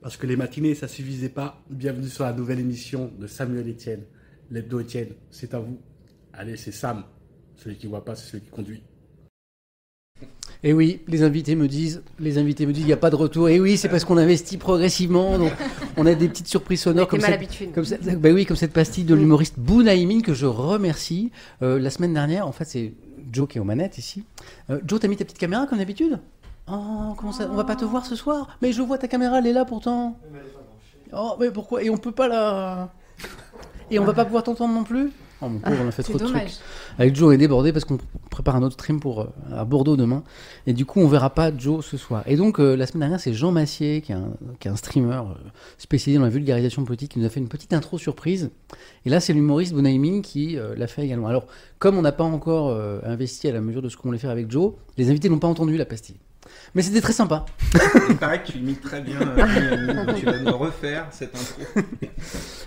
parce que les matinées, ça suffisait pas. Bienvenue sur la nouvelle émission de Samuel Etienne, l'hebdo Etienne. C'est à vous. Allez, c'est Sam. Celui qui voit pas, c'est celui qui conduit. Et Eh oui, les invités me disent, les invités me disent, il n'y a pas de retour. Et oui, c'est parce qu'on investit progressivement. Donc, on a des petites surprises sonores T'es comme mal Mm. ça. habitué. Comme ça- bah oui, comme cette pastille de l'humoriste Bounaïmin que je remercie. Euh, la semaine dernière, en fait, c'est Joe qui est aux manettes ici. Euh, Joe, t'as mis ta petite caméra comme d'habitude Oh, comment ça On va pas te voir ce soir Mais je vois ta caméra, elle est là pourtant. Oh, mais pourquoi Et on peut pas la. Et on va pas pouvoir t'entendre non plus Oh mon pauvre, on a fait C'est trop de dommage. trucs. Avec Joe, on est débordé parce qu'on pr- prépare un autre stream pour euh, à Bordeaux demain. Et du coup, on verra pas Joe ce soir. Et donc, euh, la semaine dernière, c'est Jean Massier, qui est un, qui est un streamer euh, spécialisé dans la vulgarisation politique, qui nous a fait une petite intro surprise. Et là, c'est l'humoriste Bonaïmin qui euh, l'a fait également. Alors, comme on n'a pas encore euh, investi à la mesure de ce qu'on voulait faire avec Joe, les invités n'ont pas entendu la pastille. Mais c'était très sympa. Il paraît que tu imites très bien euh, Miami, donc tu vas nous refaire cette intro.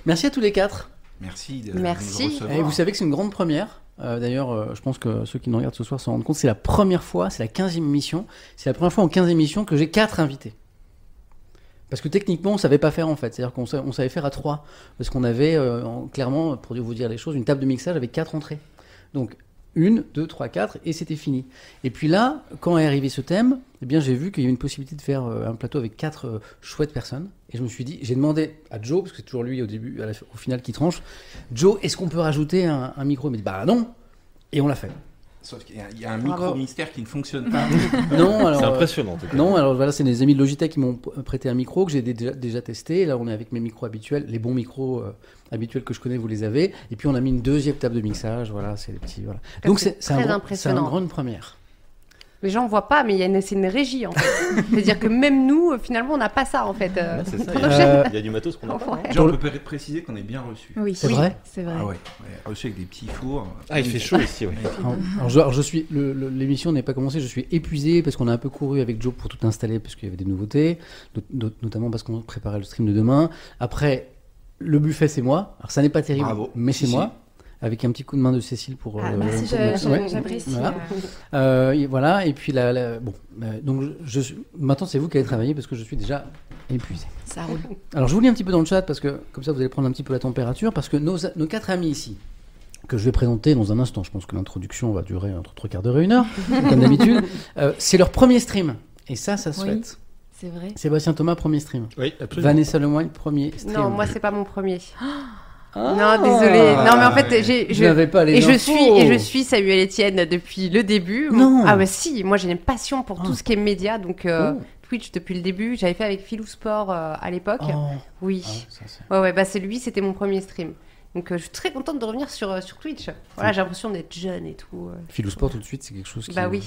Merci à tous les quatre. Merci de Merci. nous recevoir. Et Eh, vous savez que c'est une grande première. Euh, D'ailleurs, euh, je pense que ceux qui nous regardent ce soir s'en rendent compte. C'est la première fois, c'est la 15e émission. C'est la première fois en 15 émissions que j'ai quatre invités. Parce que techniquement, on savait pas faire en fait. C'est-à-dire qu'on sa- on savait faire à trois. Parce qu'on avait, euh, en- clairement, pour vous dire les choses, une table de mixage avec quatre entrées. Donc, une, deux, trois, quatre, et c'était fini. Et puis là, quand est arrivé ce thème, eh bien, j'ai vu qu'il y avait une possibilité de faire euh, un plateau avec quatre euh, chouettes personnes. Et je me suis dit, j'ai demandé à Joe, parce que c'est toujours lui au début, à la- au final, qui tranche. Joe, est-ce qu'on peut rajouter un, un micro Il m'a dit, bah non Et on l'a fait. Sauf qu'il y a- il y a un Bravo. micro-mystère qui ne fonctionne pas. Non, alors. C'est euh, impressionnant, en tout cas. Non, alors voilà, c'est les amis de Logitech qui m'ont p- prêté un micro que j'ai déjà, déjà testé. Là, on est avec mes micros habituels, les bons micros euh, habituels que je connais, vous les avez. Et puis, on a mis une deuxième table de mixage. Voilà, c'est les petits. Voilà. Parce Donc, que c'est c'est un très grand- c'est un impressionnant. grande première. Les gens voient pas, mais il y a une, c'est une régie en fait. C'est-à-dire que même nous, euh, finalement, on n'a pas ça en fait. euh. Ouais, c'est ça, il y, Euh, a- il y a du matos qu'on n'a pas. Ouais. Genre, on peut peut-être préciser qu'on est bien reçu. Oui, C'est vrai C'est vrai. Ah ouais, ouais, reçu avec des petits fours. Ah, il fait chaud ici, oui. Alors, Mhm. alors, je, alors, je suis le- le- l'émission n'est pas commencée, je suis épuisé parce qu'on a un peu couru avec Joe pour tout installer parce qu'il y avait des nouveautés, not- not- notamment parce qu'on préparait le stream de demain. Après, le buffet c'est moi. Alors ça n'est pas terrible, Bravo. mais c'est Si, moi. Avec un petit coup de main de Cécile pour. Ah, euh, merci, pour je- ma- je- ouais. j'apprécie. Voilà. euh, Euh, et voilà. Et puis la, la- bon, euh, donc je, je suis- maintenant c'est vous qui allez travailler parce que je suis déjà épuisé. ça roule. Alors je vous lis un petit peu dans le chat parce que comme ça vous allez prendre un petit peu la température parce que nos, nos quatre amis ici que je vais présenter dans un instant, je pense que l'introduction va durer entre trois quarts d'heure et une heure comme d'habitude, euh, c'est leur premier stream et ça ça se Oui. fête. C'est vrai. Sébastien Thomas premier stream, Oui, absolument. Vanessa Lemoyne premier stream. Non, moi, c'est pas mon premier. Ah. non, désolé. Non, mais en fait, j'ai, je je, n'avais pas les et je infos. suis et je suis Samuel Etienne depuis le début. Non. Ah bah si, moi j'ai une passion pour Ah. tout ce qui est média, donc euh, Oh. Twitch depuis le début. J'avais fait avec Philou Sport euh, à l'époque. Oh. Oui. Ah, ça, c'est- Ouais ouais, bah c'est lui, c'était mon premier stream. Donc euh, je suis très contente de revenir sur euh, sur Twitch. Voilà, j'ai l'impression d'être jeune et tout. euh. Philou Sport Mmh. tout de suite, c'est quelque chose qui Bah oui.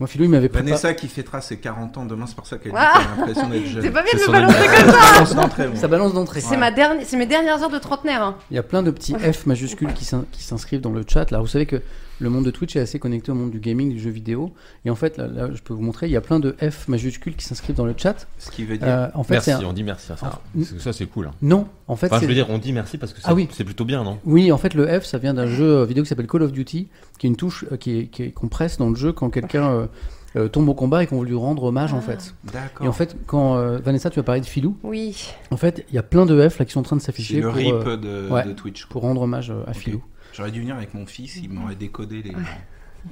Moi Philou il m'avait préparé. Vanessa qui fêtera ses 40 ans demain, c'est pour ça qu'elle dit Ah qu'elle a l'impression d'être jeune. C'est pas bien C'est de me son balancer comme ça. balance d'entrée, moi. Ça balance d'entrée. C'est ma dernière, c'est mes dernières heures de trentenaire. hein. Il y a plein de petits F majuscules qui s'in- qui s'inscrivent dans le chat. Là, vous savez que le monde de Twitch est assez connecté au monde du gaming, du jeu vidéo. Et en fait, là, là, je peux vous montrer, il y a plein de F majuscules qui s'inscrivent dans le chat. Ce qui veut dire. Euh, en fait, merci, c'est un- on dit merci à ça. Ah. Ça, c'est cool. hein. non, en fait, Enfin, je c'est- veux dire, on dit merci parce que c'est Ah oui. c'est plutôt bien, non oui, en fait, le F, ça vient d'un jeu vidéo qui s'appelle Call of Duty, qui est une touche euh, qui est- qui est- qu'on presse dans le jeu quand quelqu'un euh, euh, tombe au combat et qu'on veut lui rendre hommage, en fait. D'accord. Et en fait, quand euh, Vanessa, tu as parlé de Filou, Oui. en fait, il y a plein de F là qui sont en train de c'est s'afficher le pour, rip euh, de, ouais. de Twitch. pour rendre hommage euh, à Ok. Filou. J'aurais dû venir avec mon fils, il m'aurait décodé les.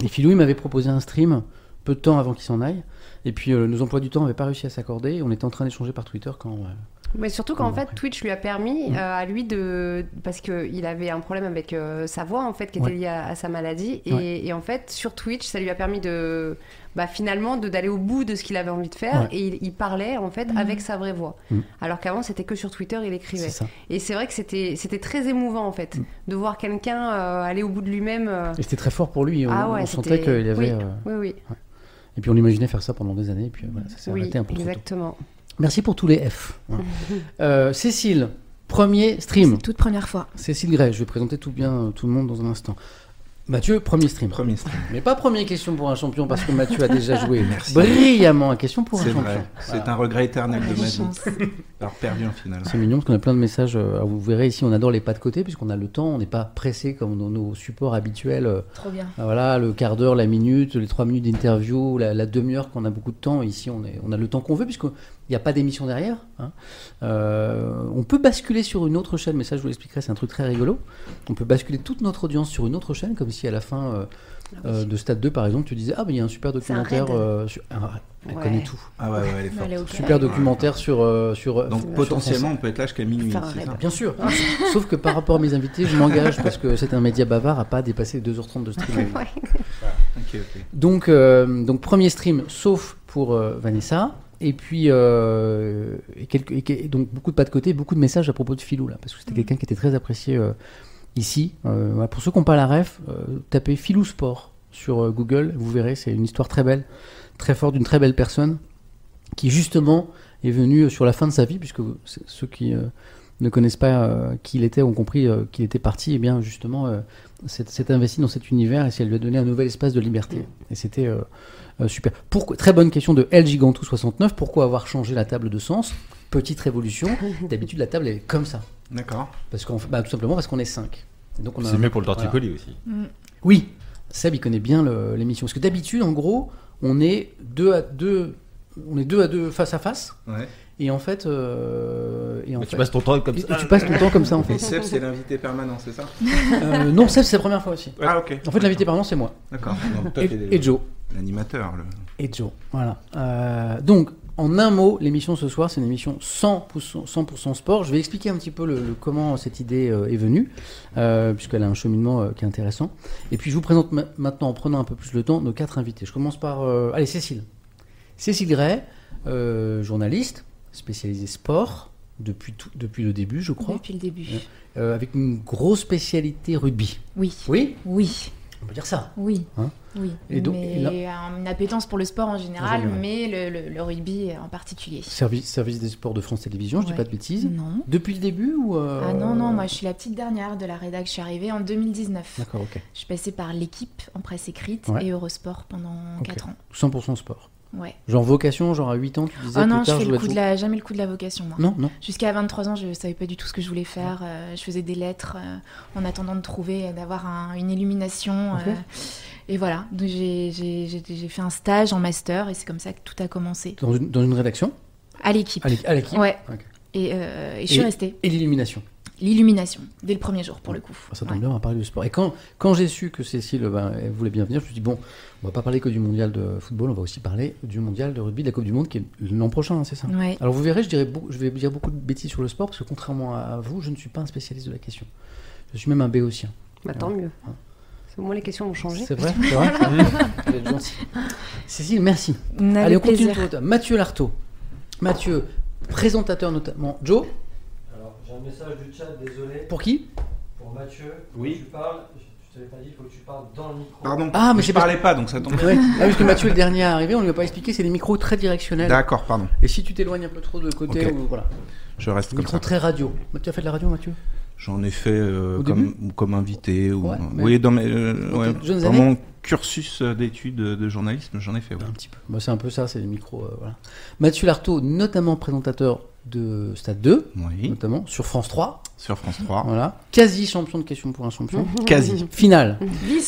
Et Philou, il m'avait proposé un stream peu de temps avant qu'il s'en aille. Et puis, euh, nos emplois du temps n'avaient pas réussi à s'accorder. et On était en train d'échanger par Twitter quand. euh, Mais surtout qu'en Comment fait, après Twitch lui a permis Mm. euh, à lui de. Parce qu'il avait un problème avec euh, sa voix, en fait, qui était Ouais. liée à, à sa maladie. Et, Ouais. et en fait, sur Twitch, ça lui a permis de. Bah, finalement, de- d'aller au bout de ce qu'il avait envie de faire. Ouais. Et il, il parlait, en fait, avec sa vraie voix. Mm. Alors qu'avant, c'était que sur Twitter, il écrivait. c'est ça. Mm. Et c'est vrai que c'était c'était très émouvant, en fait, de voir quelqu'un euh, aller au bout de lui-même. euh. Et c'était très fort pour lui. On, Ah ouais, on sentait c'était- qu'il avait. euh, Oui, oui, Et puis, on l'imaginait faire ça pendant des années. Et puis, euh, voilà, ça s'est oui, arrêté un peu trop tôt. exactement. Merci pour tous les F. Ouais. Euh, Cécile, premier stream. Toute première fois. Cécile Gray, je vais présenter tout bien euh, tout le monde dans un instant. Mathieu, premier stream. Premier stream. Mais pas premier question pour un champion parce que Mathieu a déjà joué brillamment à question pour un C'est champion. vrai. Voilà. C'est un regret éternel de ma vie chance. d'avoir perdu en finale. C'est mignon parce qu'on a plein de messages. euh, Vous verrez ici, on adore les pas de côté puisqu'on a le temps, on n'est pas pressé comme dans nos supports habituels. euh, Trop bien. Ah, Voilà, le quart d'heure, la minute, les trois minutes d'interview, la, la demi-heure qu'on a beaucoup de temps. Ici, on, est, on a le temps qu'on veut, puisqu'il n'y a pas d'émission derrière. hein. Euh, on peut basculer sur une autre chaîne, mais ça, je vous l'expliquerai, c'est un truc très rigolo. On peut basculer toute notre audience sur une autre chaîne, comme si à la fin euh, euh, de Stade 2, par exemple, tu disais Ah, mais il y a un super C'est un documentaire. raid. euh, sur- Ah, elle Ouais. connaît tout. Ah ouais, ouais, elle est On va forte. aller au Super carré. documentaire sur. euh, sur sur Donc France potentiellement, on peut être là jusqu'à minuit. Faire un c'est raid. ça Ah, Bien sûr. Sauf que par rapport à mes invités, je m'engage parce que c'est un média bavard à pas dépasser 2h30 de stream. Ok, ok. Donc, euh, donc premier stream, sauf pour euh, Vanessa. Et puis, euh, et quelques- et que- et donc beaucoup de pas de côté, beaucoup de messages à propos de Philou, là, parce que c'était quelqu'un qui était très apprécié euh, ici. Euh, voilà, pour ceux qui n'ont pas la ref, euh, tapez Philou Sport sur euh, Google, vous verrez, c'est une histoire très belle, très forte, d'une très belle personne qui, justement, est venue euh, sur la fin de sa vie, puisque c- ceux qui euh, ne connaissent pas euh, qui il était ont compris euh, qu'il était parti, et bien, justement, euh, s'est s'est investi dans cet univers et si elle lui a donné un nouvel espace de liberté. Et c'était euh, euh, super. Pourquoi, très bonne question de El Gigantou 69. Pourquoi avoir changé la table de sens Petite révolution. D'habitude, la table elle est comme ça. D'accord. Parce qu'on, bah, tout simplement parce qu'on est 5. Donc on a C'est un- mieux pour le voilà. torticolis aussi. Oui, Seb, il connaît bien le- l'émission. Parce que d'habitude, en gros, on est deux à deux, on est deux à deux face à face. Ouais. Et en fait, euh, et en Mais fait- Tu passes ton temps comme et- et ça. tu passes ton temps comme ça en Et fait. Seb, c'est l'invité permanent, c'est ça Euh, non, Seb, c'est la première fois aussi. Ah, ok. En fait, l'invité par an, c'est moi. D'accord. Donc, toi, Et, t'es et Joe. L'animateur. Le... et Joe. Voilà. Euh, donc, en un mot, l'émission ce soir, c'est une émission 100%, 100% sport. Je vais expliquer un petit peu le, le comment cette idée euh, est venue, euh, puisqu'elle a un cheminement euh, qui est intéressant. Et puis, je vous présente ma- maintenant, en prenant un peu plus le temps, nos quatre invités. Je commence par... euh, allez, Cécile. Cécile Gray, euh, journaliste, spécialisée sport, depuis, tout- depuis le début, je crois, Depuis le début. Ouais. euh, avec une grosse spécialité rugby. Oui. Oui, Oui. on peut dire ça. Oui. Hein oui. Et donc, mais une appétence pour le sport en général, général. mais le, le- le rugby en particulier. Service, service des sports de France Télévisions, je dis Ouais. pas de bêtises. Non. Depuis le début ou... euh, Ah non, non, moi je suis la petite dernière de la rédac. Je suis arrivée en 2019. D'accord, ok. Je suis passée par l'équipe en presse écrite Ouais. et Eurosport pendant Ok. 4 ans. 100% sport. Ouais. Genre vocation, genre à 8 ans, tu disais Ah non, plus tard, je fais veux le coup être de la... jamais le coup de la vocation, moi. jour- Non, non. Jusqu'à 23 ans, je savais pas du tout ce que je voulais faire. Euh, je faisais des lettres euh, en attendant de trouver, euh, d'avoir un- une illumination. Ok. euh, et voilà, Donc, j'ai- j'ai j'ai- j'ai fait un stage en master et c'est comme ça que tout a commencé. Dans une, dans une rédaction À l'équipe. À l'équ- à l'équipe Ouais. Ok. Et, euh, et je suis Et- restée. Et l'illumination. L'illumination, dès le premier jour pour le coup. Ah, Ça tombe Ouais. bien, on va parler de sport. Et quand, quand j'ai su que Cécile ben, elle voulait bien venir, je me suis dit, bon, on va pas parler que du mondial de football, on va aussi parler du mondial de rugby, de la Coupe du Monde qui est l'an prochain, hein, c'est ça Ouais. Alors vous verrez, je, dirais beaucoup- je vais dire beaucoup de bêtises sur le sport, parce que contrairement à vous, je ne suis pas un spécialiste de la question. Je suis même un béotien. Bah, tant mieux. Parce que Au moins, les questions ont changé. C'est vrai, c'est vrai Vous êtes gentil. Cécile, merci. Avec Allez, on continue plaisir. autour de la table. Mathieu Lartaud. Mathieu, présentateur notamment. Joe, Alors, j'ai un message du chat, désolé, pour qui pour Mathieu. Oui. Quand tu parles, je, je t'avais pas dit, il faut que tu parles dans le micro. Pardon. Ah, mais je c'est parlais pas, donc ça tombe. Ouais. Ah, parce que Mathieu est le dernier à arriver, on lui a pas expliqué, c'est des micros très directionnels. D'accord, pardon. Et si tu t'éloignes un peu trop de côté, Ok. ou- voilà. Je reste comme Micro ça. très radio. Tu as fait de la radio, Mathieu J'en ai fait euh, Au comme, comme invité. Ou, Ouais, vous mais- voyez, dans, mes, euh, Dans ouais, tes jeunes dans années mon cursus euh, d'études de journalisme, j'en ai fait. ouais. Un petit peu. Bah, c'est un peu ça, c'est des micros. euh, voilà. Mathieu Lartaud, notamment présentateur de Stade 2, Oui, notamment, sur France 3. sur France 3. Voilà. Quasi champion de questions pour un champion. Quasi. Finale.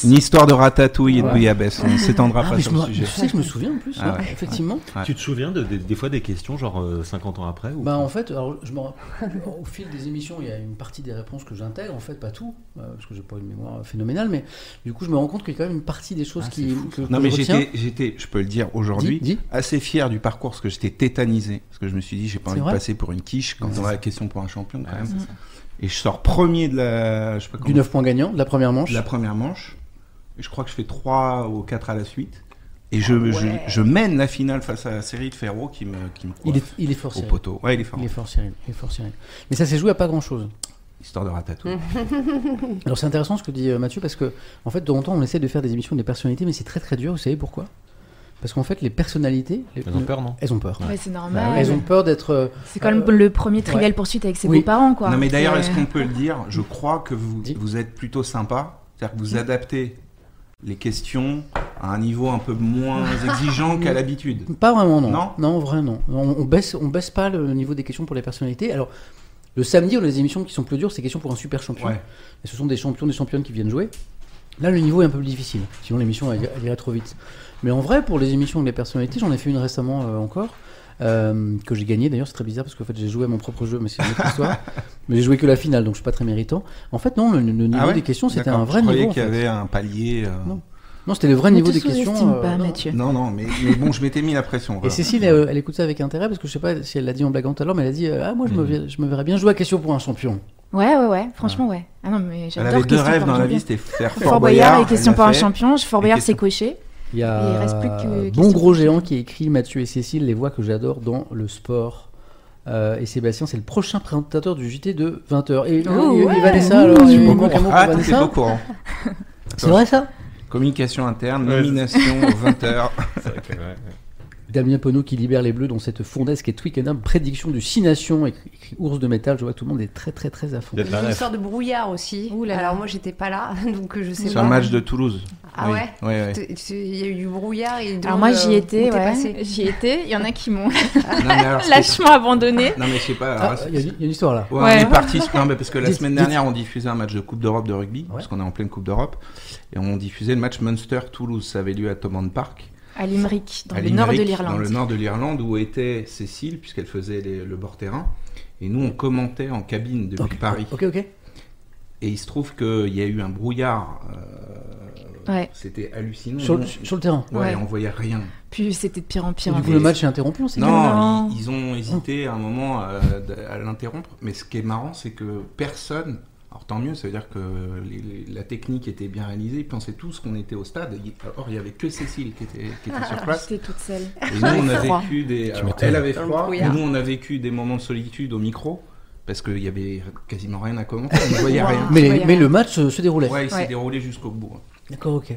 Une histoire de ratatouille et de Ouais. bouillabaisse. On s'étendra Ah, pas mais sur je me- le sujet. Tu sais que je me souviens en plus, Ah ouais, ouais. effectivement. Ouais. Tu te souviens de- des des fois des questions, genre euh, 50 ans après ou- Bah en fait, alors, je m'en- au fil des émissions, il y a une partie des réponses que j'intègre, en fait pas tout, euh, parce que j'ai pas une mémoire phénoménale, mais du coup je me rends compte qu'il y a quand même une partie des choses Ah, qui c'est fou, que, ça. que non mais je retiens. j'étais, j'étais, je peux le dire aujourd'hui, Dis, dis. assez fier du parcours parce que j'étais tétanisé parce que je me suis dit j'ai pas C'est envie vrai de passer pour une quiche quand Ouais, on c'est a la question pour un champion quand Ouais, même. c'est ça. Et je sors premier de la, je sais pas du comment- 9 points gagnants de la première manche. de la première manche. Et je crois que je fais 3 ou 4 à la suite. Et je, Ah ouais. je, je mène la finale face à la série de Ferro qui me, qui me Il est, coiffe il est fort au Cyril. poteau. Ouais, il est fort. Il est fort Cyril, il est fort Cyril. Mais ça s'est joué à pas grand chose. Histoire de Mmh. ratatouille. Alors c'est intéressant ce que dit euh, Mathieu parce que en fait de temps en temps on essaie de faire des émissions des personnalités mais c'est très très dur, vous savez pourquoi Parce qu'en fait les personnalités, les- Elles ont peur, non elles ont peur. Ouais, c'est Bah normal. ouais. Elles ont peur d'être euh, C'est quand même le premier trivial poursuite avec ses Oui. beaux-parents, quoi. Non mais d'ailleurs, Euh, est-ce qu'on peut le dire Je crois que vous, Mmh. Dis. Mmh. vous êtes plutôt sympa. C'est-à-dire que vous adaptez les questions à un niveau un peu moins exigeant Mmh. qu'à l'habitude. Pas vraiment, non. Non vraiment. On, on baisse, on baisse pas le niveau des questions pour les personnalités. Alors, le samedi, on a des émissions qui sont plus dures, c'est questions pour un super champion. Ouais. Et ce sont des champions, des championnes qui viennent jouer. Là, le niveau est un peu plus difficile. Sinon, l'émission, elle, elle irait trop vite. Mais en vrai, pour les émissions de les personnalités, j'en ai fait une récemment euh, encore. euh, que j'ai gagnée. d'ailleurs c'est très bizarre parce qu'en fait j'ai joué à mon propre jeu mais c'est une autre histoire mais j'ai joué que la finale donc je suis pas très méritant en fait non le, le niveau Ah ouais des questions c'était D'accord, un vrai je niveau croyais en qu'il y fait. avait un palier. euh, Non. non c'était le vrai Ne niveau te des questions sous-estime euh, pas, non. Mathieu. Non, non, mais, mais bon, je m'étais mis la pression. Et voilà. Cécile, elle, elle écoute ça avec intérêt parce que je sais pas si elle l'a dit en blaguant tout à l'heure, mais elle a dit euh, Ah, moi je, Mm. me, verrais- je me verrais bien jouer à question pour un champion. Ouais, ouais, ouais. Franchement, ouais. Ah non, mais Elle j'adore hein, avait deux Question rêves pour un dans la vie, champion. c'était faire Fort, Fort Boyard et elle Question l'a pour un fait. champion. Fort Et Boyard, question- c'est coché. Il y Et il a reste plus que Bon Question Gros pour un Géant champion. qui écrit Mathieu et Cécile, les voix que j'adore dans le sport. Euh, et Sébastien, c'est le prochain présentateur du JT de 20h. Et, Oh, et- et ouais. Vanessa, alors, Je suis il pas manque au un mot pour Ah, t'étais Vanessa. pas au courant. C'est vrai ça Communication interne, nomination, 20h. Damien Penaud qui libère les Bleus dans cette fournaise qui est Twickenham, prédiction du 6 nations, écrit écrit Ours de métal. Je vois que tout le monde est très très très à fond. Il y a de la Une ref. sorte de brouillard aussi. Ouh là là. Alors moi j'étais pas là, donc euh, je sais C'est pas. un match de Toulouse. Ah Oui, ouais oui, oui. Tu- tu- Il y a eu du brouillard et Alors moi, j'y étais, ouais. Passé. J'y étais. Il y en a qui m'ont Non, mais alors, c'était- lâchement abandonné. Non, mais je sais pas. Ah, alors, il y, a- il y a une histoire là. Ouais, Ouais. on est parti. Non, mais parce que la Dites- semaine dernière, on diffusait un match de Coupe d'Europe de rugby, parce Ouais. qu'on est en pleine Coupe d'Europe, et on diffusait le match Munster-Toulouse. Ça avait lieu à Tom Park, À Limerick, dans à le nord de Limerick, Dans le l'Irlande. nord de l'Irlande, où était Cécile, puisqu'elle faisait les- le bord terrain. Et nous, on commentait en cabine depuis Ok, Paris. Ok, ok. Et il se trouve qu'il y a eu un brouillard. euh, Ouais. C'était hallucinant. Sur, On- le- sur le terrain. Ouais, Ouais. on voyait rien. Puis c'était de pire en Et pire. du coup, le match est interrompu, on s'est dit, Non, Non. ils, ils ont hésité à un moment euh, d- à, l'interrompre. Mais ce qui est marrant, c'est que personne. Alors tant mieux, ça veut dire que les- les- la technique était bien réalisée. Ils pensaient tous qu'on était au stade. Il- Or, il n'y avait que Cécile qui était, qui était sur place. J'étais toute seule. Et nous, on a Froid. vécu des. alors, m'étonnes. elle avait Dans le froid. Et brouillard. nous, on a vécu des moments de solitude au micro parce qu'il y avait quasiment rien à commenter. On ne voyait rien. Mais, Ouais, mais ouais. le match euh, se déroulait. Ouais, il s'est Ouais. déroulé jusqu'au bout. D'accord, ok.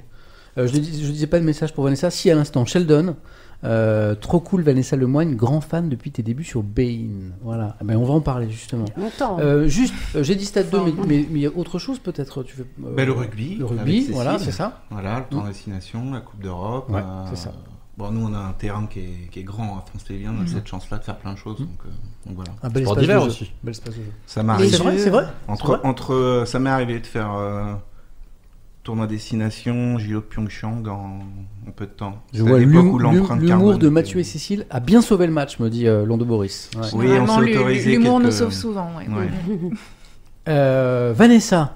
Euh, je ne dis- je disais pas de message pour Vanessa. Si à l'instant, Sheldon, euh, trop cool Vanessa Lemoine, grand fan depuis tes débuts sur Bane. Voilà, Ah ben, on va en parler justement. Longtemps. Euh, juste, euh, j'ai dit stade 2, mais mais- mais il y a autre chose peut-être. Tu veux, euh, Ben, le rugby. Le avec rugby, Cécile. voilà, c'est ça. Mm. Voilà, le tour des six nations, la Coupe d'Europe. euh, Ouais, c'est ça. Bon, nous, on a un terrain qui est, qui est grand à France-Lévien, Mm. on a cette chance-là de faire plein de choses. Donc, euh, donc voilà. Un bel espace, Sport de d'hiver jeu. aussi. Bel espace de jeu. Ça Les m'arrive. C'est vrai, jeux. c'est vrai. Entre, entre, euh, ça m'est arrivé de faire euh, tournoi destination, JO de Pyeongchang en, en peu de temps. Je C'était vois à l'époque où l'hum- l'empreinte l'humour carbone de était- Mathieu et Cécile a bien sauvé le match, me dit euh, Lando Boris. Ouais. Oui, on Généralement, s'est l'hu- autorisé L'humour nous quelques- sauve souvent. ouais. Ouais. Euh, Vanessa,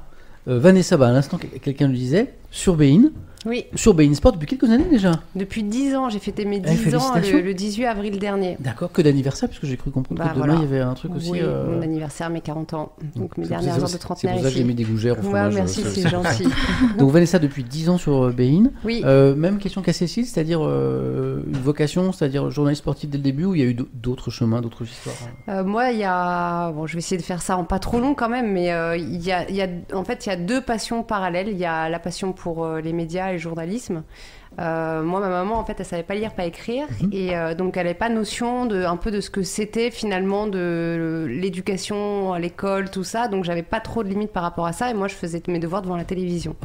Euh, Vanessa, bah, à l'instant, quel- quelqu'un le disait, sur Bein, Oui, sur Bein Sport depuis quelques années déjà. depuis 10 ans, j'ai fêté mes Eh, 10 ans félicitations. le, le 18 avril dernier. D'accord, que d'anniversaire, puisque j'ai cru comprendre Bah, que demain voilà. il y avait un truc aussi. Oui, euh, Mon anniversaire, mes 40 ans. Donc mes c'est- dernières c'est- heures de c'est- trentenaire C'est pour ça que j'ai mis ici. des gougères au Ouais, fromage. merci, euh, c'est gentil. Donc Vanessa, depuis 10 ans sur euh, Bein. Oui, Euh, même question qu'à Cécile, c'est-à-dire euh, une vocation, c'est-à-dire journaliste sportif dès le début, ou il y a eu d'au- d'autres chemins, d'autres histoires hein Euh, moi, il y a. Bon, je vais essayer de faire ça en pas trop long quand même, mais euh, il y a, il y a- en fait, il y a deux passions parallèles. Il y a la passion pour euh, les médias et le journalisme. Euh, moi, ma maman, en fait, elle savait pas lire, pas écrire, et euh, donc elle n'avait pas notion de un peu de ce que c'était finalement de l'éducation à l'école, tout ça. Donc, j'avais pas trop de limites par rapport à ça, et moi, je faisais mes devoirs devant la télévision.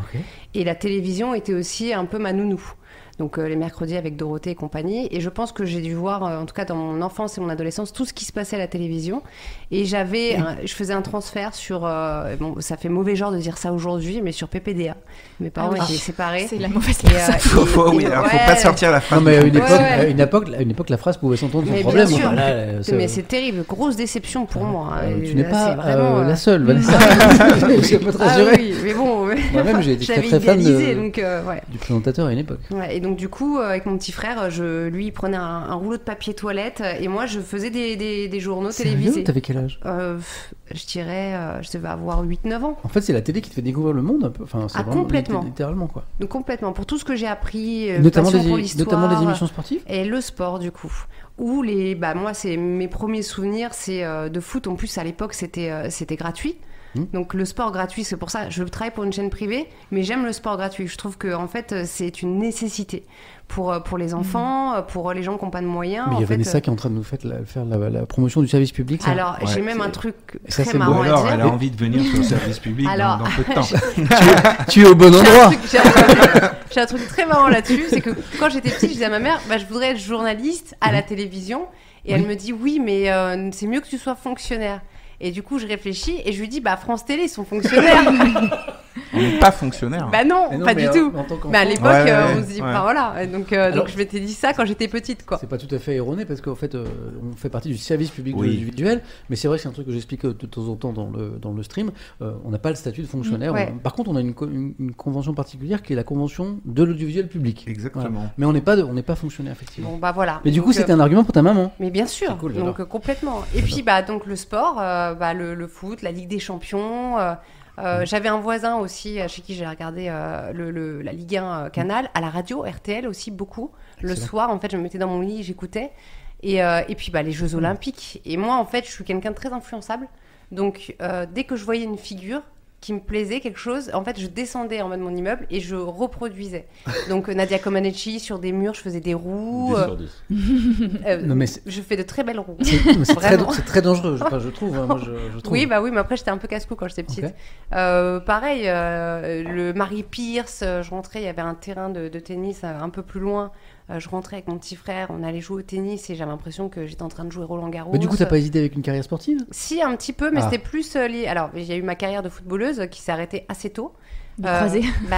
Et la télévision était aussi un peu ma nounou. Donc euh, les mercredis avec Dorothée et compagnie. Et je pense que j'ai dû voir, euh, en tout cas dans mon enfance et mon adolescence, tout ce qui se passait à la télévision. Et j'avais, un- je faisais un transfert sur, euh, bon, ça fait mauvais genre de dire ça aujourd'hui, mais sur PPDA. Mes parents Ah oui. étaient séparés. C'est la mauvaise Et, euh, personne. Faut, faut- et- oui, alors, faut ouais, Ah, pas sortir la fin. Non, mais à une, Ouais, époque, ouais. à une époque, à une époque, la phrase pouvait s'entendre Mais sans bien problème. sûr. Enfin, là, euh, ça- Mais c'est terrible, grosse déception pour moi. hein. euh, Et tu n'es là, pas c'est vraiment, euh, euh, la seule, Vanessa. Donc, Je peux te Ah rassurer. oui, mais bon, Moi-même, j'ai été très, j'avais très fan de- idéalisé, donc euh, ouais. Du présentateur à une époque. Ouais, et donc du coup, euh, avec mon petit frère, je, lui, il prenait un, un rouleau de papier toilette euh, et moi, je faisais des, des, des journaux Sérieux télévisés. T'avais quel âge Euh, pff, je dirais, euh, je devais avoir 8-9 ans. En fait, c'est la télé qui te fait découvrir le monde un peu. Enfin, c'est Ah, vraiment complètement. littéralement quoi. Donc complètement, pour tout ce que j'ai appris, euh, notamment passion des, pour l'histoire. notamment des émissions sportives. Et le sport, du coup. Ou les, bah moi, c'est mes premiers souvenirs, c'est euh, de foot. En plus, à l'époque, c'était, euh, c'était gratuit. Mm. Donc le sport gratuit, c'est pour ça, je travaille pour une chaîne privée, mais j'aime le sport gratuit. Je trouve que en fait, euh, c'est une nécessité pour, euh, pour les enfants, euh, pour les gens qui n'ont pas de moyens. Mmh. Mais il y en a fait, Vanessa euh, qui est en train de nous faire la, faire la- la promotion du service public. ça. alors, Ouais, j'ai même un c'est- truc ça, très c'est beau. Ou marrant à alors, Bah, dire. elle a envie de venir sur le service public Alors, dans, dans peu de temps. tu es au bon J'ai un, endroit. truc, j'ai un- j'ai un truc très marrant là-dessus, c'est que quand j'étais petite, je disais à ma mère, bah, je voudrais être journaliste à la Mhm. télévision. Et elle me dit, oui, mais euh, c'est mieux que tu sois fonctionnaire. Et du coup, je réfléchis et je lui dis, bah, France Télé, ils sont fonctionnaires. On n'est pas fonctionnaire. bah non, Mais non, pas mais euh, du en- tout. en tant qu'enfant, Mais à l'époque, Ouais, ouais, euh, ouais, on se dit, ouais. bah voilà. Et donc, euh, Alors- donc, je m'étais dit ça quand j'étais petite, quoi. C'est pas tout à fait erroné parce qu'en fait, euh, on fait partie du service public de Oui. l'audiovisuel, mais c'est vrai que c'est un truc que j'explique euh, de temps en temps dans le, dans le stream. euh, on n'a pas le statut de fonctionnaire. Ouais. On- par contre, on a une, co- une- une convention particulière qui est la convention de l'audiovisuel public. Voilà. Exactement. Mais on n'est pas, de- on n'est pas fonctionnaire, effectivement. Bon, bah voilà. mais du coup, Donc, c'était euh, un argument pour ta maman. Mais bien sûr, C'est cool, j'adore. donc euh, complètement. Et puis bah donc le sport, euh, bah, le, le foot, la Ligue des Champions. euh, euh, Mm. J'avais un voisin aussi euh, chez qui j'ai regardé euh, le, le- la Ligue 1 euh, Canal à la radio RTL aussi beaucoup. Le Excellent. soir, en fait, je me mettais dans mon lit, j'écoutais. Et, euh, et puis bah les Mm. Jeux Olympiques. Et moi, en fait, je suis quelqu'un de très influençable. Donc euh, dès que je voyais une figure qui me plaisait quelque chose, en fait, je descendais en bas de mon immeuble et je reproduisais. Donc euh, Nadia Comaneci sur des murs, je faisais des roues. euh, euh, Non, mais c'est- je fais de très belles roues. C'est c'est très, Vraiment. c'est très dangereux, je, enfin, je trouve. hein, moi, je, je trouve. Oui, bah oui, mais après j'étais un peu casse-cou quand j'étais petite. Ok. Euh, pareil, euh, le Marie Pierce, euh, je rentrais, il y avait un terrain de, de tennis euh, un peu plus loin. Euh, je rentrais avec mon petit frère, on allait jouer au tennis et j'avais l'impression que j'étais en train de jouer Roland Garros. Mais Bah, du coup, t'as pas hésité avec une carrière sportive Si, un petit peu, mais Ah. c'était plus euh, lié. Alors, il y a eu ma carrière de footballeuse euh, qui s'est arrêtée assez tôt. Des Euh, croisés. Bah,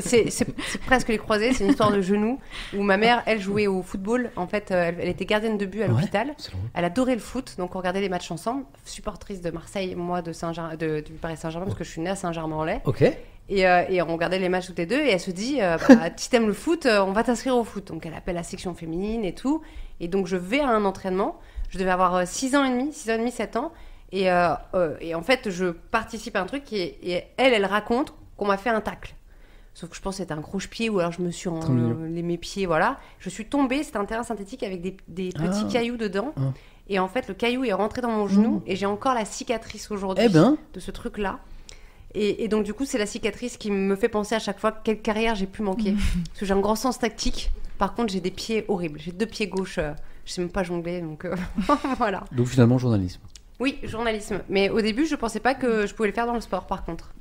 c'est c'est- c'est presque les croisés, c'est une histoire de genoux où ma mère, elle jouait au football. En fait, euh, elle, elle était gardienne de but à Ouais. l'hôpital. C'est drôle. Elle adorait le foot, donc on regardait les matchs ensemble. Supportrice de Marseille, moi de Saint-Germain, de, du Paris Saint-Germain, parce que je suis née à Saint-Germain-en-Laye. Ok. Et, euh, et on regardait les matchs toutes les deux. Et elle se dit, euh, bah, si t'aimes le foot, euh, on va t'inscrire au foot. Donc elle appelle la section féminine et tout. Et donc je vais à un entraînement. Je devais avoir 6 ans et demi, 6 ans et demi, 7 ans. Et, euh, euh, et en fait, je participe à un truc et, et elle, elle raconte qu'on m'a fait un tacle. Sauf que je pense que c'était un croche-pied ou alors je me suis en, euh, Très mignon. les mes pieds, voilà. Je suis tombée, c'était un terrain synthétique avec des, des petits Ah. cailloux dedans. Ah. Oh. Et en fait, le caillou est rentré dans mon genou et j'ai encore la cicatrice aujourd'hui Eh ben, de ce truc-là. Et, et donc, du coup, c'est la cicatrice qui me fait penser à chaque fois quelle carrière j'ai pu manquer. Parce que j'ai un grand sens tactique. Par contre, j'ai des pieds horribles. J'ai deux pieds gauches. euh, je sais même pas jongler, donc euh, voilà. donc finalement, journalisme. Oui, journalisme. Mais au début, je pensais pas que je pouvais le faire dans le sport, par contre.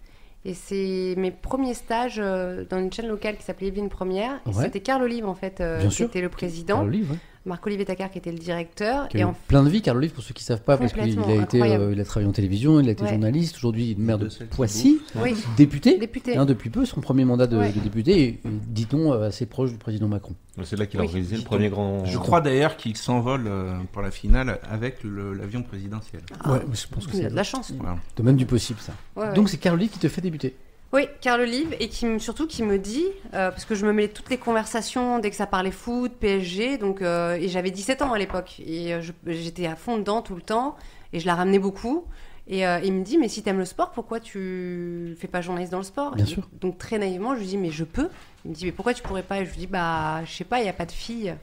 Et c'est mes premiers stages euh, dans une chaîne locale qui s'appelait Evelyne Première. Et Ouais. C'était Carl Olive, en fait, euh, Bien qui sûr. était le président. Carl Olive, ouais. Marc-Olivier Tacard, qui était le directeur. Qui a Et eu en plein de vie, Carl Olive, pour ceux qui ne savent pas, parce qu'il a, Complètement été, incroyable. euh, il a travaillé en télévision, il a été Ouais. journaliste, aujourd'hui il est maire de De celle qui Poissy, Oui, député, député. hein, depuis peu, son premier mandat de, Ouais. de député, et, et dit-on euh, assez proche du président Macron. C'est là qu'il a Oui. organisé le premier grand. Je crois d'ailleurs qu'il s'envole euh, pour la finale avec le- l'avion présidentiel. Ah, ouais, mais je pense que Il c'est a de la chance. Voilà. de même du possible ça. Ouais, ouais. Donc c'est Carl Olive qui te fait débuter. Oui, Carl Olive, et qui me- surtout qui me dit, euh, parce que je me mêlais de toutes les conversations dès que ça parlait foot, PSG, donc, euh, et j'avais 17 ans à l'époque, et euh, je- j'étais à fond dedans tout le temps, et je la ramenais beaucoup. Et euh, il me dit, mais si t'aimes le sport, pourquoi tu fais pas journaliste dans le sport Bien Et sûr. Donc très naïvement, je lui dis, mais je peux. Il me dit, mais pourquoi tu pourrais pas Et je lui dis, bah, je sais pas, il y a pas de fille.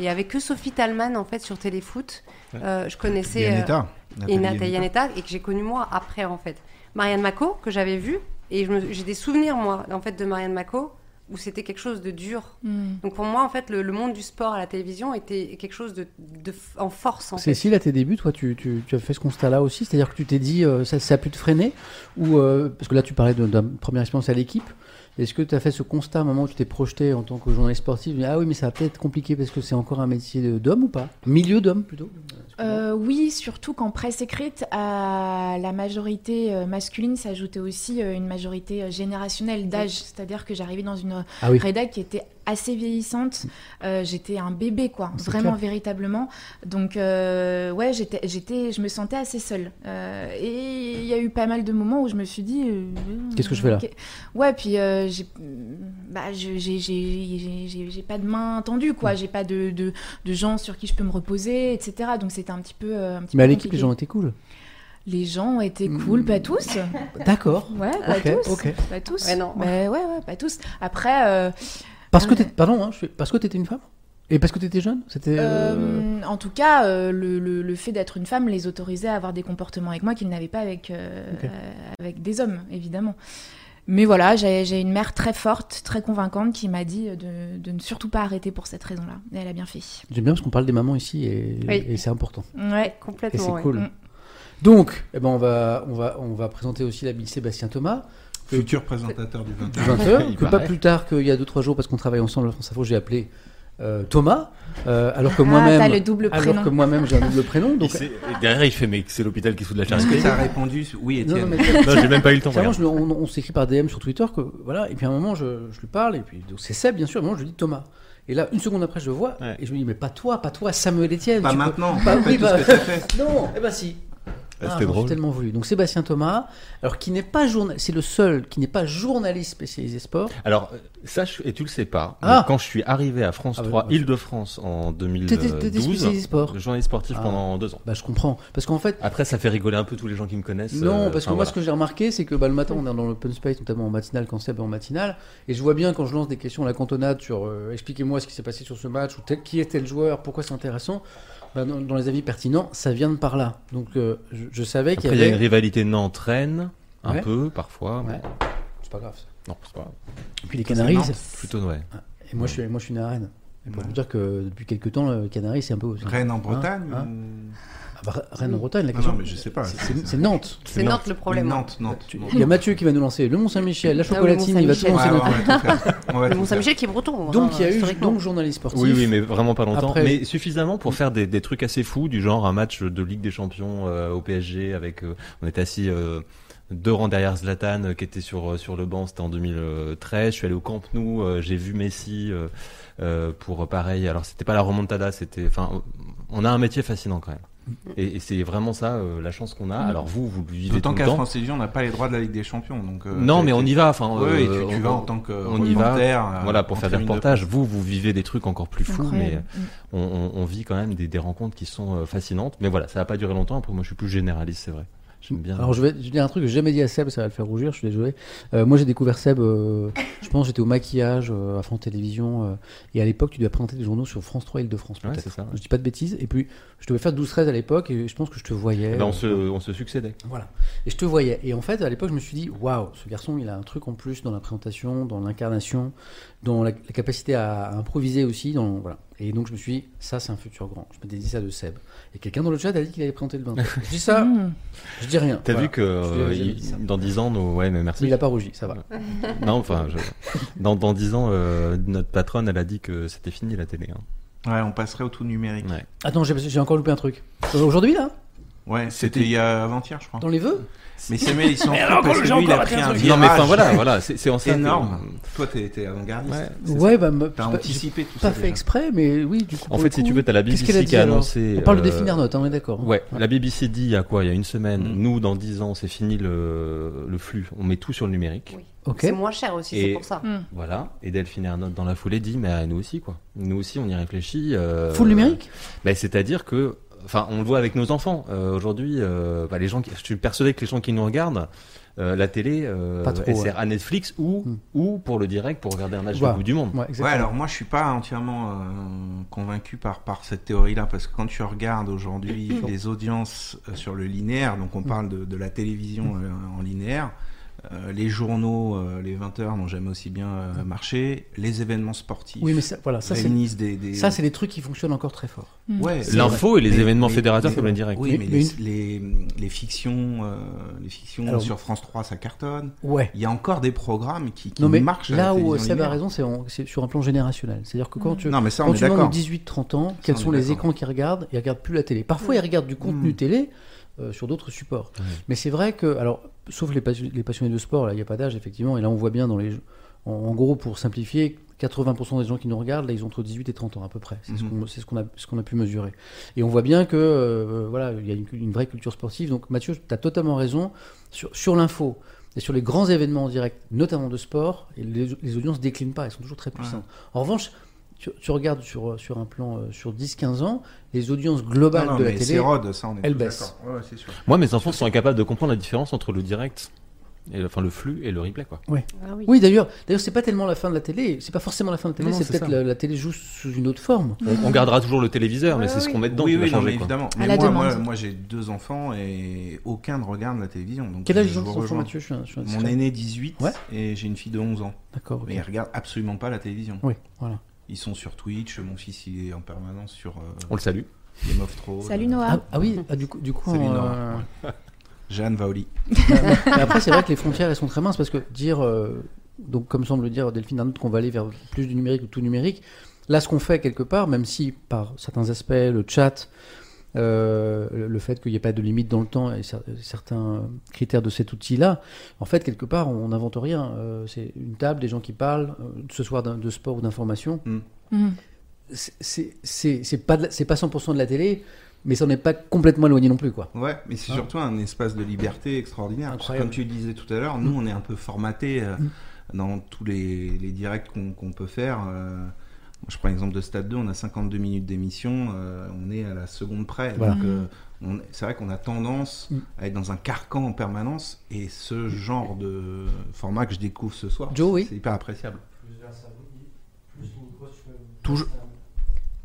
Et avec que Sophie Talman, en fait, sur Téléfoot, euh, je connaissais. euh, Yaneta. et Ah Nathalie bah, Nathalie Yaneta. Yaneta et que j'ai connue moi après en fait. Marianne Mako que j'avais vue et je me- j'ai des souvenirs moi en fait de Marianne Mako où c'était quelque chose de dur. Mm. Donc pour moi en fait le, le monde du sport à la télévision était quelque chose de, de f- en force en fait. Cécile, à tes débuts, toi tu, tu- tu as fait ce constat-là aussi, c'est-à-dire que tu t'es dit euh, ça, ça a pu te freiner, ou euh, parce que là tu parlais de- d'une première expérience à l'équipe, est-ce que tu as fait ce constat à un moment où tu t'es projeté en tant que journaliste sportif, ah oui mais ça va peut-être être compliqué parce que c'est encore un métier de- d'homme ou pas Milieu d'homme plutôt Euh, oui, surtout qu'en presse écrite, à la majorité euh, masculine s'ajoutait aussi euh, une majorité euh, générationnelle d'âge. C'est-à-dire que j'arrivais dans une Ah oui. Mm. rédac qui était assez vieillissante. Euh, j'étais un bébé, quoi, C'est vraiment, clair. véritablement. Donc, euh, ouais, j'étais, j'étais, je me sentais assez seule. Euh, et il y a eu pas mal de moments où je me suis dit. euh, Qu'est-ce que je fais là qu'est- Ouais, puis euh, j'ai, bah, je- j'ai, j'ai- j'ai- j'ai- j'ai pas de main tendue, Mm. quoi. J'ai pas de, de, de gens sur qui je peux me reposer, etc. Donc, c'était un petit peu. euh, un petit Mais à peu l'équipe, les compliqué. gens étaient cool. Les gens ont été Mm. cool, pas tous. D'accord. Ouais, pas Ok, tous. ok. Pas tous. Ouais, non. Bah, ouais, ouais, pas tous. Après, euh, Parce que Ouais. t'es- pardon, hein, je suis- parce que t'étais une femme. Et parce que t'étais jeune C'était. euh, Euh, en tout cas, euh, le, le- le fait d'être une femme les autorisait à avoir des comportements avec moi qu'ils n'avaient pas avec, euh, Ok. euh, avec des hommes, évidemment. Mais voilà, j'ai j'ai une mère très forte, très convaincante, qui m'a dit de, de ne surtout pas arrêter pour cette raison-là. Et elle a bien fait. J'aime bien parce qu'on parle des mamans ici et, Oui. et c'est important. Ouais. Et Complètement. c'est ouais. cool. Mm. Donc, eh ben on, va, on, va, on va présenter aussi l'ami Sébastien Thomas, Futur présentateur du 21. 20h, Il que pas paraît. plus tard qu'il y a 2-3 jours, parce qu'on travaille ensemble à France Info, j'ai appelé euh, Thomas, euh, alors que Ah, t'as le moi-même double alors prénom. que moi-même j'ai un double prénom. Et Donc, c'est- et derrière, il fait mais c'est l'hôpital qui fout de la Est-ce que charité. t'as répondu Oui, euh, non, non, Étienne. mais Non, j'ai même pas eu le temps. clairement, regarde. je, le- on, on s'écrit par DM sur Twitter, que, voilà, et puis à un moment je, je lui parle, et puis donc c'est Seb bien sûr, et à un moment je lui dis Thomas. Et là, une seconde après, je le vois, Ouais. et je me dis, mais pas toi, pas toi, Samuel Etienne. Pas tu peux- maintenant. Bah après oui, tout bah- ce que t'as fait. Non, eh ben si. Ah, Ah, c'était j'en suis drôle. tellement voulu. Donc Sébastien Thomas, alors qui n'est pas journaliste, c'est le seul qui n'est pas journaliste spécialisé sport. Alors, euh, sache, et tu le sais pas, mais Ah. quand je suis arrivé à France Ah, bah, 3, bah, Île-de-France en T'étais t'étais spécialisé 2012, sport. journaliste sportif Ah. pendant deux ans. Bah je comprends, parce qu'en fait, Après, ça fait rigoler un peu tous les gens qui me connaissent. non, euh, parce que enfin, moi voilà. ce que j'ai remarqué, c'est que bah, le matin on est dans l'open space, notamment en matinale, quand Seb est en matinale, et je vois bien quand je lance des questions à la cantonade sur euh, expliquez-moi ce qui s'est passé sur ce match, ou tel- qui est tel joueur, pourquoi c'est intéressant, bah, dans, dans les avis pertinents, ça vient de par là. Donc euh, je, je savais qu'il Après, y il y a avait... une rivalité Nantes-Rennes, un Ouais. peu, parfois. Ouais. Bon, C'est pas grave. ça. Non, c'est pas Et puis les Canaries, Nantes. ça- plutôt ouais. Et moi, je suis, moi, je suis une arène. Et pour Ouais. vous dire que depuis quelques temps, le Canary, c'est un peu. aussi. Rennes en Bretagne hein. ou- Ah bah, Rennes en Bretagne, la Non, question. non, mais je sais pas. c'est- C'est c'est Nantes. C'est Nantes le problème. hein. Nantes, Nantes. Tu- Nantes. Il y a Mathieu qui va nous lancer le Mont-Saint-Michel, la Ah oui, chocolatine, il va tout Mont-Saint-Michel. Ouais, lancer. ouais, dans- on va tout faire. On va Le tout faire. Mont-Saint-Michel qui est breton. hein, Donc, il y a eu historiquement. donc journaliste sportif. Oui, oui, mais vraiment pas longtemps. Après- Mais suffisamment pour faire des, des trucs assez fous, du genre un match de Ligue des Champions euh, au PSG avec. euh, on était assis euh, deux rangs derrière Zlatan euh, qui était sur euh, sur le banc. C'était en 2013. Je suis allé au Camp Nou. euh, J'ai vu Messi euh, euh, pour euh, pareil. Alors c'était pas la remontada. C'était. Enfin, on a un métier fascinant quand même. Mm. Et, et c'est vraiment ça euh, la chance qu'on a. Alors vous, vous le vivez tout D'autant le qu'à temps. France Télévisions, on n'a pas les droits de la Ligue des Champions. Donc, euh, Non, t'es- mais on y va. Enfin, Ouais, et euh, tu, tu on- vas en tant que on y va. reporter, euh, Voilà, pour en faire des tribune de reportages. Vous, vous vivez des trucs encore plus fous, mais euh, Incroyable. on, on- on vit quand même des, des rencontres qui sont euh, fascinantes. Mais voilà, ça n'a pas duré longtemps. Après, moi, je suis plus généraliste, c'est vrai. J'aime bien. Alors, je vais je vais dire un truc que j'ai jamais dit à Seb, ça va le faire rougir, je suis désolé. Euh, moi, j'ai découvert Seb, euh, je pense, j'étais au maquillage, euh, à France Télévisions, euh, et à l'époque, tu devais présenter des journaux sur France 3 Île-de-France, Ouais, peut-être. c'est ça, ouais. Je dis pas de bêtises. Et puis, je devais faire 12-13 à l'époque, et je pense que je te voyais. Eh ben, on, euh, se, on se succédait. Voilà. Et je te voyais. Et en fait, à l'époque, je me suis dit, waouh, ce garçon, il a un truc en plus dans la présentation, dans l'incarnation, dans la, la capacité à, à improviser aussi. Dans, voilà. Et donc, je me suis dit, ça, c'est un futur grand. Je me dit ça de Seb. Et quelqu'un dans le chat a dit qu'il allait présenter le 20. je dis ça, Mmh. je dis rien. T'as Voilà. vu que Je euh, l'ai jamais il- dit, ça. dans 10 ans, nos... ouais, mais Mais merci. il a pas rougi, ça va. Non, enfin, je- dans, dans 10 ans, euh, notre patronne, elle a dit que c'était fini la télé. hein. Bretagne. Ouais, on passerait au tout numérique. Ouais. Attends, j'ai j'ai encore loupé un truc. Euh, Aujourd'hui, là, Ouais, c'était il y a avant-hier, je crois. dans les vœux Mais Samuel, ils sont fous parce que lui, il a pris un virage. Non, mais enfin, voilà, voilà, c'est c'est en ça que- énorme. Toi, t'es t'es avant-gardiste. Ouais. c'est ça. Ouais, bah, me- T'as j'ai pas- anticipé tout j'ai pas ça. fait déjà. exprès, mais oui, du coup. En pour fait, le si coup, tu veux, t'as la qu'est-ce BBC qu'elle qui dit, a alors annoncé. On parle de euh, définir notre, hein, on est d'accord. Ouais, la BBC dit il y a quoi Il y a une semaine. Mm. Nous, dans 10 ans, c'est fini le, le flux. On met tout sur le numérique. Oui. Ok. C'est moins cher aussi, c'est Et- pour ça. Mmh. Voilà. Et Delphine Ernotte, dans la foulée, dit mais à nous aussi, quoi. Nous aussi, on y réfléchit. euh, Full numérique bah, C'est-à-dire que. Enfin, on le voit avec nos enfants. Euh, Aujourd'hui, euh, bah, les gens, qui- je suis persuadé que les gens qui nous regardent, euh, la télé, euh, Pas trop, elle ouais. sert à Netflix ou, Mm. ou pour le direct pour regarder un match Voilà. de Coupe du Monde. Ouais, Ouais, exactement. alors moi je suis pas entièrement euh, convaincu par, par cette théorie-là, parce que quand tu regardes aujourd'hui les audiences euh, sur le linéaire, donc on parle de, de la télévision Mm. euh, en linéaire, euh, les journaux, euh, les 20 heures n'ont jamais aussi bien euh, marché, les événements sportifs Mm. Oui, mais ça, voilà, ça, c'est. réunissent des... des- Ça, c'est des trucs qui fonctionnent encore très fort. Mm. Ouais, C'est L'info et les mais- événements mais- fédérateurs mais- comme le direct. Oui, Mais- mais, les, les- les fictions, euh, les fictions Alors- sur France 3, ça cartonne. Ouais. Il y a encore des programmes qui, qui Non, mais marchent. à la là où télévision Seb a linéaire. raison, c'est en- c'est sur un plan générationnel. C'est-à-dire que quand tu, Non, mais ça, quand on est tu demandes aux d'accord. 18-30 ans quels on sont est les d'accord. écrans qu'ils regardent, ils regardent plus la télé. Parfois, ils regardent du contenu Mm. télé euh, sur d'autres supports. Ouais. Mais c'est vrai que, alors, sauf les, passion- les passionnés de sport, là, il n'y a pas d'âge, effectivement, et là, on voit bien dans les. En, en gros, pour simplifier, 80% des gens qui nous regardent, là, ils ont entre 18 et 30 ans, à peu près. C'est ce Mhm. qu'on- c'est ce qu'on a, ce qu'on a pu mesurer. Et on voit bien que, euh, voilà, il y a une, une vraie culture sportive. Donc, Mathieu, tu as totalement raison sur, sur l'info. Et sur les grands événements en direct, notamment de sport, et les, les audiences déclinent pas, elles sont toujours très puissantes. En revanche, tu, tu regardes sur, sur un plan euh, sur 10-15 ans, les audiences globales Non, non, de la mais télé. c'est Rhodes, ça, on est elle tous baisse. d'accord. Ouais, ouais, c'est sûr. Moi, mes enfants sont incapables de comprendre la différence entre le direct et, enfin le flux et le replay quoi. Ah oui. Oui, d'ailleurs, d'ailleurs, c'est pas tellement la fin de la télé, c'est pas forcément la fin de la télé, Non, non, c'est c'est peut-être ça. la, la télé joue sous une autre forme. On, on gardera toujours le téléviseur, mais Ouais, c'est ce oui. qu'on met dedans oui, qui va oui, non, changer mais quoi. évidemment. Mais la moi, demande. moi, moi, j'ai deux enfants et aucun ne regarde la télévision. Donc Quel âge je ils ont vous ton enfant, rejoins. Mathieu Je suis un- je suis un Mon discret. aîné 18 Ouais. et j'ai une fille de 11 ans. D'accord. ok. Mais ils regardent absolument pas la télévision. Oui, voilà. Ils sont sur Twitch, mon fils il est en permanence sur euh, On le salue. Game of Thrones. Salut Ah, Noah. ah oui, ah, du coup, du coup. Salut, euh, Nora. Jeanne va au lit. mais- mais après, c'est vrai que les frontières elles sont très minces parce que dire, euh, donc comme semble le dire Delphine Arnaud, qu'on va aller vers plus du numérique ou tout numérique. Là, ce qu'on fait quelque part, même si par certains aspects, le chat, euh, le le fait qu'il n'y ait pas de limite dans le temps et cer- certains critères de cet outil-là, en fait, quelque part, on n'invente rien. Euh, c'est une table, des gens qui parlent, euh, ce soir d'un- de sport ou d'information. Mm. C'est- c'est- c'est c'est pas de la- c'est pas 100% de la télé mais ça n'est pas complètement éloigné non plus quoi Ouais, mais c'est Ah. surtout un espace de liberté extraordinaire. Parce que Incroyable. Comme tu disais tout à l'heure, nous, on est un peu formaté Mm. dans tous les, les directs qu'on qu'on peut faire. Euh, moi, je prends l'exemple de Stade 2, on a 52 minutes d'émission, euh, on est à la seconde près. Voilà. Donc, euh, on- c'est vrai qu'on a tendance Mm. à être dans un carcan en permanence. Et ce genre de format que je découvre ce soir, Joe, c'est- oui. c'est hyper appréciable. Plus vers sa plus micro, tu peux. Toujours-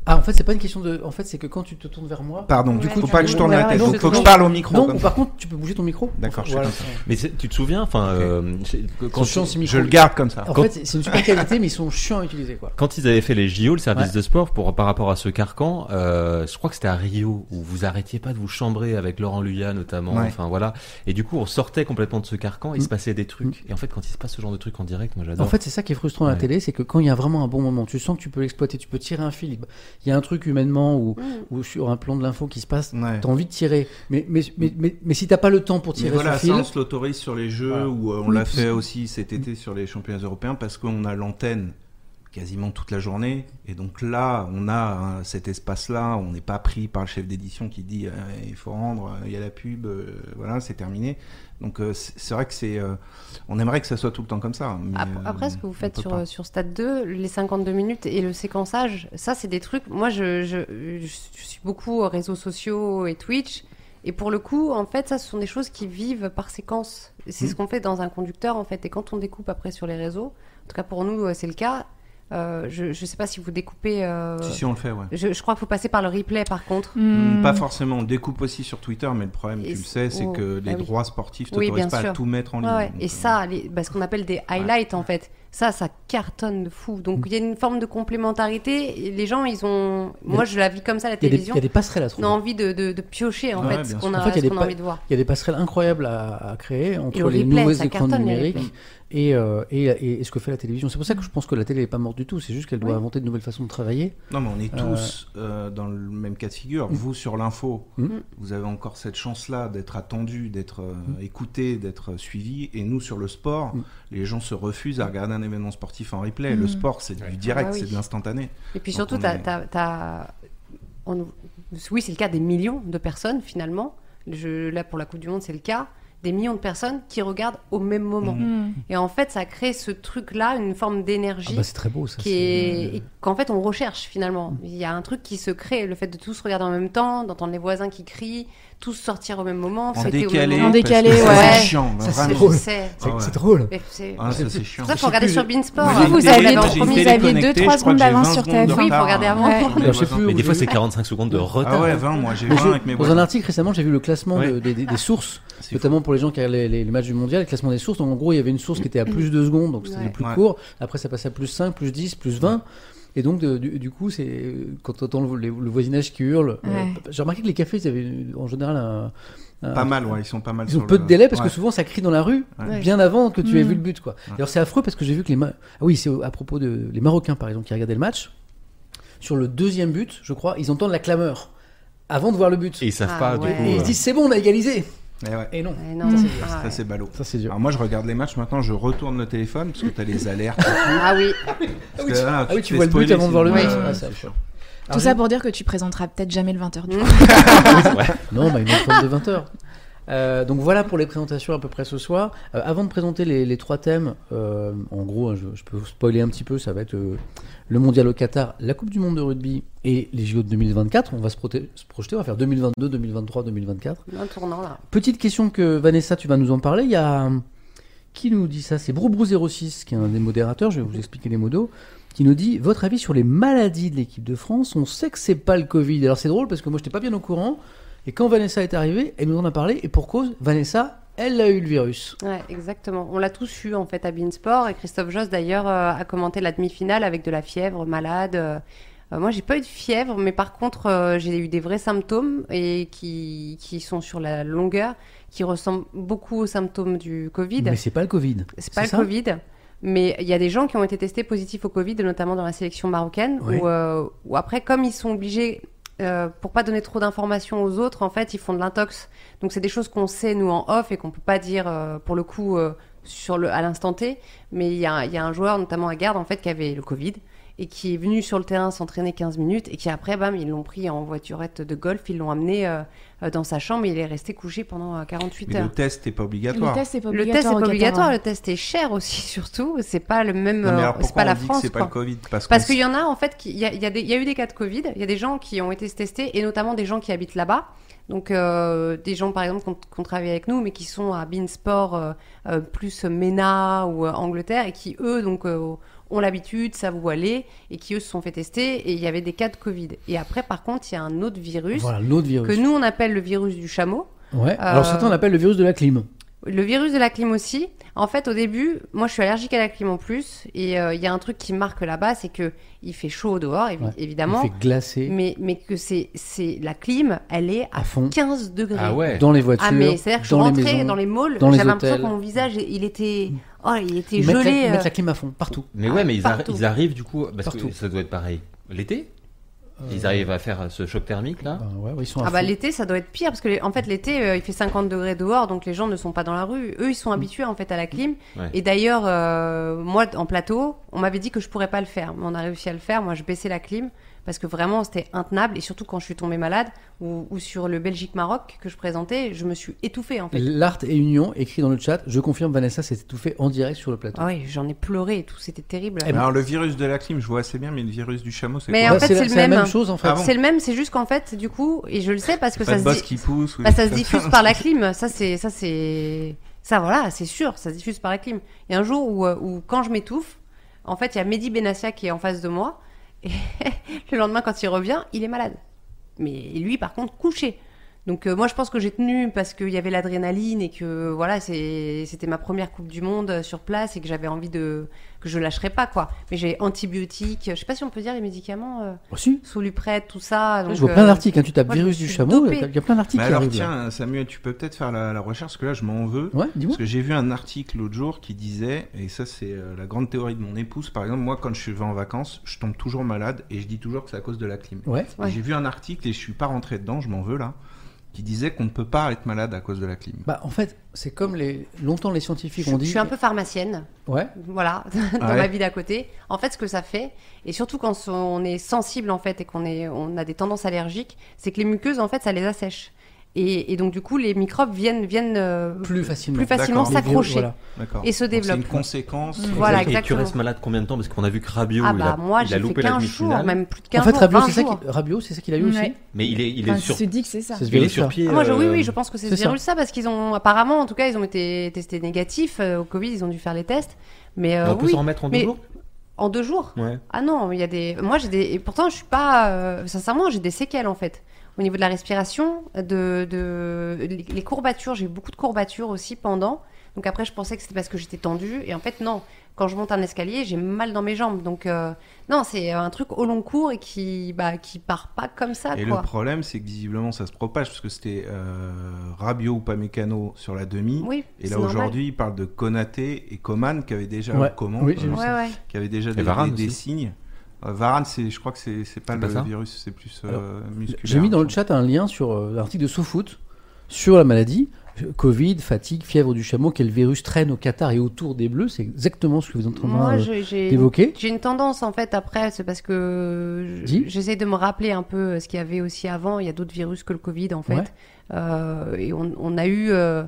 ah en fait c'est pas une question de en fait c'est que quand tu te tournes vers moi Pardon, du Ouais, coup, tu faut pas que peux- je tourne ouais, la ouais, tête. non, Donc, c'est faut que toujours- je parle au micro. non comme ou ça. par contre tu peux bouger ton micro D'accord, je voilà. sais Mais c'est- tu te souviens, enfin, Ok. euh, c'est- que- quand Ils sont chiants, ces Je micros. le garde Bah, comme ça. en Quand- fait c'est- c'est une super qualité mais ils sont chiants à utiliser quoi Quand ils avaient fait les JO, le service Ouais. de sport, pour, par rapport à ce carcan, euh, je crois que c'était à Rio, où vous arrêtiez pas de vous chambrer avec Laurent Luya notamment, Ouais. enfin voilà. Et du coup, on sortait complètement de ce carcan, il Mm. se passait des trucs. Et en fait, quand il se passe ce genre de trucs en direct, moi j'adore. En fait, c'est ça qui est frustrant à la Ouais. télé, c'est que quand il y a vraiment un bon moment, tu sens que tu peux l'exploiter, tu peux tirer un fil. Il y a un truc humainement ou, ou sur un plan de l'info qui se passe, Ouais. t'as envie de tirer. Mais, mais, mais, mais, mais si t'as pas le temps pour Mais tirer voilà, ce fil, ça on se l'autorise sur les jeux Voilà. ou euh, on Oui, l'a puis- fait aussi cet été sur les championnats européens parce qu'on a l'antenne quasiment toute la journée et donc là on a hein, cet espace là, on n'est pas pris par le chef d'édition qui dit euh, il faut rendre, euh, il y a la pub, euh, voilà c'est terminé. Donc euh, c'est c'est vrai que c'est, euh, on aimerait que ça soit tout le temps comme ça. mais, Ap- euh, Après, ce que on vous faites peut sur, euh, pas. sur Stade 2, les 52 minutes et le séquençage, ça, c'est des trucs. Moi, je, je- je suis beaucoup aux réseaux sociaux et Twitch. Et pour le coup, en fait, ça, ce sont des choses qui vivent par séquence. C'est Hmm. ce qu'on fait dans un conducteur, en fait. Et quand on découpe après sur les réseaux, en tout cas pour nous, euh, c'est le cas. euh, je ne sais pas si vous découpez. euh, Si si on le fait ouais. je, je crois qu'il faut passer par le replay, par contre. Mm. Pas forcément, on le découpe aussi sur Twitter, mais le problème, Hmm. Et tu le c'est- sais, c'est oh, que les ah oui. droits sportifs Oui, t'autorisent bien pas à sûr. tout mettre en ligne. Ouais, ouais. Donc, Et euh, ça, les- bah, ce qu'on appelle des highlights en fait, ça, ça cartonne de fou. Mm. Donc il y a une forme de complémentarité. Et Les gens, ils ont. Il y a- Moi, je la vis comme ça, la il y, a des- il télévision. y a des passerelles à On trouver. a envie de, de- de piocher en Ouais, fait bien ce sûr. qu'on a, En fait, il y a ce des qu'on a pa- envie de voir. Il y a des passerelles incroyables à, à créer entre Et au les replay, nouveaux ça écrans cartonne, les numériques replays. et, euh, et, et- et ce que fait la télévision. C'est pour ça que je pense que la télé n'est pas morte du tout. C'est juste qu'elle doit Oui. inventer de nouvelles façons de travailler. Non, mais on est Euh, tous euh, dans le même cas de figure. Vous, sur l'info, Mm. vous avez encore cette chance-là d'être attendu, d'être euh, écouté, d'être euh, suivi. Et nous, sur le sport, Mm. les gens se refusent à regarder un événement sportif en replay. Mm. Le sport, c'est du direct, Ah bah oui. c'est de l'instantané. Et puis Donc, surtout, on t'as- est- t'as- t'as- on- oui, c'est le cas des millions de personnes finalement. Je- Là, pour la Coupe du Monde, c'est le cas. Des millions de personnes qui regardent au même moment. Mhm. Mm. Et en fait, ça crée ce truc-là, une forme Ah d'énergie. bah, c'est très beau ça. qui c'est- est- et qu'en fait on recherche finalement. Il y a un truc qui se crée, le fait de tous regarder en même temps, d'entendre les voisins qui crient, tous sortir au même moment, En fêter décalé. au même En moment. décalé, parce que ça, ouais. C'est chiant, Ça, C'est- vraiment. Je sais. C'est Ah ouais. c'est drôle. Mais c'est- Ah, ça, c'est c'est chiant. pour ça, faut regarder plus- sur Beansport. Moi, Ah, j'ai vous une aviez télé- deux- j'ai une vous télé aviez deux, connectée, trois je crois que secondes j'ai d'avance 20 sur secondes de TF1. Oui, faut retard, regarder hein. avant. Ouais. Mais Alors, je sais voilà. plus où Mais des fois, j'ai c'est vu. 45 secondes Mm. de retard. Ah ouais, 20, moi j'ai 20 J'ai- avec mes Dans un voisins. article récemment, j'ai vu le classement Ouais. de- des, des- des sources, C'est notamment pour les gens qui regardent les, les- les matchs du mondial, le classement des sources. Donc, en gros, il y avait une source qui était à plus 2 secondes, donc c'était Ouais. le plus Ouais. court. Après, ça passait à plus 5, plus 10, plus 20. Et donc, de- du, du coup, c'est quand on entend le, le- le voisinage qui hurle. euh, Ouais. J'ai remarqué que les cafés, ils avaient en général un. un- Pas mal, ouais, ils sont pas mal. Ils sur ont peu le- de délai parce Ouais. que souvent ça crie dans la rue Ouais. bien avant que tu aies Mm. vu le but quoi. D'ailleurs c'est affreux parce que j'ai vu que les Ma- ah oui c'est à propos de les Marocains par exemple qui regardaient le match sur le deuxième but je crois ils entendent la clameur avant de voir le but Et ils savent Ah pas, ouais. du coup. et ils euh, se disent c'est bon on a égalisé Ouais, ouais. et non Eh non, ah ouais. Ça, c'est ballot. ça c'est dur. Alors moi je regarde les matchs maintenant, je retourne le téléphone parce que t'as les alertes. Ah oui, Parce oui, que, tu- là, ah oui, te tu fais vois le but spoiler, avant de voir le sinon, match. euh, Ah, ça, c'est je- chiant. Alors, Tout ça j'ai- pour dire que tu présenteras peut-être jamais le 20h du Mm. coup. Non, bah, une autre forme de 20 heures. Euh, donc voilà pour les présentations à peu près ce soir. Euh, avant de présenter les, les trois thèmes, euh, en gros, hein, je, je peux vous spoiler un petit peu, ça va être euh, le mondial au Qatar, la Coupe du Monde de rugby et les JO de 2024. On va se, proté- se projeter, on va faire 2022, 2023, 2024. un tournant là. Petite question que Vanessa, tu vas nous en parler. Il y a, Qui nous dit ça C'est Broubrou06, qui est un des modérateurs, je vais vous expliquer les modos, qui nous dit Votre avis sur les maladies de l'équipe de France On sait que c'est pas le Covid. Alors c'est drôle parce que moi j'étais pas bien au courant. Et quand Vanessa est arrivée, elle nous en a parlé. Et pour cause, Vanessa, elle a eu le virus. Ouais, exactement. On l'a tous eu en fait à Beansport et Christophe Joss d'ailleurs euh, a commenté la demi-finale avec de la fièvre, malade. euh. Euh, moi, j'ai pas eu de fièvre, mais par contre, euh, j'ai eu des vrais symptômes et qui, qui sont sur la longueur, qui ressemblent beaucoup aux symptômes du Covid. Mais c'est pas le Covid. C'est pas le ça Covid, mais il y a des gens qui ont été testés positifs au Covid, notamment dans la sélection marocaine, Oui. où, euh, où après, comme ils sont obligés, euh, pour pas donner trop d'informations aux autres, en fait, ils font de l'intox. Donc c'est des choses qu'on sait, nous, en off, et qu'on peut pas dire, euh, pour le coup, euh, sur le, à l'instant T. Mais il y a, il y a un joueur, notamment à Garde, en fait, qui avait le Covid et qui est venu sur le terrain s'entraîner 15 minutes et qui après, bam, ils l'ont pris en voiturette de golf, ils l'ont amené euh, euh, dans sa chambre et il est resté couché pendant euh, 48 Mais heures. le test n'est pas Le obligatoire. test, c'est pas Le obligatoire. test est pas au Qatar, obligatoire, hein. le test est cher aussi surtout, c'est pas le même, Non, mais euh, alors c'est pourquoi pas on la dit que France. c'est pas quoi. le Covid Parce, Parce qu'on qu'il y en a en fait, qui- il y a, il y a des- il y a eu des cas de Covid, il y a des gens qui ont été testés et notamment des gens qui habitent là-bas. Donc euh, des gens par exemple qu'on qu'on travaille avec nous mais qui sont à Beansport euh, euh, plus MENA ou euh, Angleterre et qui eux donc euh, ont l'habitude, savent où aller et qui eux se sont fait tester et il y avait des cas de Covid. Et après par contre il y a un autre virus Voilà, l'autre virus. que euh, nous on appelle le virus du chameau. Ouais. Alors certains l'appellent le virus de la clim. Le virus de la clim aussi. En fait, au début, moi, je suis allergique à la clim en plus, et euh, il y a un truc qui me marque là-bas, c'est que il fait chaud dehors, évi- Ouais. évidemment, Il fait glacer mais mais que c'est c'est la clim, elle est à à fond 15 degrés. Ah ouais. dans les voitures, Ah, mais c'est-à-dire que je dans les rentrais maisons. dans les malls, dans les j'avais l'impression hôtels. que mon visage, il était, oh, il était Ils mettent la- gelé. ils euh. mettent la clim à fond partout. Mais Ah, ouais, mais ils, arri- partout. ils arrivent du coup, parce Partout. que ça doit être pareil. L'été Ils Euh, arrivent à faire ce choc thermique là ben ouais, ouais, ils sont à Ah bah fond. l'été ça doit être pire parce que les- en fait l'été euh, il fait 50 degrés dehors donc les gens ne sont pas dans la rue. Eux ils sont habitués en fait à la clim. Ouais. Et d'ailleurs euh, moi en plateau on m'avait dit que je pourrais pas le faire mais on a réussi à le faire. Moi je baissais la clim parce que vraiment c'était intenable et surtout quand je suis tombée malade ou, ou sur le Belgique Maroc que je présentais je me suis étouffée en fait. L'Art et Union écrit dans le chat Je confirme, Vanessa s'est étouffée en direct sur le plateau. Ah oui j'en ai pleuré et tout c'était terrible. Eh ben, Alors le virus de la clim, je vois assez bien, mais le virus du chameau, c'est Mais quoi en fait, Ah, la- c'est le la même. même chose en fait. Ah bon C'est le même c'est juste qu'en fait du coup et je le sais parce que Pas ça de se bosse dit- qui pousse. ou Bah, des ça se trucs diffuse comme par la clim, ça c'est ça c'est ça voilà, c'est sûr, ça se diffuse par la clim. Il y a un jour où, euh, où quand je m'étouffe, en fait, il y a Mehdi Benassia qui est en face de moi et le lendemain quand il revient, il est malade. Mais lui par contre couché. Donc euh, moi je pense que j'ai tenu parce qu'il y avait l'adrénaline et que voilà c'est- c'était ma première Coupe du Monde euh, sur place et que j'avais envie de que je lâcherais pas quoi. Mais j'ai antibiotiques, je sais pas si on peut dire les médicaments, euh, Oh, si. Soluprette, tout ça. Je donc, vois euh, plein d'articles. hein, Tu tapes moi, je virus me du suis chameau, dopée. il y a plein d'articles Mais qui alors arrivent. là. tiens, Samuel, tu peux peut-être faire la, la recherche, parce que là, je m'en veux. Ouais, dis-moi. Parce que j'ai vu un article l'autre jour qui disait, et ça c'est euh, la grande théorie de mon épouse, par exemple, moi quand je vais en vacances, je tombe toujours malade et je dis toujours que c'est à cause de la clim. Ouais. Et Ouais. J'ai vu un article et je suis pas rentré dedans, je m'en veux là, qui disait qu'on ne peut pas être malade à cause de la clim. Bah, en fait, c'est comme les longtemps les scientifiques ont je dit. suis un peu pharmacienne. Ouais. voilà, dans Ah ouais. ma vie d'à côté. En fait, ce que ça fait, et surtout quand so- on est sensible en fait et qu'on est, on a des tendances allergiques, c'est que les muqueuses en fait, ça les assèche. Et, et donc du coup, les microbes viennent, viennent euh, Plus facilement. plus facilement D'accord. Les virus, s'accrocher voilà. D'accord. et se Donc, C'est développent. une conséquence. Mmh. Voilà, Et tu exactement. restes malade combien de temps Parce qu'on a vu que Rabiot, Ah il, bah a, moi, il a j'ai fait loupé la 15 jours, demi-finale. même plus de 15 En fait, jours, Rabiot, 20 c'est ça jours. qui- Rabiot, c'est ça qu'il a eu aussi. Ouais. Mais il est, il est Enfin, sur, se dit que c'est ça. C'est ce il est virus-là. sur pied. Ah, Moi, je- oui, euh, oui, je pense que c'est ce c'est ça. virus-là parce qu'ils ont, apparemment, en tout cas, ils ont été testés négatifs euh, au Covid, ils ont dû faire les tests. Mais euh, on peut oui, s'en remettre en deux mais- jours en deux jours. Ouais. Ah non, il y a des. Moi, j'ai des. Et pourtant, je suis pas. euh, Sincèrement, j'ai des séquelles en fait. Au niveau de la respiration, de, de... les les courbatures, j'ai eu beaucoup de courbatures aussi pendant. Donc après, je pensais que c'était parce que j'étais tendue. Et en fait, non. Quand je monte un escalier, j'ai mal dans mes jambes. Donc euh, non, c'est un truc au long cours et qui bah qui part pas comme ça Et quoi. le problème, c'est que visiblement ça se propage, parce que c'était euh, Rabiot ou pas Mécano sur la demi. Oui. Et c'est là normal. aujourd'hui, il parle de Konaté et Coman qui avaient déjà Ouais. comment euh, Oui, j'ai vu Ouais ouais. qui avait déjà Et des, Varane des- des aussi. signes. Euh, Varane, c'est, je crois que c'est, c'est pas C'est le pas ça virus, c'est plus euh, Alors, musculaire. J'ai mis dans le chat un lien sur euh, l'article de SoFoot sur la maladie. Euh, Covid, fatigue, fièvre du chameau, quel virus traîne au Qatar et autour des Bleus. C'est exactement ce que vous êtes en train Moi, euh, j'ai- j'ai une d'évoquer. J'ai une tendance en fait après, c'est parce que je- Dis. j'essaie de me rappeler un peu euh, ce qu'il y avait aussi avant. Il y a d'autres virus que le Covid en fait, Ouais. Euh, et on, on a eu. euh,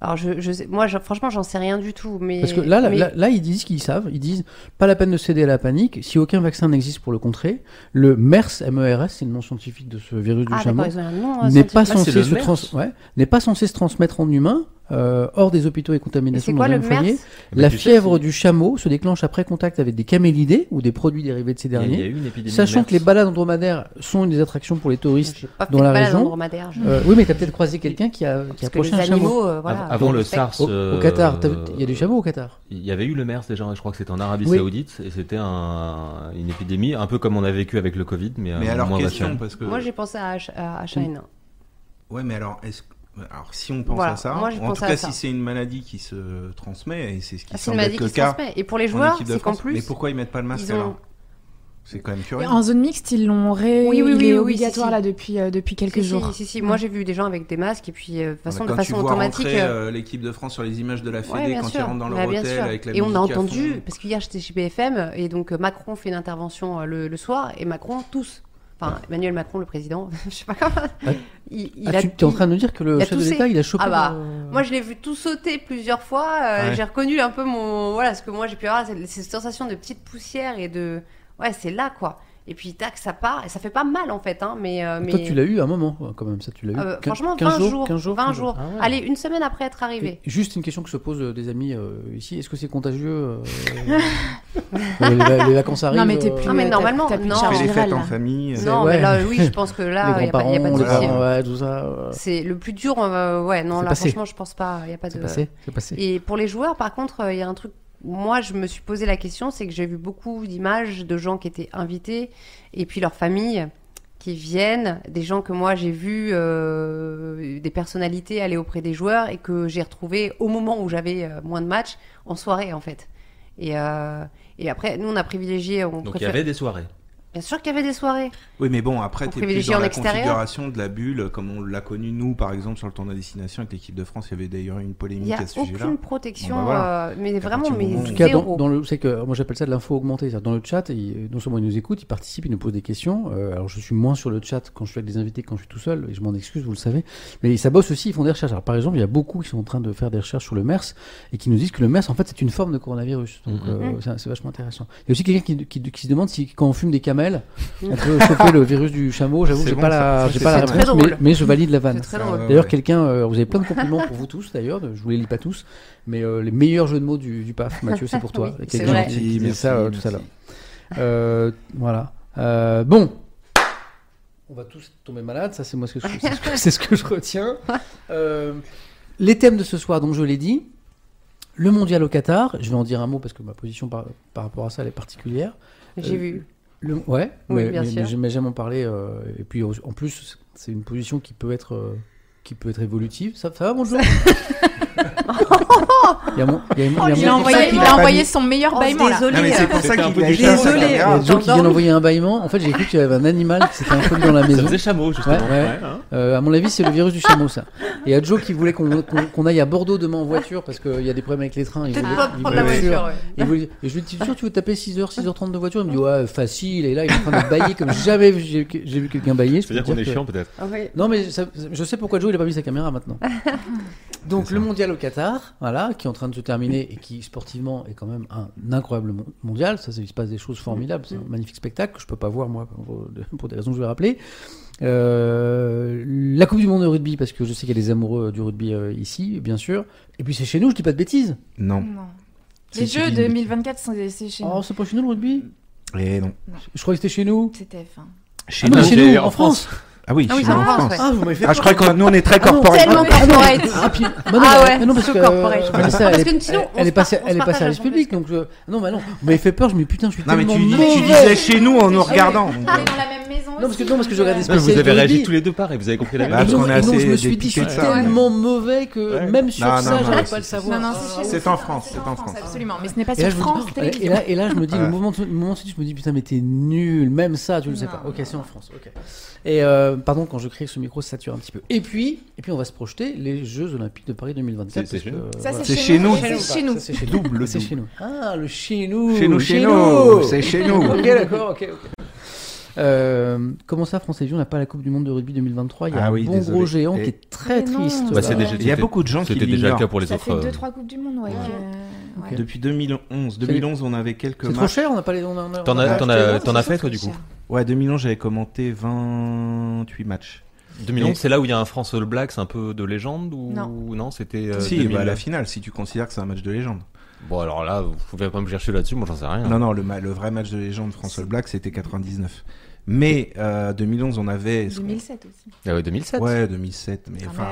alors je, je sais, moi je- franchement j'en sais rien du tout, mais Parce que là, là, mais- Ah, là, là, ils disent qu'ils savent. Ils disent pas la peine de céder à la panique. Si aucun vaccin n'existe pour le contrer, le MERS, MERS, c'est le nom scientifique de ce virus du ah chameau, d'accord, ils ont un nom, hein, n'est pas scientifique. Ah, c'est censé le se trans- ouais, n'est pas censé se transmettre en humain euh, hors des hôpitaux et Et contamination c'est dans quoi un le foyer. MERS Ah, Mais La tu sais fièvre si- du chameau se déclenche après contact avec des camélidés ou des produits dérivés de ces Il y a- il y a derniers. eu une épidémie. de Sachant MERS. que les balades andromédaires sont une des attractions pour les touristes. J'ai pas fait dans de la balade région, Dromadaire. je- Euh, oui, mais t'as peut-être croisé quelqu'un qui a, qui a Parce que les approché un chameau. animaux, euh, Av- voilà. Avant le respectent. SARS. Au, au Qatar, t'as vu- euh, il y a du chameau au Qatar. Il y avait eu le MERS déjà, hein, je crois que c'était en Arabie Oui. Saoudite, et c'était un- une épidémie, un peu comme on a vécu avec le Covid, mais, Mais euh, alors, moins question, bactérien. parce que. Moi, j'ai pensé à H- à H1N1. Ouais, mais alors, est-ce alors si on pense Voilà, à ça, moi, je ou en pense tout à cas ça. si c'est une maladie qui se transmet, et c'est ce qui Ah, c'est une semble maladie être qui le se cas transmet. Et pour les en joueurs, équipe de c'est qu'en France. Mais plus, pourquoi ils mettent pas le masque ils ont- alors C'est quand même curieux. En zone mixte, ils l'ont ré... Oui, oui, il oui, est oui, obligatoire si, si. là depuis, euh, depuis quelques si, si, jours. Si, si, Moi, j'ai vu des gens avec des masques et puis, euh, de toute façon, Quand de façon tu vois automatique. rentrer, euh, euh, l'équipe de France sur les images de la Fédé ouais, bien quand sûr. ils rentrent dans leur Bah, bien hôtel sûr. avec la et on musique a à entendu, fond. parce qu'hier j'étais chez BFM et donc euh, Macron fait une intervention euh, le, le soir et Macron tous. Enfin, Emmanuel Macron, le président, je sais pas comment. Ouais. Il, il Ah, a- tu es en train de nous dire que le il a chef de toussé. l'État, il a chopé. Ah bah, le- Moi, je l'ai vu tout sauter plusieurs fois. euh, Ah ouais. J'ai reconnu un peu mon. Voilà, ce que moi j'ai pu avoir, c'est cette sensation de petite poussière et de. Ouais, c'est là quoi. Et puis, tac, ça part. Et ça fait pas mal en fait, hein, mais. euh, mais... Toi, tu l'as eu à un moment, hein, quand même, ça, tu l'as eu. Euh, Quin- franchement, 15 20 jours, 15 jours, 20 15 jours. Ah ouais. Allez, une semaine après être arrivé. Et Juste une question que se posent euh, des amis euh, ici. Est-ce que c'est contagieux euh, euh, les, va- les vacances arrivent. Non, mais t'es euh, plus. Non, mais euh, t'as- normalement, t'as plus de non. hein. On charge fait les virale, fêtes en là. famille. euh, Non, ouais. mais là, oui, je pense que les là, il n'y a, pas- grands-parents, y a pas de les souci. parents, ouais, tout ça. euh, C'est le plus dur, euh, ouais, non, C'est là, passé. franchement, je pense pas, il n'y a pas de... c'est passé, c'est passé. Et pour les joueurs, par contre, il y a un truc, moi, je me suis posé la question, c'est que j'ai vu beaucoup d'images de gens qui étaient invités, et puis leurs familles qui viennent, des gens que moi, j'ai vu, euh, des personnalités aller auprès des joueurs, et que j'ai retrouvé au moment où j'avais euh, moins de matchs, en soirée, en fait. Et, euh, et après, nous, on a privilégié, on Donc il y préfère... avait des soirées. Bien sûr qu'il y avait des soirées. Oui, mais bon, après, On t'es plus privilégie dans en la extérieur. configuration de la bulle, comme on l'a connu, nous, par exemple, sur le tournoi destination avec l'équipe de France. Il y avait d'ailleurs eu une Il polémique n'y a à ce sujet-là. aucune protection, Bon, bah voilà. euh, mais partir vraiment, du mais moment où- En tout Mmh. cas, zéro. dans, dans le, c'est que moi j'appelle ça de l'info augmentée. C'est-à-dire, Dans le chat, il- non seulement ils nous écoutent, ils participent, ils nous posent des questions. Euh, alors je suis moins sur le chat quand je suis avec des invités, que quand je suis tout seul, et je m'en excuse, vous le savez. Mais ça bosse aussi, ils font des recherches. Alors par exemple, il y a beaucoup qui sont en train de faire des recherches sur le MERS et qui nous disent que le MERS en fait c'est une forme de coronavirus. Donc Mhm. euh, c'est- c'est vachement intéressant. Il y a aussi quelqu'un qui, qui- qui se demande si quand on fume des camels, on peut choper le virus du chameau. J'avoue, C'est j'ai bon, pas ça. la, Ça, j'ai c'est pas la très réponse, mais- drôle. mais je valide la vanne. C'est très drôle. Ah, D'ailleurs, ouais. quelqu'un, euh, vous avez plein de compliments pour vous tous, d'ailleurs, je vous les lis pas tous, mais euh, les meilleurs jeux de mots du, du PAF, Mathieu, c'est pour toi. Il Oui, y a c'est quelqu'un vrai. qui- qui Merci, disait ça euh, merci, tout à l'heure. merci. Euh, voilà. Euh, bon. On va tous tomber malades, ça c'est moi ce que je, c'est ce que, c'est ce que je retiens. Euh, les thèmes de ce soir, donc je l'ai dit, le mondial au Qatar, je vais en dire un mot parce que ma position par, par rapport à ça elle est particulière. J'ai Euh, vu. Le- ouais, Oui, mais, bien mais- sûr. mais j'aime- mais j'aime en parler. euh, et puis en en plus, c'est une position qui peut être, euh, qui peut être évolutive. Ça, ça va, bonjour Il y a mon- il y a mon- il y a Il a mon- envoyé, qui il pas a envoyé mis- son meilleur Oh, bâillement là. Non, mais désolé. c'est pour ça C'était un qu'il peu a délicat, été- Désolé. Il y a euh, Ah, Joe qui vient t'endors. d'envoyer un bâillement. En fait, j'ai cru qu'il y avait un animal qui s'était introduit dans la Ça maison. faisait chameau, justement. Ouais, ouais. hein. Euh, à mon avis, c'est le virus du chameau, ça. Et il y a Joe qui voulait qu'on qu'on- qu'on aille à Bordeaux demain en voiture parce qu'il y a des problèmes avec les trains. Il Peut-être voulait- pas il prendre la voulait- voiture. ouais. Et, vous- et je lui dis, tu es sûr, tu veux taper 6h, 6h30 de voiture Il me dit, ouais, facile. Et là, il est en train de bailler comme jamais j'ai j'ai vu quelqu'un bailler. Je peux C'est-à-dire te qu'on est dire que- chiant, peut-être. Ah oui. Non, mais ça- je sais pourquoi Joe, il a pas mis sa caméra maintenant. Donc, le mondial au Qatar, voilà, qui est en train de se terminer et qui, sportivement, est quand même un incroyable mon- mondial. Ça, c'est- il se passe des choses formidables. Mm. C'est un magnifique spectacle que je peux pas voir, moi, pour, pour des raisons que je vais rappeler. Euh, la Coupe du Monde de rugby, parce que je sais qu'il y a des amoureux du rugby euh, ici, bien sûr. Et puis, c'est chez nous, je dis pas de bêtises. Non. Non. Si Les tu jeux dis- 2024, c'est c'est chez Oh, nous. c'est pas chez nous le rugby Et non. Je crois que c'était chez nous. C'était F1. Chez Ah non, nous. chez nous, en France. Ah oui, Ah oui, chez nous, ça en France. pense, ouais. Ah, vous m'avez fait Ah, je crois que nous, on est très Ah non, corporate. Tellement corporate. Ah, puis- bah non, Ah bah, ouais, mais non, parce so que, corporate. euh, Vanessa, Parce elle, que est- sinon, elle- on elle se est passée, par- on elle se est passée à partage la en public, donc je- non, bah non, vous m'avez fait peur, je me dis putain, je suis Non, mais tellement tu, dis- mauvais. Ah tu disais chez nous en nous regardant. donc, On euh, est dans la même maison. Non, parce que- non, parce que je regardais Non, mais vous C'est avez le réagi rugby. tous les deux pareil, vous avez compris la Et même Parce chose. non, qu'on est et non, assez je me suis dit, je dépité suis de ça, ouais. tellement mauvais que Ouais. même sur Non, non, ça, non, j'allais ouais, pas le c'est- savoir. Non, non, c'est chez nous. C'est en France, c'est en France. Absolument. Mais ce n'est pas Et là, Ah, sur je me France dis, et, Télévisions. là, et là, je me dis, Ouais. le moment, le moment suite, je me dis, putain, mais t'es nul, même ça, tu le sais Non. pas. Ok, c'est en France, ok. Et euh, pardon, quand je crie, ce micro se sature un petit peu. Et puis, et puis, on va se projeter les Jeux Olympiques de Paris 2024. C'est- parce c'est que, chez nous. euh, Ça, voilà. C'est chez nous. et C'est chez nous. Ça, C'est chez nous. Double, C'est double. chez nous. Ah, le chez nous. Chez nous, le chez nous. C'est chez nous. ok, d'accord, ok, ok. Euh, comment ça, France et Vie, on n'a pas la Coupe du Monde de rugby 2023 Il y a Ah un oui, bon désolé. gros géant Et- qui est très Mais non. triste. Bah, là. c'est déjà- Il y a C'était- beaucoup de gens qui C'était déjà le l'ignorent. cas pour les Ça autres. fait euh, 2-3 Coupes du Monde, ouais. Ouais. que- ouais. Depuis 2011. 2011, on avait quelques C'est trop matchs. cher, on n'a pas les. on a- on a- T'en on a- as, t'en as, c'est t'en as sûr fait que toi du c'est coup cher. Ouais, 2011, j'avais commenté 28 matchs. 2011, c'est là où il y a un France All Blacks un peu de légende ou Non. c'était euh, si, 2000. bah, la finale, si tu considères que c'est un match de légende. Bon alors là, vous pouvez pas me chercher là-dessus, moi j'en sais rien. Non, non, le, ma- le vrai match de légende François Black, c'était 99. Mais euh, 2011, on avait. ce qu'on- 2007 aussi. Ah ouais, 2007. Ouais, 2007, mais Quand enfin.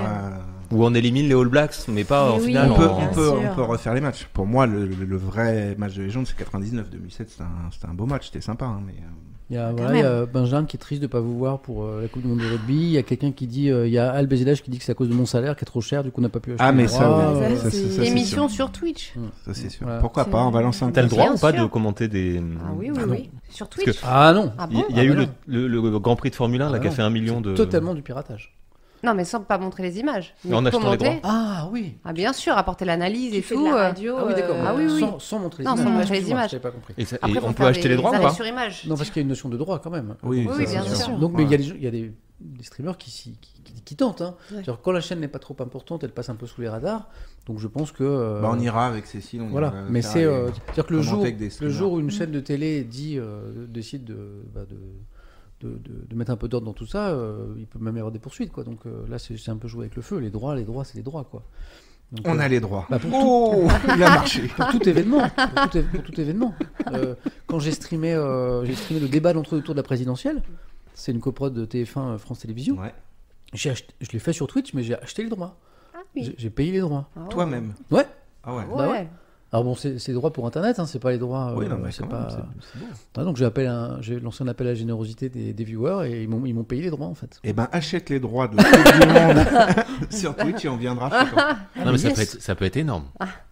Où on élimine les All Blacks, mais pas Mais en oui. finale. On peut, en- on, bien peut, sûr. on peut refaire les matchs. Pour moi, le, le- le vrai match de légende, c'est 99. 2007, c'était un, c'était un beau match, c'était sympa. hein, mais, euh, Il y a, Quand voilà, il y a Benjamin qui est triste de pas vous voir pour euh, la Coupe du Monde de rugby. Il y a quelqu'un qui dit, euh, il y a Al Bézélage qui dit que c'est à cause de mon salaire qui est trop cher, du coup on n'a pas pu acheter. Ah, les mais ça, droits. ouais. Ça, Ça, c'est- c'est- ça, c'est Émission sur Twitch. ça, c'est sûr. Voilà. Pourquoi C'est- pas On va lancer un T'as le petit- droit Bien ou pas sûr. de commenter des. Ah oui, oui, Ah non. oui. Sur Twitch. que- Ah non, Ah Il y- bon il y a eu le, voilà. le- le Grand Prix de Formule 1 là, qui a Ah, fait un million de. totalement du piratage. Non, mais sans pas montrer les images. Mais en achetant les commenter. droits. Ah oui. Ah, bien sûr, apporter l'analyse et Tu fais de tout. la euh, radio. Ah oui d'accord. euh, Ah oui, oui. Sans, sans montrer les Non, images. sans montrer les Excuse-moi, images. je t'avais pas compris. Et, ça- et Après, faut on peut faire acheter des les droits ou arrêts pas sur image. Non parce qu'il y a une notion de droit quand même. Oui, Oui, ça, bien c'est sûr. Donc, mais il y, a Voilà. des gens- il y a des, des streamers qui, s'y- qui, qui- qui tentent. hein. Ouais. C'est-à-dire, quand la chaîne n'est pas trop importante, elle passe un peu sous les radars. Donc je pense que. euh, Bah, on ira avec Cécile. On Voilà. ira Mais faire c'est. les- euh, C'est-à-dire que le commenter jour, avec des le streamers. jour où une chaîne de télé dit, euh, décide de, bah, de, de, de- de mettre un peu d'ordre dans tout ça, euh, il peut même y avoir des poursuites. Quoi. Donc euh, là, c'est c'est un peu jouer avec le feu. Les droits, les droits, c'est les droits. Quoi. Donc, On euh, a les droits. bah, pour tout- oh Il a marché pour tout événement. Pour tout, é- pour tout événement. Euh, quand j'ai streamé, euh, j'ai streamé le débat d'entre deux tours de la présidentielle, c'est une coprode de TF1 euh, France Télévisions. Ouais. J'ai acheté- je l'ai fait sur Twitch, mais j'ai acheté les droits. Ah oui. J'ai- J'ai payé les droits. Ah ouais. Toi-même. Ouais. Ah ouais. Ouais. Bah ouais. Alors bon, c'est c'est les droits pour Internet, hein, c'est pas les droits. euh, Oui, non, mais c'est quand pas- même, c'est- c'est beau. Ah, donc j'ai appelé un- j'ai lancé un appel à la générosité des, des viewers et ils m'ont ils m'ont payé les droits en fait. Eh ben, achète les droits de tout le monde sur Twitch et on viendra. chez toi. Non mais ça Yes. peut être- ça peut être énorme.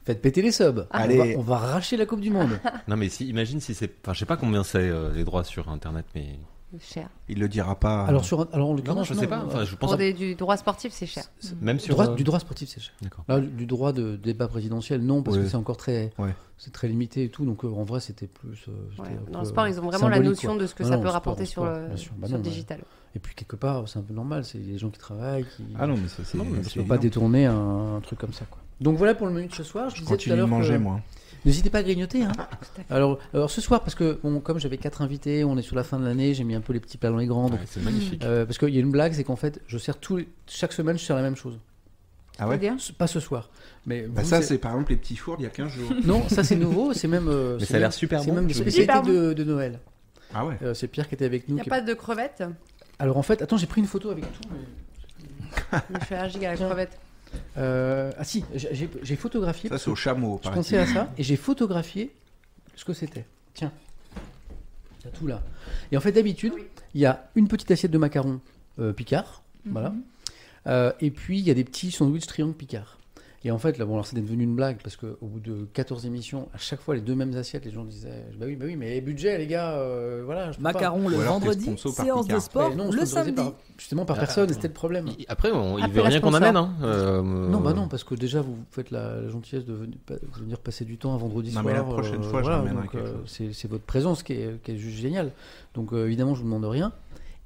Faites péter les subs. Allez. Ah, Ah, On, va, on va arracher la Coupe du Monde. Non mais si, imagine si c'est, enfin je sais pas combien c'est euh, les droits sur internet, mais Cher. Il le dira pas. Alors sur un- alors en non, l'occurrence, euh, je sais pas. Enfin, je pense Pour à- des- du droit sportif, c'est cher. c'est- même du sur droit, euh, du droit sportif c'est cher. D'accord. Là, du droit de débat présidentiel, non, parce Ouais. que c'est encore très, Ouais. c'est très limité et tout. Donc euh, en vrai, c'était plus. euh, c'était Ouais. un peu Dans le sport, ils ont vraiment la symbolique, notion quoi. de ce que Non, ça non, peut en sport, rapporter en sur sport, le bien sûr. Bah sur le non, ouais. digital. Et puis quelque part, c'est un peu normal. C'est les gens qui travaillent. Qui... Ah non, mais ça, c'est. Non, mais on c'est peut pas évident. détourner un, un truc comme ça. Quoi. Donc voilà pour le menu de ce soir. Je Je disais tout à continue de l'heure manger, que- moi. N'hésitez pas à grignoter. hein. Alors, alors ce soir, parce que bon, comme j'avais quatre invités, on est sur la fin de l'année, j'ai mis un peu les petits plats dans les grands. donc, Ouais, c'est magnifique. euh, parce qu'il y a une blague, c'est qu'en fait, je sers tous les- chaque semaine, je sers la même chose. Ah ouais C'est-à-dire Ce- Pas ce soir. Mais Bah, vous, ça, c'est par exemple les petits fours d'il y a 15 jours. Non, ça c'est nouveau, c'est même. euh, Mais c'est ça a l'air même- super C'est bon, même une je me dis. spécialité Super bon. de, de Noël. Ah ouais. Euh, c'est Pierre qui était avec nous. Il n'y a qui- pas de crevettes Alors en fait, attends, j'ai pris une photo avec tout. mais- Je suis allergique à la Tiens. crevette. Euh, ah si, j'ai- j'ai j'ai photographié. Ça, c'est au chameau, Je par pensais à ça et j'ai photographié ce que c'était. Tiens, il y a tout là. Et en fait, d'habitude, il y a une petite assiette de macarons euh, Picard, voilà. Euh, et puis il y a des petits sandwichs triangle Picard. Et en fait, là, bon, alors c'est devenu une blague parce qu'au bout de 14 émissions, à chaque fois les deux mêmes assiettes, les gens disaient Bah oui, bah oui, mais les budgets, les gars, euh, voilà. je peux pas. Macaron le Ou alors t'es vendredi, sponsor par séance de Picard. sport Ouais, non, on le sponsorisait samedi. par- justement par Ah, personne, ah, c'était le problème. Il- Après, on- il Appel veut à rien qu'on sponsor. amène. Hein. euh, Non, bah non, parce que déjà, vous faites la, la gentillesse de venir, pa- de venir passer du temps un vendredi Non, soir. mais la prochaine fois, je voilà, ramènerai donc, quelque euh, chose. C'est c'est votre présence qui est, qui est juste géniale. Donc, euh, évidemment, je vous demande rien.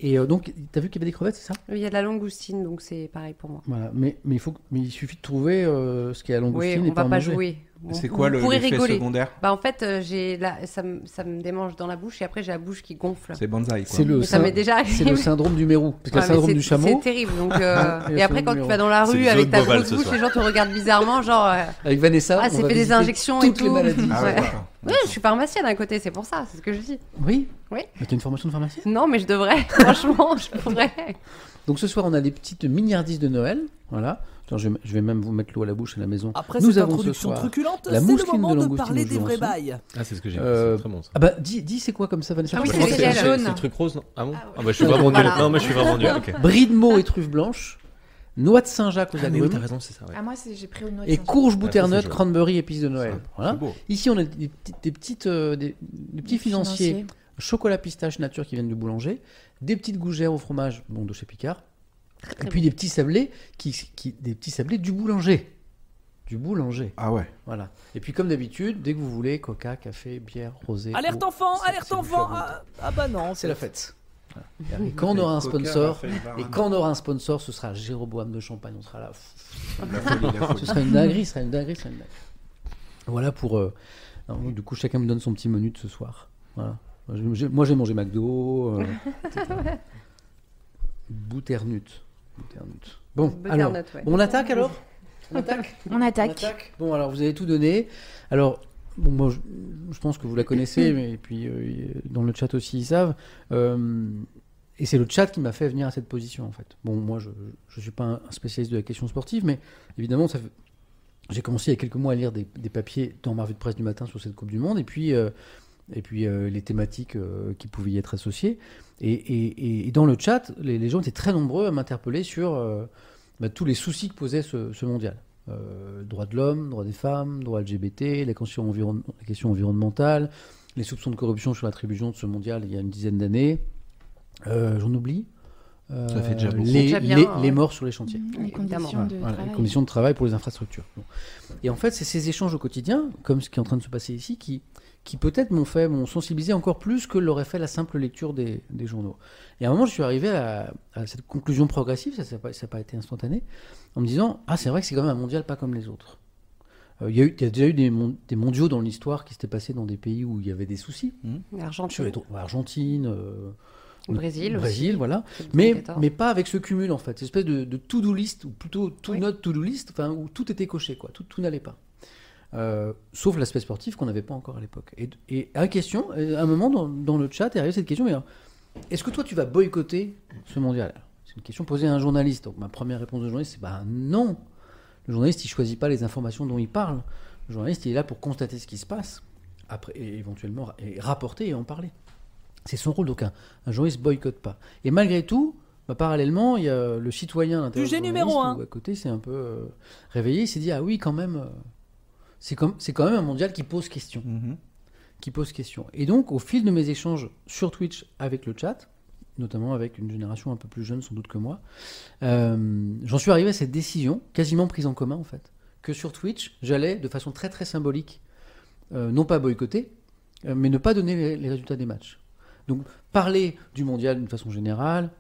Et euh, donc, t'as vu qu'il y avait des crevettes, c'est ça Il y a de la langoustine, donc c'est pareil pour moi. Voilà, mais, mais, il faut, que- mais il suffit de trouver euh, ce qui est à Oui, l'angoustine et on pas va en pas manger. jouer. On- C'est quoi vous le pourrez l'effet rigoler. secondaire Bah en fait, euh, j'ai la... ça, me... ça me démange dans la bouche et après j'ai la bouche qui gonfle. C'est bonsaï, quoi. C'est le, Mais ça syn- m'est déjà c'est arrivé. le syndrome du mérou. Parce que Ouais, le syndrome mais du c'est- C'est chameau, terrible. Donc, euh, Et le et après, quand tu syndrome vas dans la C'est rue le avec zoo ta de Beauval, grosse ce bouche, soir. les gens te regardent bizarrement, genre, euh, avec Vanessa. ah, on c'est va fait des visiter injections et toutes les tout. maladies. Ah Ouais. ouais. d'accord. Ouais, je suis pharmacienne à côté, c'est pour ça, c'est ce que je dis. Oui Oui. Mais t'as une formation de pharmacie Non, mais je devrais, franchement, je pourrais. Donc ce soir, on a des petites mignardises de Noël. Voilà. Attends, je, vais- je vais même vous mettre l'eau à la bouche à la maison. Après Nous cette avons ce introduction soir. truculente, la c'est le mousseline moment de de, langoustine parler au des jour vrais ensemble. bails. Ah, c'est ce que j'ai vu. Euh, C'est très bon ça. Ah bah dis, dis c'est quoi comme ça Vanessa Ah oui, Tu c'est Je crois crois que que les c'est- jaunes. c'est le truc rose. non Ah bon Ah ouais. Ah bah, je suis vraiment nul. Voilà. Non, mais je suis vraiment nul. ok. Bride Maux et truffe blanche, noix de Saint-Jacques aux Ah, mais oui, agrumes t'as raison, c'est ça. ouais. Ah, moi, c'est- j'ai pris une note. et courge Ah, ça, butternut, c'est joli. cranberry épices de Noël. Voilà. C'est beau. Ici on a des, petites- des petites euh, des, des petits financiers, chocolat pistache nature qui viennent du boulanger, des petites gougères au fromage bon de chez Picard, et puis des petits sablés qui, qui des petits sablés du boulanger. Du boulanger, Ah ouais. voilà. Et puis comme d'habitude, dès que vous voulez, coca, café, bière, rosé. Alerte eau, enfant, c'est- alerte c'est vous enfant. faire monter. Ah, ah bah non, C'est la fête. Voilà. Et quand on aura un sponsor, Et quand on aura un sponsor, ce sera Jéroboam de Champagne. On sera là. La folie, la Ce folie. sera une dinguerie, ce sera une dinguerie, ce sera une dinguerie. Voilà pour. euh, alors, donc, du coup, chacun me donne son petit menu de ce soir. Voilà. Moi, j'ai- j'ai- Moi, j'ai mangé McDo. euh, etc. Butternut. Butternut. Bon, alors, Butternut, ouais. on attaque alors On attaque On attaque. On attaque Bon, alors vous avez tout donné. Alors, bon, moi, je, je pense que vous la connaissez, mais- et puis euh, dans le chat aussi, ils savent. Euh, et c'est le chat qui m'a fait venir à cette position, en fait. Bon, moi, je ne suis pas un spécialiste de la question sportive, mais évidemment, ça fait- j'ai commencé il y a quelques mois à lire des, des papiers dans ma revue de presse du matin sur cette Coupe du Monde, et puis, euh, et puis euh, les thématiques euh, qui pouvaient y être associées. Et, et- et- et dans le chat, les, les gens étaient très nombreux à m'interpeller sur euh, bah, tous les soucis que posait ce, ce mondial. Euh, droits de l'homme, droits des femmes, droits LGBT, la question, environ- la question environnementale, les soupçons de corruption sur l'attribution de ce mondial il y a une dizaine d'années. Euh, J'en oublie. Ça fait déjà Euh, beaucoup. Les, Déjà bien, les- ouais. les morts sur les chantiers. Les Évidemment. conditions de Voilà, les travail. conditions de travail pour les infrastructures. Bon. Et en fait, c'est ces échanges au quotidien, comme ce qui est en train de se passer ici, qui, qui peut-être m'ont fait, m'ont sensibilisé encore plus que l'aurait fait la simple lecture des, des journaux. Et à un moment, je suis arrivé à, à cette conclusion progressive, ça n'a pas, ça a pas été instantané, en me disant Ah, c'est vrai que c'est quand même un mondial pas comme les autres. Euh, Il y, a eu- il y a déjà eu des, mon- des mondiaux dans l'histoire qui s'étaient passés dans des pays où il y avait des soucis. Sur les Argentine, dro- Argentine, euh, Brésil. Brésil, aussi. voilà. C'est le Mais, 2014. mais pas avec ce cumul en fait, cette espèce de, de to-do list, ou plutôt to Oui. not to-do list, enfin, où tout était coché, quoi, tout, tout n'allait pas. Euh, sauf l'aspect sportif qu'on n'avait pas encore à l'époque. Et, et à la question, euh, à un moment dans, dans le chat est arrivée cette question, mais alors, est-ce que toi tu vas boycotter ce mondial C'est une question posée à un journaliste. Donc ma première réponse de journaliste, c'est bah non. Le journaliste, il choisit pas les informations dont il parle. Le journaliste, il est là pour constater ce qui se passe, après, et éventuellement ra- et rapporter et en parler. C'est son rôle, donc un, un journaliste boycotte pas. Et malgré tout, bah, parallèlement, il y a le citoyen à l'intérieur Sujet du numéro journaliste, un. où à côté, c'est un peu euh, réveillé, il s'est dit, ah oui, quand même, euh, c'est comme- c'est quand même un mondial qui pose question Mhm. qui pose question. Et donc, au fil de mes échanges sur Twitch avec le chat, notamment avec une génération un peu plus jeune sans doute que moi, euh, j'en suis arrivé à cette décision, quasiment prise en commun en fait, que sur Twitch, j'allais de façon très très symbolique, euh, non pas boycotter, euh, mais ne pas donner les, les résultats des matchs. Donc, parler du mondial d'une façon générale,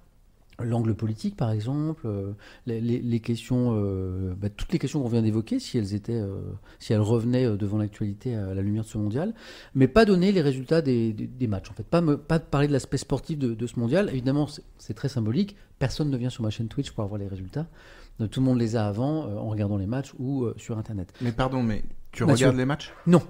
l'angle politique par exemple, euh, les, les- les questions, euh, bah, toutes les questions qu'on vient d'évoquer, si elles étaient, euh, si elles revenaient euh, devant l'actualité à la lumière de ce mondial, mais pas donner les résultats des, des- des matchs. En fait, pas, me, pas parler de l'aspect sportif de, de ce mondial. Évidemment, c'est- c'est très symbolique. Personne ne vient sur ma chaîne Twitch pour avoir les résultats. Euh, Tout le monde les a avant euh, en regardant les matchs ou euh, sur Internet. Mais pardon, mais tu Bien regardes sûr. les matchs Non,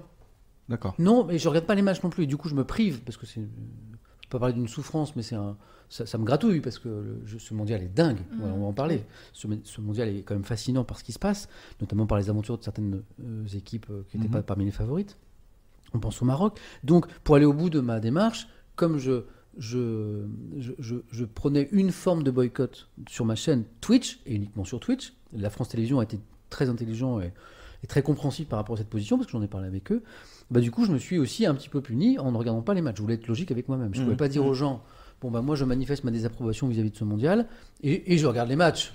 D'accord. non, mais je regarde pas les matchs non plus. Et du coup, je me prive parce que c'est. Je peux pas parler d'une souffrance, mais c'est un. Ça, ça me gratouille parce que le- je- ce mondial est dingue. Voilà, on va en parler. Ce, ce mondial est quand même fascinant par ce qui se passe, notamment par les aventures de certaines euh, équipes euh, qui n'étaient Mhm. pas parmi les favorites. On pense au Maroc. Donc, pour aller au bout de ma démarche, comme je je, je, je, je prenais une forme de boycott sur ma chaîne Twitch, et uniquement sur Twitch. La France Télévisions a été très intelligent et, et très compréhensif par rapport à cette position, parce que j'en ai parlé avec eux. Bah, du coup, je me suis aussi un petit peu puni en ne regardant pas les matchs. Je voulais être logique avec moi-même. Je ne Mhm. pouvais pas dire aux gens, bon, bah, moi, je manifeste ma désapprobation vis-à-vis de ce mondial, et, et je regarde les matchs.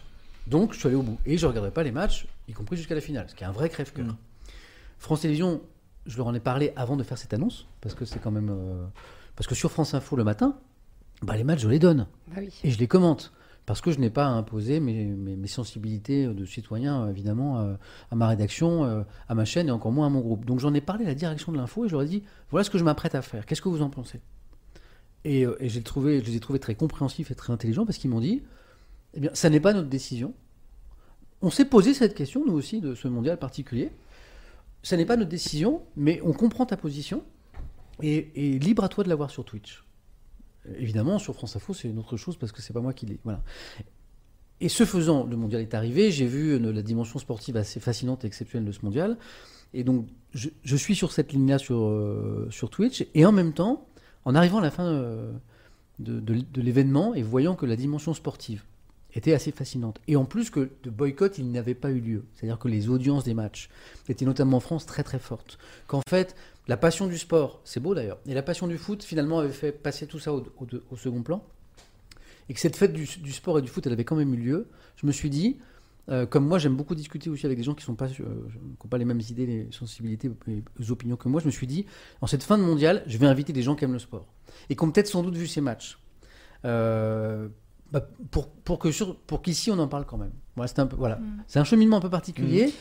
Donc, je suis allé au bout. Et je ne regarderai pas les matchs, y compris jusqu'à la finale, ce qui est un vrai crève-cœur. Mhm. France Télévisions, je leur en ai parlé avant de faire cette annonce, parce que c'est quand même... euh, parce que sur France Info le matin, bah, les matchs, je les donne Bah oui. et je les commente. Parce que je n'ai pas à imposer mes, mes- mes sensibilités de citoyen, euh, évidemment, euh, à ma rédaction, euh, à ma chaîne et encore moins à mon groupe. Donc j'en ai parlé à la direction de l'info et je leur ai dit voilà ce que je m'apprête à faire. Qu'est-ce que vous en pensez Et, euh, et j'ai trouvé, je les ai trouvés très compréhensifs et très intelligents parce qu'ils m'ont dit eh bien, ça n'est pas notre décision. On s'est posé cette question, nous aussi, de ce mondial particulier. Ça n'est pas notre décision, mais on comprend ta position et, et libre à toi de l'avoir sur Twitch. Évidemment, sur France Info, c'est une autre chose parce que c'est pas moi qui l'ai. Voilà. Et ce faisant, le mondial est arrivé. J'ai vu une- la dimension sportive assez fascinante et exceptionnelle de ce mondial. Et donc, je, je suis sur cette ligne-là sur, euh, sur Twitch. Et en même temps, en arrivant à la fin euh, de, de- de l'événement et voyant que la dimension sportive était assez fascinante. Et en plus que de boycott, il n'avait pas eu lieu. C'est-à-dire que les audiences des matchs étaient notamment en France très très fortes. Qu'en fait, la passion du sport, c'est beau d'ailleurs, et la passion du foot finalement avait fait passer tout ça au, au- au second plan. Et que cette fête du, du sport et du foot, elle avait quand même eu lieu. Je me suis dit, euh, comme moi j'aime beaucoup discuter aussi avec des gens qui n'ont pas, euh, qui ont pas les mêmes idées, les sensibilités, les opinions que moi, je me suis dit, en cette fin de mondial, je vais inviter des gens qui aiment le sport. Et qui ont peut-être sans doute vu ces matchs. Euh, bah, pour pour que sur- pour qu'ici on en parle quand même. Voilà, c'est un peu voilà, Mm. c'est un cheminement un peu particulier.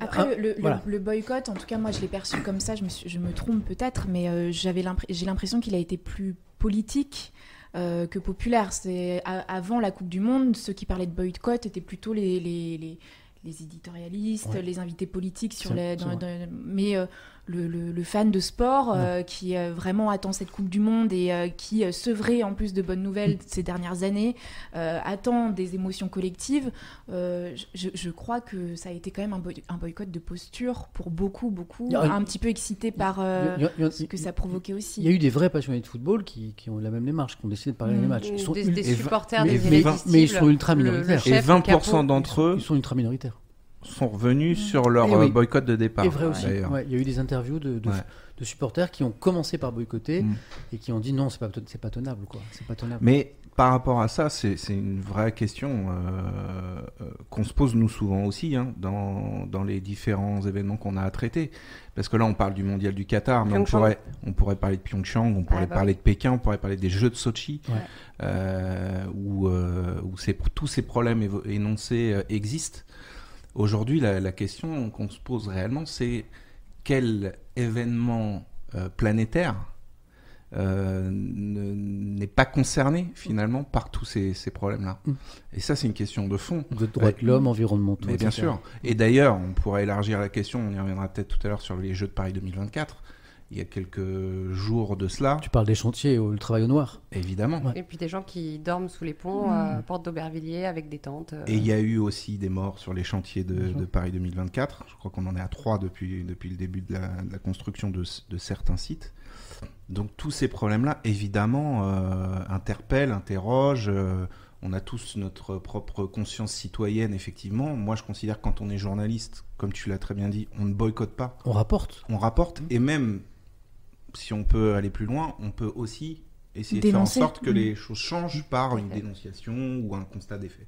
Après, Hein, le, le- le- voilà. le boycott, en tout cas, moi, je l'ai perçu comme ça. Je me, suis- je me trompe peut-être, mais euh, j'avais l'impr- j'ai l'impression qu'il a été plus politique euh, que populaire. C'est a- avant la Coupe du Monde, ceux qui parlaient de boycott étaient plutôt les les, les- les éditorialistes, Ouais. les invités politiques sur C'est- les. c'est dans- dans- mais euh, le, le- le fan de sport euh, qui euh, vraiment attend cette Coupe du Monde et euh, qui euh, sevrait en plus de bonnes nouvelles Mm. ces dernières années, euh, attend des émotions collectives. Euh, je, je crois que ça a été quand même un, boy- un boycott de posture pour beaucoup, beaucoup, Il y a- un petit peu excité par euh, Il y a- il y a- ce que ça provoquait aussi. Il y a eu des vrais passionnés de football qui, qui ont la même démarche, qui ont décidé de parler Mm. des matchs. Ils sont, des, ul- des et vingt- supporters, mais- des mais- irrésistibles. mais ils sont ultra Le- le minoritaires. chef, Et le capot. 20% d'entre eux ils sont ultra minoritaires. sont revenus Mm. sur leur Eh oui. euh, boycott de départ. Et vrai aussi. d'ailleurs. Ouais, il y a eu des interviews de, de, Ouais. de supporters qui ont commencé par boycotter Mm. et qui ont dit non, c'est pas, c'est pas tenable. Quoi. C'est pas tenable. Mais par rapport à ça, c'est c'est une vraie question euh, euh, qu'on se pose nous souvent aussi hein, dans, dans les différents événements qu'on a à traiter. Parce que là, on parle du mondial du Qatar, mais on Pyeongchang. pourrait, on pourrait parler de Pyeongchang, on pourrait bah parler de Pékin, on pourrait parler des Jeux de Sochi, Ouais. euh, où, euh, où ces- tous ces problèmes évo- énoncés euh, existent. Aujourd'hui, la, la question qu'on se pose réellement, c'est quel événement euh, planétaire euh, ne- n'est pas concerné finalement par tous ces, ces problèmes-là. Mm. Et ça, c'est une question de fond. De droits de Ouais. l'homme, environnementaux. Mais bien etc. sûr. Et d'ailleurs, on pourrait élargir la question, on y reviendra peut-être tout à l'heure sur les Jeux de Paris 2024. Il y a quelques jours de cela, Tu parles des chantiers, au- le travail au noir. évidemment. Ouais. Et puis des gens qui dorment sous les ponts à Porte d'Aubervilliers avec des tentes. euh. Et il y a eu aussi des morts sur les chantiers de, sûr. de Paris 2024. Je crois qu'on en est à trois depuis, depuis le début de la, de la construction de, c- de certains sites. Donc tous ces problèmes-là, évidemment, euh, interpellent, interrogent. euh, on a tous notre propre conscience citoyenne, effectivement. Moi, je considère que quand on est journaliste, comme tu l'as très bien dit, on ne boycotte pas, On rapporte. on rapporte. Et même, si on peut aller plus loin, on peut aussi essayer Dénoncer. de faire en sorte que Mm. les choses changent par une fait. dénonciation ou un constat des faits.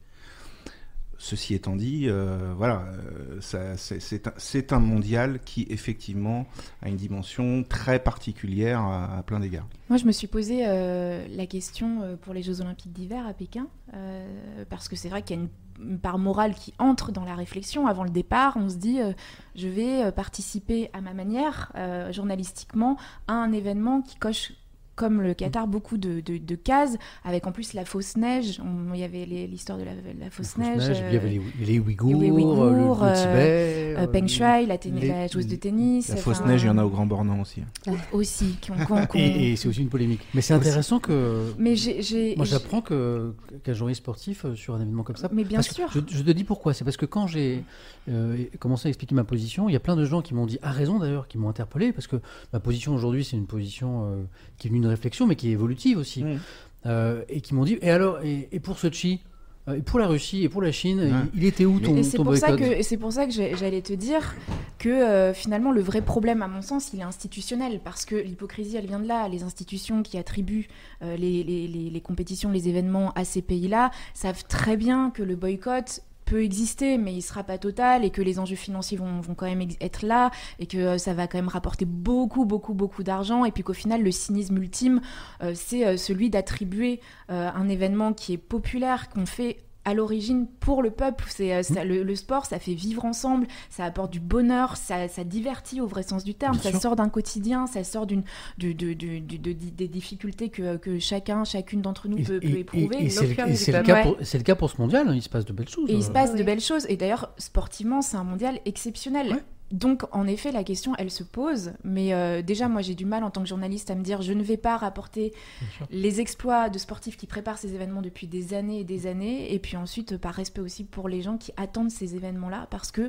Ceci étant dit, euh, voilà, euh, ça- c'est- c'est un- c'est un, mondial qui effectivement a une dimension très particulière à, à plein d'égards. Moi, je me suis posé euh, la question euh, pour les Jeux Olympiques d'hiver à Pékin, euh, parce que c'est vrai qu'il y a une, une part morale qui entre dans la réflexion. Avant le départ, on se dit, euh, je vais euh, participer à ma manière, euh, journalistiquement, à un événement qui coche comme le Qatar, beaucoup de, de- de cases, avec en plus la fausse neige. On- Il y avait les- l'histoire de la, la Le fausse fausse neige. neige, euh, Il y avait les, les Ouïghours, les Ouïghours, le, le euh, Tibet. euh, euh, Peng Shuai, la, tenni- les- la joueuse de tennis. La fausse enfin, neige, il y en a au Grand Bornand aussi. hein. Aussi, qui ont- qui ont- qui ont- Et, et c'est aussi une polémique. Mais c'est intéressant que. Mais j'ai- j'ai. Moi, j'ai- j'apprends que- qu'un journaliste sportif euh, sur un événement comme ça. Mais bien parce que sûr. Je, je te dis pourquoi. C'est parce que quand j'ai euh, commencé à expliquer ma position, il y a plein de gens qui m'ont dit, à raison d'ailleurs, qui m'ont interpellé, parce que ma position aujourd'hui, c'est une position euh, qui est venue d'une réflexion, mais qui est évolutive aussi. Mm. Euh, et qui m'ont dit, et alors, et, et pour Sochi Euh, et pour la Russie et pour la Chine, Ouais. il, il était où ton, Et c'est ton pour, ça boycott que- et c'est pour ça que j'ai- j'allais te dire que euh, finalement le vrai problème, à mon sens, il est institutionnel parce que l'hypocrisie, elle vient de là. Les institutions qui attribuent euh, les, les- les- les compétitions, les événements à ces pays-là savent très bien que le boycott peut exister, mais il sera pas total et que les enjeux financiers vont, vont quand même ex- être là et que euh, ça va quand même rapporter beaucoup, beaucoup, beaucoup d'argent et puis qu'au final, le cynisme ultime, euh, c'est euh, celui d'attribuer euh, un événement qui est populaire, qu'on fait à l'origine pour le peuple. C'est euh, Mm. ça- le, le sport, ça fait vivre ensemble, ça apporte du bonheur, ça, ça divertit au vrai sens du terme, Bien ça sûr. sort d'un quotidien, ça sort d'une de, de- de- de- de- des difficultés que, que chacun, chacune d'entre nous Et- peut, peut et- éprouver. et- et c'est le- l'opium et du c'est le, peuple. cas Ouais. pour- c'est le cas pour ce mondial, hein, il se passe de belles choses. Et il se passe de Oui. belles choses. Et d'ailleurs, sportivement, c'est un mondial exceptionnel. Ouais. Donc, en effet, la question, elle se pose. Mais euh, déjà, moi, j'ai du mal en tant que journaliste à me dire je ne vais pas rapporter sûr. les exploits de sportifs qui préparent ces événements depuis des années et Mm. des années. Et puis ensuite, euh, par respect aussi pour les gens qui attendent ces événements-là, parce que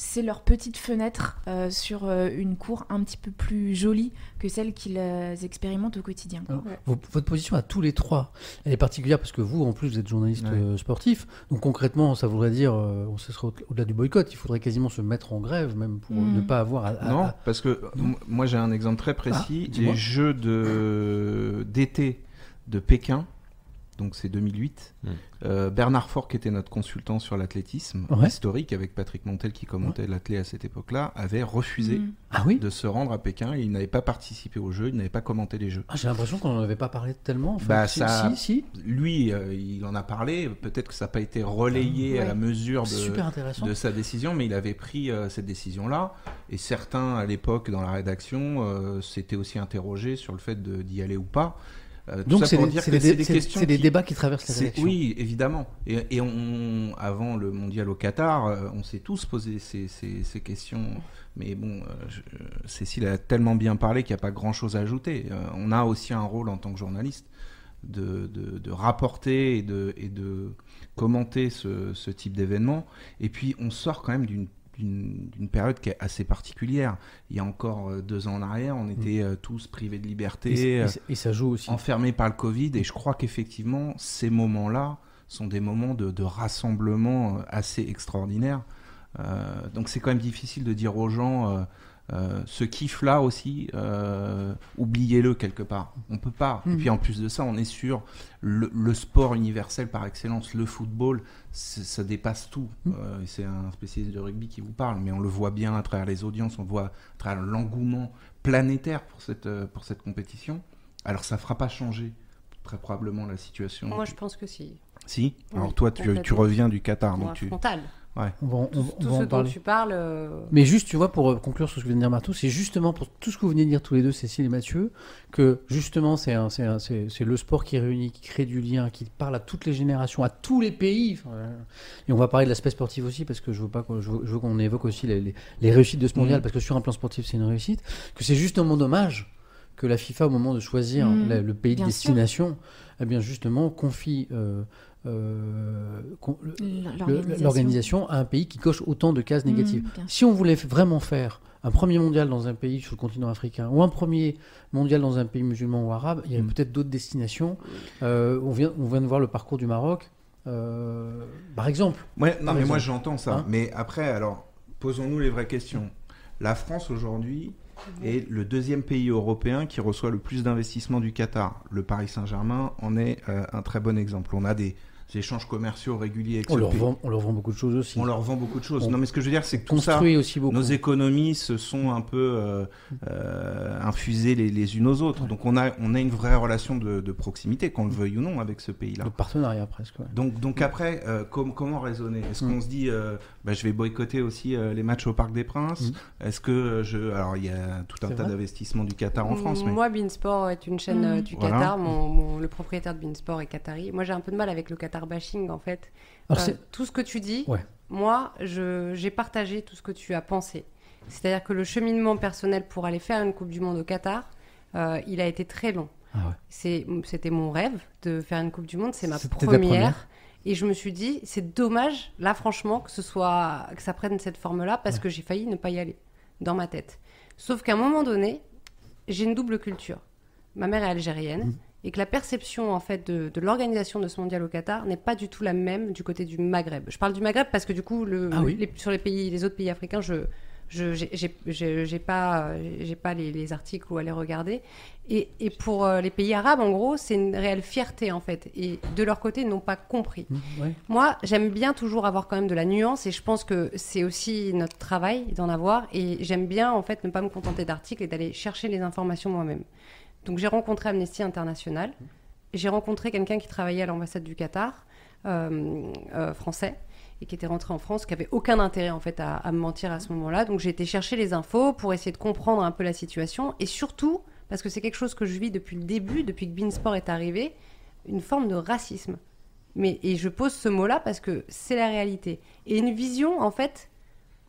c'est leur petite fenêtre euh, sur euh, une cour un petit peu plus jolie que celle qu'ils euh, expérimentent au quotidien. quoi. Alors, vos- votre position à tous les trois, elle est particulière parce que vous, en plus, vous êtes journaliste Ouais. euh, sportif. Donc concrètement, ça voudrait dire, euh, on se serait au- au-delà du boycott, il faudrait quasiment se mettre en grève même pour euh, Mm. ne pas avoir à, à- non, à- parce que m- moi j'ai un exemple très précis. bah. Ah, dis-moi. les Jeux de d'été de Pékin, donc c'est 2008. Mm. euh, Bernard Faure, qui était notre consultant sur l'athlétisme Ouais. historique, avec Patrick Montel qui commentait l'athlé à cette époque-là, avait refusé Mm. Ah oui de se rendre à Pékin. Il n'avait pas participé aux Jeux, il n'avait pas commenté les Jeux. Ah, J'ai l'impression qu'on n'en avait pas parlé tellement. en fait. Bah, Si- ça- si, si. Lui, euh, il en a parlé. Peut-être que ça n'a pas été relayé Ouais. à la mesure de, C'est Ah, super intéressant. de sa décision, mais il avait pris euh, cette décision-là. Et certains, à l'époque, dans la rédaction, euh, s'étaient aussi interrogés sur le fait de- d'y aller ou pas. Euh, tout Donc ça c'est pour des, dire c'est que des- c'est des c'est- questions c'est des qui- débats qui traversent les C'est- rédactions. Oui, évidemment. Et, et on, avant le mondial au Qatar, euh, on s'est tous posé ces, ces- ces questions. Mais bon, euh, je- euh, Cécile a tellement bien parlé qu'il n'y a pas grand-chose à ajouter. Euh, on a aussi un rôle en tant que journaliste de, de- de rapporter et de, et de commenter ce, ce type d'événement. Et puis, on sort quand même d'une d'une d'une période qui est assez particulière. Il y a encore euh, deux ans en arrière, on était euh, tous privés de liberté. Mm. Et, euh, et- et ça joue aussi. enfermé par le Covid. Et je crois qu'effectivement, ces moments-là sont des moments de, de rassemblement euh, assez extraordinaires. Euh, donc c'est quand même difficile de dire aux gens euh, euh, ce kiff-là aussi, euh, oubliez-le quelque part. On peut pas. Et puis en plus de ça, on est sur le, le sport universel par excellence, le football, c'est- ça dépasse tout. Euh, c'est un spécialiste de rugby qui vous parle, mais on le voit bien à travers les audiences, on le voit à travers l'engouement planétaire pour cette, euh, pour cette compétition. Alors ça fera pas changer très probablement la situation. Moi, je pense que si. Si. Alors Oui, toi, tu, complètement. tu reviens du Qatar, Moi, Ah, donc tu. frontal. On va, en- on va- on Tout va ce en dont parler. tu parles. euh, Mais juste, tu vois, pour euh, conclure sur ce que vient de dire Marteau, c'est justement pour tout ce que vous venez de dire tous les deux, Cécile et Mathieu, que justement, c'est un- c'est un- c'est- c'est le sport qui réunit, qui crée du lien, qui parle à toutes les générations, à tous les pays. Enfin, euh, Et on va parler de l'aspect sportif aussi, parce que je veux pas qu'on je veux- je veux qu'on évoque aussi les, les- les réussites de ce mondial, Mhm. parce que sur un plan sportif, c'est une réussite. Que c'est justement dommage que la FIFA, au moment de choisir Mhm. la- le pays de Bien sûr. destination, eh bien justement, confie. euh, euh, con- le- le- l'organisation à un pays qui coche autant de cases négatives. Mmh, bien sûr. Si on voulait vraiment faire un premier mondial dans un pays sur le continent africain ou un premier mondial dans un pays musulman ou arabe, il y a Mm. peut-être d'autres destinations. Euh, on, vient, on vient de voir le parcours du Maroc, euh, par exemple. Ouais, non, mais raison. moi j'entends ça. Hein mais après, alors, posons-nous les vraies questions. La France aujourd'hui est le deuxième pays européen qui reçoit le plus d'investissements du Qatar. Le Paris Saint-Germain en est euh, un très bon exemple. On a des échanges commerciaux réguliers avec On ce leur, pays. vend, on leur vend beaucoup de choses aussi. On leur vend beaucoup de choses. On non, mais ce que je veux dire, c'est que tout ça. construit aussi beaucoup. Nos économies se sont un peu euh, euh, infusées les, les unes aux autres. Donc on a, on a une vraie relation de, de proximité, qu'on le veuille ou non, avec ce pays-là. Le partenariat presque. ouais. Donc, Mm. donc après, euh, com- comment raisonner Est-ce qu'on se dit, euh, bah, je vais boycotter aussi euh, les matchs au Parc des Princes Est-ce que euh, je... Alors, il y a tout un Mm. C'est tas vrai d'investissements du Qatar en France, mais... Moi, Beansport est une chaîne Mm. euh, du Voilà. Qatar. Mon, mon- le propriétaire de Beansport est qatari. Moi, j'ai un peu de mal avec le Qatar bashing, en fait. Alors, Euh, c'est- tout ce que tu dis, Ouais. moi, je- j'ai partagé tout ce que tu as pensé. C'est-à-dire que le cheminement personnel pour aller faire une Coupe du Monde au Qatar, euh, il a été très long. Ah ouais. C'est- C'était mon rêve de faire une Coupe du Monde, c'est ma C'était ta première, première. Et je me suis dit, c'est dommage, là franchement, que ce soit que ça prenne cette forme-là, parce que j'ai failli ne pas y aller dans ma tête. Sauf qu'à un moment donné, j'ai une double culture. Ma mère est algérienne Mm. et que la perception en fait de, de l'organisation de ce mondial au Qatar n'est pas du tout la même du côté du Maghreb. Je parle du Maghreb parce que du coup, le, Ah oui. les- sur les pays, les autres pays africains, je je j'ai- j'ai- j'ai j'ai pas euh, j'ai pas les, les articles où aller regarder. Et, et pour euh, les pays arabes, en gros, c'est une réelle fierté en fait. Et de leur côté, ils n'ont pas compris. Mm, ouais. Moi, j'aime bien toujours avoir quand même de la nuance et je pense que c'est aussi notre travail d'en avoir et j'aime bien en fait ne pas me contenter d'articles et d'aller chercher les informations moi-même. Donc j'ai rencontré Amnesty International, j'ai rencontré quelqu'un qui travaillait à l'ambassade du Qatar euh, euh, français et qui était rentré en France, qui avait aucun intérêt en fait à, à me mentir à ce moment-là. Donc j'ai été chercher les infos pour essayer de comprendre un peu la situation et surtout parce que c'est quelque chose que je vis depuis le début, depuis que Beansport est arrivé, une forme de racisme. Mais, et je pose ce mot-là parce que c'est la réalité. Et une vision, en fait,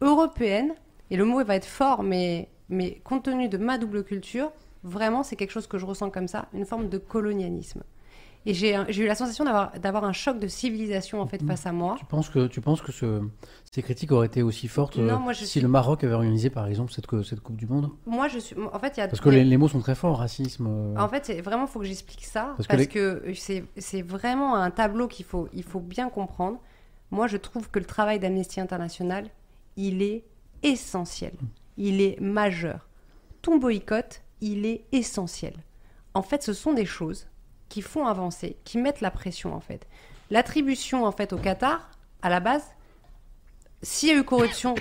européenne, et le mot il va être fort, mais, mais compte tenu de ma double culture, vraiment, c'est quelque chose que je ressens comme ça, une forme de colonialisme. Et j'ai un- j'ai eu la sensation d'avoir d'avoir un choc de civilisation, en fait, Mhm. face à moi. Tu penses que, tu penses que ce- ces critiques auraient été aussi fortes Non, euh, moi, je si suis- le Maroc avait organisé par exemple cette, co- cette Coupe du Monde Moi, je suis. En fait, il y a. Parce que il y a- les, les mots sont très forts, racisme. euh, En fait, c'est vraiment, faut que j'explique ça Parce parce, que les- que, c'est- c'est vraiment un tableau qu'il faut, il faut bien comprendre. Moi, je trouve que le travail d'Amnesty International, il est essentiel. Il est majeur. Ton boycott, il est essentiel. En fait, ce sont des choses qui font avancer, qui mettent la pression, en fait. L'attribution, en fait, au Qatar, à la base, s'il y a eu corruption,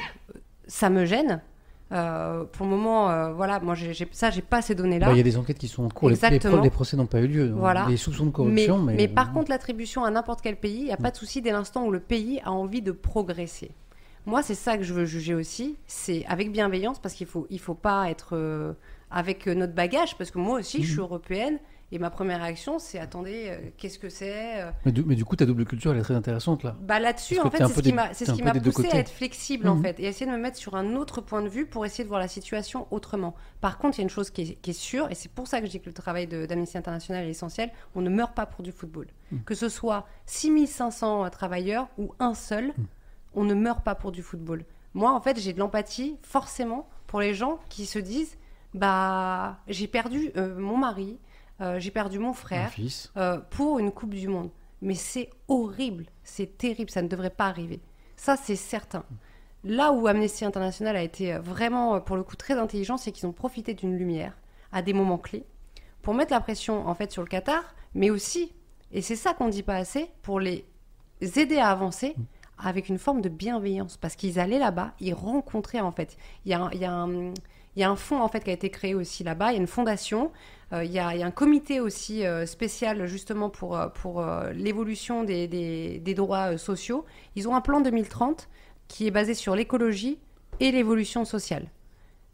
ça me gêne. Euh, pour le moment, euh, voilà, moi, j'ai j'ai- ça, j'ai pas ces données-là. Bah, Il y a des enquêtes qui sont en cours. Les, les, pro- Exactement. les procès n'ont pas eu lieu. donc Voilà. Les soupçons de corruption, mais, euh, par contre, l'attribution à n'importe quel pays, il n'y a pas de souci dès l'instant où le pays a envie de progresser. Moi, c'est ça que je veux juger aussi, c'est avec Mmh. bienveillance, parce qu'il ne faut, il faut pas être euh, avec euh, notre bagage, parce que moi aussi, je suis européenne, Et ma première réaction, c'est attendez, euh, qu'est-ce que c'est euh, Mais du, mais du coup, ta double culture, elle est très intéressante là. bah là-dessus, Parce que en fait, t'es un c'est peu ce qui des- m'a, c'est t'es ce un qui peu m'a des deux poussé côtés. à être flexible, en Mhm. fait, et essayer de me mettre sur un autre point de vue pour essayer de voir la situation autrement. Par contre, il y a une chose qui est, qui est sûre, et c'est pour ça que je dis que le travail de- d'Amnesty International est essentiel, on ne meurt pas pour du football. Mhm. Que ce soit 6500 euh, travailleurs ou un seul, Mhm. on ne meurt pas pour du football. Moi, en fait, j'ai de l'empathie, forcément, pour les gens qui se disent, bah, j'ai perdu euh, mon mari, euh, j'ai perdu mon Mon frère, fils. euh, pour une Coupe du Monde. Mais c'est horrible, c'est terrible, ça ne devrait pas arriver. Ça, c'est certain. Là où Amnesty International a été euh, vraiment, euh, pour le coup, très intelligent, c'est qu'ils ont profité d'une lumière à des moments clés pour mettre la pression, en fait, sur le Qatar, mais aussi, et c'est ça qu'on ne dit pas assez, pour les aider à avancer avec une forme de bienveillance. Parce qu'ils allaient là-bas, ils rencontraient, en fait. Il y a, un- il y a un- il y a un fonds, en fait, qui a été créé aussi là-bas, il y a une fondation euh, Il y, a il y a un comité aussi euh, spécial justement pour, euh, pour euh, l'évolution des, des- des droits euh, sociaux. Ils ont un plan 2030 qui est basé sur l'écologie et l'évolution sociale.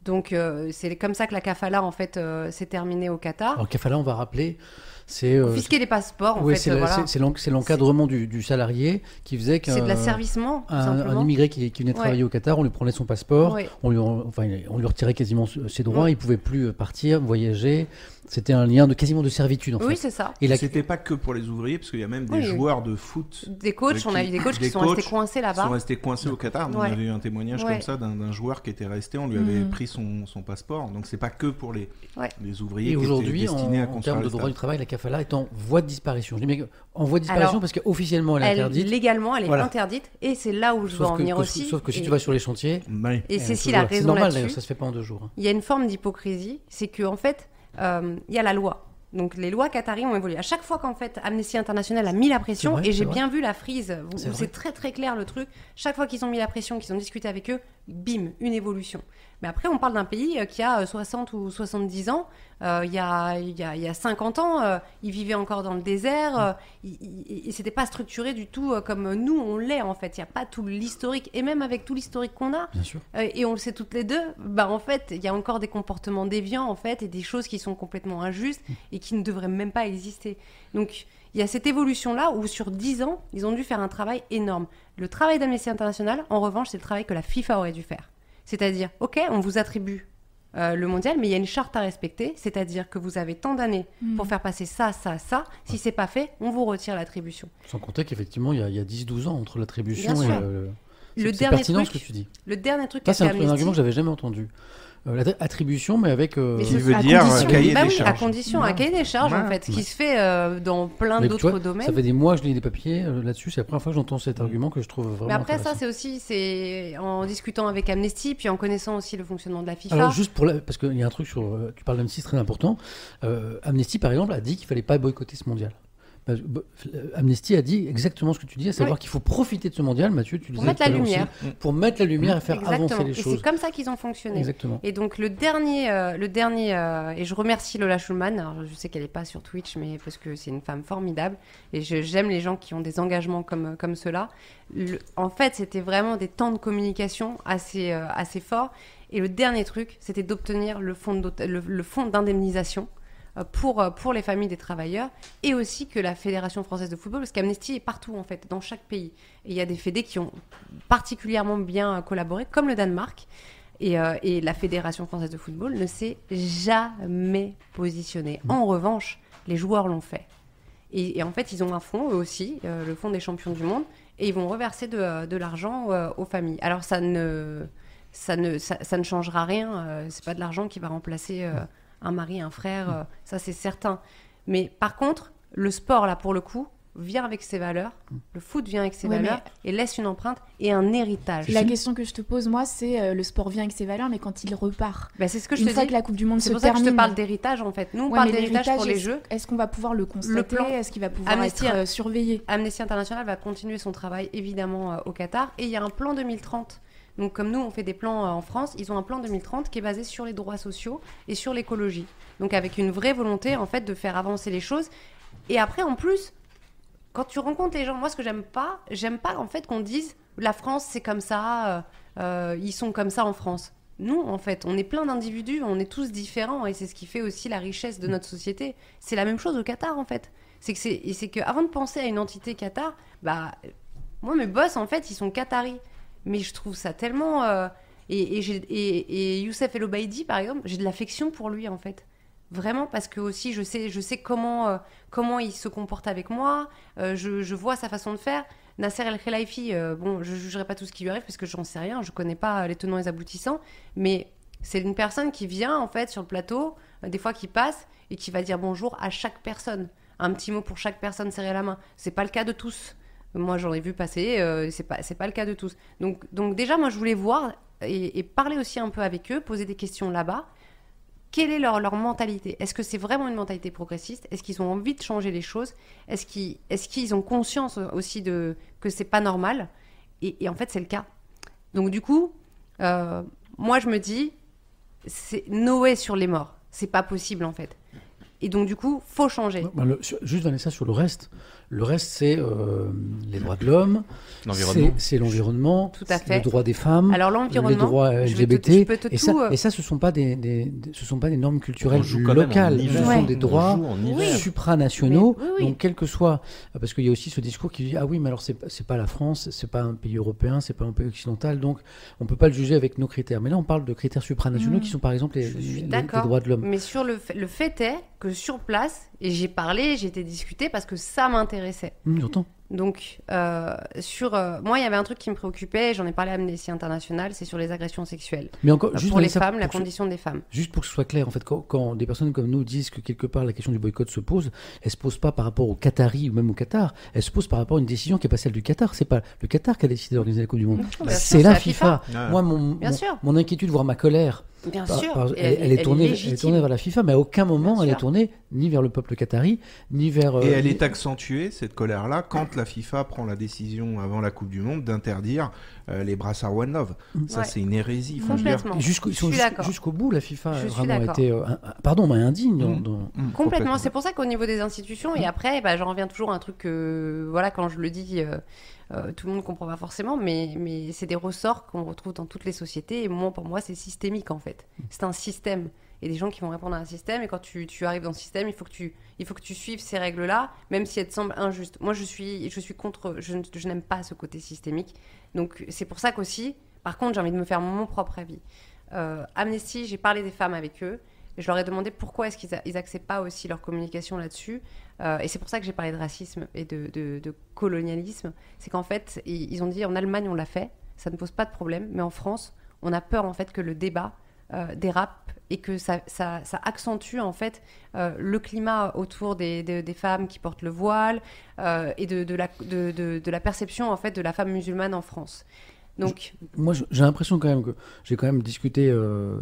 Donc euh, c'est comme ça que la kafala en fait euh, s'est terminée au Qatar. Alors, Kafala, on va rappeler, c'est. Ah, euh, Confisquer les passeports en ouais, fait, c'est euh, la- voilà. c'est- c'est l'en- c'est l'encadrement du, du salarié qui faisait qu'un. C'est de l'asservissement tout un, un simplement. immigré qui, qui venait Ouais. travailler au Qatar, on lui prenait son passeport, Ouais. on, lui, en- enfin, il- on lui retirait quasiment s- ses droits, Ouais. il pouvait plus euh, partir, voyager. C'était un lien de quasiment de servitude en oui fait. c'est ça. Et la- C'était pas que pour les ouvriers, parce qu'il y a même des Oui. joueurs de foot Des coachs, Qui- on a eu des coachs des qui sont coachs restés coincés qui sont là-bas. restés coincés au Qatar. On Ah bah. Ouais. avait eu un témoignage Ouais. Mm. comme ça d'un d'un joueur qui était resté, on lui avait Mhm. pris son, son passeport. Donc c'est pas que pour les, Ouais. les Et ouvriers qui étaient aujourd'hui, en, destinés à en construire termes de le droit du stade. travail, la kafala est en voie de disparition. Je dis bien que- en voie de disparition Alors, parce qu'officiellement elle est Elle, interdite. légalement, elle est Voilà. interdite et c'est là où je veux sauf, en que, venir que- aussi. sauf que si Et- tu vas sur les chantiers, Ouais. et elle est Cécile toujours a là. C'est raison normal là-dessus. d'ailleurs, ça se fait pas en deux jours. hein. il y a une forme d'hypocrisie, c'est que en fait, euh, il y a la loi. Donc les lois qataries ont évolué. À chaque fois qu'en fait Amnesty International a mis la pression, C'est vrai, et c'est j'ai vrai. bien vu la frise, vous- C'est vous- vrai. c'est très très clair le truc, chaque fois qu'ils ont mis la pression, qu'ils ont discuté avec eux, bim, une évolution. Mais après on parle d'un pays euh, qui a euh, 60 ou 70 ans, euh, il y, a, il y a- il y a 50 ans, euh, ils vivaient encore dans le désert, euh, ils- ils ils s'étaient pas structurés du tout euh, comme nous on l'est en fait, il n'y a pas tout l'historique, et même avec tout l'historique qu'on a, Bien sûr. euh, et on le sait toutes les deux, bah en fait, il y a encore des comportements déviants en fait et des choses qui sont complètement injustes et qui ne devraient même pas exister. Donc il y a cette évolution là où sur 10 ans, ils ont dû faire un travail énorme. Le travail d'Amnesty International, en revanche, c'est le travail que la FIFA aurait dû faire. C'est-à-dire, OK, on vous attribue euh, le mondial, mais il y a une charte à respecter, c'est-à-dire que vous avez tant d'années Mm. pour faire passer ça, ça, ça. Si c'est pas fait, on vous retire l'attribution. Sans compter qu'effectivement, il y a, il y a 10-12 ans entre l'attribution Bien et sûr. le. Le c'est- C'est dernier pertinent truc- ce que tu dis. Le dernier truc Ça, qu'a c'est un, fait un argument que Amnesty, j'avais jamais entendu. Euh, la- Attribution, mais avec. euh, Mais Qui ce- veut à dire euh, condition- cahier bah des oui, à charges. condition, un cahier des charges en Ouais. fait, qui se fait euh, dans plein Mais tu d'autres vois, domaines. Ça fait des mois que je lis des papiers euh, là-dessus. C'est la première fois que j'entends cet argument que je trouve vraiment. Mais après ça, intéressant. c'est aussi c'est en discutant avec Amnesty, puis en connaissant aussi le fonctionnement de la FIFA. Alors juste pour la- parce qu'il y a un truc sur euh, tu parles d'Amnesty c'est très important. Euh, Amnesty par exemple a dit qu'il fallait pas boycotter ce mondial. Parce que, bo- euh, Amnesty a dit exactement ce que tu dis, à savoir qu'il faut profiter de ce mondial, Mathieu. Tu Pour disais mettre tout à la l'heure aussi, lumière. pour mettre la lumière et faire Exactement. avancer les Et choses. c'est comme ça qu'ils ont fonctionné. Exactement. Et donc le dernier, euh, le dernier, euh, et je remercie Lola Schulman. Alors, je sais qu'elle n'est pas sur Twitch, mais parce que c'est une femme formidable, et je- j'aime les gens qui ont des engagements comme euh, comme cela. En fait, c'était vraiment des temps de communication assez euh, assez forts. Et le dernier truc, c'était d'obtenir le fonds d'aute- le, le fonds d'indemnisation euh, pour euh, pour les familles des travailleurs, et aussi que la fédération française de football, parce qu'Amnesty est partout en fait, dans chaque pays. Et il y a des fédés qui ont particulièrement bien euh, collaboré, comme le Danemark. Et, euh, et la Fédération française de football ne s'est jamais positionnée. En revanche, les joueurs l'ont fait. Et, et en fait, ils ont un fonds, eux aussi, euh, le fonds des champions du monde, et ils vont reverser de, euh, de l'argent euh, aux familles. Alors ça ne, ça ne, ça, ça ne changera rien, euh, c'est pas de l'argent qui va remplacer euh, un mari, un frère, euh, ça c'est certain. Mais par contre, le sport, là, pour le coup, vient avec ses valeurs, le foot vient avec ses Ouais, mais- valeurs, et laisse une empreinte et un héritage. La question que je te pose, moi, c'est euh, le sport vient avec ses valeurs, mais quand il repart. Bah, c'est ce que je Une te fois dis. que la Coupe du Monde se C'est pour ça que je termine, te parle d'héritage en fait. Nous on ouais, parle mais d'héritage pour les est-ce- jeux. Est-ce qu'on va pouvoir le constater plan- Est-ce qu'il va pouvoir Amnesty être a- euh, surveillé Amnesty International va continuer son travail évidemment euh, au Qatar et il y a un plan 2030. Donc comme nous on fait des plans euh, en France, ils ont un plan 2030 qui est basé sur les droits sociaux et sur l'écologie. Donc avec une vraie volonté en fait de faire avancer les choses. Et après en plus, quand tu rencontres les gens, moi ce que j'aime pas, j'aime pas en fait qu'on dise la France c'est comme ça, euh, euh, ils sont comme ça en France. Non, en fait, on est plein d'individus, on est tous différents et c'est ce qui fait aussi la richesse de notre société. C'est la même chose au Qatar, en fait. C'est que, c'est, et c'est que avant de penser à une entité Qatar, bah, euh, moi, mes boss, en fait, ils sont Qataris. Mais je trouve ça tellement. euh, et, et, j'ai- et, et Youssef El Obaidi, par exemple, j'ai de l'affection pour lui, en fait. Vraiment, parce que aussi, je sais, je sais comment, euh, comment il se comporte avec moi, euh, je, je vois sa façon de faire. Nasser El Khelaifi, euh, bon, je jugerai pas tout ce qui lui arrive parce que j'en sais rien, je connais pas euh, les tenants et les aboutissants, mais c'est une personne qui vient en fait sur le plateau, euh, des fois qui passe et qui va dire bonjour à chaque personne, un petit mot pour chaque personne serré la main. C'est pas le cas de tous. Moi, j'en ai vu passer, euh, c'est pas c'est pas le cas de tous. Donc donc déjà, moi, je voulais voir et, et parler aussi un peu avec eux, poser des questions là-bas. Quelle est leur, leur mentalité Est-ce que c'est vraiment une mentalité progressiste Est-ce qu'ils ont envie de changer les choses Est-ce qu'ils est qu'ils ont conscience aussi de que c'est pas normal et, et en fait, c'est le cas. Donc du coup, euh, moi, je me dis, c'est Noé sur les morts. C'est pas possible en fait. Et donc du coup, faut changer. Ouais, bah, le- sur- juste Vanessa sur le reste. Le reste, c'est euh, les droits de l'homme, L'environnement. c'est- c'est l'environnement, Tout à c'est fait. le droit des femmes, Alors Mm. les l'environnement, droits je vais te- je LGBT. peux te Et tout, ça, euh, et ça, ce sont pas des, des- des- ce sont pas des normes culturelles On joue quand même en locales. Ce hiver. sont Ouais. des On droits joue en hiver. supranationaux. Mais- oui, oui. Donc quel que soit, euh, parce qu'il y a aussi ce discours qui dit ah oui, mais alors c'est c'est pas la France, c'est pas un pays européen, c'est pas un pays occidental, donc on peut pas le juger avec nos critères. Mais là, on parle de critères supranationaux Mm. qui sont par exemple les, Mmh. Je suis les- les d'accord. droits de l'homme. mais sur le fait, le fait est que sur place, et j'ai parlé, j'ai été discuté parce que ça m'intéressait. Hum, J'entends. Donc, euh, sur euh, moi, il y avait un truc qui me préoccupait. J'en ai parlé à Amnesty International, c'est sur les agressions sexuelles Mais encore, juste Bah, pour les Vanessa, femmes, la pour que- condition des femmes. Juste pour que ce soit clair, en fait, quand, quand des personnes comme nous disent que quelque part la question du boycott se pose, elle se pose pas par rapport aux Qataris ou même au Qatar, elle se pose par rapport à une décision qui est pas celle du Qatar. C'est pas le Qatar qui a décidé d'organiser la Coupe du Monde, Mmh. Bien sûr, Bah, c'est c'est la la FIFA. Ouais. Moi, mon, Bien mon- sûr. mon inquiétude, voire ma colère, Bien par- sûr, par- et elle, elle est tournée, elle est légitime. tournée vers la FIFA, mais à aucun moment Bien elle est sûr. tournée ni vers le peuple qatari, ni vers. euh, Et elle ni- est accentuée, cette colère-là, quand la FIFA prend la décision avant la Coupe du Monde d'interdire euh, les brassards One Love. Ça, Ouais. c'est une hérésie. Enfin, je veux dire, Complètement. Jusqu'au Je ils sont suis jus- d'accord. jusqu'au bout, la FIFA Je a suis vraiment d'accord. été. euh, un- un- pardon, mais indigne. dans- Mm. dans- mm, Complètement, c'est pour ça qu'au niveau des institutions, et après, bah, j'en reviens toujours à un truc que, voilà, quand je le dis, euh, euh, tout le monde comprend pas forcément, mais, mais c'est des ressorts qu'on retrouve dans toutes les sociétés, et moi, pour moi, c'est systémique, en fait. C'est un système, et des gens qui vont répondre à un système, et quand tu, tu arrives dans le système, il faut que tu, il faut que tu suives ces règles-là, même si elles te semblent injustes. Moi, je suis, je suis contre, je, ne- je n'aime pas ce côté systémique, donc c'est pour ça qu'aussi, par contre, j'ai envie de me faire mon propre avis. Euh, Amnesty, j'ai parlé des femmes avec eux, et Je leur ai demandé pourquoi est-ce qu'ils a- ils acceptent pas aussi leur communication là-dessus. Euh, et c'est pour ça que j'ai parlé de racisme et de, de- de colonialisme. C'est qu'en fait, ils, ils ont dit en Allemagne, on l'a fait, ça ne pose pas de problème. Mais en France, on a peur en fait que le débat euh, dérape et que ça, ça- ça accentue en fait euh, le climat autour des, des- des femmes qui portent le voile euh, et de, de la, de- de- de la perception en fait de la femme musulmane en France. Donc, Moi, je- j'ai l'impression quand même que j'ai quand même discuté euh,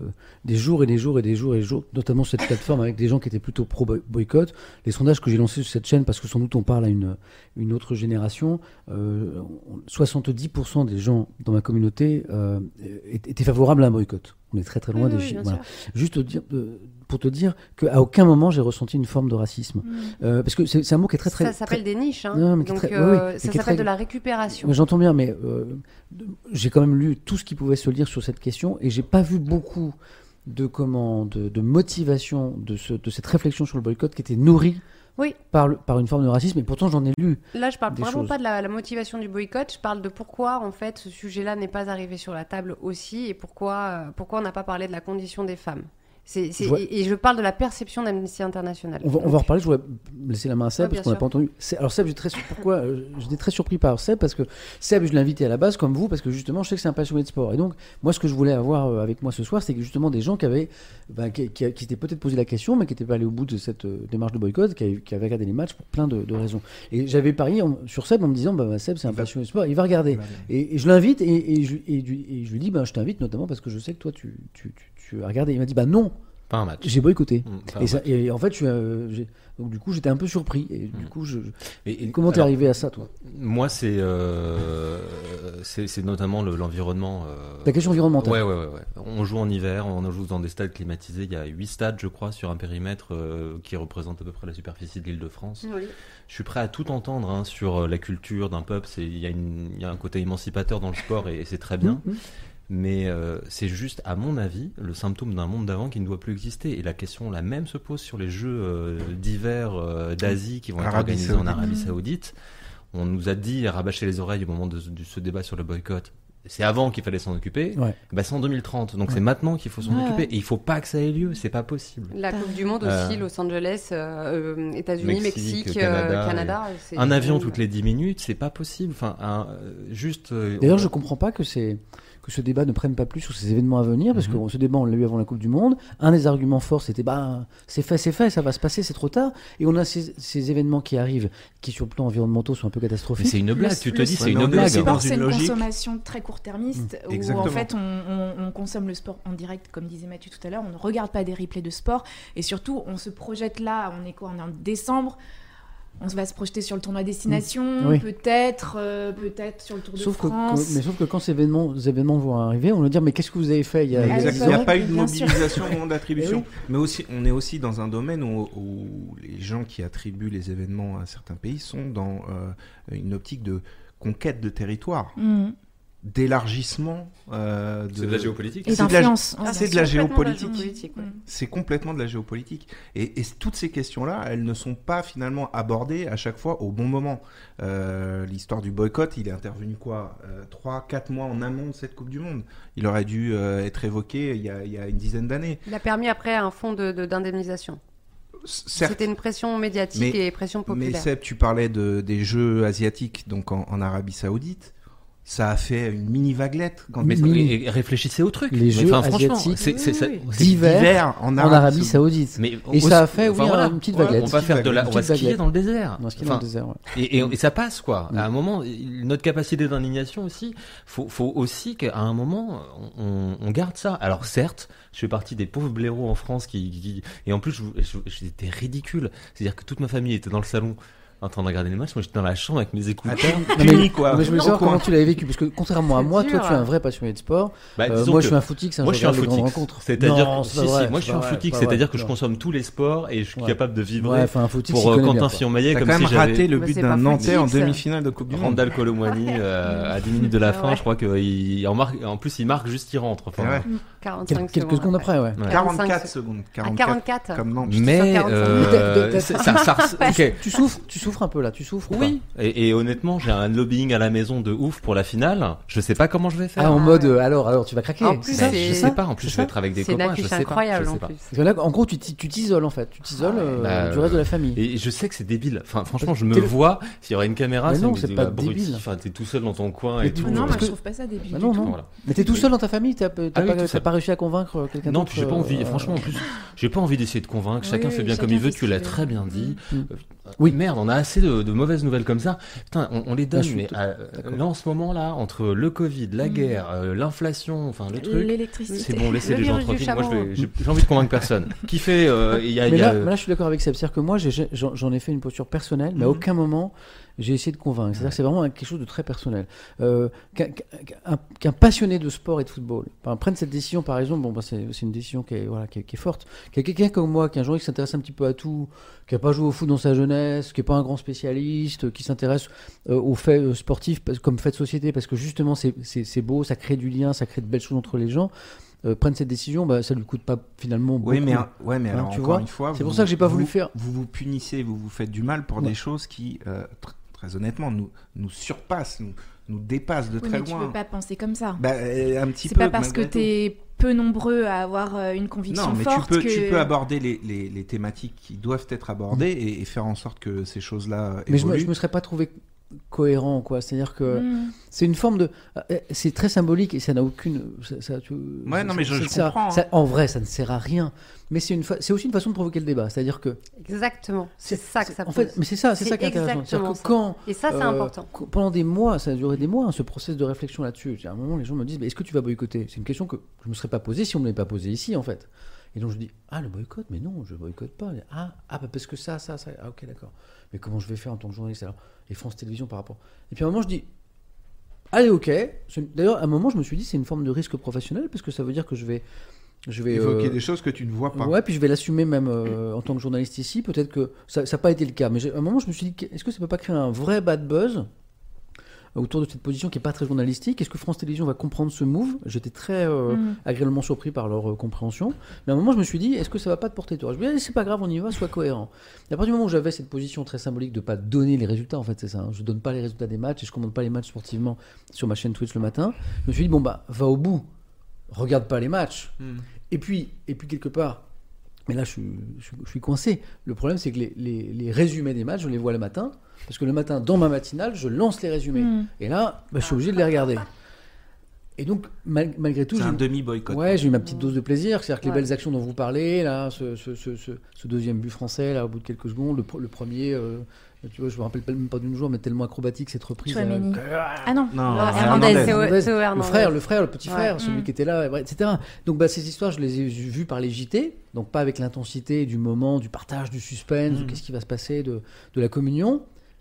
des jours et des jours et des jours et des jours, notamment sur cette plateforme avec des gens qui étaient plutôt pro boy- boycott. Les sondages que j'ai lancés sur cette chaîne, parce que sans doute on parle à une, une autre génération, euh, on- 70% des gens dans ma communauté euh, é- étaient favorables à un boycott. On est très très loin Oui, des oui, chiffres. bien voilà. Juste te dire, euh, pour te dire qu'à aucun moment j'ai ressenti une forme de racisme, Hmm. Euh, parce que c'est c'est un mot qui est très très ça s'appelle des niches. hein. Non, mais qui est Donc, très- euh, oui, oui, mais qui est ça s'appelle très- de la récupération. mais J'entends bien, mais euh, de- j'ai quand même lu tout ce qui pouvait se lire sur cette question et j'ai pas vu beaucoup de comment, de, de motivation de, ce- de cette réflexion sur le boycott qui était nourrie Oui. par, le- par une forme de racisme. Et pourtant, j'en ai lu. Là, je parle des vraiment choses. pas de la, la motivation du boycott, je parle de pourquoi, en fait, ce sujet-là n'est pas arrivé sur la table aussi et pourquoi, euh, pourquoi on n'a pas parlé de la condition des femmes. C'est, c'est- Je vois- et, et je parle de la perception d'Amnesty International. On va, on va en reparler. Je voulais laisser la main à Seb Ouais, parce Ah, bien qu'on n'a sûr. pas entendu. C'est- Alors Seb, j'ai très sur- pourquoi euh, j'étais très surpris par Seb parce que Seb, je l'ai invité à la base comme vous parce que justement, je sais que c'est un passionné de sport. Et donc, moi, ce que je voulais avoir euh, avec moi ce soir, c'est que justement des gens qui avaient, ben, qui, qui, qui s'étaient peut-être posé la question, mais qui n'étaient pas allés au bout de cette euh, démarche de boycott, qui, avaient- qui avaient regardé les matchs pour plein de, de raisons. Et j'avais parié en- sur Seb en me disant, bah, bah, Seb, c'est un Il va- passionné de sport, il va regarder. voilà. Et, et je l'invite et, et je, et du- et je lui dis, ben, je t'invite notamment parce que je sais que toi, tu, tu, tu, tu as regardé. Il m'a dit, bah non, Pas un match. j'ai boycotté. Mm, pas un Et, ça- et en fait, je suis, euh, j'ai- donc du coup, j'étais un peu surpris. Et du coup, je, Mais- Mm. et- comment t'es alors, arrivé à ça, toi Moi, c'est euh, c'est c'est notamment le- l'environnement. euh, La question environnementale. Ouais, ouais, ouais, ouais. On joue en hiver, on joue dans des stades climatisés. Il y a huit stades, je crois, sur un périmètre euh, qui représente à peu près la superficie de l'île de France. Oui. Je suis prêt à tout entendre hein, sur euh, la culture d'un peuple. c'est- Il y, a une- il y a un côté émancipateur dans le sport et, et c'est très bien. Mhm. Mais euh, c'est juste, à mon avis, le symptôme d'un monde d'avant qui ne doit plus exister. Et la question la même se pose sur les jeux euh, d'hiver euh, d'Asie qui vont être Arabie organisés en Saoudite. Arabie Mhm. Saoudite. On nous a dit et rabâché les oreilles au moment de, de ce débat sur le boycott. C'est avant qu'il fallait s'en occuper. Ouais. Bah, c'est en 2030, donc Ouais. c'est maintenant qu'il faut s'en Ouais, occuper. ouais. Et il faut pas que ça ait lieu, c'est pas possible. La T'as Coupe du Monde Euh, aussi, Los Angeles, euh, euh, États-Unis, Mexique, Mexique, Canada, euh, Canada. c'est- Un avion toutes les 10 minutes, c'est pas possible. Enfin, un- euh, juste. euh, D'ailleurs, on- je comprends pas que, c'est- que ce débat ne prenne pas plus sur ces événements à venir, parce Mm-hmm. que ce débat, on l'a eu avant la Coupe du Monde. Un des arguments forts, c'était bah, c'est fait, c'est fait, ça va se passer, c'est trop tard. Et on a ces, ces événements qui arrivent, qui sur le plan environnemental sont un peu Mais c'est catastrophiques. une blague, Le- tu te le- dis, le c'est une sport, blague. c'est dans sport, c'est une une logique. Hmm. consommation très court-termiste où Exactement. en fait on, on- on consomme le sport en direct, comme disait Mathieu tout à l'heure, on ne regarde pas des replays de sport et surtout on se projette là, on est quoi On est en décembre. On va se projeter sur le Hmm. tournoi destination, Mm. Oui. peut-être, euh, peut-être sur le Tour de Sauf que, quand- France. mais sauf que quand ces événements, ces événements vont arriver, on va dire mais qu'est-ce que vous avez fait il y a Mais dix Exact. c'est Il n'y a vrai pas que eu de bien sûr. mobilisation au moment d'attribution. Mais Mais aussi, on est aussi dans un domaine où, où les gens qui attribuent les événements à certains pays sont dans euh, une optique de conquête de territoire, Mm. d'élargissement euh, de... géopolitique. Et C'est de la- d'influence. ouais, Ah, bien c'est de sûr. la complètement de la géopolitique. géopolitique, ouais. Mm. C'est complètement de la géopolitique. Et, et toutes ces questions-là, elles ne sont pas finalement abordées à chaque fois au bon moment. Euh, L'histoire du boycott, il est intervenu quoi euh, Trois, quatre mois en amont de cette Coupe du Monde. Il aurait dû euh, être évoqué il y a, il y a une dizaine d'années. Il a permis après un fonds de- de- d'indemnisation. C- certes, C'était une pression médiatique Mais- et pression Mais populaire. Seb, tu parlais de, des Jeux asiatiques, donc en, en Arabie Saoudite. Ça a fait une mini vaguelette quand Mais Mais- mais réfléchissez au truc. Les jeux Enfin, franchement, asiatiques c'est- c'est- ça- c'est- d'hiver l'hiver en en Arabie Saoudite. Mais Et on- ça on- a fait, enfin, oui, voilà. une petite Voilà, baguette. On va faire de la, on va Petite skier baguette. dans le désert. Non, ce qui est dans le Enfin, désert, ouais. Et, et- et ça passe quoi. Mm. À un moment, il- notre capacité d'indignation aussi, faut, faut aussi qu'à un moment, on, on garde ça. Alors certes, je fais partie des pauvres blaireaux en France qui, qui- et en plus, je- je- j'étais ridicule. C'est-à-dire que toute ma famille était dans le salon en train de regarder les matchs, moi j'étais dans la chambre avec mes écouteurs. Non, mais- Puni quoi. Non, mais je voulais Non, savoir quoi. comment tu l'avais vécu, parce que contrairement à C'est moi, dur, toi tu es un hein. vrai passionné de sport. Bah, Euh, disons moi que- je suis un footix, hein, Moi, je suis un regarde les grandes footix. rencontres. C'est-à-dire Non, que, c'est pas si, vrai, si, moi je c'est suis pas un vrai, footix, c'est pas c'est-à-dire vrai, que je non. consomme tous les sports et je suis Ouais. capable de vivre Ouais, enfin un footix, pour il euh, connaît bien, Quentin quoi. Fillon-Maillet T'as comme quand même si j'avais- raté le Mais but c'est d'un pas Nantais en Footix. demi-finale de Coupe du Monde. Randall Colomwani euh, à 10 minutes de la fin, je crois qu'il en marque. En plus, il marque juste, il rentre. Enfin, Ouais. Quel- 45 quelques secondes après, ouais. Ouais. 44 secondes. À 44. Ah, 44. Comme non. Mais 45. euh, Mais c'est- ça, ça, ok. Tu souffres, tu souffres un peu là, tu souffres. ou Oui. Et, et honnêtement, j'ai un lobbying à la maison de ouf pour la finale. Je sais pas comment je vais pas Ah faire. en Ah, mode ouais. euh, alors alors tu vas craquer. En plus, c'est ça, Mais je c'est sais ça pas. En plus, C'est je vais ça être avec des C'est une copains. Je affiche sais pas. Je incroyable sais en pas. plus. Parce que là, en gros, tu t'i- tu t'isoles en fait, tu t'isoles euh, Bah, du reste de la famille. Et je sais que c'est débile. Enfin, franchement, je me T'es le- vois. S'il y aurait une caméra, Mais ça non, me c'est dit, pas ah, abruti. débile. Enfin, t'es tout seul dans ton coin Mais et tout. tout- Ah Non, Enfin, moi Parce je que- trouve pas ça débile. Bah du non, tout. non. voilà. Mais t'es tout Oui. seul dans ta famille, t'as pas- t'as Ah oui, pas tout t'as seul. pas réussi à convaincre quelqu'un Non, d'autre, puis j'ai pas envie. euh, Franchement, en plus, j'ai pas envie d'essayer de convaincre. Oui, Chacun oui, fait bien chacun comme il fait veut. ce Tu qu'il l'as veut. très bien dit. Mm. Euh, Oui, merde, on a assez de, de mauvaises nouvelles comme ça. Putain, on, on les Là, Bah, je donne, suis mais tout- euh, d'accord. là en ce moment là, entre le Covid, la Mm. guerre, euh, l'inflation, enfin le truc, L'électricité. c'est bon, laissez Le les gens virus du tranquilles. Moi, je chameau. vais- j'ai j'ai envie de convaincre personne. Qui fait, euh, il y a, il Mais y là, a- mais là, je suis d'accord avec Seb. C'est-à-dire que moi, j'ai- j'ai- j'en j'en ai fait une posture personnelle, mais à Mhm. aucun moment j'ai essayé de convaincre. C'est-à-dire que c'est vraiment un- quelque chose de très personnel. Euh, Qu'un qu'un- qu'un passionné de sport et de football enfin, prenne cette décision, par exemple, bon, bah, c'est c'est une décision qui est, voilà, qui est, qui est forte. Qu'il y ait quelqu'un comme moi, qui est un journaliste qui s'intéresse un petit peu à tout, qui n'a pas joué au foot dans sa jeunesse, qui n'est pas un grand spécialiste, qui s'intéresse euh, aux faits euh, sportifs parce- comme faits de société, parce que justement, c'est- c'est c'est beau, ça crée du lien, ça crée de belles choses entre les gens. euh, prenne cette décision, bah, ça lui coûte pas finalement beaucoup. Oui, mais, un- ouais, mais Hein, alors, tu encore vois, une fois. c'est pour vous- ça que j'ai pas voulu vous- faire. Vous vous punissez, vous vous faites du mal pour Ouais. des choses qui, euh, tr- très honnêtement, nous, nous surpassent, nous, nous dépassent de Oui, très mais tu loin. peux pas penser comme ça. Bah, euh, un petit C'est peu. pas parce que malgré tout. t'es peu nombreux à avoir euh, une conviction Non, mais tu forte peux, que. tu peux aborder les, les, les thématiques qui doivent être abordées et, et faire en sorte que ces choses-là Mm. Mais je me, évoluent. je me serais pas trouvé cohérent, quoi. C'est-à-dire que Mm. c'est une forme de. euh, C'est très symbolique et ça n'a aucune. Ça, ça- tu- ça- non, mais je- ça- je ça- comprends, hein. ça- en vrai, ça ne sert à rien. Mais c'est une fa- c'est aussi une façon de provoquer le débat. C'est-à-dire que. Exactement. C'est ça que ça En pose. fait, mais c'est ça, c'est C'est ça qui est intéressant. C'est-à-dire que exactement ça. quand. Et ça, c'est euh, important. qu- Pendant des mois, ça a duré des mois, hein, ce process de réflexion là-dessus. À un moment, les gens me disent mais Est-ce que tu vas boycotter C'est une question que je ne me serais pas posée si on ne me l'avait pas posée ici, en fait. Et donc je dis Ah, le boycott Mais non, je ne boycotte pas. Ah, ah bah, parce que ça, ça, ça. Ah, ok, d'accord. Mais comment je vais faire en tant que journaliste alors Et France Télévisions par rapport. Et puis à un moment, je dis Allez, ok. C'est- D'ailleurs, à un moment, je me suis dit C'est une forme de risque professionnel, parce que ça veut dire que je vais. Je vais Évoquer euh, des choses que tu ne vois pas. Ouais, puis je vais l'assumer même euh, en tant que journaliste ici. Peut-être que ça n'a pas été le cas. Mais j'ai- à un moment, je me suis dit, que- est-ce que ça peut pas créer un vrai bad buzz euh, autour de cette position qui est pas très journalistique. Est-ce que France Télévisions va comprendre ce move J'étais très euh, Mm. agréablement surpris par leur euh, compréhension. Mais à un moment, je me suis dit, est-ce que ça va pas te porter tort Je me suis dit, allez, c'est pas grave, on y va, sois cohérent. Et à partir du moment où j'avais cette position très symbolique de pas donner les résultats, en fait, c'est ça. hein, je donne pas les résultats des matchs et je commente pas les matchs sportivement sur ma chaîne Twitch le matin. Je me suis dit, bon, bah, va au bout. Regarde pas les matchs. Hmm. Et puis, et puis quelque part, mais là, je suis, je suis- je suis coincé. Le problème, c'est que les, les- les résumés des matchs, je les vois le matin. Parce que le matin, dans ma matinale, je lance les résumés. Mm. Et là, bah, je suis obligé de les regarder. Et donc, mal- malgré tout, C'est j'ai un eu- demi-boycott. ouais, j'ai eu ma petite dose de plaisir. C'est-à-dire que Ouais. les belles actions dont vous parlez, là, ce, ce- ce- ce- ce deuxième but français, là, au bout de quelques secondes, le, pr- le premier, euh, tu vois, je me rappelle même pas d'une jour, mais tellement acrobatique cette reprise. euh, Chouameni. Ah non. Non, Ah, Hernandez. Hernandez, c'est au- Hernandez. c'est au le Hernandez. frère, le frère, le petit Ouais. frère, celui Mm. qui était là, ouais, etc. Donc bah, ces histoires, je les ai vues par les JT, donc pas avec l'intensité du moment, du partage, du suspense, Mm. de qu'est-ce qui va se passer, de, de la communion.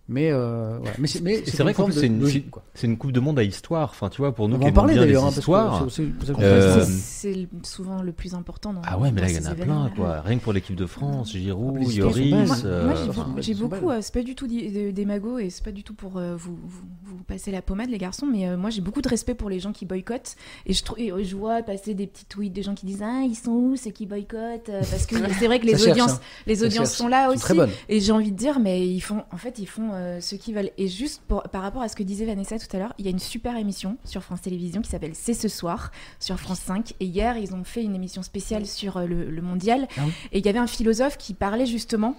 Mais, euh, voilà. mais c'est mais C'est une vrai qu'en forme plus, de c'est une- logique, quoi. C'est une Coupe de Monde à histoire. Enfin, tu vois, pour On nous va qui en aimons parler bien les d'ailleurs, hein, parce que histoires. c'est- c'est pour ça qu'on Euh, fait ça. C'est- C'est le- souvent le plus important. Dans, Ah ouais, mais dans là, il y en ces a événements-là. plein, quoi. Rien que pour l'équipe de France, Ah, Giroud, mais les histoires sont belles. Lloris. Moi, euh, moi, j'ai enfin, bah, beaucoup- elles j'ai sont beaucoup, belles. euh, c'est pas du tout di- de- démago et c'est pas du tout pour euh, vous, vous, vous passer la pommade, les garçons, mais euh, moi j'ai beaucoup de respect pour les gens qui boycottent et je, trou- et, euh, je vois passer des petits tweets des gens qui disent Ah, ils sont où ceux qui boycottent Euh, Parce que c'est vrai que les Ça cherche, audiences, hein. les Ça audiences cherche. sont Elles Euh, là sont aussi. Très bonne. Et j'ai envie de dire, mais ils font, en fait, ils font euh, ce qu'ils veulent. Et juste pour- par rapport à ce que disait Vanessa tout à l'heure, il y a une super émission sur France Télévisions qui s'appelle C'est ce soir sur France 5. Et hier, ils ont fait une émission spéciale sur euh, le, le mondial. Ah oui. Et il y avait un philosophe qui parlait justement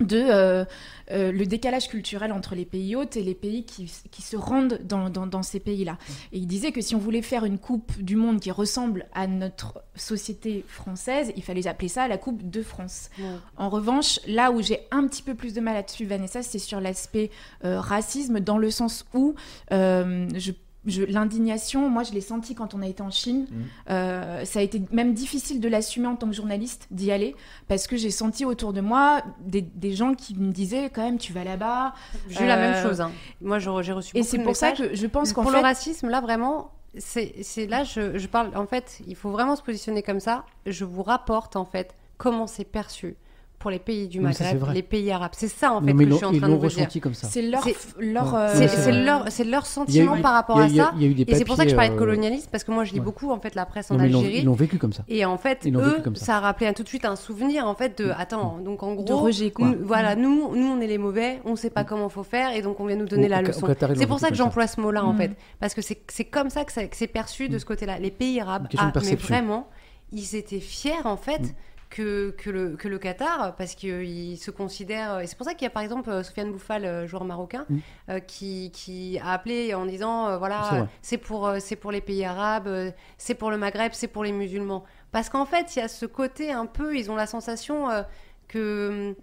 de euh, euh, le décalage culturel entre les pays hôtes et les pays qui, qui se rendent dans, dans- dans ces pays-là. Et il disait que si on voulait faire une coupe du monde qui ressemble à notre société française, il fallait appeler ça la coupe de France. En revanche, là où j'ai un petit peu plus de mal à te suivre, Vanessa, c'est sur l'aspect euh, racisme, dans le sens où euh, je- je- L'indignation, moi je l'ai senti quand on a été en Chine. Mmh. Mhm. Euh, ça a été même difficile de l'assumer en tant que journaliste, d'y aller, parce que j'ai senti autour de moi des, des gens qui me disaient quand même tu vas là-bas. J'ai eu la Euh, même chose. hein. Moi, je- j'ai reçu Et beaucoup c'est de pour ça messages. Mmh. que je pense qu'en pour fait. le racisme, là vraiment, c'est c'est- là je, je parle. En fait, il faut vraiment se positionner comme ça. Je vous rapporte en fait comment c'est perçu pour les pays du Mais ça, c'est Maghreb, vrai. les pays arabes. C'est ça en Non, fait mais que ils je l'ont- suis en ils train de l'ont vous dire. ressenti comme ça. C'est leur, C'est- leur, Ouais. euh, C'est Ouais, c'est vrai. leur, c'est leur Il y a eu- sentiment par rapport il y a- à il y a- ça. il y a eu des Et c'est pour ça papiers, que je parlais de euh, colonialiste parce que moi je lis ouais. beaucoup en fait la presse en non, mais ils l'ont- Algérie. Ils l'ont vécu comme ça. Et en fait, Ils l'ont vécu eux, comme ça. Mm. ça. a rappelé un, tout de suite un souvenir en fait de attends. Donc en gros, de rejet, quoi. nous- voilà, nous, nous on est les mauvais, on sait pas comment faut faire et donc on vient nous donner Mm. Au- la au Ca- leçon. au Qatar, ils l'ont C'est pour vécu ça que comme j'emploie ce mot-là en Mm. fait, parce que c'est c'est comme ça que, ça- que c'est perçu de ce côté-là. Les pays arabes, Une Mm. question de ah, mais perception. Mm. vraiment, ils étaient fiers en fait. Que, que, le, que le Qatar, parce qu'ils se considèrent. Et c'est pour ça qu'il y a par exemple euh, Sofiane Bouffal, euh, joueur marocain, Mm. euh, qui, qui a appelé en disant euh, C'est vrai. voilà, c'est pour, euh, c'est pour les pays arabes, euh, c'est pour le Maghreb, c'est pour les musulmans. Parce qu'en fait, il y a ce côté un peu, ils ont la sensation euh, que hum,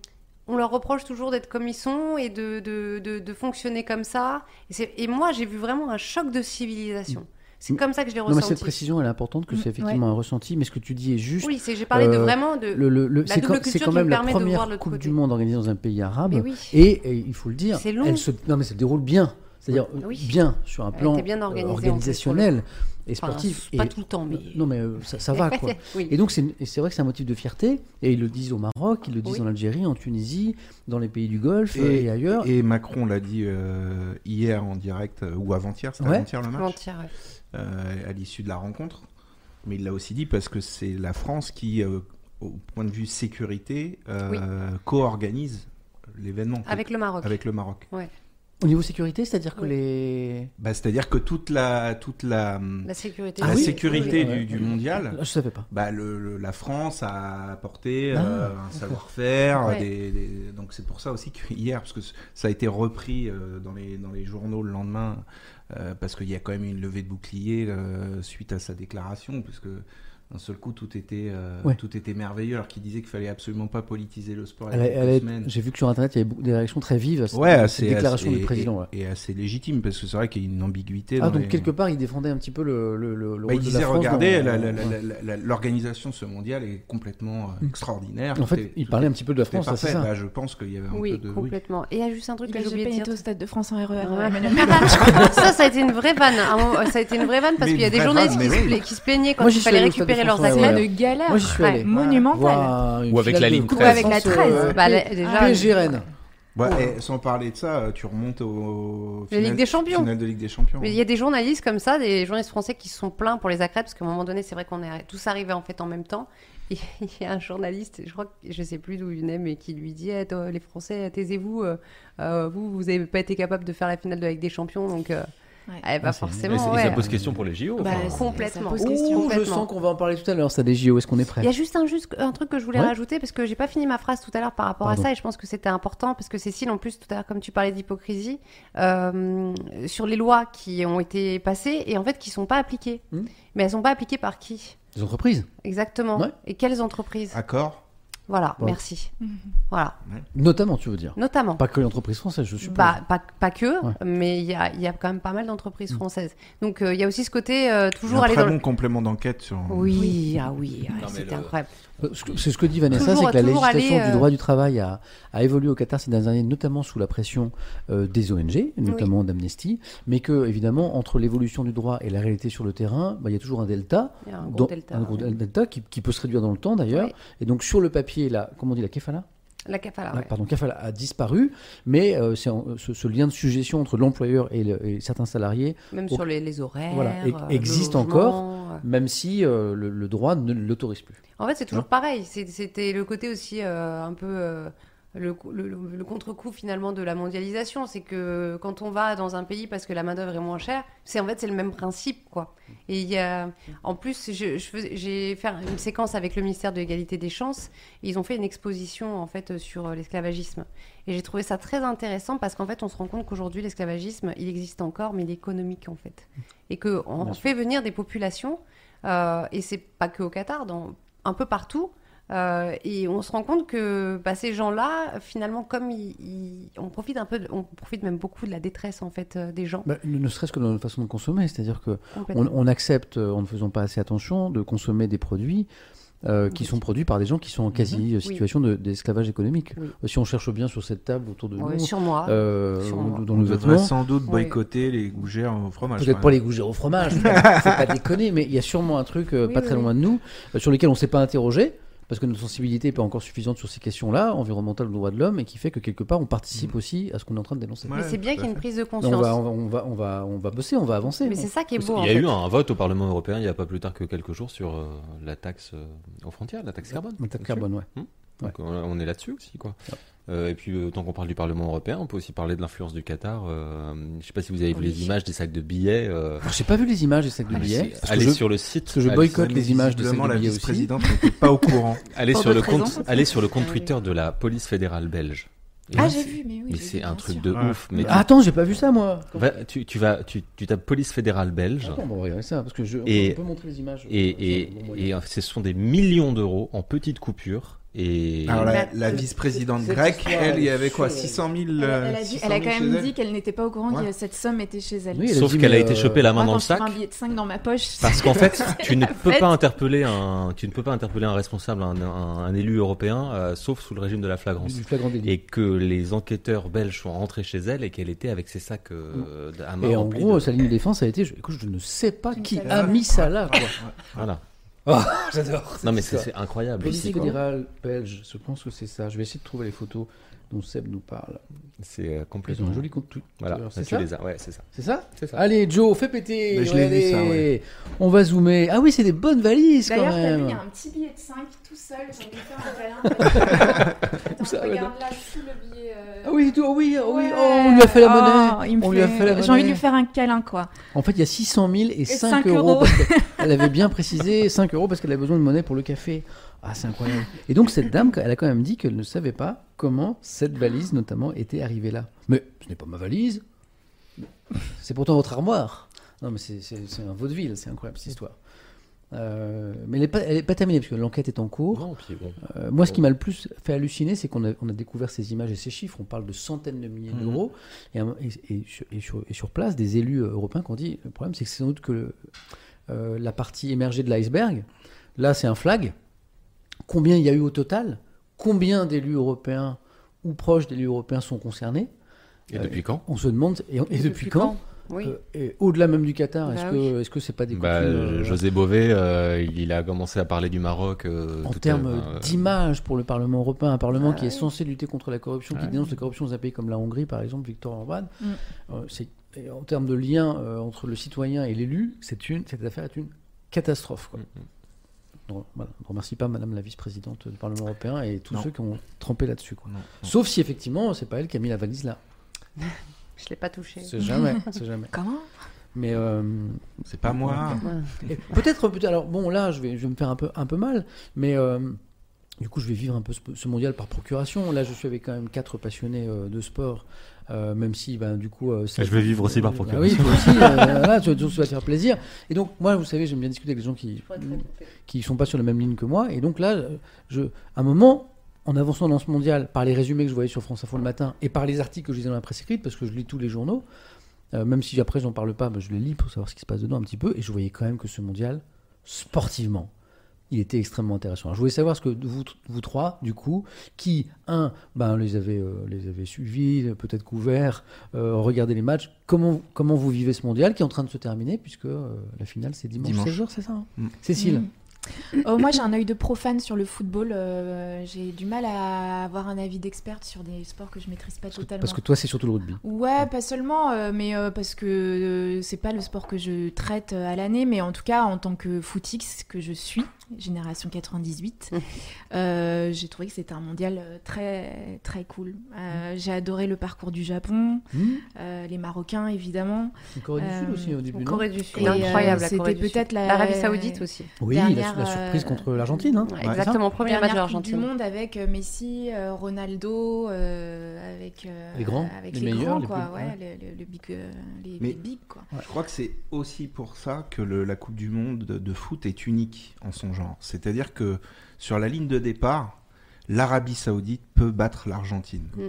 on leur reproche toujours d'être comme ils sont et de, de, de- de fonctionner comme ça. Et, c'est- et moi, j'ai vu vraiment un choc de civilisation. C'est Mais- comme ça que je l'ai Non, mais ressenti. cette précision, elle est importante, que Mm, c'est effectivement un ressenti, mais ce que tu dis est juste. oui, c'est- j'ai parlé de Euh, vraiment de. Le- le- le- la c'est double quand, c'est culture quand qui même me la permet de voir première l'autre Coupe côté. du Monde organisée dans un pays arabe. Mais oui. et, et il faut le dire, C'est long. elle se, non, mais se déroule bien. C'est-à-dire euh, Oui. bien sur un Elle plan était bien euh, organisée, en plus, organisationnel et Enfin, sportif. pas et- tout le temps, mais. Non, mais euh, ça, ça va, quoi. Oui. Et donc, c'est et c'est vrai que c'est un motif de fierté. Et ils le disent au Maroc, ils le disent Oui. en Algérie, en Tunisie, dans les pays du Golfe euh, et, ailleurs. Et Macron l'a dit euh, hier en direct euh, ou avant-hier, c'était Ouais. avant-hier le match, Mentir, ouais. euh, à l'issue de la rencontre. Mais il l'a aussi dit parce que c'est la France qui, euh, au point de vue sécurité, euh, co-organise l'événement Avec le Maroc. avec le Maroc. Au niveau sécurité, c'est-à-dire que Oui. les. Bah, C'est-à-dire que toute la, toute la, hum, La sécurité. la Ah oui. sécurité Oui, oui. du, du mondial. Là, je savais pas. Bah, le, le- la France a apporté Ah, euh, un savoir-faire, Ouais. des, des- donc c'est pour ça aussi que hier, parce que c- ça a été repris euh, dans, les, dans les journaux le lendemain, euh, parce qu'il y a quand même eu une levée de bouclier euh, suite à sa déclaration, puisque d'un seul coup tout était, euh, Ouais. tout était merveilleux, alors qu'il disait qu'il fallait absolument pas politiser le sport. il Elle a- y a Ah, quelques elle a- semaines. J'ai vu que sur Internet, il y avait beaucoup- des réactions très vives à cette, Ouais, à cette assez- déclaration assez- du président. et, ouais. et assez légitime, parce que c'est vrai qu'il y a une ambiguïté. Ah, dans donc les- quelque part, il défendait un petit peu le, le, le, le rôle Bah, il de disait, la France. regardez, dans- la- la- la- ouais. la- la- l'organisation de ce mondial est complètement euh, Mm. extraordinaire. En Tout fait, est- il tout parlait est- un petit peu de la tout est France, ça, c'est parfait. ça. Bah, je pense qu'il y avait un Oui, peu de... oui. complètement. Et il y a juste un truc Il que a j'ai oublié chopé de une dire. au stade de France en E RER. Ouais. Emmanuel ça, ça a été une vraie vanne. À un moment, Ça a été une vraie vanne parce Mais qu'il y a une des vraie journalistes vanne, qui, mais se oui. pla- qui se plaignaient quand Moi, j'y il suis fallait allé au Stade de récupérer France leurs en C'est athlètes. Ouais. une galère Moi, j'y suis allé. monumentale. Voir une Ou avec finale la de ligne Coupe de 13. Ou avec la France, 13. euh, Bah, là, déjà, PSG Rennes. Bah, et sans parler de ça, euh, tu remontes au La Ligue des Champions. finale de Ligue des Champions. hein. Mais il y a des journalistes comme ça, des journalistes français qui se sont plaints pour les accrètes, parce qu'à un moment donné, c'est vrai qu'on est tous arrivés en fait en même temps. Et il y a un journaliste, je crois, que- je sais plus d'où il venait, mais qui lui dit Eh, toi, Les Français, taisez-vous, euh, euh, vous, vous n'avez pas été capable de faire la finale de la Ligue des Champions, donc. euh, Ouais. eh ben, Ah, c'est- Mais forcément, c'est- et ouais. ça pose question pour les JO. Bah, enfin. c'est- complètement. ça pose Ouh, question. Ouh, Oh, je complètement. sens qu'on va en parler tout à l'heure, ça, des JO. Est-ce qu'on est prêt Il y a juste un, juste un truc que je voulais Ouais. rajouter parce que j'ai pas fini ma phrase tout à l'heure par rapport Pardon. à ça et je pense que c'était important parce que Cécile, en plus, tout à l'heure, comme tu parlais d'hypocrisie, euh, sur les lois qui ont été passées et en fait qui sont pas appliquées. Hmm. Mais elles sont pas appliquées par qui Les entreprises Exactement. Ouais. Ah. Et quelles entreprises Accord. Voilà, Bon. merci. Mhm. Voilà, Notamment, tu veux dire. notamment. Pas que l'entreprise française, je suppose. Bah, pas, pas que, Ouais. mais il y a, il y a quand même pas mal d'entreprises Mm. françaises. Donc euh, il y a aussi ce côté euh, toujours un aller très dans. bon le- complément d'enquête sur. Oui, ah oui, ah, Non, mais c'était le- incroyable. Bah, Ce que- C'est ce que dit Vanessa, Toujours- c'est que la toujours aller, législation euh, du droit du travail a, a évolué au Qatar ces dernières années, notamment sous la pression euh, des ONG, notamment d'Amnesty, mais que, évidemment, entre l'évolution du droit et la réalité sur le terrain, bah, il y a toujours un delta. Il y a un gros dans- delta. un gros delta qui, qui peut se réduire dans le temps d'ailleurs. Oui. Et donc sur le papier, la, comment on dit la kefala La kafala, La- ouais. Pardon, kefala a disparu, mais euh, c'est en- ce, ce lien de suggestion entre l'employeur et, le- et certains salariés, Même Au- sur les, les horaires. Voilà, et- euh, existe le logement, euh. même si euh, le, le droit ne l'autorise plus. En fait, c'est toujours Hein pareil. C'est- C'était le côté aussi euh, un peu. euh, le, co- le- le- le contre-coup finalement de la mondialisation, c'est que quand on va dans un pays parce que la main-d'œuvre est moins chère, c'est en fait c'est le même principe quoi. Et il y a- en plus, je- je faisais- j'ai fait une séquence avec le ministère de l'égalité des chances. et ils ont fait une exposition en fait sur euh, l'esclavagisme et j'ai trouvé ça très intéressant parce qu'en fait on se rend compte qu'aujourd'hui l'esclavagisme il existe encore mais il est économique en fait et que on Bien sûr. fait venir des populations euh, et c'est pas que au Qatar, dans un peu partout. Euh, et on se rend compte que bah, ces gens-là, finalement, comme ils, ils- on profite un peu, de- on profite même beaucoup de la détresse en fait euh, des gens. Bah, ne ne serait-ce que dans notre façon de consommer, c'est-à-dire que on, complètement. on accepte, euh, en ne faisant pas assez attention, de consommer des produits euh, qui Oui. Mhm. sont produits par des gens qui sont en quasi euh, situation de- d'esclavage économique. Oui. Euh, Si on cherche bien sur cette table autour de Ouais, nous, sur moi. euh, sur ou moi. dans On nos devrait vêtements, sans doute Oui. boycotter les gougères au fromage. Peut-être par pas les gougères au fromage, faut pas- faut pas déconner, mais il y a sûrement un truc euh, Oui, pas oui, très oui. loin de nous euh, sur lequel on s'est pas interrogé parce que notre sensibilité n'est pas encore suffisante sur ces questions-là, environnementales, droits de l'homme, et qui fait que quelque part on participe aussi à ce qu'on est en train de dénoncer. Ouais, Mais c'est bien tout qu'il à y ait une fait. prise de Donc, on, conscience. va, on, va, on, va, on, va, on va bosser, on va avancer. Mais c'est ça qui est beau. Il en y a fait. eu un vote au Parlement européen il n'y a pas plus tard que quelques jours sur euh, la taxe euh, aux frontières, la taxe carbone. On tape carbone, ouais. Donc, euh, on est là-dessus aussi, quoi. Euh, et puis, euh, tant qu'on parle du Parlement européen, on peut aussi parler de l'influence du Qatar. euh, je ne sais pas si vous avez vu Oui. les images des sacs de billets. euh, J'ai pas vu les images des sacs de mais billets. c'est- parce que allez je- sur le site. parce que je allez- boycotte les images de sacs Visiblement, de la billets aussi. vice-présidente n'était pas au courant. allez Pour sur le d'autres compte, raisons. allez sur le compte Ah oui. Twitter de la police fédérale belge. Et Ah, là, j'ai vu, mais oui. Mais j'ai c'est vu, un bien truc sûr. de Ouais. ouf. Mais tu- Ah, Attends, j'ai pas vu ça moi. va- tu, tu vas, tu, tu tapes police fédérale belge. Attends, Ah bon, on va regarder ça parce que je Et- on peut montrer les images. Et, et, Bon, bon, et, euh, ce sont des millions d'euros en petites coupures. Et Ah, Alors, la, Bah, la cette- vice-présidente cette grecque, histoire, elle, il y elle est avait quoi sûre, elle- 600 000. Elle, a- elle a, euh, dit- 600 elle a 000 quand chez même elle. dit qu'elle n'était pas au courant Ouais. que cette somme était chez elle. Oui, elle Sauf dit, qu'elle a mais, été euh, chopée la main Moi, dans quand le je trouve sac. un billet de 5 dans ma poche, Parce qu'en fait, tu ne la peux fête. pas interpeller un, tu ne peux pas interpeller un responsable, un, un- un élu européen, euh, sauf sous le régime de la du- flagrance. du flagrant délit. Et que les enquêteurs belges sont rentrés chez elle et qu'elle était avec ses sacs euh, à main Et en remplis gros, de- sa ligne de défense a été je, écoute, je ne sais pas qui savais a pas. mis ça Ah là. quoi. Voilà. Oh, J'adore. Non mais c'est c'est incroyable. Police ici, quoi. fédérale belge, je pense que c'est ça. Je vais essayer de trouver les photos dont Seb nous parle. C'est euh, Ils complètement. ont un joli compte tout. Voilà. C'est tu ça les as. Ouais, c'est ça. C'est ça C'est ça. Allez, Joe, fais péter. Mais je l'ai vu, ça, regardez. ouais. On va zoomer. Ah oui, c'est des bonnes valises quand D'ailleurs, t'as vu, il y a même. un petit billet de 5 tout seul, j'en ai fait un câlin. Attends, ça, regarde là, sous le billet. euh, Ah oui, tout- oh oui, oh oui, ouais. oh, on lui a fait la monnaie. Oh, il me on lui a fait la J'ai envie de monnaie. lui faire un câlin, quoi. En fait, il y a 600 000 et 5, 5 euros. euros. parce que- elle avait bien précisé 5 euros parce qu'elle avait besoin de monnaie pour le café. Ah, c'est incroyable. Et donc, cette dame, elle a quand même dit qu'elle ne savait pas comment cette valise, notamment, était arrivée là. Mais ce n'est pas ma valise. C'est pourtant votre armoire. Non, mais c'est c'est- c'est un vaudeville. C'est incroyable, cette histoire. Euh, mais elle n'est pas, elle est pas terminée parce que l'enquête est en cours. Non, puis bon. Euh, moi, ce qui m'a le plus fait halluciner, c'est qu'on a, on a découvert ces images et ces chiffres. On parle de centaines de milliers Mhm. d'euros. Et, un- et- et sur- et sur, et sur place, des élus euh, européens qui ont dit le problème, c'est que c'est sans doute que le- euh, la partie émergée de l'iceberg, là, c'est un flag. Combien il y a eu au total Combien d'élus européens ou proches d'élus européens sont concernés Et depuis quand On se demande, et, et depuis, quand, Oui. Euh, et au-delà même du Qatar, Bah est-ce oui. que est-ce que c'est pas des Bah, coutumes, euh, José Bové, euh, il a commencé à parler du Maroc. euh, en tout à- termes euh, d'image pour le Parlement européen, un Parlement Ah qui est ouais. censé lutter contre la corruption, qui Ouais. dénonce la corruption dans un pays comme la Hongrie, par exemple, Victor Orban, Mm. euh, c'est- et en termes de lien euh, entre le citoyen et l'élu, c'est une, cette affaire est une catastrophe. Quoi. Mm, Donc, voilà, on ne remercie pas Madame la vice-présidente du Parlement européen et tous Non. ceux qui ont trempé là-dessus. Oh quoi. non, non. Sauf si effectivement, c'est pas elle qui a mis la valise là. Je l'ai pas touché. C'est jamais, c'est jamais. Comment Mais euh, C'est pas moi. Ouais. et peut-être, peut-être- alors bon, là, je vais, je vais me faire un peu, un peu mal, mais euh, du coup, je vais vivre un peu ce, ce mondial par procuration. Là, je suis avec quand même quatre passionnés euh, de sport, euh, même si, ben, du coup, euh, ça- Je vais vivre aussi par Ah procuration. oui, toi aussi, euh, voilà, tu, tu- tu vas te faire plaisir. Et donc, moi, vous savez, j'aime bien discuter avec des gens qui qui sont pas sur la même ligne que moi. Et donc là, je, à un moment, en avançant dans ce mondial, par les résumés que je voyais sur France Info le matin et par les articles que je lisais dans la presse écrite, parce que je lis tous les journaux, euh, même si après j'en parle pas, mais je les lis pour savoir ce qui se passe dedans un petit peu, et je voyais quand même que ce mondial, sportivement, il était extrêmement intéressant. Alors, je voulais savoir ce que vous, vous trois, du coup, qui, un, ben, les, avez, euh, les avez suivis, peut-être couverts, euh, regardé les matchs, comment, comment vous vivez ce mondial qui est en train de se terminer, puisque euh, la finale c'est dimanche, Dimanche. 16 jours, c'est ça hein Mm. Cécile Mm. Oh, moi, j'ai un œil de profane sur le football. euh, j'ai du mal à avoir un avis d'experte sur des sports que je maîtrise pas Parce que, totalement. parce que toi, c'est surtout le rugby. Ouais, pas seulement, euh, mais euh, parce que euh, c'est pas le sport que je traite euh, à l'année, mais en tout cas, en tant que footix que je suis, génération 98, euh, j'ai trouvé que c'était un mondial euh, très, très cool. Euh, J'ai adoré le parcours du Japon, euh, les Marocains, évidemment. En Mmh. Corée du Sud Euh, aussi au En début. non Corée du Sud. Et, euh, Incroyable la Corée C'était du Sud. peut-être la- L'Arabie Saoudite aussi. Oui, la- dernière, la, surprise euh, contre l'Argentine. hein. Ouais, C'est ça exactement, premier match de Dernière Coupe l'Argentine. du monde avec euh, Messi, euh, Ronaldo, euh, avec euh, Les grands, avec les les, meilleurs, grands, les quoi. plus- ouais, le- le- le big, euh, les, Mais- les bigs, quoi. Je crois que c'est aussi pour ça que le- la Coupe du Monde de, de foot est unique en son genre. C'est-à-dire que sur la ligne de départ, l'Arabie Saoudite peut battre l'Argentine. Mm.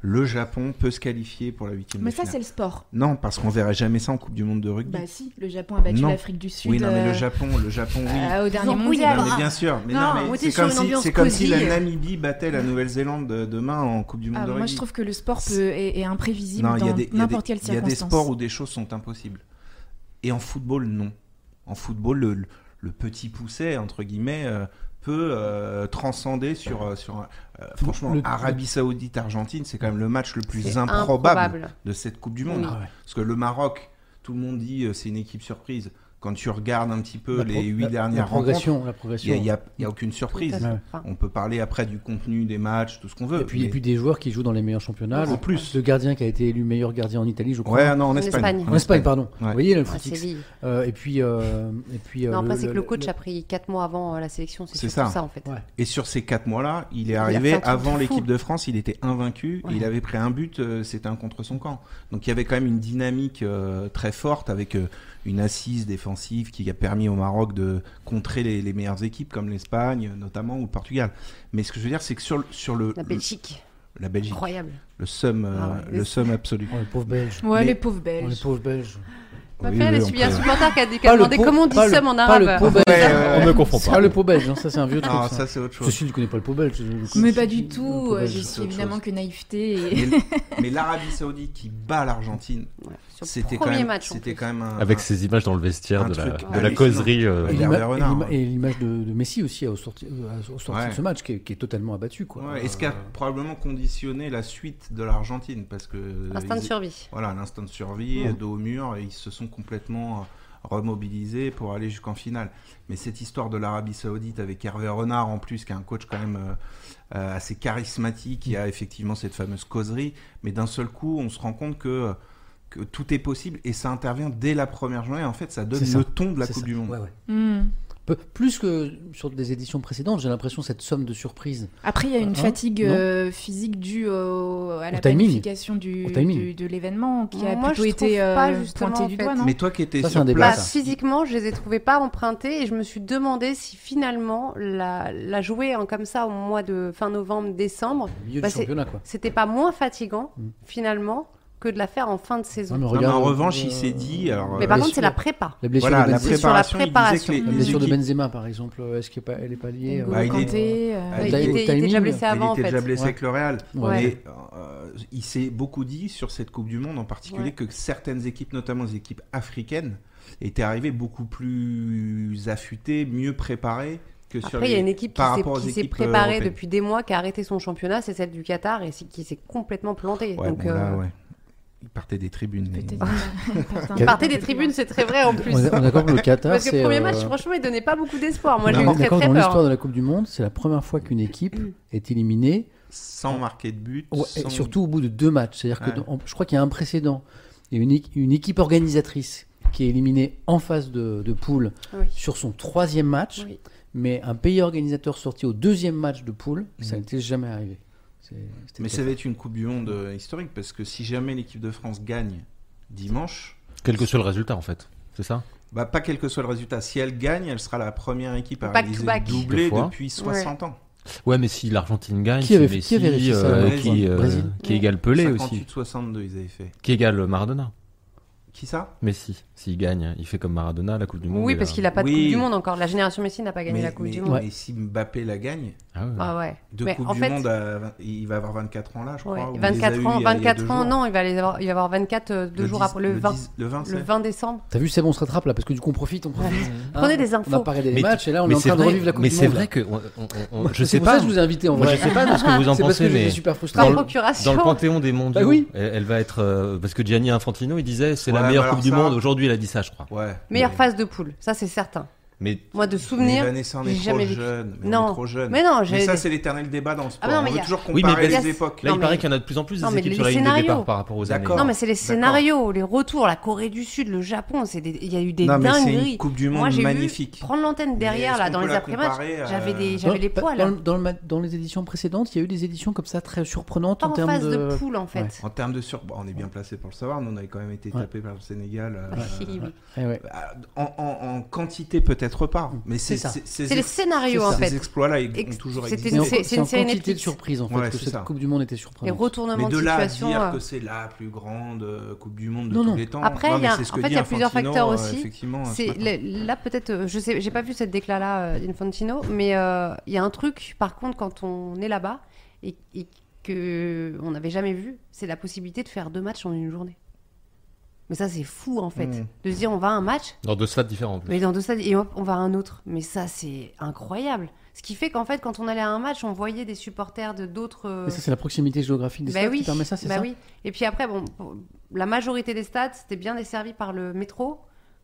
Le Japon peut se qualifier pour la huitième Mais de ça, c'est finale. le sport. Non, parce qu'on verrait jamais ça en Coupe du Monde de rugby. Bah si, le Japon a battu Non. l'Afrique du Sud. oui, non, mais le euh, Japon, le Japon, oui. euh, au dernier en mondial. Non, Ah. mais bien sûr. Mais Non, non, mais on était c'est sur comme, une si, ambiance c'est comme si cosy. la Namibie battait la Nouvelle-Zélande euh, demain en Coupe du Monde Ah, de moi, rugby. je trouve que le sport peut, est, est imprévisible Non, il y a dans des- il y a n'importe des- quelle Il y a circonstance. des sports où des choses sont impossibles. Et en football, non. En football, le, le- le petit pousset, entre guillemets, euh, peut euh, transcender sur. euh, sur un- euh, franchement, Le- Arabie Saoudite-Argentine, c'est quand même le match le plus C'est improbable, improbable. de cette Coupe du Monde. Ah ouais. Parce que le Maroc, tout le monde dit euh, c'est une équipe surprise. Quand tu regardes un petit peu La pro- Euh, les huit la- la dernières rencontres, progression, la il progression. n'y a, il y a aucune surprise. Ouais. Enfin, On peut parler après du contenu des matchs, tout ce qu'on veut. Et puis, et mais- puis des joueurs qui jouent dans les meilleurs championnats. En Le, plus. le gardien qui a été élu meilleur gardien en Italie, je crois. Ouais, non, en En Espagne. Espagne. En Espagne, pardon. Ouais. Vous voyez le à footix. Séville. Euh, et puis, euh, et puis. euh, Ah, Non, le- pas c'est que le- le coach le- a pris 4 mois avant euh, la sélection, c'est C'est surtout ça. ça en fait. Ouais. Et sur ces quatre mois-là, il est a arrivé fait un truc avant de l'équipe fou. de France, il était invaincu, et Ouais. il avait pris un but, euh, c'était un contre son camp. Donc il y avait quand même une dynamique euh, très forte avec euh, une assise défensive qui a permis au Maroc de contrer les, les meilleures équipes comme l'Espagne euh, notamment ou le Portugal. Mais ce que je veux dire, c'est que sur, le- sur le, La Belgique, le- la Belgique, incroyable. le somme, euh, Ah ouais. le somme absolu. Oh, le pauvre belge. Ouais, Mais- les pauvres Oh, le Belges. pauvre belge. Ma Oui, frère, oui, elle on subit un peut- supporter qui a, qui a Pas le demandé pauvre- comment on dit pas le- somme en Pas le arabe. pauvre belge. Ouais, ouais, On ouais. ne confond pas. Pas le pauvre belge. Non, ça c'est un vieux truc. Ah, ça. ça c'est autre chose. Ceci, tu connais pas le pauvre belge. je- Mais je- pas je- du le tout. pauvre euh, belge. Je c'est suis autre évidemment chose. que naïveté. Et... Mais, mais l'Arabie Saoudite qui bat l'Argentine, Ouais, sur le c'était quand premier même, match. en c'était plus. quand même un, Avec un- ces images dans le vestiaire un de la, truc de la hallucinant. causerie. euh, Et Il a l'ima- l'air et renard, l'ima- hein. Et l'image de, de Messi aussi au sorti, euh, au sorti Ouais. de ce match qui est, qui est totalement abattu. Quoi. Ouais, et ce qui a probablement conditionné la suite de l'Argentine, parce que euh, Instinct de ils- survie. voilà l'instinct de survie, Ouais. dos au mur, et ils se sont complètement euh, remobilisés pour aller jusqu'en finale. Mais cette histoire de l'Arabie Saoudite avec Hervé Renard en plus, qui est un coach quand même euh, euh, assez charismatique, qui Mm. a effectivement cette fameuse causerie, mais d'un seul coup, on se rend compte que que tout est possible et ça intervient dès la première journée. En fait, ça donne C'est ça. le ton de la C'est Coupe ça. du Monde. Ouais, ouais. Hmm. Peu- Plus que sur des éditions précédentes, j'ai l'impression cette somme de surprises. Après, il y a une Hein fatigue Non. euh, physique due au- à la Au timing. planification du, Au timing. du- de l'événement qui a Moi, je plutôt été trouve pas, euh, justement, pointée en du fait. doigt, non Mais toi qui étais Ça, c'est sur un débat, place, Bah, Bah, ça. physiquement, je les ai trouvés pas empruntés et je me suis demandé si finalement la, la jouer en comme ça au mois de fin novembre, décembre, Au milieu Bah, du c'est- championnat, quoi. c'était pas moins fatigant Mm. finalement que de la faire en fin de saison. mais mais, Non, mais regarde, en revanche, euh, il s'est dit. Alors, Mais par euh, contre, c'est la prépa. La blessure, voilà, de, la Benzema, c'est sur la préparation, il disait que les, la les blessure de équipes- Benzema, par exemple, euh, est-ce qu'elle n'est pas, liée euh, N'Golo Bah, il est- Kanté, euh, Ah, Ouais, il il, est- était, il était déjà blessé il avant, en était fait. déjà blessé Ouais. avec le Real. Ouais. Mais euh, il s'est beaucoup dit sur cette Coupe du Monde en particulier Ouais. que certaines équipes, notamment les équipes africaines, étaient arrivées beaucoup plus affûtées, mieux préparées que sur Après, il les... y a une équipe qui par s'est- rapport aux qui s'est équipes, euh, préparée européennes. depuis des mois, qui a arrêté son championnat, c'est celle du Qatar, et c'est- qui s'est complètement plantée. Ouais, Donc, bon, là, euh, ouais. Il partait des tribunes. mais- peut-être, euh, partant- il partait des tribunes, c'est très vrai en plus. On est on est d'accord que le Qatar, Parce que c'est. le premier euh, match, franchement, il donnait pas beaucoup d'espoir. Moi, on j'ai est eu très d'accord, très dans l'histoire peur. de la Coupe du Monde, c'est la première fois qu'une équipe est éliminée, Sans marquer de but. ouais, et sans- surtout au bout de deux matchs. C'est-à-dire que Ouais. dans- je crois qu'il y a un précédent. Il y a une, équ- une équipe organisatrice qui est éliminée en phase de, de poule Oui. sur son troisième match, Oui. mais un pays organisateur sorti au deuxième match de poule, Mhm. ça n'était jamais arrivé. C'est- c'était Mais très ça va être une Coupe du Monde euh, historique parce que si jamais l'équipe de France gagne dimanche, Quel que soit le résultat, en fait. C'est ça bah, pas quel que soit le résultat, si elle gagne, elle sera la première équipe à Back to réaliser back. le doublé Deux fois. depuis 60 ans. Ouais, mais si l'Argentine gagne, Qui avait c'est fait- qui avait Messi, fait ça, euh, ouais, qui, euh, Brésil. qui égale Pelé aussi, 58-62, ils avaient fait. qui égale Maradona. Qui ça Messi, s'il gagne, il fait comme Maradona la Coupe du Monde. Oui, il parce a- qu'il a pas de Oui. Coupe du Monde encore. La génération Messi n'a pas gagné la Coupe mais- du mais Monde. si Mbappé la gagne, Ah ouais. Ah ouais. de Mais Coupe en du fait- Monde, à vingt- il va avoir 24 ans là, je Ouais, crois. ou il les a 24 ans, eu il y a- il y a deux 24 ans, jours. non, il va, les avoir, il va avoir 24 euh, deux Le jours 10 après, le 20, Le, 10 le 20, le c'est- 20 décembre. T'as vu, c'est bon, on se rattrape là, parce que du coup, on profite, on profite. Hein, Prenez des On a infos. parlé des Mais matchs, et là, on est mais en c'est train de vrai- revivre la Coupe Mais du c'est Monde. vrai là. que. on- on- on- on- je C'est sais pour ça pas. que je vous ai invité en Moi, vrai. je sais pas ce que vous en C'est parce que pensez, j'étais mais super frustré. Par Dans le- procuration. dans le panthéon des mondiaux, Bah oui. elle, elle va être. euh, parce que Gianni Infantino, il disait c'est la Ouais, meilleure bah Coupe du alors ça- Monde. Aujourd'hui, il a dit ça, je crois. Ouais. Meilleure mais- phase de poule, ça c'est certain. Mais Moi, de Mais souvenir. Vanessa, on j'ai est trop jamais vécu. jeune. mais on Non. est trop jeune. Mais non, j'ai. Mais ça, des- c'est l'éternel débat dans le sport. Ah, non, mais on il y veut a- toujours Oui, mais comparer il y a- les époques. là, Non, il paraît mais- qu'il y en a de plus en plus Non, des mais équipes les sur la ligne de scénarios. départ par rapport aux années. D'accord. Non, mais c'est les scénarios, les retours, la Corée du Sud, le Japon, c'est des- il y a eu des dingueries. Coupe du Moi, j'ai vu magnifique. prendre l'antenne derrière, est-ce là, qu'on dans peut les la après-matchs. comparer à- J'avais des- Dans- j'avais les pas- poils. Dans, hein. le- dans le ma- dans les éditions précédentes, il y a eu des éditions comme ça très surprenantes Pas en en termes phase de. de poule, en fait. En termes de sur, bon, on est bien placé pour le savoir. Nous, on avait quand même été Ouais. tapé par le Sénégal. euh, Oui, oui. Eh ouais. En, en- en quantité peut-être pas, mais C'est c'est ça. C'est les scénarios, c'est en ça. Ces fait. exploits-là ils Ex- ont toujours c'était- Mais en- existé. c'est- C'est une en série quantité de Netflix. surprises en fait Ouais, que c'est cette ça. Coupe du Monde était Les surprenante. Mais retournements de de là à situation. dire euh, que c'est la plus grande euh, Coupe du Monde de Non, non. tous les temps. Après, Non, il y mais a- c'est ce en que fait, dit il y a plusieurs Infantino, facteurs euh, aussi. effectivement, ce C'est matin. le- là peut-être, euh, je sais, j'ai pas vu cette déclat là, Infantino, mais euh, il y a un truc. Par contre, quand on est là-bas et, et que on n'avait jamais vu, c'est la possibilité de faire deux matchs en une journée. Mais ça, c'est fou en fait, Mm. de se dire on va à un match, Dans deux stades différents. en plus. mais dans deux stades et hop, on va à un autre. Mais ça, c'est incroyable. Ce qui fait qu'en fait, quand on allait à un match, on voyait des supporters de d'autres. euh, Mais ça, c'est la proximité géographique des bah stades oui, qui permet ça, c'est bah ça oui. Et puis après, bon, pour- la majorité des stades, c'était bien desservi par le métro.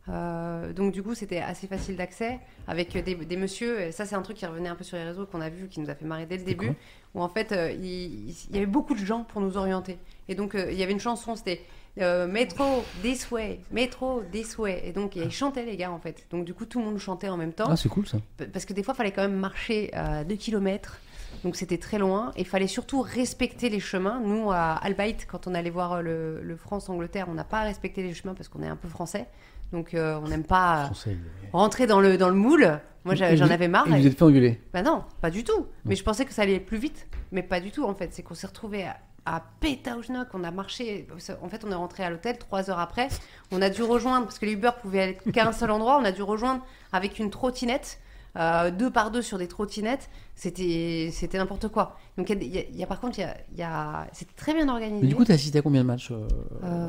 Euh, donc du coup, c'était assez facile d'accès avec des, des messieurs. Et ça, c'est un truc qui revenait un peu sur les réseaux qu'on a vu, qui nous a fait marrer dès le début, quoi où en fait, euh, il, il y avait beaucoup de gens pour nous orienter. Et donc, euh, il y avait une chanson, c'était euh, Métro this way, Métro this way. Et donc, ils chantaient les gars en fait. Donc du coup, tout le monde chantait en même temps. Ah, c'est cool ça. P- parce que des fois, il fallait quand même marcher à 2 km, donc c'était très loin, et il fallait surtout respecter les chemins. Nous, à Albaït, quand on allait voir euh, le, le France-Angleterre, on n'a pas respecté les chemins parce qu'on est un peu français, donc euh, on n'aime pas euh, Français. rentrer dans le, dans le moule. Moi, j'a- Et j'en vous- avais marre. Et et- vous êtes fait engueuler. Bah non, pas du tout. Mm. Mais je pensais que ça allait plus vite, mais pas du tout, en fait. C'est qu'on s'est retrouvés à à Pétaouchnock, on a marché, en fait on est rentré à l'hôtel trois heures après, on a dû rejoindre, parce que les Uber pouvaient aller qu'à un seul endroit, on a dû rejoindre avec une trottinette, euh, deux par deux sur des trottinettes, c'était c'était n'importe quoi. Donc il y a des- il y, a- il y a par contre, il y a, il y a- c'était très bien organisé. Mais du coup, t'as assisté à combien de matchs euh, Euh,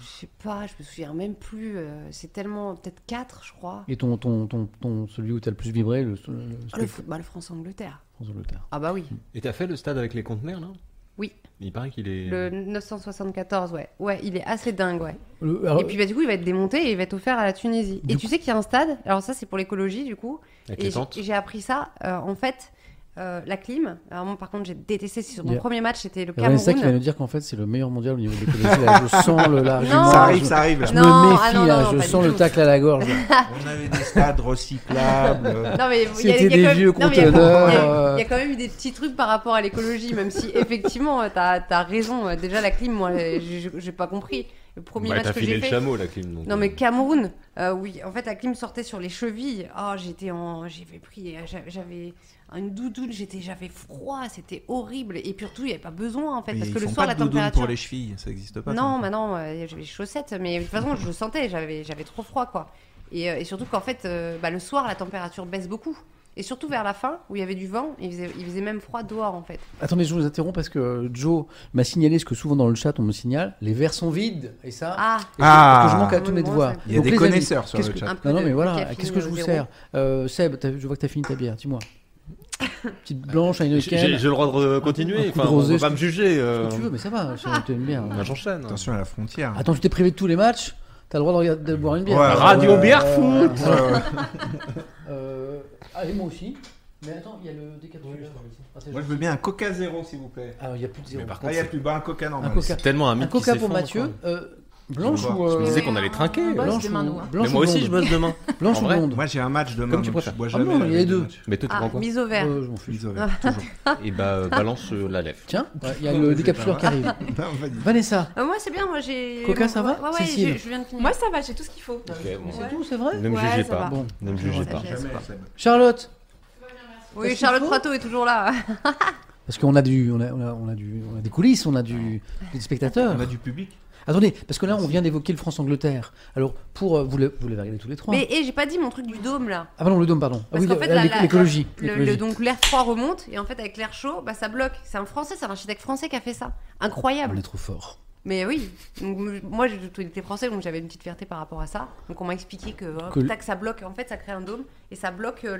je sais pas, je me souviens même plus, euh, c'est tellement, peut-être quatre, je crois. Et ton, ton, ton, ton- celui où t'as le plus vibré, le, le, le- Ah, Le football France-Angleterre. France-Angleterre. Ah bah oui. Et t'as fait le stade avec les conteneurs, non Oui. Il paraît qu'il est. Le 974, ouais. Ouais, il est assez dingue, ouais. Le- alors, Et puis bah, du coup, il va être démonté et il va être offert à la Tunisie. Ah Du et tu sais qu'il y a un stade, alors ça c'est pour l'écologie du coup. Avec Et les j'ai- tentes. et j'ai appris ça, euh, en fait, euh, la clim. Alors moi par contre, j'ai détesté, c'est sur mon Yeah. premier match, c'était le il y a Vanessa qui va nous Cameroun. dire qu'en fait, c'est le meilleur mondial au niveau de l'écologie. là. Je sens le l'argument, Non. Ça arrive, je- ça arrive. Je là. me Non, méfie ah non, là, non, je pas du sens le tout. tacle à la gorge. On avait des stades recyclables. Non mais il y a- C'était il y a des quand même- vieux non, mais il y a- il y a- conteneurs, Il y a quand même eu des petits trucs par rapport à l'écologie, même si effectivement, t'as as raison. Déjà la clim, moi, j'ai j'ai- j'ai pas compris. Le premier Bah, match t'as que filé j'ai le fait. chameau, la clim. donc, Non euh, mais Cameroun, euh, oui. En fait, Hakim sortait sur les chevilles. Ah, j'étais en, j'avais pris, euh, j'a- j'avais une doudoune, j'étais, j'avais froid, c'était horrible. Et puis surtout, il n'y avait pas besoin en fait, parce Ils que le font soir la pas de doudoune température. pour les chevilles, ça n'existe pas. non, euh, ça. maintenant j'avais les chaussettes, mais de toute façon, je le sentais, j'avais, j'avais trop froid quoi. Et, euh, et surtout qu'en fait, euh, bah, le soir, la température baisse beaucoup. Et surtout vers la fin, où il y avait du vent, il faisait, il faisait même froid dehors en fait. Attendez, je vous interromps parce que euh, Joe m'a signalé ce que souvent dans le chat on me signale les verres sont vides. Et ça, Ah, et je- parce que je manque à Ah. tous mes devoirs. Il y a Donc, des les amis, connaisseurs sur qu'est-ce le que- chat. un peu Non, non, de- mais de voilà, caféine qu'est-ce que je vous zéro. sers Euh, Seb, t'as- je vois que t'as fini ta bière, dis-moi. Petite blanche, J'ai j'ai- Heineken. j'ai le droit de Un continuer. coup de Enfin, on rosé, va pas me juger. euh, Tu veux, mais ça va, c'est une bière. Moi, j'enchaîne. Attention à la frontière. Attends, tu t'es privé de tous les matchs T'as le droit de, regarder- de boire une bière. Ouais, Ah, Radio ouais. Bière Foot Ouais, ouais. Euh, Ah, et moi aussi. Mais attends, il y a le décapsuleur. Ah, c'est Moi, je gentil. veux bien un coca zéro, s'il vous plaît. Ah, il y a plus de zéro. Mais par Là, il contre, n'y a plus bas un coca normal. Un coca. c'est tellement un Un mythe. qui coca pour s'effondre, Mathieu, quoi. euh, blanche Je vois. ou. Je me disais euh, qu'on allait trinquer. on bosse Blanche demain, ou. nous, hein. Mais Blanche ou moi aussi, je blonde bosse demain. Blanche En ou vrai, blonde Moi, j'ai un match demain. Comme tu donc préfères. Je bois Ah jamais non, il y a la les veille deux. du match. Mais toi, tu Ah, prends quoi mise au vert. Euh, Je m'en fiche. Ils auraient toujours. Et bah, euh, balance euh, la lèvre. Tiens, ouais, il y a Non, le mais décapsuleur c'est qui arrive. Non, vas-y. Vanessa, Euh, moi c'est bien, moi j'ai. Coca, ça va Ouais, ouais, Cécile. j'ai- je viens de finir. Moi, ça va, j'ai tout ce qu'il faut. Ok, bon. c'est tout, c'est vrai Ne me Ouais, jugez ça va. pas. Bon. Ne me jugez pas. Jamais, Charlotte oui, Parce Charlotte qu'il faut- Prato est toujours là. Parce qu'on a du, on a, on a- on a du, on a des coulisses, on a du, des spectateurs. On a du public. Attendez, parce que là, on vient d'évoquer le France-Angleterre. Alors, pour euh, vous, le- vous l'avez regardé tous les trois. Mais et j'ai pas dit mon truc du dôme là. Ah pardon, le dôme, pardon. Ah Parce qu'en le- fait, la- la- l'éco- la- l'écologie. Le- le- l'écologie. donc l'air froid remonte et en fait avec l'air chaud, bah ça bloque. C'est un Français, c'est un architecte français qui a fait ça. On Incroyable. est trop fort. Mais oui. Donc, m- moi j'étais français donc j'avais une petite fierté par rapport à ça. Donc on m'a expliqué que, hop, Que le- tac, ça bloque. En fait ça crée un dôme et ça bloque euh,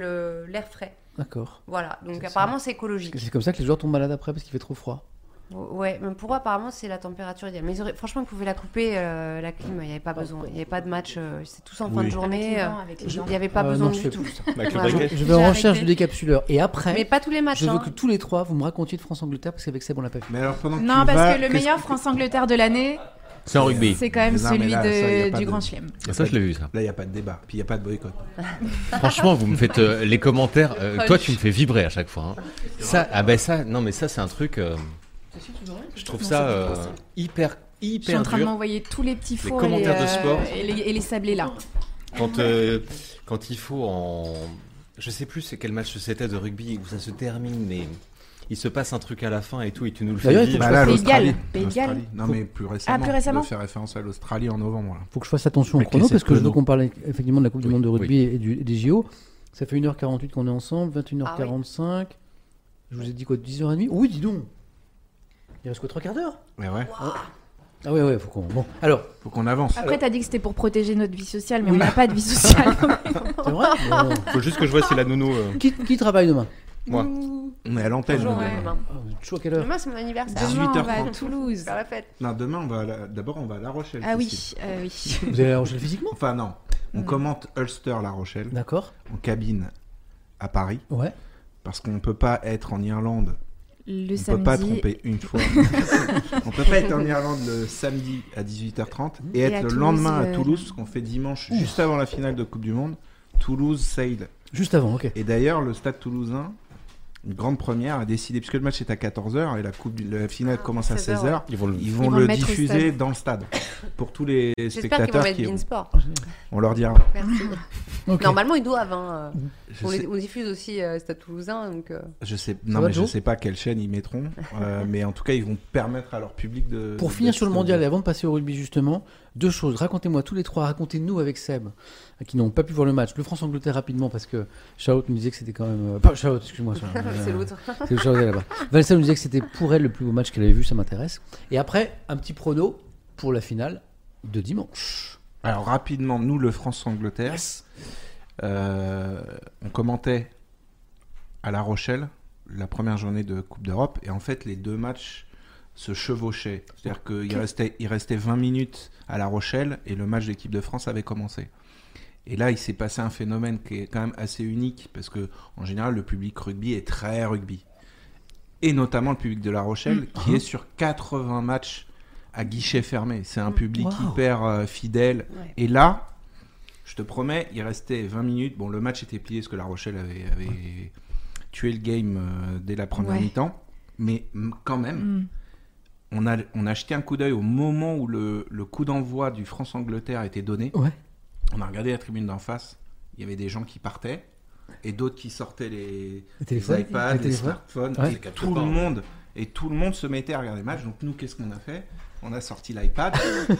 le- l'air frais. D'accord. Voilà. Donc C'est apparemment c'est écologique. C'est comme ça que les joueurs tombent malades après parce qu'il fait trop froid. Ouais, mais pour moi, apparemment, c'est la température idéale. Mais ils auraient- franchement, ils pouvaient la couper, euh, la clim, il n'y avait pas besoin. Il n'y avait pas de match, euh, c'est tous en fin de Oui. Avec journée. les euh, vents, avec les Il gens. n'y avait pas Euh, besoin non, je du fais tout. plus ça. Avec le Ouais. bagage. Je, je J'ai vais en arrêté. recherche du décapsuleur. Et Mais après, pas tous les matchs. je veux hein. que tous les trois, vous me racontiez de France-Angleterre parce qu'avec Seb, on l'a pas fait. Mais alors, pendant que Non, tu parce vas, que le qu'est-ce meilleur France-Angleterre de l'année, C'est en rugby. c'est quand même Non, mais celui là, ça, y a de- pas du de- Grand Chelem. Ça, je l'ai vu, ça. Là, il n'y a pas de débat. Puis il n'y a pas de boycott. Franchement, vous me faites euh, les commentaires. euh, punch. toi, tu me fais vibrer à chaque fois. hein. Ça, ah ben ça, non mais ça, c'est un truc. euh, je trouve Non, ça c'est euh, hyper, Je suis hyper en train de dur. m'envoyer tous les petits fours et, les, commentaires de sport. et, les, et les sablés là. Quand, euh, quand il faut en. Je sais plus c'est quel match c'était de rugby où ça se termine, mais il se passe un truc à la fin et tout, et tu nous le D'ailleurs, fais il faut vivre. Bah là, Pays de Galles. l'Australie. Pays de Galles. L'Australie. Non, mais plus récemment. plus récemment. Je fais référence à l'Australie en novembre. là. Faut que je fasse attention au Avec chrono les parce que je veux sept qu'on parle effectivement de la Coupe du Oui, Monde de rugby et, du- et des JO. Ça fait 1h48 qu'on est ensemble, 21h45. Je vous ai dit quoi, 10h30 Oui, dis donc Il reste quoi, 3 quarts d'heure Mais ouais, Ah ouais, ouais, faut qu'on. Bon, alors, faut qu'on avance. Après, t'as dit que c'était pour protéger notre vie sociale, mais on n'a pas de vie sociale. c'est vrai Bon. Faut juste que je vois si la nounou. euh, qui, qui travaille demain Moi. On est à l'antenne. Bonjour, là, ouais. demain. Ah, Vous êtes chaud à quelle heure Demain, c'est mon anniversaire. 18 Demain, on va à 18h30. Toulouse. Faire la fête. Non, demain, on va à la- d'abord, on va à La Rochelle. Ah Cécile. oui, ah oui. Vous allez à la Rochelle physiquement Enfin, non. On commente Ulster-La Rochelle D'accord. en cabine à Paris. Ouais. Parce qu'on ne peut pas être en Irlande. Le on ne peut pas samedi. tromper une fois. on peut pas être en Irlande le samedi à 18h30 et, Et être à le Toulouse, lendemain euh, à Toulouse, ce qu'on fait dimanche, juste avant la finale de Coupe du Monde. Toulouse Sale. Juste avant, ok. Et d'ailleurs, le stade toulousain, une grande première, a décidé, puisque le match est à 14h et la, coupe, du- la finale Ah, commence à 16h, 16h, Ils vont le. ils vont vont le le mettre au diffuser stade. dans le stade pour tous les J'espère qu'ils vont spectateurs mettre qui. Beansport. On leur dira. Merci. Ok. Normalement, ils doivent. hein, euh, Je On, sais- les- on diffuse aussi euh, Stade Toulousain. Donc, euh, Je sais, non, va, mais je Joe sais pas quelle chaîne ils mettront, euh, mais en tout cas, ils vont permettre à leur public Euh, de. Pour de- finir sur le de- mondial et avant de passer au rugby justement, deux choses. Racontez-moi tous les trois, racontez-nous avec Seb, euh, qui n'ont pas pu voir le match. Le France-Angleterre rapidement parce que Charlotte nous disait que c'était quand même... euh, Pas Charlotte, excuse-moi. Charlotte, Ah. c'est l'autre. C'est le Charlotte là-bas. Vanessa nous disait que c'était pour elle le plus beau match qu'elle avait vu, ça m'intéresse. Et après, un petit prono pour la finale de dimanche. Alors rapidement, nous, le France-Angleterre, euh, on commentait à La Rochelle la première journée de Coupe d'Europe, et en fait, les deux matchs se chevauchaient. C'est-à-dire qu'il restait, il restait 20 minutes à La Rochelle, et le match de l'équipe de France avait commencé. Et là, il s'est passé un phénomène qui est quand même assez unique, parce que en général, le public rugby est très rugby. Et notamment le public de La Rochelle, qui est sur 80 matchs à guichet fermé. C'est un public Wow. hyper euh, fidèle. Ouais. Et là, je te promets, il restait 20 minutes. Bon, le match était plié parce que La Rochelle avait, avait tué le game euh, dès la première Ouais. mi-temps. Mais mm, quand même, Mm. on a, on a jeté un coup d'œil au moment où le, le coup d'envoi du France-Angleterre était donné. Ouais. On a regardé la tribune d'en face. Il y avait des gens qui partaient et d'autres qui sortaient les, Les les téléphones, iPads, les les, téléphones. smartphones. Ouais. Et tout le monde et tout le monde se mettait à regarder le match. Donc nous, qu'est-ce qu'on a fait On a sorti l'iPad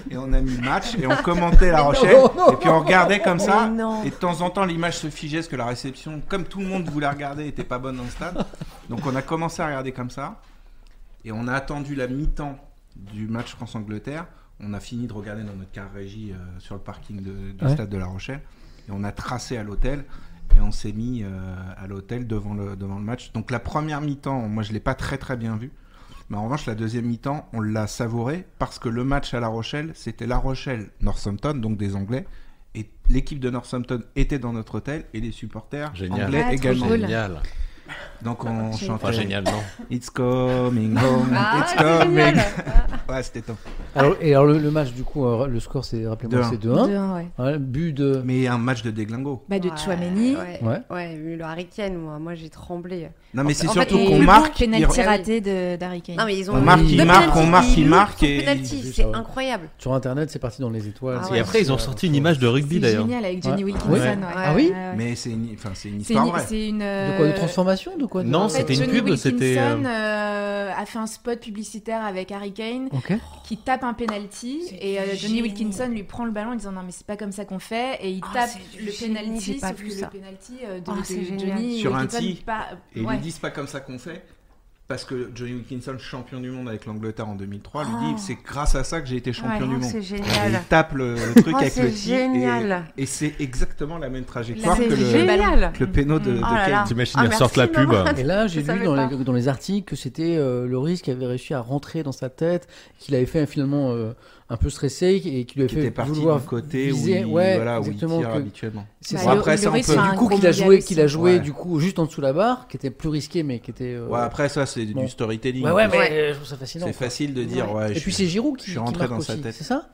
et on a mis le match et on commentait La Rochelle. et puis on regardait comme ça. Mais non. Et de temps en temps, l'image se figeait parce que la réception, comme tout le monde voulait regarder, était pas bonne dans le stade. Donc on a commencé à regarder comme ça. Et on a attendu la mi-temps du match France-Angleterre. On a fini de regarder dans notre car régie euh, sur le parking de- du Ouais. stade de La Rochelle. Et on a tracé à l'hôtel. Et on s'est mis euh, à l'hôtel devant le, devant le match. Donc la première mi-temps, moi je l'ai pas très très bien vue. Mais en revanche, la deuxième mi-temps, on l'a savouré parce que le match à La Rochelle, c'était La Rochelle-Northampton, donc des Anglais. Et l'équipe de Northampton était dans notre hôtel et les supporters Génial. anglais Ah, trop également. cool. Génial. Donc on Enfin, chantait Enfin, génial, non It's coming home, Ah, it's c'est coming. génial. Ouais, c'était top. Alors, et alors le, le match, du coup, euh, le score, c'est, rappelez-moi, Deux un. c'est De 2-1. un, ouais. Ouais, but de. Mais un match de déglingo. Bah, de Ouais, Chouameni. Ouais, Ouais. ouais. mais le Hurricane, moi, moi j'ai tremblé. Non, mais c'est en fait, surtout et qu'on le marque. Penalty il- re- raté de- d'Harry Kane. Non, mais ils ont On marque, deux ils marquent, penalties, on marque, ils loupent marquent son et- penalty, ils- c'est ça- incroyable. Sur internet, c'est parti dans les étoiles. Euh, Ah c'est- ouais. Et après, ils ont c'est- sorti une image de C'est rugby d'ailleurs. génial avec Johnny Wilkinson. Ouais. ouais. Ah oui Ouais, euh, ouais, ouais. Mais c'est une, enfin, c'est une C'est histoire une, vraie. c'est une, De quoi, euh, une transformation de quoi de- Non, en fait, c'était une Johnny pub, c'était, euh, Wilkinson, euh, a fait un spot publicitaire avec Harry Kane Ok. qui tape un penalty C'est et euh, du Johnny génie. Wilkinson lui prend le ballon en disant non mais c'est pas comme ça qu'on fait et il Ah, tape c'est du le génie, penalty j'ai pas sauf vu que ça. le penalty euh, de, Ah, de c'est génial. Johnny Sur un Wilkinson tee, pas- Et ouais. ils lui disent pas comme ça qu'on fait. Parce que Johnny Wilkinson, champion du monde avec l'Angleterre en 2003, lui Oh. dit c'est grâce à ça que j'ai été champion du Ouais. Oh, monde. c'est Il génial. tape le, le truc Oh, avec c'est le pied et- génial. Et, c'est exactement la même trajectoire que C'est que le- le, génial. que le péno de, de Oh là Kane. là. T'imagines, Ah, ils merci, ressortent la pub. maman. Et là, Je j'ai lu savais dans pas. les, dans les articles que c'était euh, Loris qui avait réussi à rentrer dans sa tête, qu'il avait fait finalement euh, un peu stressé et qui lui avait Qui était fait parti vouloir du côté où viser. il, ouais, voilà, où il exactement. tire que- habituellement. c'est Bah, ça. Bon, après, le- ça, le on risque, peut- c'est un du coup, gros qu'il a mondial joué, aussi. qu'il a joué Ouais. du coup juste en dessous la barre, qui était plus risqué, mais qui était. euh, Ouais, après, ça, c'est Bon. du storytelling. ouais, ouais, mais Ouais. euh, je trouve ça fascinant. c'est quoi. facile de dire. Ouais. Ouais, Et je puis c'est suis- Giroud qui, je suis qui rentré marque dans aussi, sa tête. c'est ça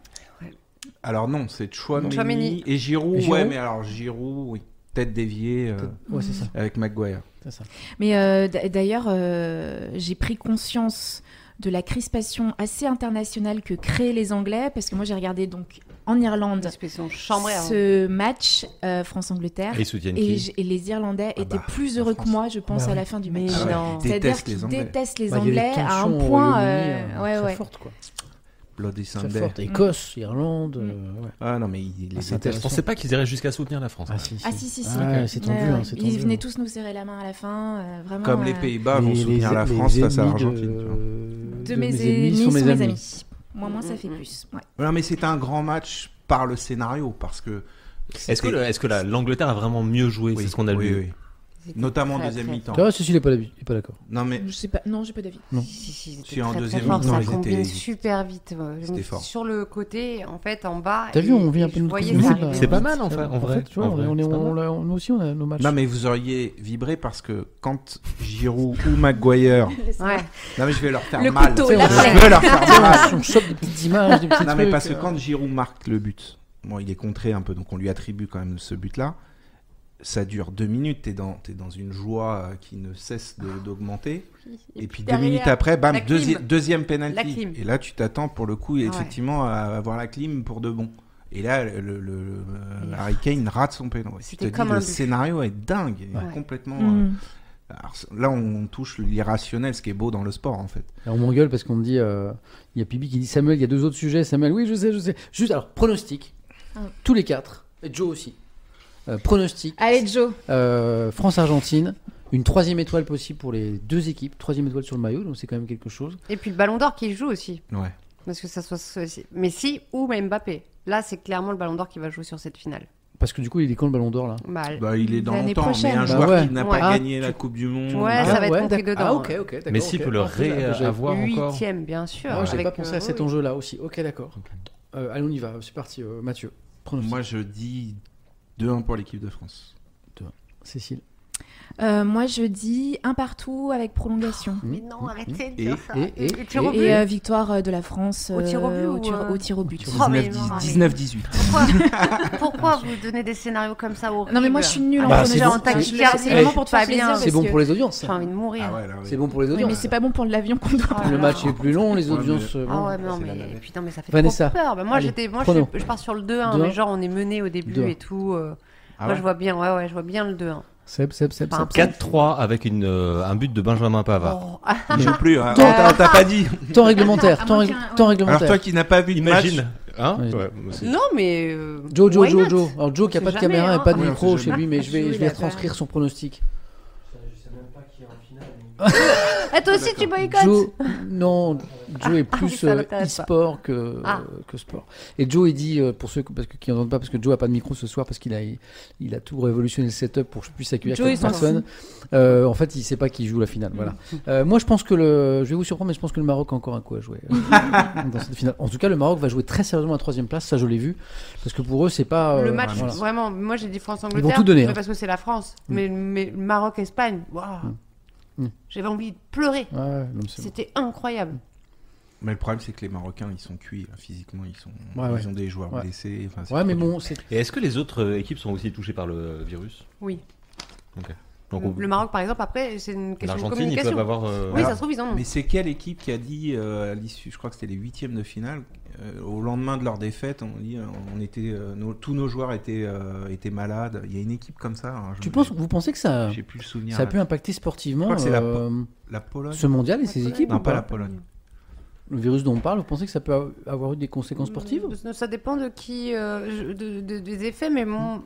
Alors non, c'est Chouameni, Tchouaméni. et Giroud. Et Giroud. Ouais, mais alors Giroud, oui. Tête déviée euh, Ouais, c'est ça. avec Maguire. c'est ça. Mais euh, d- d'ailleurs, euh, j'ai pris conscience de la crispation assez internationale que créent les Anglais, parce que moi j'ai regardé donc en Irlande Parce qu'ils sont chambrés. hein. ce match euh, France-Angleterre Et ils soutiennent et, qui j- et les Irlandais Ah étaient bah, plus la heureux France. que moi, je pense, Bah à ouais. la fin du Mais match. Ah ouais. non. C'est-à-dire Déteste les qu'ils Anglais. détestent les Bah, il y a Anglais des à un tensions au point. Royaume-Uni, euh, euh, ouais, très ouais. fortes, quoi. Bloody Très Sunday. fortes. Écosse, Irlande. Mm. euh, ouais. Ah non, mais il Ah, les c'est Je déteste. pensais pas qu'ils iraient jusqu'à soutenir la France. Ah si, Ah si, si, si. Ah, c'est tendu, Ouais, hein, ouais. c'est tendu, Ils venaient hein. tous nous serrer la main à la fin, euh, vraiment. Comme les euh, Pays-Bas vont Les- soutenir les- la les France face à ennemis de- l'Argentine. tu vois. de mes, ennemis sont mes amis. Moi, moins, ça fait plus. Ouais. Voilà, mais c'est un grand match par le scénario parce que. Est-ce que, le- est-ce que la- l'Angleterre a vraiment mieux joué Oui, C'est ce qu'on a oui, lu. oui. Notamment en Très, deuxième très. mi-temps. Tu vois, ceci, il est pas d'avis- il est pas d'accord. Non mais Je sais pas. Non, j'ai pas d'avis. Si, si, ils étaient Si, en très, deuxième très forts, mi-temps, ça ils combine étaient- super vite. moi. Je C'était me- fort. Sur le côté, en fait, en bas. T'as et- vu, on vit un et peu je de voyais notre ça côté. C'est arriver. C'est pas mal, en fait, en vrai. tu vois, En vrai, on est, c'est pas on, mal. l'a- on- nous aussi, on a nos matchs. Non mais vous auriez vibré parce que quand Giroud ou Maguire, Ouais. non mais je vais leur faire Le mal. couteau, je la vais leur faire mal. on chope des petites images, des petits Non mais trucs, parce que hein. euh. quand Giroud marque le but, bon il est contré un peu donc on lui attribue quand même ce but là. Ça dure deux minutes, t'es dans, t'es dans une joie euh, qui ne cesse de- d'augmenter. Et, puis deux derrière, minutes après, bam, la clim. deuxi- deuxième La penalty. clim. Et là, tu t'attends pour le coup, effectivement, à avoir la clim pour de bon. Et là, le, le- le- euh, Il Harry Kane rate son péno. Je te C'était dis, comme un le but. scénario est dingue, il est Ouais. complètement. euh, Mm. alors, là, on touche l'irrationnel, ce qui est beau dans le sport, en fait. Et on m'engueule parce qu'on me dit, euh, il y a Pibi qui dit Samuel, il y a deux autres sujets. Samuel, oui, je sais, je sais. Juste, alors, pronostic. Ah. Tous les quatre. Et Joe aussi. Euh, pronostic. Allez, Joe. Euh, France-Argentine. Une troisième étoile possible pour les deux équipes. Troisième étoile sur le maillot, donc c'est quand même quelque chose. Et puis le ballon d'or qui joue aussi. Ouais. Parce que ça soit soit- Messi ou Mbappé. Là, c'est clairement le ballon d'or qui va jouer sur cette finale. Parce que du coup, il est quand le ballon d'or là Bah, Bah, il est dans L'année longtemps, mais prochaine. un Bah joueur ouais. qui n'a Ouais. pas Ah, gagné la Coupe du Monde. Ouais, ça va être compris d'ac- dedans, Ah, ok, ok, d'accord. Mais s'il ok. peut le euh, Ah, j'avais- j'avais- réavoir encore. Huitième, bien sûr. Ah, J'avais avec, pas pensé euh, à cet oui. enjeu là aussi. Ok, d'accord. Euh, allez, on y va. C'est parti, euh, Mathieu. Pronostic. Oh, Moi, je dis 2-1 pour l'équipe de France. Cécile. Euh, moi, je dis un partout avec prolongation. Mais Hmm, non, arrêtez de Et- dire ça. et- et- Le tir au et- but. Et euh, victoire euh, de la France Au tir au but ou, tir- euh, au tir au but. Oh, mais non, mais- 19-18. Pourquoi, pourquoi vous donnez des scénarios comme ça aux Non mais moi je suis nulle en Bah, pronostic. c'est bon. Je le- Taquicardia, C'est vraiment pour te pas faire bien. plaisir. C'est C'est bon pour les audiences. J'ai envie de mourir. Ah ouais, là, oui. C'est bon pour les Oui, audiences. mais c'est pas bon pour l'avion qu'on doit. Ah Le là match là. est plus long, les Ouais, audiences. euh, Ah bon. ouais, mais non, C'est la mais navette. putain, mais ça fait Vanessa, trop prenons. peur. Bah, moi, allez, j'étais, moi je, prenons. suis- je pars sur le 2-1, Deux-un. mais genre on est mené au début Deux-un. et tout. euh, Ah moi, ouais. je vois bien, ouais, ouais, je vois bien le 2-1. Seb, Seb, Seb, Enfin, Seb. 4-3 avec une, euh, un but de Benjamin Pavard. Oh, ah, Je sais plus. hein. Toi- Oh, t'as- T'as pas dit. Temps réglementaire, À temps, moins rég- qu'un- ouais. temps Alors réglementaire. toi qui n'as pas vu le Oh, match. Imagine. Hein Oui. Ouais, moi aussi. non, mais. euh, Joe, Joe, why Joe, not Joe. Alors Joe qui a On pas de sait caméra jamais, et pas de hein. micro Ouais, on sait chez lui, mais je vais, Joe, je il vais a peur. transcrire son pronostic. Je sais même pas qui est en finale. Ah, toi aussi, tu boycottes Joe, non, Joe est ah, plus ça euh, l'intéresse pas. e-sport que, euh, Ah. que sport. Et Joe, il dit, euh, pour ceux que- parce que, qui n'entendent pas, parce que Joe a pas de micro ce soir, parce qu'il a, il a tout révolutionné le setup pour que je puisse accueillir Joe, il quatre s'en personnes. Euh, en fait, il sait pas qui joue la finale. Voilà. Euh, moi, je pense que le, je vais vous surprendre, mais je pense que le Maroc a encore un coup à jouer euh, dans cette finale. En tout cas, le Maroc va jouer très sérieusement à troisième place, ça je l'ai vu, parce que pour eux, c'est pas. Le euh, match, voilà. vraiment, moi j'ai dit France-Angleterre. Ils vont tout donner, mais hein. Parce que c'est la France. Mm. Mais, mais Maroc-Espagne, waouh. Mm. J'avais envie de pleurer. Ouais, ouais, non, mais c'est bon. C'était incroyable. Mais le problème c'est que les Marocains ils sont cuits là, physiquement ils sont Ouais, ouais. ils ont des joueurs Ouais. blessés. enfin, c'est Ouais, mais trop dur. bon, c'est. Et est-ce que les autres euh, équipes sont aussi touchées par le euh, virus Oui. Donc, on- le Maroc, par exemple, après, c'est une question de L'Argentine, ils communication. peuvent avoir. euh, Oui, voilà. ça se trouve, ils en ont. Mais c'est quelle équipe qui a dit euh, à l'issue, je crois que c'était les huitièmes de finale, euh, au lendemain de leur défaite, on dit, euh, on était, euh, nos- tous nos joueurs étaient, euh, étaient malades. Il y a une équipe comme ça. hein, je- Tu penses, vous pensez que ça, J'ai plus le souvenir. ça a la, pu impacter sportivement Je crois que c'est la- euh, la Pologne. ce mondial et ses équipes Non, ou pas la Pologne. Le virus dont on parle, vous pensez que ça peut a- avoir eu des conséquences sportives Mm, Ça dépend de qui, euh, je- de- de- des effets, mais Mm. mon-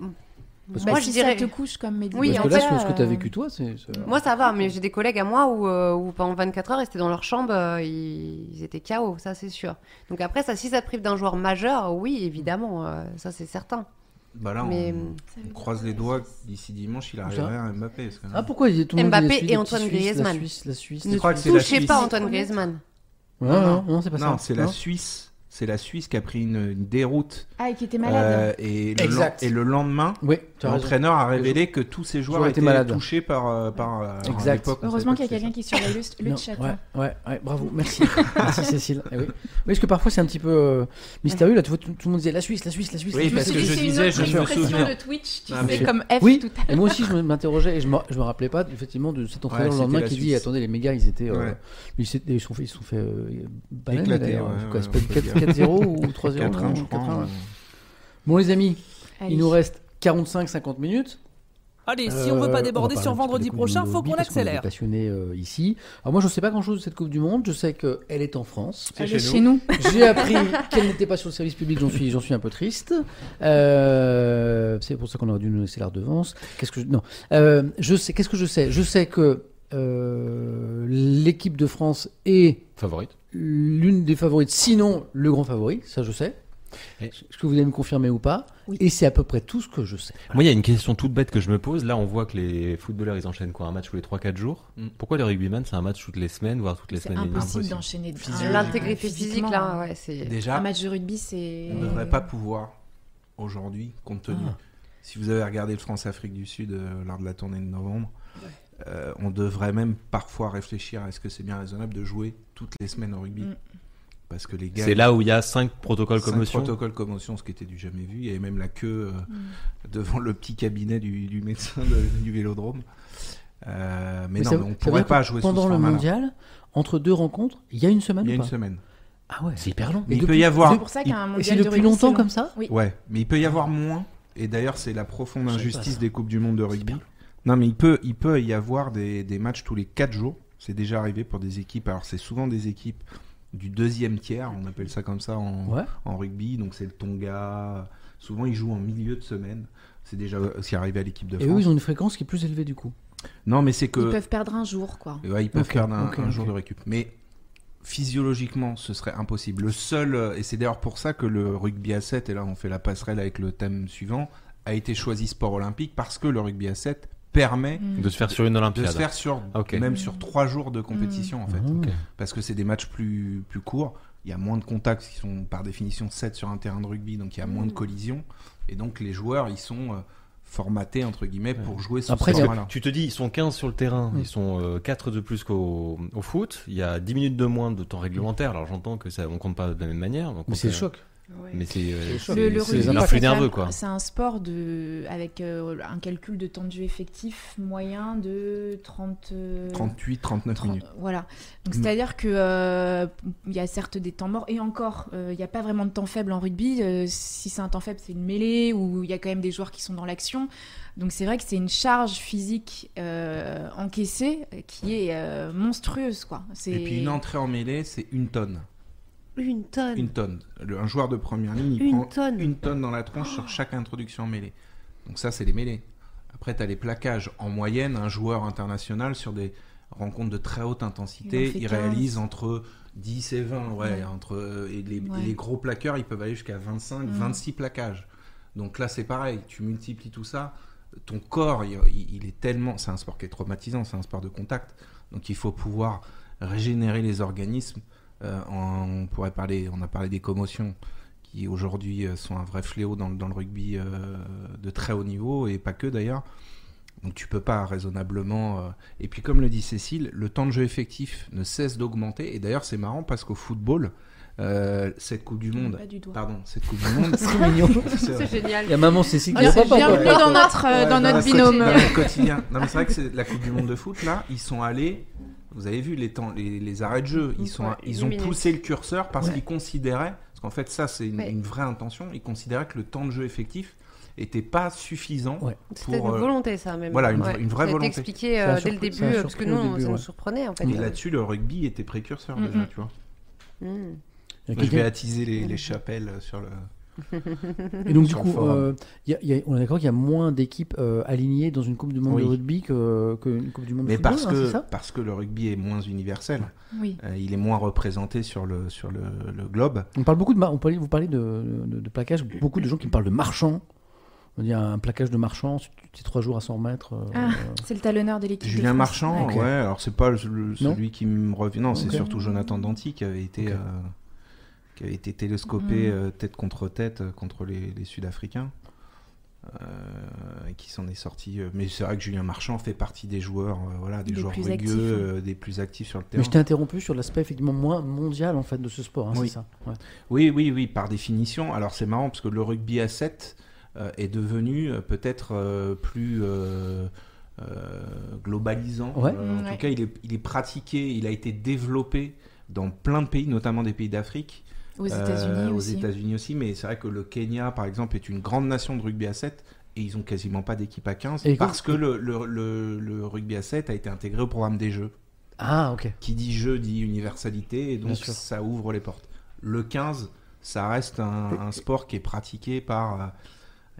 Parce moi Bah, je si dirais. ça te couche comme média. Oui, Parce en que là, fait, euh, ce- ce que tu as vécu toi, c'est. c'est- euh, Moi ça va, mais j'ai des collègues à moi où, euh, où pendant 24 heures ils étaient dans leur chambre, euh, ils, ils étaient KO, ça c'est sûr. Donc après, ça, si ça te prive d'un joueur majeur, oui évidemment, euh, ça c'est certain. Bah là, on- Mais- on, croise les doigts d'ici dimanche, il Ça- arrivera à Mbappé. parce que- Ah, pourquoi il y a tout le monde Mbappé dit la Suisse, et les petits Antoine Suisses, Griezmann. La Suisse, la Suisse. Ne la Je crois que c'est la touchez Suisse. pas Antoine Griezmann. Suisse. Non, non, non, c'est pas ça. non, c'est la Non. Suisse. C'est la Suisse qui a pris une, une déroute. Ah, et qui était euh, malade. et, le Exact. len- et le lendemain, Oui, tu as raison. l'entraîneur a révélé que tous ces joueurs J'aurais été étaient malade. touchés par. euh, par euh, à Exact. l'époque, on savait Heureusement pas qu'il y a que c'était quelqu'un qui surveille le, le Non, chat. ouais, hein. ouais, ouais, bravo, merci, merci Cécile. Eh oui. oui, parce que parfois c'est un petit peu euh, mystérieux. Là, tu vois, tout, tout le monde disait la Suisse, la Suisse, la Suisse. Oui, la Je me parce Suisse. suis que dit, je c'est une disais, autre je me expression souviens. de Twitch, tu Ah, mais sais, c'est- comme F Oui. tout à l'heure. Et moi aussi, je me- m'interrogeais et je me, je me rappelais pas effectivement de cet entraîneur Ouais, le c'était lendemain la qui dit Suisse. attendez les méga ils étaient euh, Ouais. ils se ils se sont fait ils se sont fait euh, bananer, Éclater, d'ailleurs. ouais, Quoi, ouais, c'est pas on peut 4 dire. 4-0 ou 3-0 4 non, ans, je crois. 4-1, ouais. hein. Bon les amis, Allez. il nous reste 45-50 minutes. Allez, si on veut Euh, pas déborder on va sur parler un petit vendredi peu des Coupes du prochain, faut Monde, qu'on parce est des accélère. passionnés euh, ici. Alors moi je sais pas grand chose de cette Coupe du Monde, je sais qu'elle est en France. Elle est chez nous. J'ai appris qu'elle n'était pas sur le service public, j'en suis, j'en suis un peu triste. Euh, c'est pour ça qu'on aurait dû nous laisser la redevance. Qu'est-ce que je, non. Euh, je sais, qu'est-ce que je sais Je sais que euh, l'équipe de France est Favorite. l'une des favorites, sinon le grand favori, ça je sais. Et- Est-ce que vous allez me confirmer ou pas Oui. Et c'est à peu près tout ce que je sais. Moi, il y a une question toute bête que je me pose. Là, on voit que les footballeurs, ils enchaînent quoi Un match tous les 3-4 jours Mm. Pourquoi les rugbyman, c'est un match toutes les semaines, voire toutes les C'est semaines et demie impossible d'enchaîner. Physiquement. Ah, L'intégrité physique Physiquement, là, ouais, c'est. Un Déjà, match de rugby, c'est. on ne devrait pas pouvoir aujourd'hui, compte tenu. Ah. Si vous avez regardé le France-Afrique du Sud euh, lors de la tournée de novembre, euh, on devrait même parfois réfléchir à est-ce que c'est bien raisonnable de jouer toutes les semaines au rugby Mm. Parce que les gars. C'est là où il y a 5 protocoles cinq commotion. protocoles commotion, ce qui était du jamais vu. Il y avait même la queue euh, Mm. devant le petit cabinet du, du médecin de- du vélodrome. Euh, mais, Mais non, ça- mais on ça ne veut pourrait dire pas que jouer sous ce pendant le format-là. mondial. Entre deux rencontres, il y a une semaine Il y a ou une pas semaine. Ah ouais, c'est hyper long. Mais il peut y avoir- C'est pour ça qu'un Et c'est mondial de depuis rugby. longtemps c'est comme ça Ouais, mais il peut y avoir moins. Et d'ailleurs, c'est la profonde Je savais pas injustice ça. des Coupes du Monde de rugby. Non, mais il peut, il peut y avoir des, des matchs tous les 4 jours. C'est déjà arrivé pour des équipes. Alors, c'est souvent des équipes du deuxième tiers, on appelle ça comme ça en, Ouais. en rugby. Donc, c'est le Tonga. Souvent, ils jouent en milieu de semaine. C'est déjà aussi arrivé à l'équipe de Et eux, France. ils ont une fréquence qui est plus élevée du coup. Non, mais c'est Ils que. euh, peuvent perdre un jour, quoi. Ouais, ils peuvent Ok, perdre un, ok, un ok. jour de récup. Mais physiologiquement, ce serait impossible. Le seul, euh, et c'est d'ailleurs pour ça que le rugby à 7, et là on fait la passerelle avec le thème suivant, a été choisi sport olympique parce que le rugby à 7 permet Mm. De se faire sur une de Olympiade. se faire sur Ok. même sur trois jours de compétition en fait. Ok. Parce que c'est des matchs plus, plus courts, il y a moins de contacts qui sont par définition 7 sur un terrain de rugby, donc il y a moins de collisions. Et donc les joueurs, ils sont euh, formatés entre guillemets pour jouer sur Après, ce il y a- terrain-là. Tu te dis, ils sont 15 sur le terrain, ils sont 4 de plus qu'au au foot, il y a 10 minutes de moins de temps réglementaire, alors j'entends que ça, on compte pas de la même manière. donc on Mais c'est le fait- choc. Mais c'est euh, choc. c'est- Le, le c'est rugby, l'influx c'est quand nerveux, même- quoi. C'est un sport de, avec euh, un calcul de temps de jeu effectif moyen de 30. euh, 38, 39 30, minutes. Voilà. Donc Mm. c'est-à-dire que euh, il y a certes des temps morts et encore euh, il n'y a pas vraiment de temps faible en rugby. Euh, si c'est un temps faible, c'est une mêlée où il y a quand même des joueurs qui sont dans l'action. Donc c'est vrai que c'est une charge physique euh, encaissée qui est euh, monstrueuse quoi. C'est- Et puis une entrée en mêlée, c'est une tonne. Une tonne. Une tonne. Le- un joueur de première ligne, il Une prend tonne. une tonne dans la tronche sur chaque introduction en mêlée. Donc ça, c'est les mêlées. Après, tu as les plaquages. En moyenne, un joueur international sur des rencontres de très haute Il en intensité, fait il 15. réalise entre 10 et 20. Ouais, Ouais. Entre, euh, et les, Ouais. les gros plaqueurs, ils peuvent aller jusqu'à 25, Mhm. 26 plaquages. Donc là, c'est pareil. Tu multiplies tout ça. Ton corps, il, il est tellement... C'est un sport qui est traumatisant, c'est un sport de contact. Donc il faut pouvoir régénérer les organismes. Euh, on, on pourrait parler, on a parlé des commotions qui aujourd'hui euh, sont un vrai fléau dans, le- dans le rugby euh, de très haut niveau et pas que d'ailleurs. Donc tu peux pas raisonnablement. euh, Et puis comme le dit Cécile, le temps de jeu effectif ne cesse d'augmenter. Et d'ailleurs c'est marrant parce qu'au football, euh, cette Coupe du Je Monde, Ah, pas du doigt. pardon, cette Coupe du Monde, C'est mignon. c'est vrai. C'est génial. Il y a maman Cécile qui Ah, a c'est papa, quoi. bienvenu dans notre, euh, Ouais, dans notre le binôme. quotidien- dans le quotidien. Non, mais c'est vrai que c'est la Coupe du Monde de foot, là, ils sont allés. Vous avez vu les, temps, les, les arrêts de jeu. Ils, sont, Ouais, ils huit ont minutes. poussé le curseur parce Ouais. qu'ils considéraient. Parce qu'en fait, ça, c'est une, Ouais. une vraie intention. Ils considéraient que le temps de jeu effectif était pas suffisant. Ouais. C'était pour, une euh, volonté, ça, même. voilà, une- Ouais. une Ça a vraie été volonté. expliqué euh, Ça a dès le surpris- début, ça a euh, parce que surpris nous, au on- début, ça nous ouais. surprenait, en fait. Et là-dessus, le rugby était précurseur Mm, déjà, mm. tu vois. Mm. Il y a Je vais quelqu'un- attiser les, les chapelles euh, sur le. Et donc, du sur le coup, forum. euh, il y a- il y a- on est d'accord qu'il y a moins d'équipes euh, alignées dans une Coupe du Monde Oui. de rugby que- qu'une Coupe du Monde Mais de football, parce hein, que, c'est ça parce que le rugby est moins universel, Oui. euh, il est moins représenté sur le, sur le, le globe. On parle beaucoup de. ma- On parle, vous parlez de, de, de plaquage, beaucoup de gens qui me parlent de marchand. On dit un plaquage de marchand, c'est- c'est trois jours à s'en remettre. euh, Ah. C'est le talonneur de l'équipe. de Julien France. Marchand, Ok. ouais, alors c'est pas le- le- Non celui qui me revient. Non, Ok. c'est surtout Jonathan Danty qui avait été, Ok. euh, qui avait été télescopé Mm. euh, tête contre tête euh, contre les, les Sud-Africains. euh, et qui s'en est sorti. euh, Mais c'est vrai que Julien Marchand fait partie des joueurs, euh, voilà, des Des joueurs plus rugueux, actifs, hein. euh, des plus actifs sur le Mais terrain. je t'ai interrompu sur l'aspect effectivement moins mondial en fait de ce sport, hein, Oui. c'est ça. Ouais. Oui, oui, oui, par définition. Alors c'est marrant parce que le rugby à 7 euh, est devenu euh, peut-être euh, plus euh, euh, globalisant. Ouais. Euh, en Mm, ouais. tout cas, il est, il est pratiqué, il a été développé dans plein de pays, notamment des pays d'Afrique, Aux euh, États-Unis aux aussi. États-Unis aussi. Mais c'est vrai que le Kenya, par exemple, est une grande nation de rugby à 7 et ils ont quasiment pas d'équipe à 15 Et parce que écoute- le, le- le- le rugby à 7 a été intégré au programme des Jeux. Ah ok. Qui dit jeu dit universalité, et Bien donc sûr. ça ouvre les portes. Le 15, ça reste un, un sport qui est pratiqué par euh,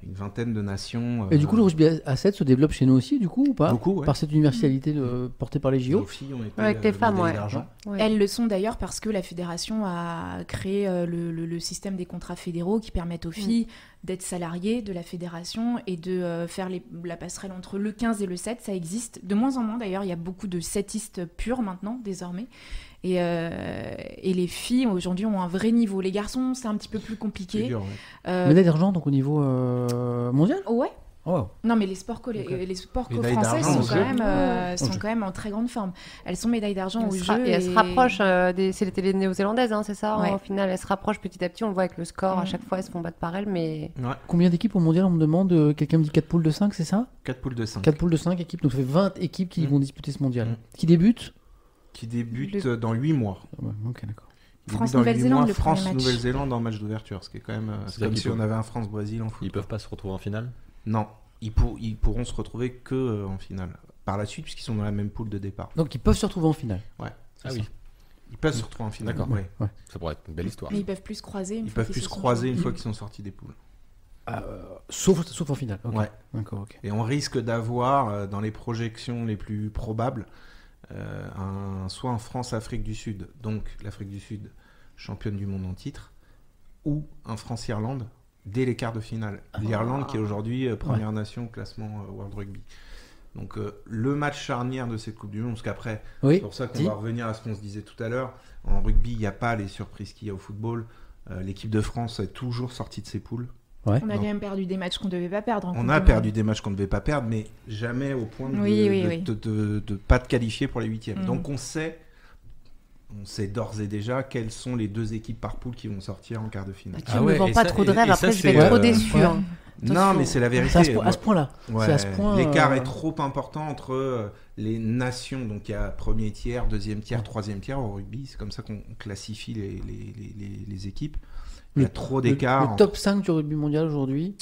une vingtaine de nations. Et du coup le euh, rugby à 7 se développe chez nous aussi du coup ou pas beaucoup, ouais. Par cette universalité de- portée par les Nos JO filles ont été, Avec les euh, femmes, médailles ouais. d'argent. Ouais. Elles le sont d'ailleurs parce que la fédération a créé euh, le, le- le système des contrats fédéraux qui permettent Mm. aux filles d'être salariées de la fédération et de euh, faire les- la passerelle entre le 15 et le 7. Ça existe de moins en moins d'ailleurs. Il y a beaucoup de setistes purs maintenant, désormais. Et, euh, et les filles aujourd'hui ont un vrai niveau. Les garçons, c'est un petit peu plus C'est compliqué. dur, ouais. Euh, Médaille d'argent donc au niveau euh, mondial ouais, Oh, wow. Non, mais les sports, co- les- Ok. les sports co- Médaille français d'argent sont, aux quand Jeux. même, euh, sont Jeux. quand même en très grande forme. Elles sont médailles d'argent Elle aux se ra- Jeux. et elle se rapproche, euh, des... c'est les télé néo-zélandaises, hein, c'est ça Ouais. Au final, elle se rapproche petit à petit, on le voit avec le score, à Mm. chaque fois, elles se font battre par elles, Ah mais Combien d'équipes au mondial on me demande euh, Quelqu'un me dit 4 poules de 5 c'est ça Quatre poules de 5 4 poules de 5 équipes donc ça fait 20 équipes qui Mm. vont disputer ce mondial. Mm. Qui débute qui débutent dans 8 mois. Ah ouais, Ok d'accord. Ils débutent France, dans huit Nouvelle-Zélande, mois. le premier France, match. Nouvelle-Zélande en match d'ouverture, ce qui est quand même euh, C'est c'est comme vrai si qu'ils on avait un France-Brésil en foot. Ils peuvent pas se retrouver en finale Non, ils, pour- ils pourront se retrouver que euh, en finale par la suite puisqu'ils sont dans la même poule de départ. Donc ils peuvent se retrouver en finale. Ah oui, Ils peuvent se retrouver en finale. Mmh. D'accord. ouais. Ouais. ça pourrait être une belle histoire. Mais ils peuvent plus se croiser. Une Ils fois peuvent qu'ils plus se se sont croiser joués. une fois qu'ils sont sortis des poules. Ah, euh, sauf, sauf en finale. ok. Ouais. D'accord, ok. Et on risque d'avoir, euh, dans les projections les plus probables, euh, un, soit un France-Afrique du Sud, donc l'Afrique du Sud championne du monde en titre, ou un France-Irlande dès les quarts de finale. Ah. L'Irlande qui est aujourd'hui euh, première nation au classement euh, World Rugby. Donc euh, le match charnière de cette Coupe du Monde, parce qu'après, Oui. c'est pour ça qu'on dis. va revenir à ce qu'on se disait tout à l'heure, en rugby, il n'y a pas les surprises qu'il y a au football. Euh, L'équipe de France est toujours sortie de ses poules. Ouais. On a Non. quand même perdu des matchs qu'on devait pas perdre. en On Coupe a du perdu Monde. des matchs qu'on ne devait pas perdre, mais jamais au point de ne Oui, oui, oui. pas te qualifier pour les huitièmes. Mm. Mhm. Donc on sait, on sait d'ores et déjà quelles sont les deux équipes par poule qui vont sortir en quart de finale. Tu Ah me ouais, vends et pas ça, trop de et- rêves, et ça, après je c'est, vais être trop euh, déçu. ouais. hein. Non, mais c'est la C'est à vérité. ce, point- à ce point-là. Ouais, C'est à ce point, L'écart euh, est trop important entre euh, les nations. Donc il y a premier tiers, deuxième tiers, troisième tiers au rugby. C'est comme ça qu'on classifie les, les- les- les- les équipes. Il y a Le- trop Le, d'écart. le entre top 5 du rugby mondial aujourd'hui.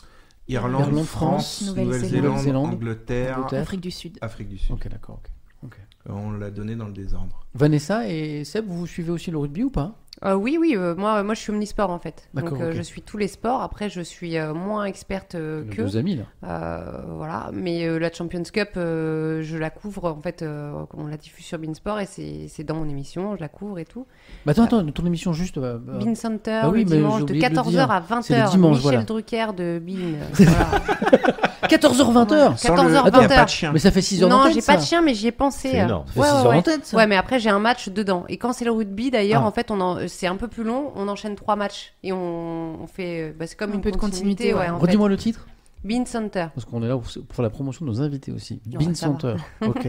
Irlande, Irlande, France, France, Nouvelle-Zélande, Nouvelle-Zélande, Angleterre, Angleterre. Afrique du Sud. Afrique du Sud. Ok, d'accord. ok. Euh, On l'a donné dans le désordre. Vanessa et Seb, vous suivez aussi le rugby ou pas Euh, oui, oui, euh, moi, moi je suis omnisport en fait. Donc D'accord, euh, ok. je suis tous les sports. Après, je suis euh, moins experte euh, Nos que. deux amis là. Euh, voilà, mais euh, la Champions Cup, euh, je la couvre en fait. euh, on la diffuse sur Beansport et c'est c'est dans mon émission, je la couvre et tout. Bah attends, attends, ton émission juste. euh, euh, Bean Center Ah oui, le mais dimanche j'ai de oublié de le 14h à C'est le 20h. dimanche, Michel voilà. Drucker de Bean. euh, C'est voilà. 14h20h 14h, Attends, y a Ah, pas 20h. de chien. Mais ça fait 6 heures Hein. Non, d'antenne, j'ai ça. pas de chien, mais j'y ai pensé. C'est euh. énorme. Ça fait Ouais, six ouais, heures ouais. d'antenne, ça. Ouais, mais après j'ai un match dedans. Et quand c'est le rugby, d'ailleurs, Ah. en fait, on en- c'est un peu plus long. On enchaîne trois matchs et on, on fait. euh, bah, c'est comme Un une peu de continuité, continuité, ouais. ouais. en fait. Redis-moi le titre, Bean Center. parce qu'on est là pour, pour la promotion de nos invités aussi. Ouais, Bean ça va. Center. Ok.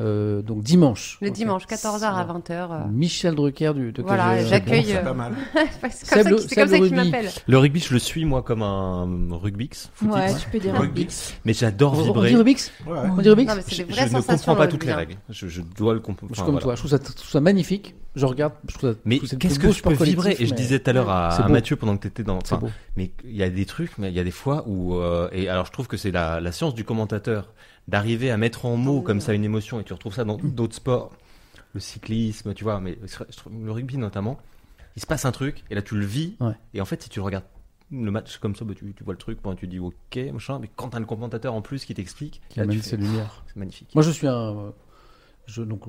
Euh, donc dimanche. Le Ok. dimanche, 14h à euh. 20h. Michel Drucker du, de Voilà, KG, euh, j'accueille, bon. C'est euh, pas mal. c'est comme ça Seb le- qu'il- c'est comme Seb ça le qu'il rugby. m'appelle. Le rugby, je le suis moi comme un euh, rugbix, footix, Ouais, tu peux dire. Rugbix. mais j'adore On- On vibrer. dit Rubik's Ouais. On dit Rubik's Non, mais c'est des Je, je vraies ne sensations. comprends le pas toutes les rugby, hein. règles. Je, je dois le comprendre. Je suis comme toi, je trouve, ça, je trouve ça magnifique. Je regarde, je trouve ça. Mais je trouve c'est qu'est-ce beau que je sport peux collectif, vibrer Et je mais disais tout à l'heure à, C'est à beau. Mathieu pendant que t'étais dans. C'est enfin, beau. mais il y a des trucs, mais il y a des fois où. euh, et alors je trouve que c'est la, la science du commentateur d'arriver à mettre en mots comme ça une émotion. Et tu retrouves ça dans d'autres sports, le cyclisme, tu vois. Mais je trouve- le rugby notamment, il se passe un truc et là tu le vis. Ouais. Et en fait, si tu regardes le match comme ça, bah, tu, tu vois le truc, bon, tu dis ok, machin. Mais quand t'as le commentateur en plus qui t'explique, Qui là, tu amène fais, ses lumières. c'est magnifique. Moi, je suis un. euh, Je, donc,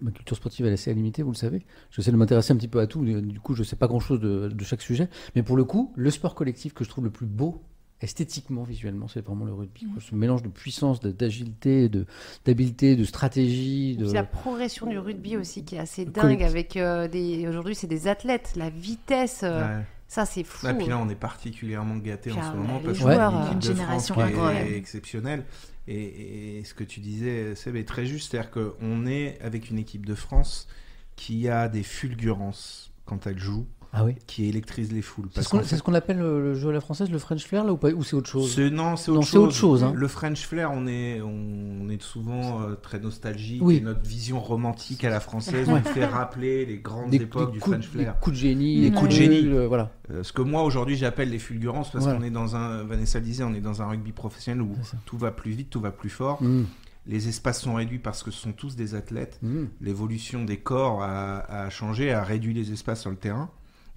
ma culture sportive elle est assez limitée, vous le savez. J'essaie de m'intéresser un petit peu à tout, et du coup, je sais pas grand chose de, de chaque sujet. Mais pour le coup, le sport collectif que je trouve le plus beau, esthétiquement, visuellement, c'est vraiment le rugby. Mmh. quoi. Ce mélange de puissance, de- d'agilité, de- d'habileté, de, stratégie. Et De... puis la progression du rugby aussi qui est assez dingue collectif. avec euh, des aujourd'hui c'est des athlètes la vitesse euh, Ouais. ça c'est fou Ah, puis là, hein. on est particulièrement gâté en Puis, ce ah, moment les parce qu'on joueurs, a euh, une équipe une de France génération qui incroyable. est exceptionnelle. Et, et ce que tu disais, Seb, est très juste. C'est-à-dire qu'on est avec une équipe de France qui a des fulgurances quand elle joue, Ah oui. qui électrise les foules. C'est Parce ce qu'on qu'en c'est ce qu'on appelle euh, le, le jeu à la française, le French flair, là, ou, pas, ou c'est autre chose Ce- non, c'est Non, autre, c'est autre chose, hein. Le French flair, on est, on est souvent euh, très nostalgique. Oui. Et notre vision romantique à la française Ouais. nous fait rappeler les grandes époques du coups, French flair. des coups de génie, Des des coups de génie. gueules, euh, voilà. Euh, ce que moi aujourd'hui j'appelle les fulgurances parce Voilà. qu'on est dans un, Vanessa le disait, on est dans un rugby professionnel où C'est ça. tout va plus vite, tout va plus fort. Mm, Les espaces sont réduits parce que ce sont tous des athlètes. mm. L'évolution des corps a, a changé, a réduit les espaces sur le terrain.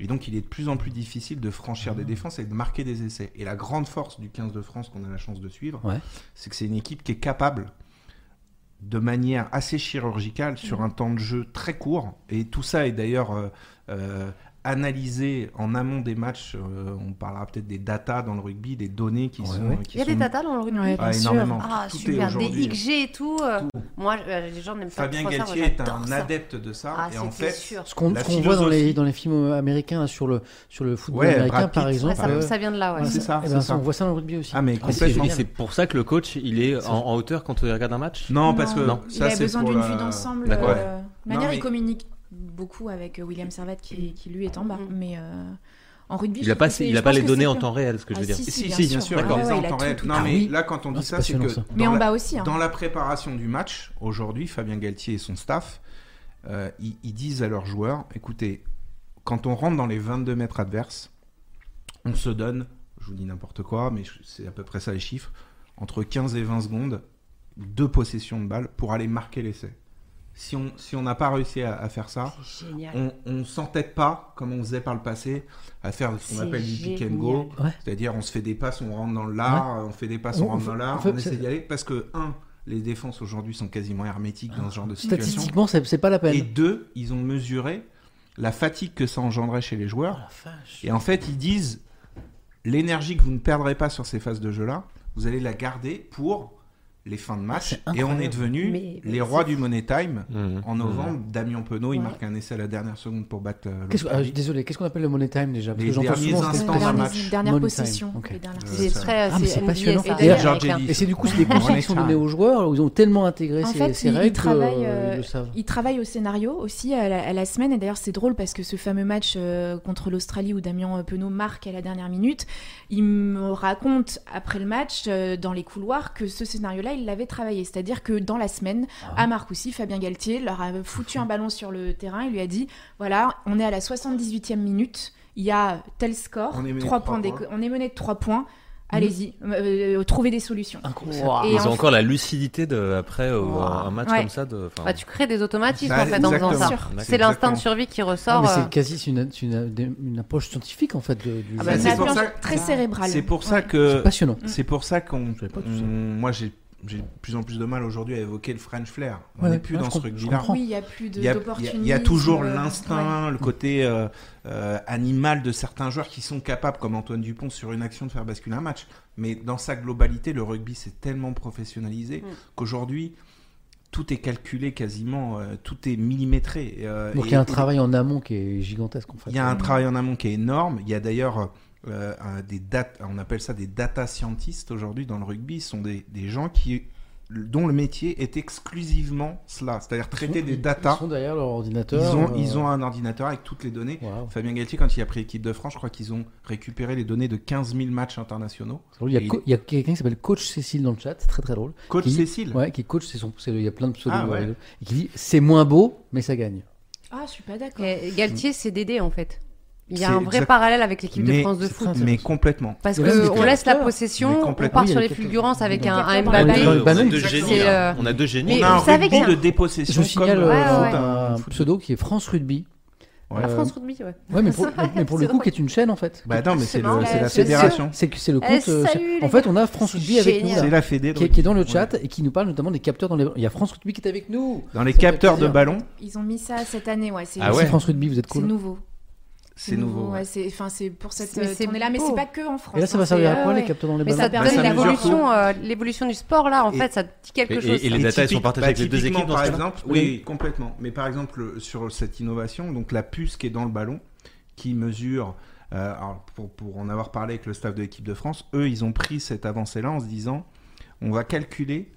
Et donc il est de plus en plus difficile de franchir Ah. des défenses et de marquer des essais. Et la grande force du 15 de France qu'on a la chance de suivre, Ouais. c'est que c'est une équipe qui est capable de manière assez Mmh. chirurgicale sur un temps de jeu très court. Et tout ça est d'ailleurs euh, euh, analysé en amont des matchs. Euh, on parlera peut-être des datas dans le rugby, des données qui Ouais, sont... ouais. qui il y a des sont- datas dans le rugby Ouais, Ah, bien sûr. énormément. ah Tout est super des aujourd'hui- XG et tout, euh, Tout. moi euh, les gens n'aiment pas Fabien trop ça, moi, Galtier est j'adore un ça. adepte de ça. ah et en c'était fait, sûr Ce qu'on La ce qu'on voit dans les, philosophie. dans les films américains là, sur, le, sur le football Ouais, américain, Brad par Pitt, Ouais, exemple, ça, euh, ça vient de là ouais. voilà, C'est ça, eh Ah, c'est ben, ça. on voit ça dans le rugby aussi. Ah, mais c'est complètement. Et c'est pour ça que le coach, il est en, en hauteur quand il regarde un match. Non, parce que Non. ça, il a c'est besoin pour euh, d'une la- vue d'ensemble. D'accord. Ouais. euh, de manière, Non, mais- il communique beaucoup avec euh, William Servette qui, qui, lui est en bas. Mhm. Mais euh, en rugby, Mm. Il je n'a pas, trouve que ses- c'est- il a je pas pense les que données c'est en que- temps réel, ce que je Ah, veux dire. si, si, Si, bien si, bien sûr. sûr. Ah on les ouais, a ouais, en il a temps tout, réel. tout. Non, Ah mais oui. là, quand on Ah, dit c'est ça, c'est que passionnant, Mais dans en la- bas aussi. hein. Dans la préparation du match, aujourd'hui, Fabien Galtier et son staff, euh, ils, ils disent à leurs joueurs, écoutez, quand on rentre dans les 22 mètres adverses, on se donne, je vous dis n'importe quoi, mais je- c'est à peu près ça les chiffres, entre 15 et 20 secondes, deux possessions de balle pour aller marquer l'essai. Si on si on n'a pas réussi à, à faire ça, c'est génial on ne s'entête pas, comme on faisait par le passé, à faire ce qu'on C'est appelle du pick and génial. go. Ouais. C'est-à-dire, on se fait des passes, on rentre dans l'art, on fait des passes, On- on, on rentre fait- dans l'art, on on, fait- essaie c'est- d'y aller. Parce que, un, les défenses aujourd'hui sont quasiment hermétiques dans Ah, ce genre de situation. Statistiquement, c'est c'est pas la Et peine. deux, ils ont mesuré la fatigue que ça engendrait chez les joueurs. Ah, Et en fait, ils disent l'énergie que vous ne perdrez pas sur ces phases de jeu-là, vous allez la garder pour les fins de match. Ah, C'est Et on incroyable. est devenus Mais- les rois du Money Time. Mhm. En novembre, Damien Penaud, il Ouais. marque un essai à la dernière seconde pour battre euh, Qu'est-ce que- l'Australie. ah, désolé, qu'est-ce qu'on appelle le money time déjà Parce Les que j'entends derniers souvent instants cette dans un expression. match. Les dernières Money possessions. time, ok. Les dernières Euh, C'est ça- très. Ah, mais c'est NBA, passionnant. ça, Et avec George un- Ellis. Et c'est du coup, c'est des conseils qui sont donnés aux joueurs, ils ont tellement intégré En ces, fait, ces ils- ils règles qu'ils travaillent, euh, le savent. Il travaille au scénario aussi à la, à la semaine. Et d'ailleurs, c'est drôle parce que ce fameux match euh, contre l'Australie où Damien Penaud marque à la dernière minute, il me raconte après le match euh, dans les couloirs que ce scénario-là, il l'avait travaillé. C'est-à-dire que dans la semaine, Ah. à Marcoussis, Fabien Galtier leur a foutu un ballon sur le terrain. Il lui a dit voilà, on est à la 78e minute, il y a tel score, On est mené de trois trois points d'éco- points. Mmh. on est mené de 3 points. Allez-y, euh, euh, trouvez des solutions. Incroyable. Et Ah. Ils en ont encore la lucidité de, après euh, Wow. un match Ouais. comme ça. De, enfin, Bah, tu crées des automatismes Bah, en fait en faisant exactement. ça. Sûr. D'accord. C'est l'instinct de Exactement. survie qui Ah, ressort. mais euh, c'est quasi c'est une, c'est une, une approche scientifique en fait de- du Ah bah, jeu. C'est c'est une pour approche ça- très cérébrale. C'est pour Ouais. ça que. C'est passionnant. C'est pour ça qu'on. Je savais pas tout ça. on- Moi, j'ai j'ai de plus en plus de mal aujourd'hui à évoquer le French flair. On Ouais, n'est ouais, plus ouais, dans je ce com- je rugby-là. comprends. Oui, il y a plus de- Il y a- il y a- d'opportunisme. il y a toujours euh, ouais. l'instinct, le côté euh, euh, animal de certains joueurs qui sont capables, comme Antoine Dupont, sur une action de faire basculer un match. Mais dans sa globalité, le rugby s'est tellement professionnalisé Mm. qu'aujourd'hui, tout est calculé quasiment, euh, tout est millimétré. euh, Donc il et- y a un et- travail en amont qui est gigantesque en fait. il y a un Mm. travail en amont qui est énorme. Il y a d'ailleurs euh, un- des dates, on appelle ça des data scientists aujourd'hui dans le rugby. Ce sont des, des gens qui, dont le métier est exclusivement cela, c'est-à-dire traiter Ils sont- des ils- Ils datas. sont derrière leur Ils ordinateur. ont, euh, ils ont un ordinateur avec toutes les données. waouh. Fabien Galtier, quand il a pris l'équipe de France, je crois qu'ils ont récupéré les données de 15 000 matchs internationaux. C'est drôle, Il y a, Et co- il y a quelqu'un qui s'appelle Coach Cécile dans le chat, c'est très très drôle. Coach Qui- Cécile, Ouais, qui est coach, c'est son, c'est- il y a plein de pseudos. Ah, ouais. euh, et qui dit c'est moins beau, mais ça gagne. Ah, je suis pas d'accord. et Galtier, c'est Dédé en fait. Il y a C'est un vrai exact- parallèle avec l'équipe de Mais- France de c'est foot. très- mais complètement. Parce Mais là, c'est des qu'on laisse la capteurs. Mais possession, on complètement. part Oui, sur il y a des les fulgurances avec capteurs. un, un Il y a des on, Bah, a deux- oui. Mbappé. on a Bannon, deux exactement. génies. C'est, là. euh, On a deux génies. hein. mais- On là. a un vous savez rugby qu'il y a- de dépossession. Je signale euh, comme, euh, Ouais, foot, foot, un foot. pseudo qui est France Rugby. Ouais. La Euh, France Rugby, ouais. Ouais, mais pour, C'est vrai, mais pour le c'est coup, drôle. qui est une chaîne en fait. Bah non, mais C'est c'est marrant, le- c'est la- la c'est- fédération. C'est que c'est le compte. Eh, euh, salut, c'est- les en fait, on a France Rugby avec nous Génial. C'est là, la fédé. de qui, est- qui est dans le rugby. chat et qui nous parle notamment des capteurs dans les. Il y a France Rugby qui est avec nous. Dans les Ça fait capteurs de plaisir. ballon, Ils ont mis ça cette année, ouais. C'est Ah ouais. Merci France Rugby, vous êtes c'est cool. nouveau. c'est nouveau. ouais, ouais. c'est- enfin, c'est pour cette Mais euh, c'est tournée-là, mais beau. c'est pas que en France. Et là, ça hein, va c'est- servir à ouais, quoi les ouais. capteurs dans les ah Mais ça ballons te Bah, donne ça mesure l'évolution, euh, l'évolution du sport là. En Et- fait, ça te dit Et, quelque chose. et- et les Et datas, elles sont typique- partagées bah, avec les deux typiquement, équipes dans par ce cas-là exemple. Oui. Oui, complètement. Mais par exemple, le- sur cette innovation, donc la puce qui est dans le ballon, qui mesure. euh, alors, pour, pour en avoir parlé avec le staff de l'équipe de France, eux, ils ont pris cette avancée-là en se disant on va calculer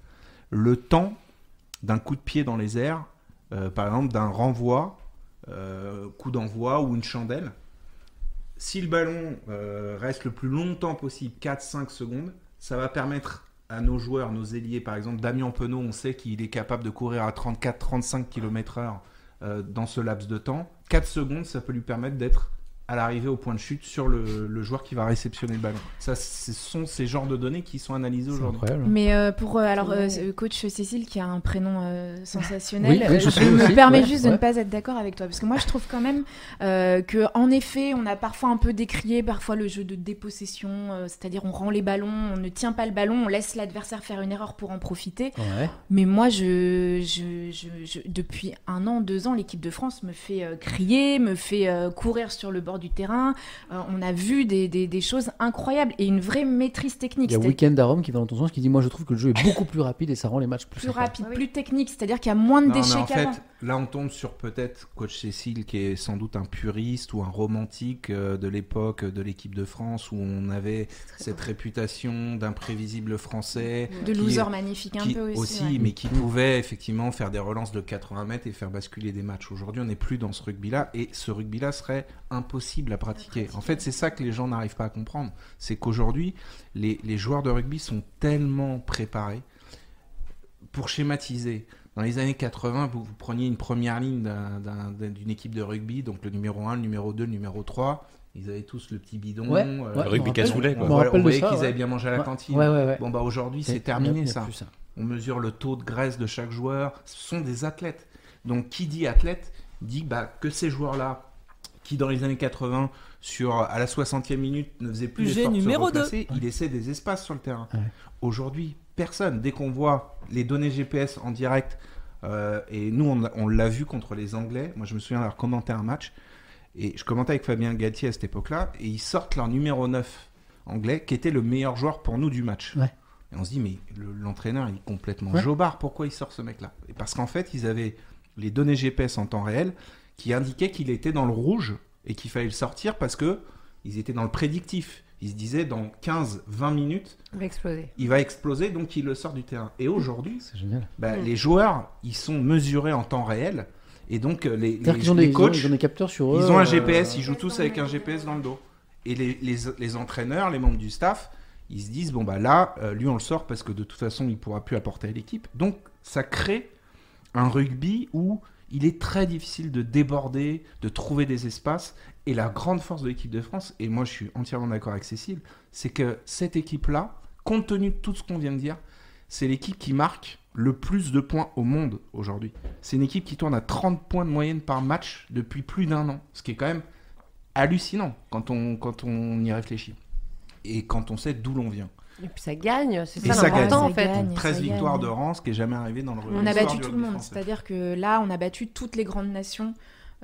le temps d'un coup de pied dans les airs, euh, par exemple d'un renvoi, euh, coup d'envoi ou une chandelle. Si le ballon euh, reste le plus longtemps possible, 4-5 secondes, ça va permettre à nos joueurs, nos ailiers, par exemple Damien Penaud, on sait qu'il est capable de courir à 34-35 km/h euh, dans ce laps de temps. 4 secondes, ça peut lui permettre d'être à l'arrivée au point de chute sur le, le joueur qui va réceptionner le ballon. Ça, ce sont ces genres de données qui sont analysées C'est aujourd'hui. incroyable. Mais euh, pour euh, alors euh, Ouais. coach Cécile qui a un prénom euh, sensationnel, Oui, oui, euh, je je, sais me aussi, permets ouais, juste ouais. de ne pas être d'accord avec toi parce que moi je trouve quand même euh, que en effet on a parfois un peu décrié parfois le jeu de dépossession, euh, c'est-à-dire on rend les ballons, on ne tient pas le ballon, on laisse l'adversaire faire une erreur pour en profiter. Ouais. Mais moi, je, je, je- je- depuis un an, deux ans, l'équipe de France me fait euh, crier, me fait euh, courir sur le bord du terrain. Euh, on a vu des, des- des choses incroyables et une vraie maîtrise Il technique. y a C'est-à-dire Weekend à Rome qui va dans ton sens, qui dit Moi, je trouve que le jeu est beaucoup plus rapide et ça rend les matchs plus, plus sympas. rapide, Ah oui. plus technique, c'est-à-dire qu'il y a moins de Non, mais déchets en qu'avant. fait, là on tombe sur peut-être coach Cécile qui est sans doute un puriste ou un romantique euh, de l'époque de l'équipe de France où on avait cette réputation d'imprévisible français de qui loser est- magnifique un qui peu aussi, aussi. ouais. mais qui pouvait effectivement faire des relances de 80 mètres et faire basculer des matchs. Aujourd'hui, on n'est plus dans ce rugby-là et ce rugby-là serait impossible à pratiquer. En fait, c'est ça que les gens n'arrivent pas à comprendre. C'est qu'aujourd'hui, les, les joueurs de rugby sont tellement préparés. Pour schématiser, dans les années 80, vous, vous preniez une première ligne d'un- d'un- d'un- d'une équipe de rugby, donc le numéro 1, le numéro 2, le numéro 3. Ils avaient tous le petit bidon. Ouais, euh, ouais, je Le rugby me rappelle. cassoulet, on, quoi. Je me voit- on rappelle de voyait ça, qu'ils ouais. avaient bien mangé à la cantine. Ouais, ouais, ouais. Bon, bah aujourd'hui, Il y c'est a- terminé Eh, il y a ça. plus ça. On mesure le taux de graisse de chaque joueur. Ce sont des athlètes. Donc, qui dit athlète dit bah, que ces joueurs-là, qui dans les années 80, sur, à la 60e minute, ne faisaient plus J'ai d'efforts de se numéro deux. replacer, ils laissaient des espaces sur le terrain. Ouais. Aujourd'hui, personne. Dès qu'on voit les données GPS en direct, euh, et nous, on, on l'a vu contre les Anglais. Moi, je me souviens d'avoir commenté un match. Et je commentais avec Fabien Galtier à cette époque-là. Et ils sortent leur numéro 9 anglais, qui était le meilleur joueur pour nous du match. Ouais. Et on se dit, mais le- l'entraîneur, il est complètement Ouais. jobard. Pourquoi il sort ce mec-là Et Parce qu'en fait, ils avaient les données GPS en temps réel qui indiquaient qu'il était dans le rouge et qu'il fallait le sortir parce que ils étaient dans le prédictif. Ils se disaient, dans 15-20 minutes, Il va exploser. il va exploser, donc il le sort du terrain. Et aujourd'hui, C'est génial. bah, Mm. les joueurs, ils sont mesurés en temps réel. Et donc, euh, les, C'est-à-dire les- qu'ils ont, les des- ils ont- coachs, ils ont des capteurs sur eux. ils ont un euh, GPS, ils jouent tous avec un GPS dans le dos. Et les, les, les entraîneurs, les membres du staff, ils se disent bon, bah là, euh, lui, on le sort parce que de toute façon, il pourra plus apporter à l'équipe. Donc, ça crée un rugby où il est très difficile de déborder, de trouver des espaces. Et la grande force de l'équipe de France, et moi, je suis entièrement d'accord avec Cécile, c'est que cette équipe-là, compte tenu de tout ce qu'on vient de dire, c'est l'équipe qui marque le plus de points au monde aujourd'hui. C'est une équipe qui tourne à 30 points de moyenne par match depuis plus d'un an, ce qui est quand même hallucinant quand on, quand on y réfléchit. Et quand on sait d'où l'on vient. Et puis ça gagne, c'est Et ça ça gagne. l'important en Ça fait. gagne. Donc, 13 ça gagne. victoires de rang, ce qui est jamais arrivé dans le On On a l'histoire battu du tout le rugby monde. français. C'est-à-dire que là, on a battu toutes les grandes nations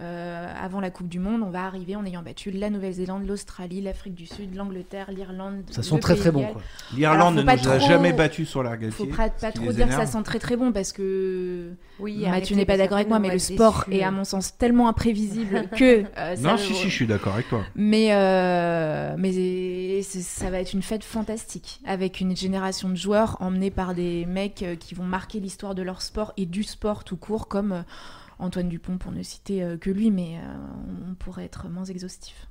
euh, avant la Coupe du Monde. On va arriver en ayant battu la Nouvelle-Zélande, l'Australie, l'Afrique du Sud, l'angleterre, l'Irlande. Ça sent le très Pays très de bon. Galles. Quoi. L'Irlande ne Alors, faut nous pas a trop- jamais battus sur la Faut glacier. pas, pas qui trop les dire que ça énerve. sent très très bon parce que Oui, Bah, arrêtez tu n'es pas de d'accord avec moi, mais le certainement sport être est à déçu. mon sens tellement imprévisible que euh, ça Non, me- si, si, je suis d'accord avec toi. Mais, euh, mais c'est- ça va être une fête fantastique, avec une génération de joueurs emmenés par des mecs euh, qui vont marquer l'histoire de leur sport et du sport tout court, comme euh, Antoine Dupont, pour ne citer euh, que lui, mais euh, on pourrait être moins exhaustif.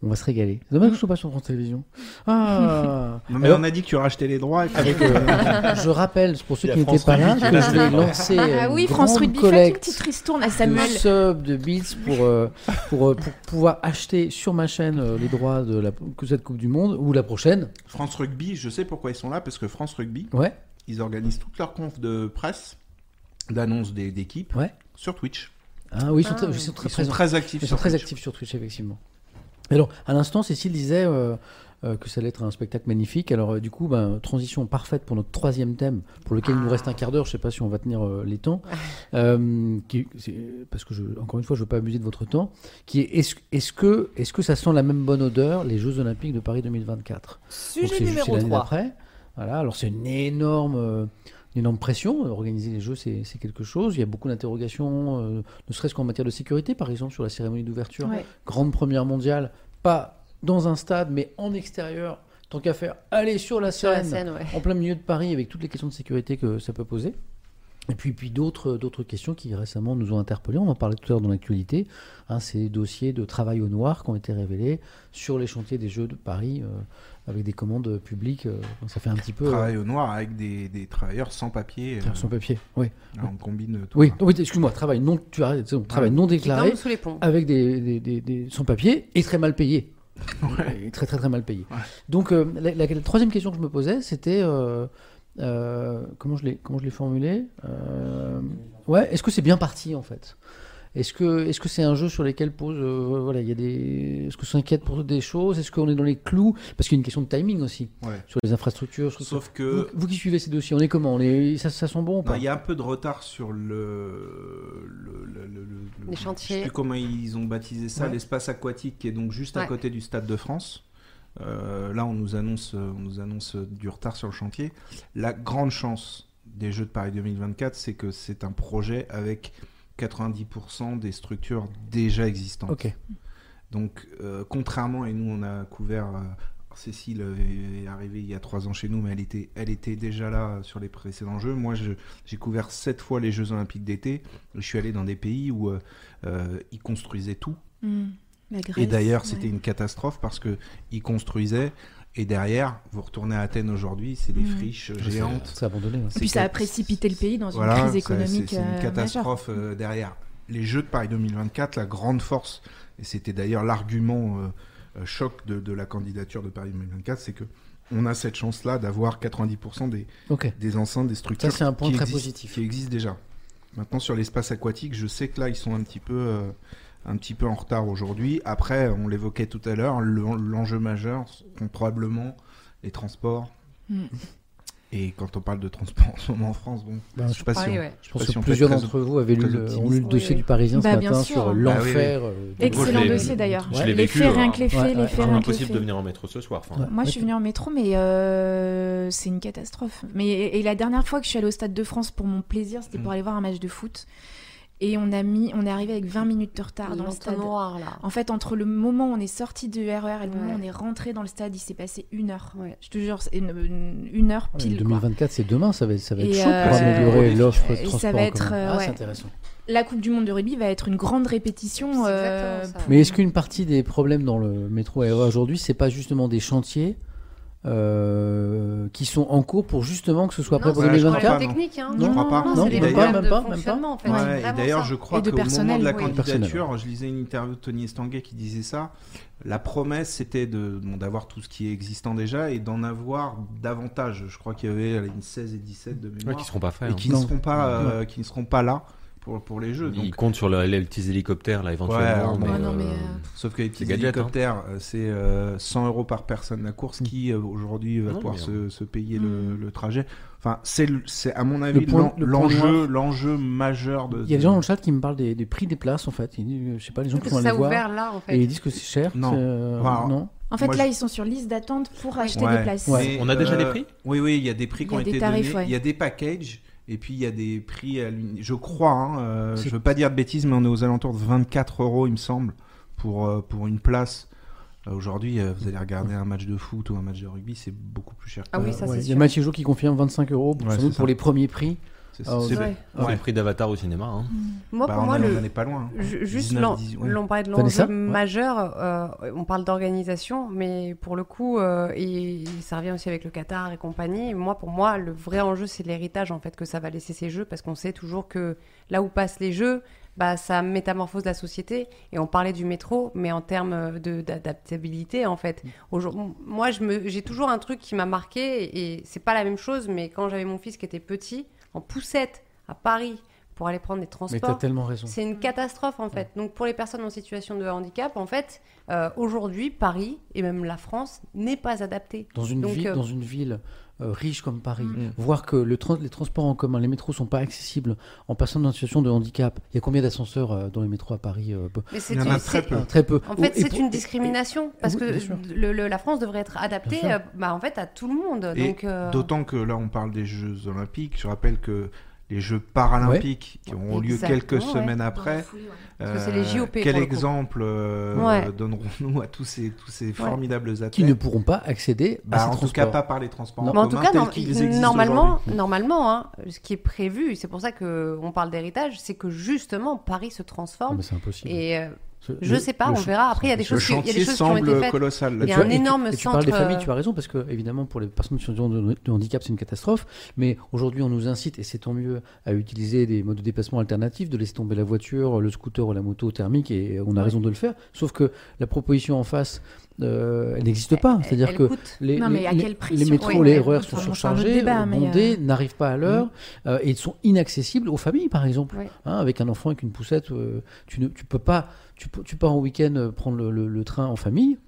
On va se régaler. C'est dommage que je sois pas sur France Télévisions. Ah Non, mais Alors, on a dit que tu rachetais les droits. et puis- avec, euh, je rappelle, pour ceux Il y qui a n'étaient France pas là, Rugby qui est que là, je c'est vais vrai. lancer Ah une oui, France grande Rugby, faites une collecte petite ristourne à de Samuel. subs, de bits pour, euh, pour, euh, pour pouvoir acheter sur ma chaîne euh, les droits de la, de cette Coupe du Monde ou la prochaine. France Rugby, je sais pourquoi ils sont là, parce que France Rugby, Ouais. ils organisent toutes leurs confs de presse, d'annonces des- d'équipes, Ouais. sur Twitch. Ah oui, ils sont, Ah. très- ils sont très Ils sont présents. très actifs Ils sont sur très Twitch. actifs sur Twitch, effectivement. Alors, à l'instant, Cécile disait euh, euh, que ça allait être un spectacle magnifique. Alors, euh, du coup, ben, transition parfaite pour notre troisième thème, pour lequel il nous reste un quart d'heure. Je ne sais pas si on va tenir euh, les temps. Euh, qui- c'est- parce que, je, encore une fois, je ne veux pas abuser de votre temps. Qui est, est-ce, est-ce que, est-ce que ça sent la même bonne odeur, les Jeux Olympiques de Paris 2024 Donc, Sujet c'est juste numéro l'année 3. d'après. Voilà, alors c'est une énorme, euh, une énorme pression. Organiser les Jeux, c'est c'est quelque chose. Il y a beaucoup d'interrogations, euh, ne serait-ce qu'en matière de sécurité, par exemple, sur la cérémonie d'ouverture. Ouais. Grande première mondiale, pas dans un stade, mais en extérieur. Tant qu'à faire, allez sur la Sur la scène, scène, ouais. en plein milieu de Paris, avec toutes les questions de sécurité que ça peut poser. Et puis, puis d'autres euh, d'autres questions qui récemment nous ont interpellés. On en parlait tout à l'heure dans l'actualité. Hein, ces dossiers de travail au noir qui ont été révélés sur les chantiers des Jeux de Paris euh, avec des commandes publiques. euh, donc ça fait un petit peu. euh, Travail au noir avec des, des travailleurs sans papier. euh, faire son papier. Oui. là, on combine euh, tout. Oui. ça. oui excuse-moi. Travail non, tu as raison, travail non Qui déclaré. tombe sous les ponts. avec des, des, des, des- sans papier et très mal payé. Et Très très très mal payé. Ouais. Donc euh, la, la- la troisième question que je me posais, c'était euh, euh, comment je l'ai comment je l'ai formulé. Euh, ouais, est-ce que c'est bien parti en fait Est-ce que est-ce que c'est un jeu sur lequel pose euh, voilà il y a des est-ce que s'inquiète pour des choses Est-ce qu'on est dans les clous Parce qu'il y a une question de timing aussi Ouais. sur les infrastructures. sur- Sauf vous, que vous qui suivez ces dossiers, on est comment On est ça, ça sent bon ou non, pas il y a un peu de retard sur le. le- le- le- le- le- Les chantiers. Je sais plus comment ils ont baptisé ça, Ouais. l'espace aquatique qui est donc juste à Ouais. côté du Stade de France. Euh, là, on nous, annonce, euh, on nous annonce euh, du retard sur le chantier. La grande chance des Jeux de Paris 2024, c'est que c'est un projet avec 90% des structures déjà existantes. Ok. Donc, euh, contrairement, et nous, on a couvert. euh, Cécile euh, est arrivée il y a trois ans chez nous, mais elle était, elle était déjà là euh, sur les précédents Jeux. Moi, je- j'ai couvert sept fois les Jeux Olympiques d'été. Je suis allé dans des pays où euh, euh, ils construisaient tout. Mm. La Et Grèce, d'ailleurs, ouais. c'était une catastrophe parce que ils construisaient. Et derrière, vous retournez à Athènes aujourd'hui, c'est des Mhm. friches géantes. C'est abandonné. ouais. Et puis Hein, c'est ça a que- précipité le pays dans une Voilà, crise ça, économique. c'est- C'est euh, une catastrophe euh, derrière. Les Jeux de Paris 2024, la grande force, et c'était d'ailleurs l'argument euh, euh, choc de, de la candidature de Paris 2024, c'est que on a cette chance-là d'avoir 90% des, Ok. des enceintes, des structures Ça, c'est un point qui, très existent, positif. qui existent déjà. Maintenant, sur l'espace aquatique, je sais que là, ils sont un petit peu, euh, un petit peu en retard aujourd'hui. Après, on l'évoquait tout à Hmm. l'heure, le- l'enjeu majeur sont probablement les transports. Mm. Et quand on parle de transport en ce moment en France, bon, Ben, je suis pas Bah, Paris, sûr. ouais. Je pas pense si on que peut plusieurs être très- d'entre vous avaient lu très le, ont optimiste. lu le Oui, dossier oui. du Parisien Bah, ce bien matin sûr. sur Bah, oui, l'enfer. euh, de- Excellent je l'ai- dossier d'ailleurs. je l'ai les vécu, faits, hein. rien que les faits, Ouais, les ouais. C'est faits, rien que les impossible faits. de venir en métro ce soir. enfin. Ouais. Moi, je suis venue en métro, mais euh, c'est une catastrophe. Mais et la dernière fois que je suis allée au stade de France pour mon plaisir, c'était pour Mm. aller voir un match de foot, et on a mis, on est arrivé avec 20 minutes de retard dans le stade. noir là. En fait, entre le moment où on est sorti du RER et le moment où Ouais. on est rentré dans le stade, il s'est passé une heure. Ouais. Je te jure, c'est une, une- une heure Ouais, pile. quoi. 2024, c'est demain, ça va être, ça va être Et, chaud euh, pour améliorer l'offre et de ça transport. va en être, commun. euh, Ah, ouais. c'est intéressant. La Coupe du Monde de rugby va être une grande répétition. C'est euh, exactement ça. Mais est-ce qu'une partie des problèmes dans le métro aérien aujourd'hui, c'est pas justement des chantiers euh, qui sont en cours pour justement que ce soit prêt Non, pour c'est- je crois pas, 2024 non. technique, hein. Je crois pas. Non, Non, c'est des même problèmes pas, de même pas, même fonctionnement, en fait. Ouais, C'est et vraiment d'ailleurs, ça. je crois Et de qu'au moment personnel, de la oui. candidature, Personnel. je lisais une interview de Tony Estanguet qui disait ça. La promesse, c'était de bon, d'avoir tout ce qui est existant déjà et d'en avoir davantage. Je crois qu'il y avait allez, une 16 et 17 de Ouais, mémoire qui seront pas faits. et hein. qui ne Non. seront pas, euh, qui ne seront pas là pour pour les jeux. Ils Donc, comptent sur le- les petits hélicoptères là éventuellement. Ouais, mais, ouais, non, mais, euh, euh, sauf que les petits hein. gadgets, hélicoptères, euh, c'est euh, 100 euros par personne la course qui euh, aujourd'hui va Non, pouvoir mais, se, se payer le, Mm. le trajet. Enfin, c'est le- c'est à mon avis point- l'en- le point l'enjeu noir. l'enjeu majeur de. Il y a de- des gens dans le chat qui me parlent des, des prix des places en fait. Ils disent, euh, je sais pas, les gens qui Parce vont que aller ça a voir ouvert là, en et ils fait. disent que c'est cher. Non. c'est, euh, Voilà. non. En fait, Moi, là, je- ils sont sur liste d'attente pour acheter Ouais. des places. Ouais. Mais, On a déjà les prix Oui, oui, il y a des prix Il qui y a ont des été tarifs, donnés. ouais. Il y a des packages. Et puis il y a des prix, à l'uni- je crois, hein, euh, C'est- je veux pas dire de bêtises, mais on est aux alentours de 24 euros, il me semble, pour, euh, pour une place. Euh, Aujourd'hui, euh, vous allez regarder un match de foot ou un match de rugby, c'est beaucoup plus cher. que- Ah oui, ça Ouais, c'est il y a sûr. Mathieu Jo qui confirme 25 euros pour, Ouais, sans c'est doute ça. pour les premiers prix. C'est Ah, c'est- Ouais. c'est ouais. le prix d'Avatar au cinéma. hein. Moi, Bah, pour on moi, en- le, on en est pas loin. hein. Ju- Juste, 19, l'en- 18, ouais. l'on parlait de Vanessa l'enjeu Ouais. majeur, euh, on parle d'organisation, mais pour le coup, euh, et, ça revient aussi avec le Qatar et compagnie. Moi, pour moi, le vrai enjeu, c'est l'héritage en fait que ça va laisser ces jeux, parce qu'on sait toujours que là où passent les jeux, bah, ça métamorphose la société. Et on parlait du métro, mais en termes euh, de- d'adaptabilité, en fait. Mm. Aujourd'hui, moi, je me- j'ai toujours un truc qui m'a marqué, et c'est pas la même chose, mais quand j'avais mon fils qui était petit, en poussette à Paris pour aller prendre des Mais t'as transports. tellement raison. C'est une catastrophe en fait. Donc pour les personnes en situation de handicap, en fait, euh, aujourd'hui, Paris et même la France n'est pas adaptée. Dans une, Donc, ville, euh, dans une ville euh, riche comme Paris, Mm. voir que le trans- les transports en commun, les métros sont pas accessibles en personne dans une situation de handicap. Il y a combien d'ascenseurs euh, dans les métros à Paris euh, peu- Mais c'est Il y en une- a très c'est- peu. Euh, Très peu. En Oh, fait, et c'est pour- une discrimination parce oui, bien sûr. que le- le- la France devrait être adaptée Bien sûr. euh, bah, en fait, à tout le monde. Et Donc, euh, D'autant que là, on parle des Jeux Olympiques. Je rappelle que les Jeux Paralympiques qui auront lieu Exactement, quelques ouais. semaines Dans la après. foulée, ouais. Parce que c'est les JOP Euh, Quel pour le coup. exemple euh, Ouais. donnerons-nous à tous ces, tous ces formidables athlètes qui ne pourront pas accéder Bah, à ces En tout transports. cas, pas par les transports. Mais en, en tout commun cas, tels non- qu'ils existent normalement, aujourd'hui. normalement hein, ce qui est prévu, c'est pour ça que on parle d'héritage, c'est que justement Paris se Ah, transforme. mais c'est impossible. Et euh, Ce- je le- sais pas, le on ch- verra. Après, il y a des Le choses, qui- il y a des chantier choses qui ont été semble faites. colossal. Il y a là-dessus. un Et tu- énorme et tu, parles des centre, familles, euh, tu as raison, parce que évidemment pour les personnes en situation de, de handicap c'est une catastrophe, mais aujourd'hui on nous incite, et c'est tant mieux, à utiliser des modes de déplacement alternatifs, de laisser tomber la voiture, le scooter ou la moto thermique, et on a raison de le faire, sauf que la proposition en face, euh, elle n'existe pas. C'est-à-dire elle que coûte. les, Non, mais les- à quel prix, les surtout métros, Oui, les mais erreurs sont enfin, bon, c'est un surchargés, autre débat, mais, bondés, euh, n'arrivent pas à l'heure, euh, et ils sont inaccessibles aux familles par exemple. Oui. Hein, avec un enfant, avec une poussette, euh, tu ne tu peux pas. Tu, peux- tu pars en week-end euh, prendre le, le- le train en famille.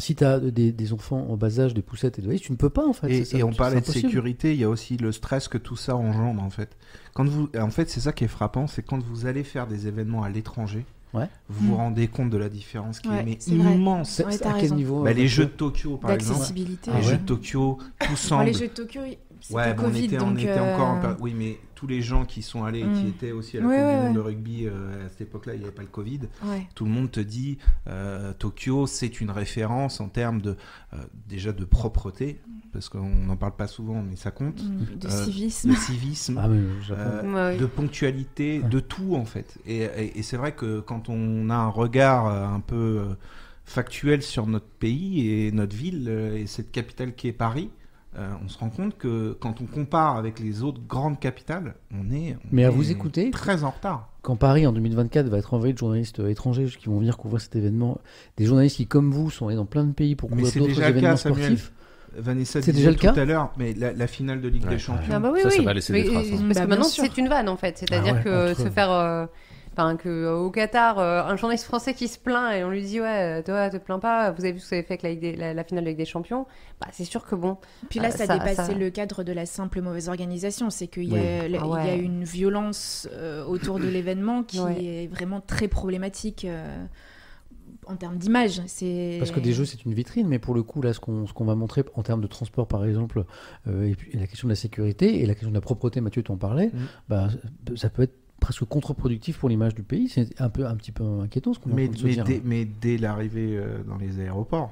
Si tu as des, des enfants en bas âge, des poussettes et des tu ne peux pas en fait. Et, C'est ça, et on c'est parlait de impossible. sécurité, il y a aussi le stress que tout ça engendre en fait. Quand vous, en fait, c'est ça qui est frappant, c'est quand vous allez faire des événements à l'étranger, Ouais. vous vous Mm. rendez compte de la différence qui Ouais, est, mais c'est vrai. immense. C'est- Ouais, c'est t'as à quel raison. niveau Bah, euh, les Jeux de Tokyo par exemple, D'accessibilité. les Ah ouais. Jeux de Tokyo, tout Bon, semble. Oh, les jeux de Tokyo, c'était Ouais, bon, on Covid, était, on donc était euh, encore en période- Oui, mais tous les gens qui sont allés et Mm. qui étaient aussi à la Ouais, Coupe ouais, du Monde ouais. de rugby euh, à cette époque-là, il n'y avait pas le Covid. ouais. Tout le monde te dit euh, Tokyo, c'est une référence en termes de euh, déjà de propreté, parce qu'on n'en parle pas souvent, mais ça compte. de Euh, civisme. de civisme, Ah, mais au Japon. euh, Ouais, Ah oui. de ponctualité, Ouais. de tout en fait. Et, et- et c'est vrai que quand on a un regard euh, un peu euh, factuel sur notre pays et notre ville euh, et cette capitale qui est Paris, euh, on se rend compte que quand on compare avec les autres grandes capitales, on est, on Mais à est vous écouter, très en retard. quand Paris en 2024 va être envahi de journalistes euh, étrangers qui vont venir couvrir cet événement, des journalistes qui, comme vous, sont allés dans plein de pays pour Mais couvrir c'est d'autres déjà le événements cas, Samuel. sportifs. Vanessa C'est disait déjà le tout cas à l'heure, mais la, la finale de Ligue Ouais, ouais. des Champions. Non, bah oui, Ça, ça oui. va laisser Mais- des traces, hein. Parce Bah, que bien maintenant, sûr. c'est une vanne, en fait. C'est-à-dire Ah ouais, que entre- se faire. euh, Enfin, que euh, au Qatar, euh, un journaliste français qui se plaint et on lui dit ouais, euh, toi, te plains pas. Vous avez vu ce que vous avez fait avec la, Ligue des- la- la finale de Ligue des Champions. Bah, c'est sûr que bon. Puis là, Ah, ça, ça- dépasse ça- le cadre de la simple mauvaise organisation. C'est qu'il y, Ah a- la- il y a ouais. une violence euh, autour de l'événement qui Ouais. est vraiment très problématique euh, en termes d'image. C'est- Parce que des jeux, c'est une vitrine, mais pour le coup, là, ce qu'on ce qu'on va montrer en termes de transport, par exemple, euh, et puis et la question de la sécurité et la question de la propreté, Mathieu, t'en parlais, Mm. bah, ça peut être presque contre-productif pour l'image du pays. C'est un, peu, un petit peu inquiétant ce qu'on est en Mais, train de se mais dire. hein. dès, mais dès l'arrivée euh, dans les aéroports,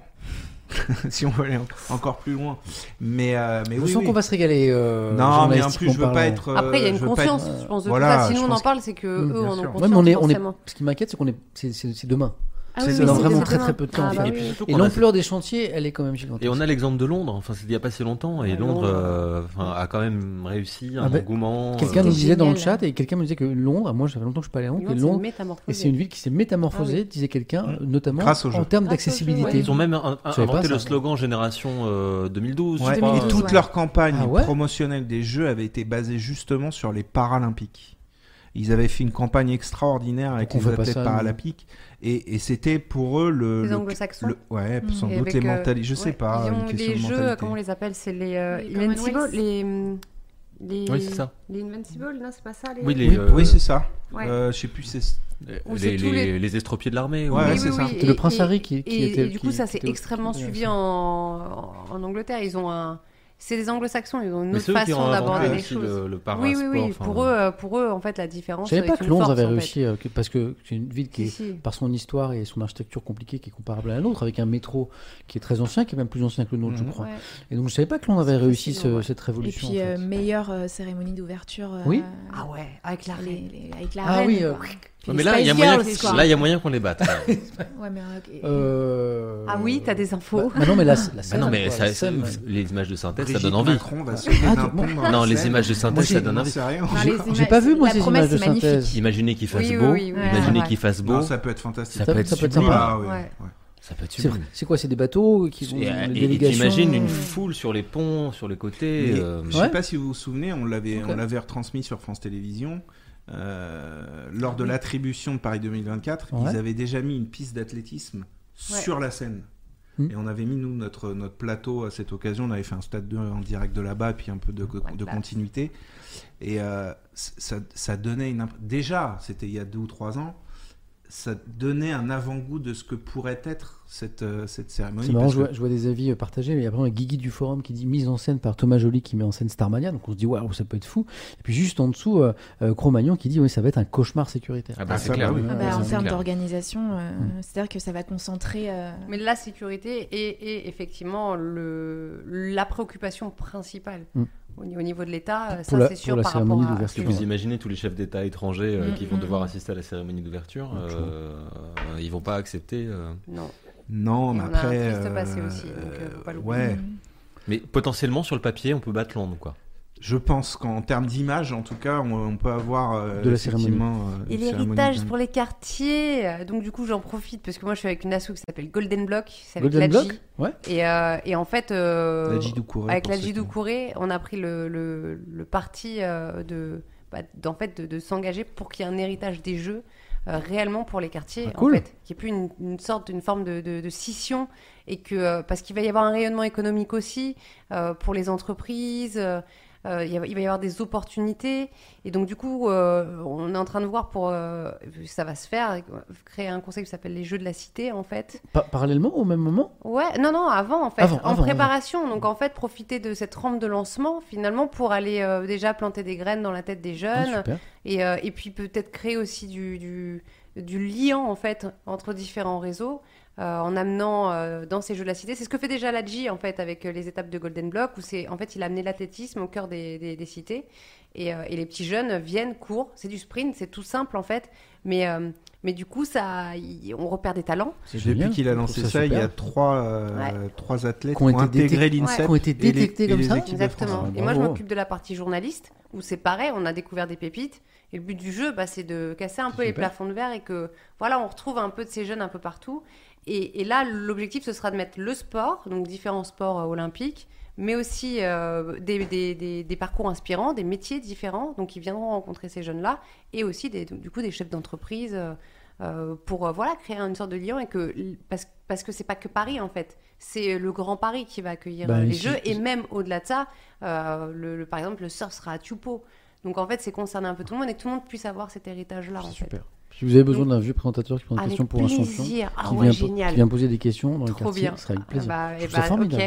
si on veut aller en- encore plus loin. Mais, euh, mais Je oui, sens oui. qu'on va se régaler. euh, Non, mais en journalistiquement plus, je veux parlant. pas être. euh, Après, il y a une je veux pas conscience, être- je pense, de Voilà, tout ça. je Sinon, on pense en parle, c'est que Mm, eux en bien ont sûr. conscience. Ouais, mais on est- on est- forcément. Ce qui m'inquiète, c'est qu'on est, c'est- c'est c'est demain. Ah c'est oui, dans oui, c'est vraiment des très arguments. très peu de temps. Ah en bah fait. Et puis oui. surtout Et qu'on a- l'ampleur des chantiers, elle est quand même gigantesque. Et on a l'exemple de Londres, enfin c'est il n'y a pas si longtemps, et Ouais, Londres Londres. euh, enfin, a quand même réussi un Ah ben, engouement. Quelqu'un nous euh, C'était disait dans le génial. chat, et quelqu'un me disait que Londres, moi j'avais longtemps que je parlais à Londres, Londres, et c'est Londres, une et c'est métamorphose. une ville qui s'est métamorphosée, disait quelqu'un, euh, notamment Grâce au jeu. en termes Ah Grâce au jeu, d'accessibilité. ouais. Ils ont même un- un- Je savais pas inventé ça. le slogan génération euh, 2012. je Ouais, crois. Et tout- toute ouais. leur campagne Ah ouais promotionnelle des Jeux avait été basée justement sur les Paralympiques. Ils avaient fait une campagne extraordinaire avec Donc on les fait pas athlètes ça, nous. Paralympiques. Et, et c'était pour eux le. Les le- anglo-saxons. le- Ouais, Mm. sans Et doute avec, les euh, mentalités. Je sais ouais, pas. Ils une ont question les de jeux, mentalité. comment on les appelle C'est les euh, Les Invincible Commonwealth. Les. hum, les- Oui, c'est ça. Les Invincible, non, c'est pas ça les... Oui, les, Oui, euh, oui, c'est ça. Ouais. Euh, je sais plus, c'est. les- Ou c'est les- tous les- les estropiés de l'armée. Ouais, ou- Oui, c'est oui, ça. oui, C'était et- le Prince et- Harry qui- qui et- était- et du coup, qui- ça qui c'est était- extrêmement qui- suivi en, en Angleterre. Ils ont un. C'est des anglo-saxons, ils ont une Mais autre c'est eux qui ont façon d'aborder inventé les aussi choses. le, le Oui, oui, oui. parasport, Pour, enfin, eux, euh, pour eux, en fait, la différence. Je savais est pas que une Londres force, avait en fait. réussi, euh, que- parce que c'est une ville qui Si, est si. par son histoire et son architecture compliquée qui est comparable à la nôtre, avec un métro qui est très ancien, qui est même plus ancien que le nôtre, je Mmh. Mhm. crois. Ouais. Et donc je savais pas que l'on avait C'est réussi fascinant, ce- ouais. cette Et révolution. puis, en fait. euh, meilleure euh, cérémonie d'ouverture. euh, Oui. Ah ouais, avec la les- reine. les- avec la Ah reine, oui, euh, quoi. Ouais, Les mais là, il y a Spice moyen, Girls, quoi. là, il y a moyen qu'on les batte. ouais. Ouais, mais, euh, Euh, Ah oui, t'as des infos. Bah non, mais la, la Ah scène, non, mais quoi, ça- la scène, ça- ouais. les images de synthèse, ça Brigitte donne envie. Macron va sauver Ah, d'un bon. pont dans la Non, les Seine. images de synthèse, j'ai- ça donne Non, envie. c'est rien. Non, les J'ai images- pas vu, moi, la ces promesse images de est magnifique. synthèse. Imaginez qu'il fasse Oui, oui, beau, oui, oui, c'est imaginez vrai. qu'il fasse beau, Non, ça peut être fantastique. ça peut être ça peut être sublime. sympa. Ah, oui. Ouais. Ça peut être C'est sublime. c'est quoi C'est des bateaux qui vont. Et, des euh, et- et délégations t'imagines une foule sur les ponts, sur les côtés. Mais euh, Je Ouais. sais pas si vous vous souvenez, on l'avait Ok. on l'avait retransmis sur France Télévisions. euh, lors de l'attribution de Paris 2024, Ouais. ils avaient déjà mis une piste d'athlétisme sur la Seine. Hmm. Et on avait mis, nous, notre, notre plateau à cette occasion. On avait fait un stade 2 en direct de là-bas, puis un peu de, de classe. continuité. Et euh, c- ça, ça donnait une. imp- Déjà, c'était il y a deux ou trois ans, ça donnait un avant-goût de ce que pourrait être cette, euh, cette cérémonie. C'est marrant, parce je que- vois, je vois des avis euh, partagés, mais après, on a Guigui du forum qui dit mise en scène par Thomas Joly qui met en scène Starmania, donc on se dit waouh, ça peut être fou. Et puis juste en dessous, euh, euh, Cro-Magnon qui dit oui, ça va être un cauchemar sécuritaire. Ah bah Ah, c'est ça, clair. bah oui. Ah bah, Ouais, en c'est termes clair. d'organisation, euh, c'est-à-dire que ça va concentrer. euh, Mais la sécurité est, est effectivement le, la préoccupation principale. Mm. Au, ni- au niveau de l'État, Pour ça la- c'est sûr pour la par cérémonie rapport à- d'ouverture. Parce que vous imaginez tous les chefs d'État étrangers euh, Mm, qui vont mm, devoir mm. assister à la cérémonie d'ouverture, Ah, tu vois. euh, euh, ils vont pas accepter. euh. Non. Non, Et mais on a un après. triste passé aussi, donc, euh, faut pas l'oublier. ouais. Mais potentiellement sur le papier, on peut battre Londres quoi. Je pense qu'en termes d'image, en tout cas, on, on peut avoir euh, De la cérémonie. effectivement, euh, Et une cérémonie l'héritage d'un- pour les quartiers. euh, Donc du coup, j'en profite parce que moi, je suis avec une asso qui s'appelle Golden Block. C'est avec Golden la J. Block Ouais. Et, euh, et en fait, euh, La Jidou Kouré, avec pour la ceux qui- Jidou Kouré, on a pris le, le, le parti euh, de, bah, d'en fait, de, de s'engager pour qu'il y ait un héritage des jeux euh, réellement pour les quartiers, Ah, cool. en fait, qu'il n'y ait plus une, une sorte, une forme de, de, de scission, et que euh, parce qu'il va y avoir un rayonnement économique aussi euh, pour les entreprises. euh, euh, il y a- il va y avoir des opportunités et donc du coup euh, on est en train de voir pour euh, ça va se faire euh, créer un conseil qui s'appelle les jeux de la cité en fait Pa- parallèlement, au même moment Ouais, non, non, avant en fait, Avant, en avant, préparation. Donc en fait, profiter de cette rampe de lancement finalement pour aller euh, déjà planter des graines dans la tête des Ah, jeunes Super. et, euh, et puis peut-être créer aussi du, du, du lien en fait entre différents réseaux euh, en amenant euh, dans ces jeux de la cité. C'est ce que fait déjà la G en fait avec euh, les étapes de Golden Block où c'est en fait il a amené l'athlétisme au cœur des, des, des cités et, euh, et les petits jeunes viennent, courent, c'est du sprint, c'est tout simple en fait, mais, euh, mais du coup ça, il- on repère des talents. C'est Depuis génial. qu'il a Je lancé trouve ça, il y a trois, euh, trois athlètes Qui qui ont ont, été intégré détectés. l'INSEP. Qui ont été et les- détectés et comme les ça équipes de Exactement. France. Ah, Et moi, je bravo. m'occupe de la partie journaliste, où c'est pareil, on a découvert des pépites. Et le but du jeu, bah, c'est de casser un C'est peu les super. plafonds de verre et que, voilà, on retrouve un peu de ces jeunes un peu partout. Et, et là, l'objectif, ce sera de mettre le sport, donc différents sports euh, olympiques, mais aussi euh, des, des- des- des parcours inspirants, des métiers différents. Donc, ils viendront rencontrer ces jeunes-là et aussi, des, du coup, des chefs d'entreprise euh, euh, pour euh, voilà, créer une sorte de lien. Et que, parce, parce que c'est pas que Paris, en fait. C'est le Grand Paris qui va accueillir Bah, euh, les ici- Jeux. Et même au-delà de ça, euh, le, le- par exemple, le surf sera à Tupo. Donc, en fait, c'est concerner un peu tout le monde et que tout le monde puisse avoir cet héritage-là. en C'est fait. super. Si vous avez besoin d'un vieux présentateur qui prend des Ah, Avec questions pour un champion, qui plaisir. Ah vient, ouais, po- génial. qui vient poser des questions dans le Trop quartier, bien. ce sera avec plaisir. Bah, Je et trouve ça bah, formidable.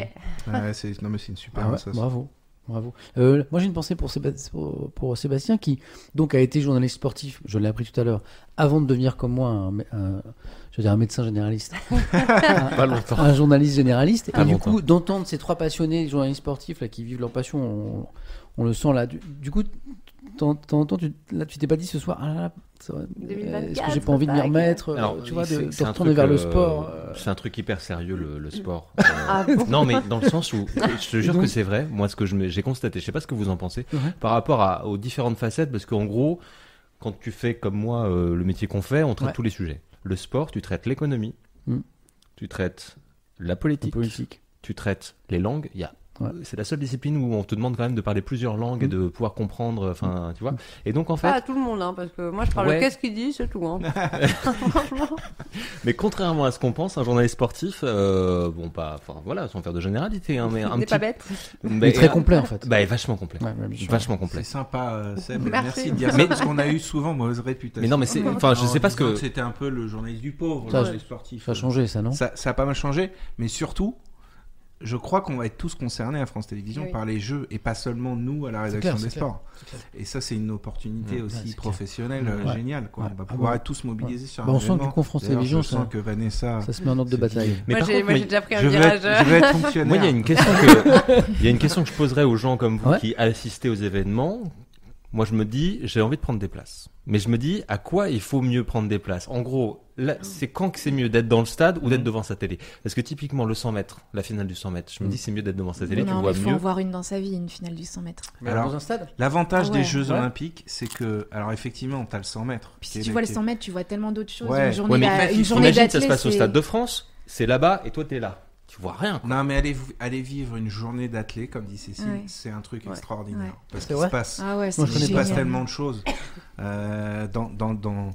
ok. Ouais, c'est- non, mais c'est une super Ah ouais, ça, ça. bravo. Bravo. Euh, moi, j'ai une pensée pour, Séba- pour- pour Sébastien qui donc a été journaliste sportif, je l'ai appris tout à l'heure, avant de devenir comme moi un, mé- un- je veux dire un médecin généraliste. Pas longtemps. un journaliste généraliste. Pas et du longtemps. coup, d'entendre ces trois passionnés journalistes sportifs là, qui vivent leur passion, on, on le sent là. Du, du coup, t'en- t'en- t'en- tu là, tu t'es pas dit ce soir, ah, là là, ça va- est-ce que j'ai 2024, pas envie de m'y tac. remettre Alors, Euh, Tu vois, c'est- de, de c'est un retourner truc, vers le euh, sport. euh, C'est un truc hyper sérieux, le, le sport. Ah Euh, bon non, mais dans le sens où, je te jure donc- que c'est vrai, moi, ce que je me- j'ai constaté, je sais pas ce que vous en pensez, Ouais. par rapport à- aux différentes facettes, parce qu'en gros, quand tu fais comme moi euh, le métier qu'on fait, on traite Ouais. tous les sujets. Le sport, tu traites l'économie, Mm. tu traites la politique, politique. tu traites les langues. Il y a, Ouais. Mm. c'est la seule discipline où on te demande quand même de parler plusieurs langues et de pouvoir comprendre. Enfin, tu vois. Et donc en fait, Pas à tout le monde, hein, parce que moi je parle Ouais. qu'est-ce qu'il dit, c'est tout. Hein. Franchement. Mais contrairement à ce qu'on pense, un journaliste sportif, euh, bon, pas, enfin voilà, sans faire de généralité, hein, mais un Il n'est petit, pas bête. mais- Mais très euh, complet en fait. Bah, est vachement complet, Ouais, bien sûr. vachement C'est complet. sympa, euh, Seb. Merci. Merci. de dire Mais- ça, parce qu'on a eu souvent mauvaise réputation. Mais non, mais c'est, enfin, je En sais pas ce disant que. C'était un peu le journaliste du pauvre, Ça, le journaliste sportif. Ça a changé ça, non Ça, ça a pas mal changé, mais surtout, je crois qu'on va être tous concernés à France Télévisions Oui. par les jeux et pas seulement nous à la rédaction clair, c'est des clair, sports. Et ça, c'est une opportunité Ouais, aussi c'est clair. professionnelle euh, Ouais. géniale. Quoi. Ouais. On va Ah pouvoir bon. être tous mobilisés sur Bah, un on sent que du événement. coup, en France D'ailleurs, Télévisions, je sens ça- que Vanessa. Ça se met en ordre de c'est bataille. dit, Mais moi par j'ai contre, moi, moi, j'ai déjà pris un Je vais, virage. être, je vais être fonctionnaire. moi, il y a une question que, il y a une question que je poserais aux gens comme vous Ouais. qui assistez aux événements. Moi, je me dis, j'ai envie de prendre des places. Mais je me dis, à quoi il faut mieux prendre des places En gros, là, c'est quand que c'est mieux d'être dans le stade ou d'être devant sa télé Parce que typiquement, le 100 mètres, la finale du 100 mètres, je me Mm. dis, c'est mieux d'être devant sa télé, tu non, mais vois il faut en mieux. voir une dans sa vie, une finale du 100 mètres. Mais alors, dans un stade L'avantage Ah ouais. des Jeux Ouais. Olympiques, c'est que, alors effectivement, t'as le 100 mètres. Puis qui si est- tu vois le qui est- 100 mètres, tu vois tellement d'autres choses. Ouais. Une journée, Ouais, mais d'a- une journée Imagine, ça se d'athlète, passe au c'est- Stade de France, c'est là-bas, et toi, t'es là. Tu vois rien. Non, mais allez, vous- allez vivre une journée d'athlète, comme dit Cécile, Ouais. c'est un truc Ouais. extraordinaire. Ouais. Parce C'est qu'il se vrai passe, Ah ouais, c'est Moi, je il connais se pas. passe tellement de choses. Euh, dans, dans, dans-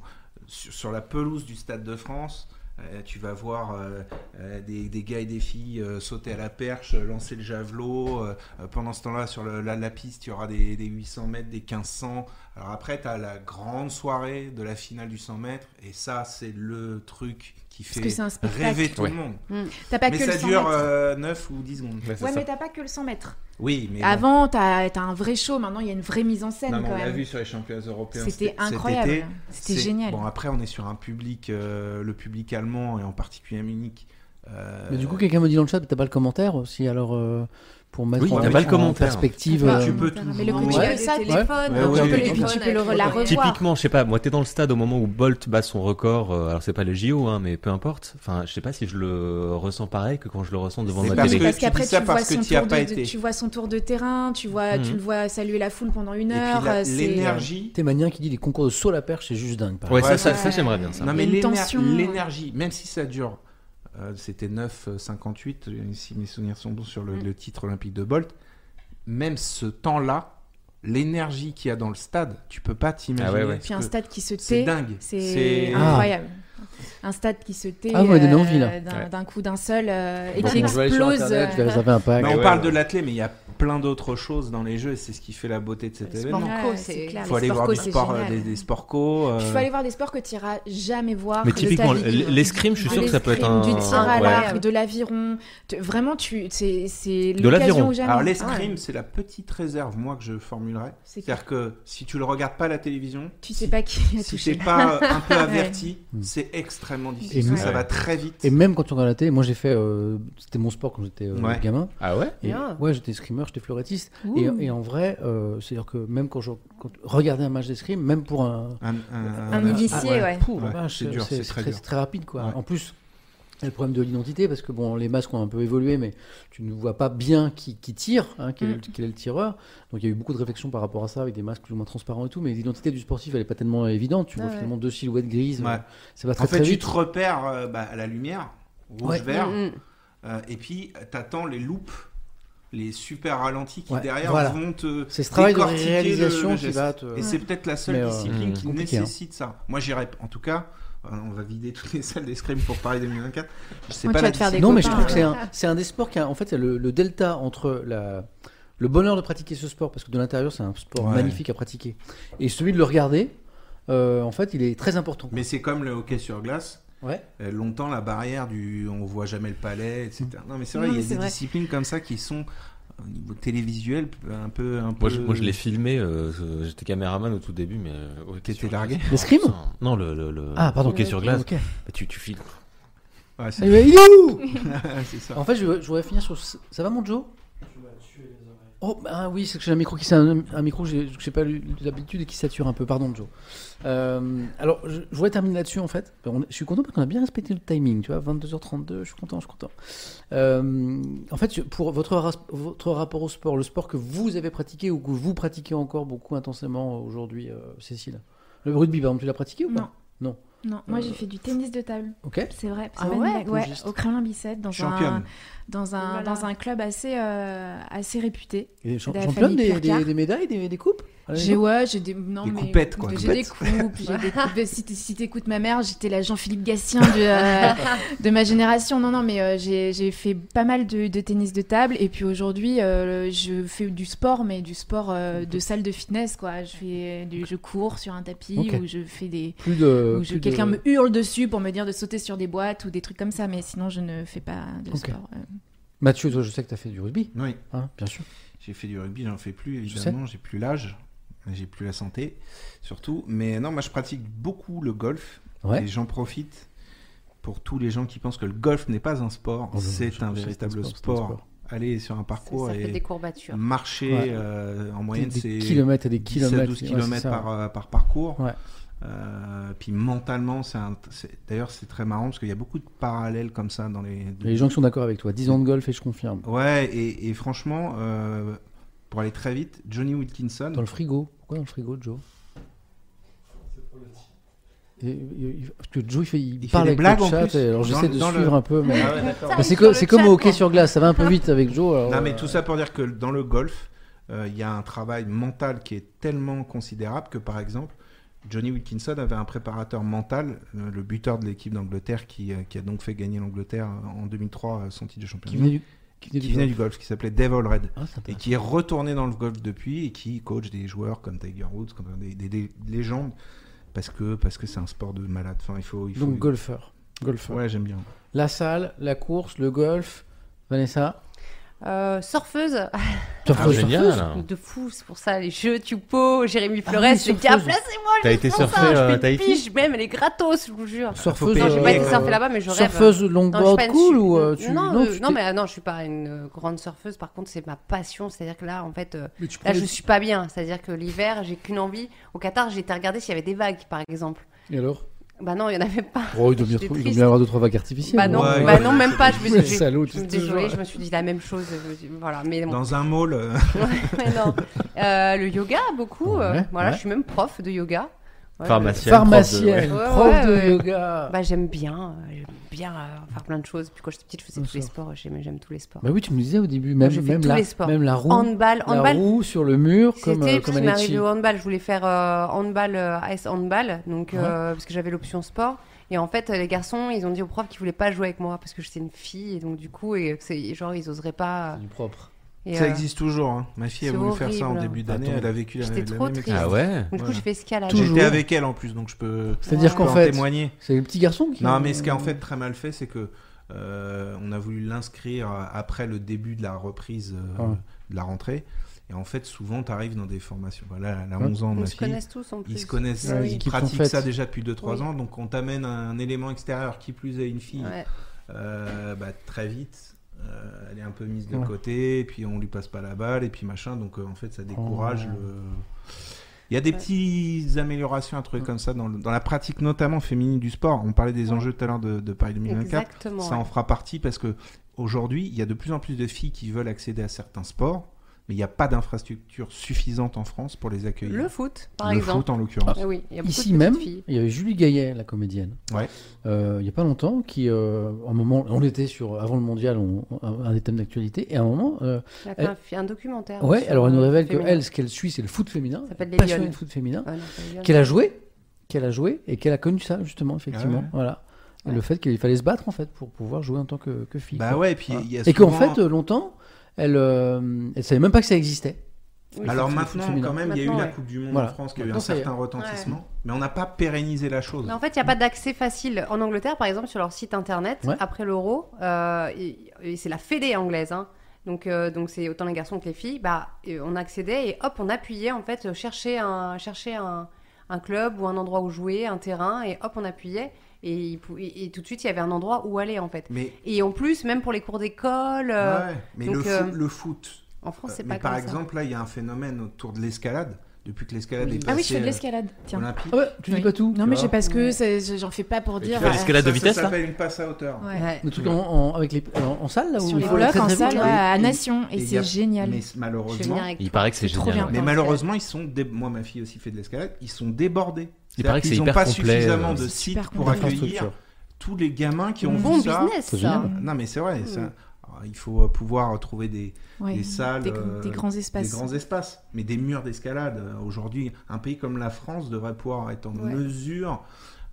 sur, sur la pelouse du Stade de France, euh, tu vas voir euh, euh, des, des gars et des filles euh, sauter à la perche, euh, lancer le javelot. euh, euh, pendant ce temps-là, sur le- la, la piste, il y aura des, des 800 mètres, des 1500. Alors après, tu as la grande soirée de la finale du 100 mètres. Et ça, c'est le truc qui Parce que fait c'est un rêver spectacle. tout Ouais. le monde. T'as pas mais que ça le 100 dure mètres. euh, 9 ou 10 secondes. Ouais, c'est Ouais, ça. mais t'as pas que le 100 mètres. Oui, mais bon. Avant, t'as t'as un vrai show. Maintenant, il y a une vraie mise en scène Non, mais quand on l'a même. vu sur les championnats européens. cet- C'était cet été. incroyable. C'était C'est- génial. Bon, après, on est sur un public, euh, le public allemand et en particulier à Munich. euh, Mais du coup, quelqu'un me dit dans le chat, mais t'as pas le commentaire aussi, alors euh, pour mettre Oui, en, t'as pas le en commentaire. perspective. Bah, euh, tu peux toujours- Mais le Ouais. coach, Il y a ouais. des ça, tu- téléphones, Ouais, donc ouais, tu peux ouais. les prendre Tu peux avec le- la téléphone. revoir. Typiquement, je sais pas, moi, t'es dans le stade au moment où Bolt bat son record, euh, alors c'est pas les JO, hein, mais peu importe. Enfin, je sais pas si je le ressens pareil que quand je le ressens devant C'est ma parce télé. que- parce tu qu'après dis tu, ça vois parce que son t'y as tour pas de, de- été. tu vois son tour de terrain, tu vois, tu Mhm. le vois saluer la foule pendant une Et puis, heure. la- euh, c'est- l'énergie. T'es manien qui dit les concours de saut à la perche, c'est juste dingue. par Ouais, contre. ça, ça, Ouais. ça, j'aimerais bien ça. Non, euh, Il y mais a une l'éner- tension. l'énergie, même si ça dure, euh, c'était 9,58, euh, si mes souvenirs sont bons, sur le, Mm. le titre olympique de Bolt, même ce temps-là, l'énergie qu'il y a dans le stade, tu peux pas t'imaginer. Ah ouais, ouais. ce Puis un que- stade qui se C'est tait, dingue. c'est Ah. incroyable. Un stade qui se tait Ah, vous m'avez donné euh, envie, là. d'un Ouais. d'un coup d'un seul euh, et Bon, qui on va aller sur explose. Internet, euh, tu vas réserver un pack. Mais Ouais, Bah, on ouais, parle ouais. de l'athlète, mais il y a plein d'autres choses dans les jeux et c'est ce qui fait la beauté de cet Le événement. sport. ouais, Banco, c'est c'est- clair, Il Ah, les faut aller sports voir co, du c'est sport, euh, génial. des, des sports co. euh, Il faut aller voir des sports que tu iras jamais voir. Mais de typiquement, ta vie. l- l'escrime, je suis Ah, sûr que ça peut être un. l'escrime, Du tir à ouais. l'arc, de l'aviron. Tu- Vraiment, tu, c'est, c'est De l'occasion l'aviron. ou jamais. Alors l'escrime, Ah ouais. c'est la petite réserve, moi, que je formulerais. C'est que C'est-à-dire que si tu le regardes pas à la télévision, tu sais pas qui a si t'es touché. pas euh, un peu Ouais. averti, Mm. c'est extrêmement Et difficile. Ça, nous- ça Ouais. va très vite. Et même quand tu regardes la télé, moi j'ai fait, euh, c'était mon sport quand j'étais euh, Ouais. gamin. Ah ouais Et, Bien. ouais, j'étais scrimeur, j'étais fleurettiste. Ouh. Et, et en vrai, euh, c'est-à-dire que même quand je quand- regarder un match d'escrime, même pour un, Un, un- Un un- initié, ouais. Pouh, la Ouais, vache, c'est dur, c'est très dur. rapide, quoi. Ouais. En plus, il y a le problème de l'identité, parce que bon, les masques ont un peu évolué, mais tu ne vois pas bien qui, qui tire, hein, quel, Mm. est le- quel est le tireur. Donc il y a eu beaucoup de réflexions par rapport à ça, avec des masques plus ou moins transparents et tout, mais l'identité du sportif, elle n'est pas tellement évidente. Tu vois Ah Ouais. finalement deux silhouettes grises, Ouais. euh, ça va très En fait, très tu vite. te repères euh, bah, à la lumière. Ouais. rouge-vert. Mm, mm. Euh, et puis, t'attends les loupes, les super ralentis qui Ouais, derrière voilà. vont te. C'est ce travail de décortiquer le- réalisation le qui geste. va te. Et c'est peut-être la seule Mais, euh, discipline qui compliqué, hein. nécessite ça. Moi, j'irai. En tout cas, euh, on va vider toutes les salles d'escrime pour Paris 2024. C'est Moi, pas tu la vas te faire des Non, mais je copains, trouve que hein. c'est un, c'est un des sports qui a en fait le, le delta entre la, le bonheur de pratiquer ce sport, parce que de l'intérieur c'est un sport Ouais. magnifique à pratiquer, et celui de le regarder, euh, en fait il est très important. Mais c'est comme le hockey sur glace. Ouais. Euh, longtemps, la barrière du on voit jamais le palais, etc. Mmh. Non, mais c'est vrai, Non, il y mais a c'est des vrai. disciplines comme ça qui sont euh, au niveau télévisuel un peu. Un Moi, peu... je, moi, je l'ai filmé. euh, euh, J'étais caméraman au tout début, mais. euh, au hockey T'étais sur- largué L'escrime Putain, Non, le, le, le- Ah, pardon. le hockey sur glace. Ok. Bah, tu, tu filmes. Ouais, Eh c'est ben, il est où c'est ça. En fait, je, je voudrais finir sur. ce- Ça va, mon Joe Tu m'as tué les oreilles. Oh, bah oui, c'est que j'ai un micro qui un, un micro que j'ai- que j'ai pas eu l'habitude et qui sature un peu. Pardon, Joe. Euh, alors, je, je voudrais terminer là-dessus en fait. On- je suis content parce qu'on a bien respecté le timing. Tu vois, 22h32, je suis content, je suis content. Euh, en fait, je- pour votre, ras- votre rapport au sport, le sport que vous avez pratiqué ou que vous pratiquez encore beaucoup intensément aujourd'hui, euh, Cécile. Le rugby, par exemple, tu l'as pratiqué ou pas Non. Non. Non, moi j'ai Euh, fait du tennis de table, Ok. c'est vrai. c'est Ah pas une ouais, blague, pongiste. Au Kremlin Bicêtre, dans un, Championne. dans un, Ouh là là. dans un club assez, euh, assez réputé. Et champ- De la championne famille des, des- Pierre-Card. des médailles, des, des coupes Allez, J'ai ouais, j'ai des non Des mais coupettes, quoi, J'ai des coupes, j'ai des coupes. Bah, Si t'- si t'écoutes ma mère, j'étais la Jean-Philippe Gatien de, euh, de ma génération. Non non, mais euh, j'ai j'ai fait pas mal de, de tennis de table et puis aujourd'hui euh, je fais du sport, mais du sport euh, de salle de fitness quoi. Je fais euh, du, je cours sur un tapis Ok. ou je fais des plus de. ou Euh, plus je- de- quelqu'un me hurle dessus pour me dire de sauter sur des boîtes ou des trucs comme ça, mais sinon je ne fais pas de Ok. sport. euh. Mathieu, toi, je sais que tu as fait du rugby, Oui, hein, bien sûr. j'ai fait du rugby, j'en fais plus, Je évidemment, j'ai plus l'âge, j'ai plus la santé, surtout. Mais non, moi je pratique beaucoup le golf Ouais. et j'en profite pour tous les gens qui pensent que le golf n'est pas un sport, Oh, je- je- c'est un c'est un véritable sport, c'est un sport. sport. Aller sur un parcours Ça fait des et courbatures. marcher Ouais. euh, en Des, moyenne, des c'est kilomètres et des 10 à kilomètres. 12 ouais, km c'est ça. par, euh, par parcours. Ouais. Euh, puis mentalement, c'est un- c'est- d'ailleurs c'est très marrant parce qu'il y a beaucoup de parallèles comme ça dans les, Les gens qui sont d'accord avec toi. 10 ans de golf et je confirme. Ouais, et, et franchement, euh, pour aller très vite, Johnny Wilkinson, Dans le frigo. Pourquoi dans le frigo, Joe C'est pour le titre. Et- et- il- Parce que Joe, il, fait, il Il fait parle des avec blagues le en chat. plus. et alors Dans j'essaie le- de dans le- suivre un peu. Mais... Ah ouais, d'accord. Bah, c'est Sur co- le c'est comme chat, au hockey quoi. sur glace. Ça va un peu vite avec Joe. alors, Non, mais euh, tout ça pour dire que dans le golf, euh, il y a un travail mental qui est tellement considérable que, par exemple, Johnny Wilkinson avait un préparateur mental, euh, le buteur de l'équipe d'Angleterre, qui, euh, qui a donc fait gagner l'Angleterre en 2003 euh, son titre de champion Qui du monde, venait du. Qui venait qui du venait golf. du golf, qui s'appelait Dave Allred. Ah, c'est et intéressant. qui est retourné dans le golf depuis et qui coach des joueurs comme Tiger Woods, comme des, des- des légendes, parce que parce que c'est un sport de malade. Enfin, il faut, il faut... Donc, golfeur. Golfeur. Ouais, j'aime bien. La salle, la course, le golf. Vanessa. Euh, surfeuse, Ah, Surfeuse, surfeuse. génial. de fou, c'est pour ça, les jeux Tupo, Jérémy Flores, Ah oui, les gars, surfeuse. placez-moi T'as été pour ça, surfer je euh, fais une Tahiti piche, même, elle est gratos, je vous jure. Surfeuse. Non, j'ai pas Et, été euh, surfer là-bas, mais je rêve. Surfeuse Non, je suis longboard pas une- cool je suis- ou euh, tu non, non, euh, tu non, t'es- mais euh, non, je suis pas une euh, grande surfeuse. Par contre, c'est ma passion. C'est-à-dire que là, en fait, euh, mais tu là, prenais- je suis pas bien. C'est-à-dire que l'hiver, j'ai qu'une envie. Au Qatar, j'ai été regarder s'il y avait des vagues, par exemple. Et alors Bah non, il y en avait pas. Oh, il doit bien J'étais trop- il doit triste. bien avoir deux trois vagues artificielles. Bah non, Ouais, bah ouais. non, même pas. Je me Le suis, salaud, je me tu suis te désolée, jures. je me suis dit la même chose. Je me suis- Voilà, mais bon. Dans un mall, euh, Mais non. Euh, le yoga, beaucoup. euh, Ouais, voilà, ouais. bah, je suis même prof de yoga. Ouais, Pharmacien. Pharmacienne, prof de- ouais. prof Ouais, de ouais. yoga. je- Bah j'aime bien, euh, j'aime bien euh, faire plein de choses. Puis quand j'étais petite, je faisais Bien tous les sûr. sports. J'aime, j'aime tous les sports. Bah oui, tu me disais au début, même, je fais même, tous la, les sports. même la roue, handball, la handball. roue sur le mur, C'était Bah, oh, comme, euh, parce comme qu'il m'est arrivé Alechi. au handball. Je voulais faire euh, handball, euh, ice handball, donc, euh, parce que j'avais l'option sport. Et en fait, euh, les garçons, ils ont dit au prof qu'ils voulaient pas jouer avec moi parce que j'étais une fille. Et donc, du coup, et, que c'est- et genre, ils oseraient pas. euh, Du propre. Et, ça euh, existe toujours. hein. Ma fille a c'est voulu faire ça en horrible. hein. début d'année. Attends. Elle a vécu la, J'étais la trop même triste. Ah expérience. ouais Donc, du coup, Voilà. j'ai fait escalade. Toujours. J'étais avec elle en plus, donc je peux, C'est-à-dire je peux qu'en en fait, témoigner. c'est le petit garçon qui. Non, mais ce qui est en fait très mal fait, c'est que euh, on a voulu l'inscrire après le début de la reprise euh, Ouais. de la rentrée. Et en fait, souvent, tu arrives dans des formations. Voilà, elle a Ouais. 11 ans, ma Ils se fille. connaissent tous en plus. Ils se connaissent, Ouais, les ils équipes sont pratiquent faites. ça déjà depuis 2-3 Oui. ans. Donc, on t'amène un élément extérieur qui plus est une fille. Ouais. euh, bah, très vite, euh, elle est un peu mise de Ouais. côté. Et puis, on lui passe pas la balle. Et puis, machin. Donc, euh, en fait, ça décourage Oh. le. Il y a des Ouais. petites améliorations à trouver comme ça dans, le- dans la pratique, notamment féminine du sport. On parlait des Ouais. enjeux tout à l'heure de, de Paris 2024. Exactement. Ça en fera partie parce que aujourd'hui, il y a de plus en plus de filles qui veulent accéder à certains sports. mais il n'y a pas d'infrastructure suffisante en France pour les accueillir. Le foot, par Le exemple. foot, en l'occurrence. Eh oui, il y a beaucoup Ici de petites même, filles. il y avait Julie Gaillet, la comédienne, Ouais. euh, il n'y a pas longtemps, qui, euh, à un moment, on était sur, avant le mondial, on- un des thèmes d'actualité, et à un moment, euh, Elle a fait un, fait un documentaire. ouais, Ah sur, alors elle nous euh, révèle que féminin. elle, ce qu'elle suit, c'est le foot féminin, Ça s'aelle les passionnée Lionnes. de foot féminin, Ah non, pas les Lionnes. qu'elle a joué, qu'elle a joué, et qu'elle a connu ça, justement, effectivement, Ah ouais. voilà. Et Ouais. Le fait qu'il fallait se battre, en fait, pour pouvoir jouer en tant que, que fille. Bah quoi. ouais, et puis Voilà. il y a Et qu'en souvent- fait, euh, longtemps, elle euh, elle savait même pas que ça existait. Oui, Alors c'est- maintenant, c'est féminin. quand même, il y a eu Maintenant, la ouais. Coupe du Monde Voilà. en France qui a eu un Maintenant, ça y est. certain retentissement, mais on n'a pas pérennisé la chose. Mais en fait, il n'y a pas d'accès facile. En Angleterre, par exemple, sur leur site internet, Ouais. après l'euro, euh, et- et c'est la fédé anglaise, hein. donc euh, donc c'est autant les garçons que les filles, bah, et on accédait et hop, on appuyait, en fait, euh, chercher, un, chercher un, un club ou un endroit où jouer, un terrain, et hop, on appuyait. Et, il pou- et- et tout de suite, il y avait un endroit où aller, en fait. Mais, Et en plus, même pour les cours d'école, euh, ouais, mais donc, le, fo- euh, le foot, euh, en France, c'est Euh, mais pas par comme ça. exemple, là, il y a un phénomène autour de l'escalade, depuis que l'escalade Oui. est passée Ah oui, je fais de euh, l'escalade. Tiens. olympique. Ah ouais, tu dis Oui. pas tout. Non, tu mais vois. j'ai parce que c'est- j'en fais pas pour Mais dire. tu fais euh, l'escalade Ça, de ça vitesse, là s'appelle une passe à hauteur. Ouais. Ouais. Le truc en, en- avec les, en, en salle, là où sur il les faut aller blocs très, en très vite, salle, ouais, là. à Et- Nation, et et il y c'est a- génial. Je Mais vais venir malheureusement, avec Il toi. paraît que c'est C'est trop génial. bien. ouais. mais Attends, malheureusement, ils sont dé- moi ma fille aussi fait de l'escalade, ils sont débordés. C'est-à-dire paraît que c'est qu'ils n'ont hyper pas complet, suffisamment euh, de c'est sites super pour complet. accueillir tous les gamins qui ont Bon vu ça. business, C'est ça. génial. Non mais c'est vrai, Mm. ça- alors, il faut euh, pouvoir trouver des, Ouais. des salles, Des, euh, des grands des espaces. grands espaces, mais des murs d'escalade. Euh, Aujourd'hui, un pays comme la France devrait pouvoir être en Ouais. mesure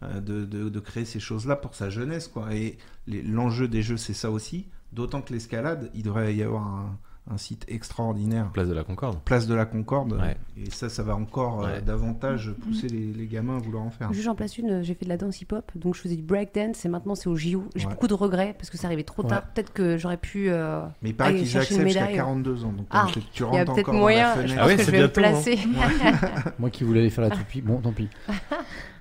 euh, de, de- de créer ces choses-là pour sa jeunesse. Quoi. Et les- l'enjeu des jeux, c'est ça aussi. D'autant que l'escalade, il devrait y avoir un, un site extraordinaire. Place de la Concorde. Place de la Concorde, Ouais. et ça, ça va encore euh, Ouais. davantage pousser les, les gamins à vouloir en faire. Juste j'en place une, euh, j'ai fait de la danse hip-hop, donc je faisais du breakdance et maintenant c'est au JO. J'ai Ouais. beaucoup de regrets parce que ça arrivait trop Ouais. tard. Peut-être que j'aurais pu. euh, Mais il paraît Allez, qu'ils chercher une acceptent jusqu'à médaille. 42 ans, donc Ah, euh, tu Il y a rentres peut-être encore dans la moyen, je fenêtre. pense Ah ouais, que c'est je vais me bientôt, hein. placer. Moi qui voulais aller faire Ah. la toupie, bon, tant pis.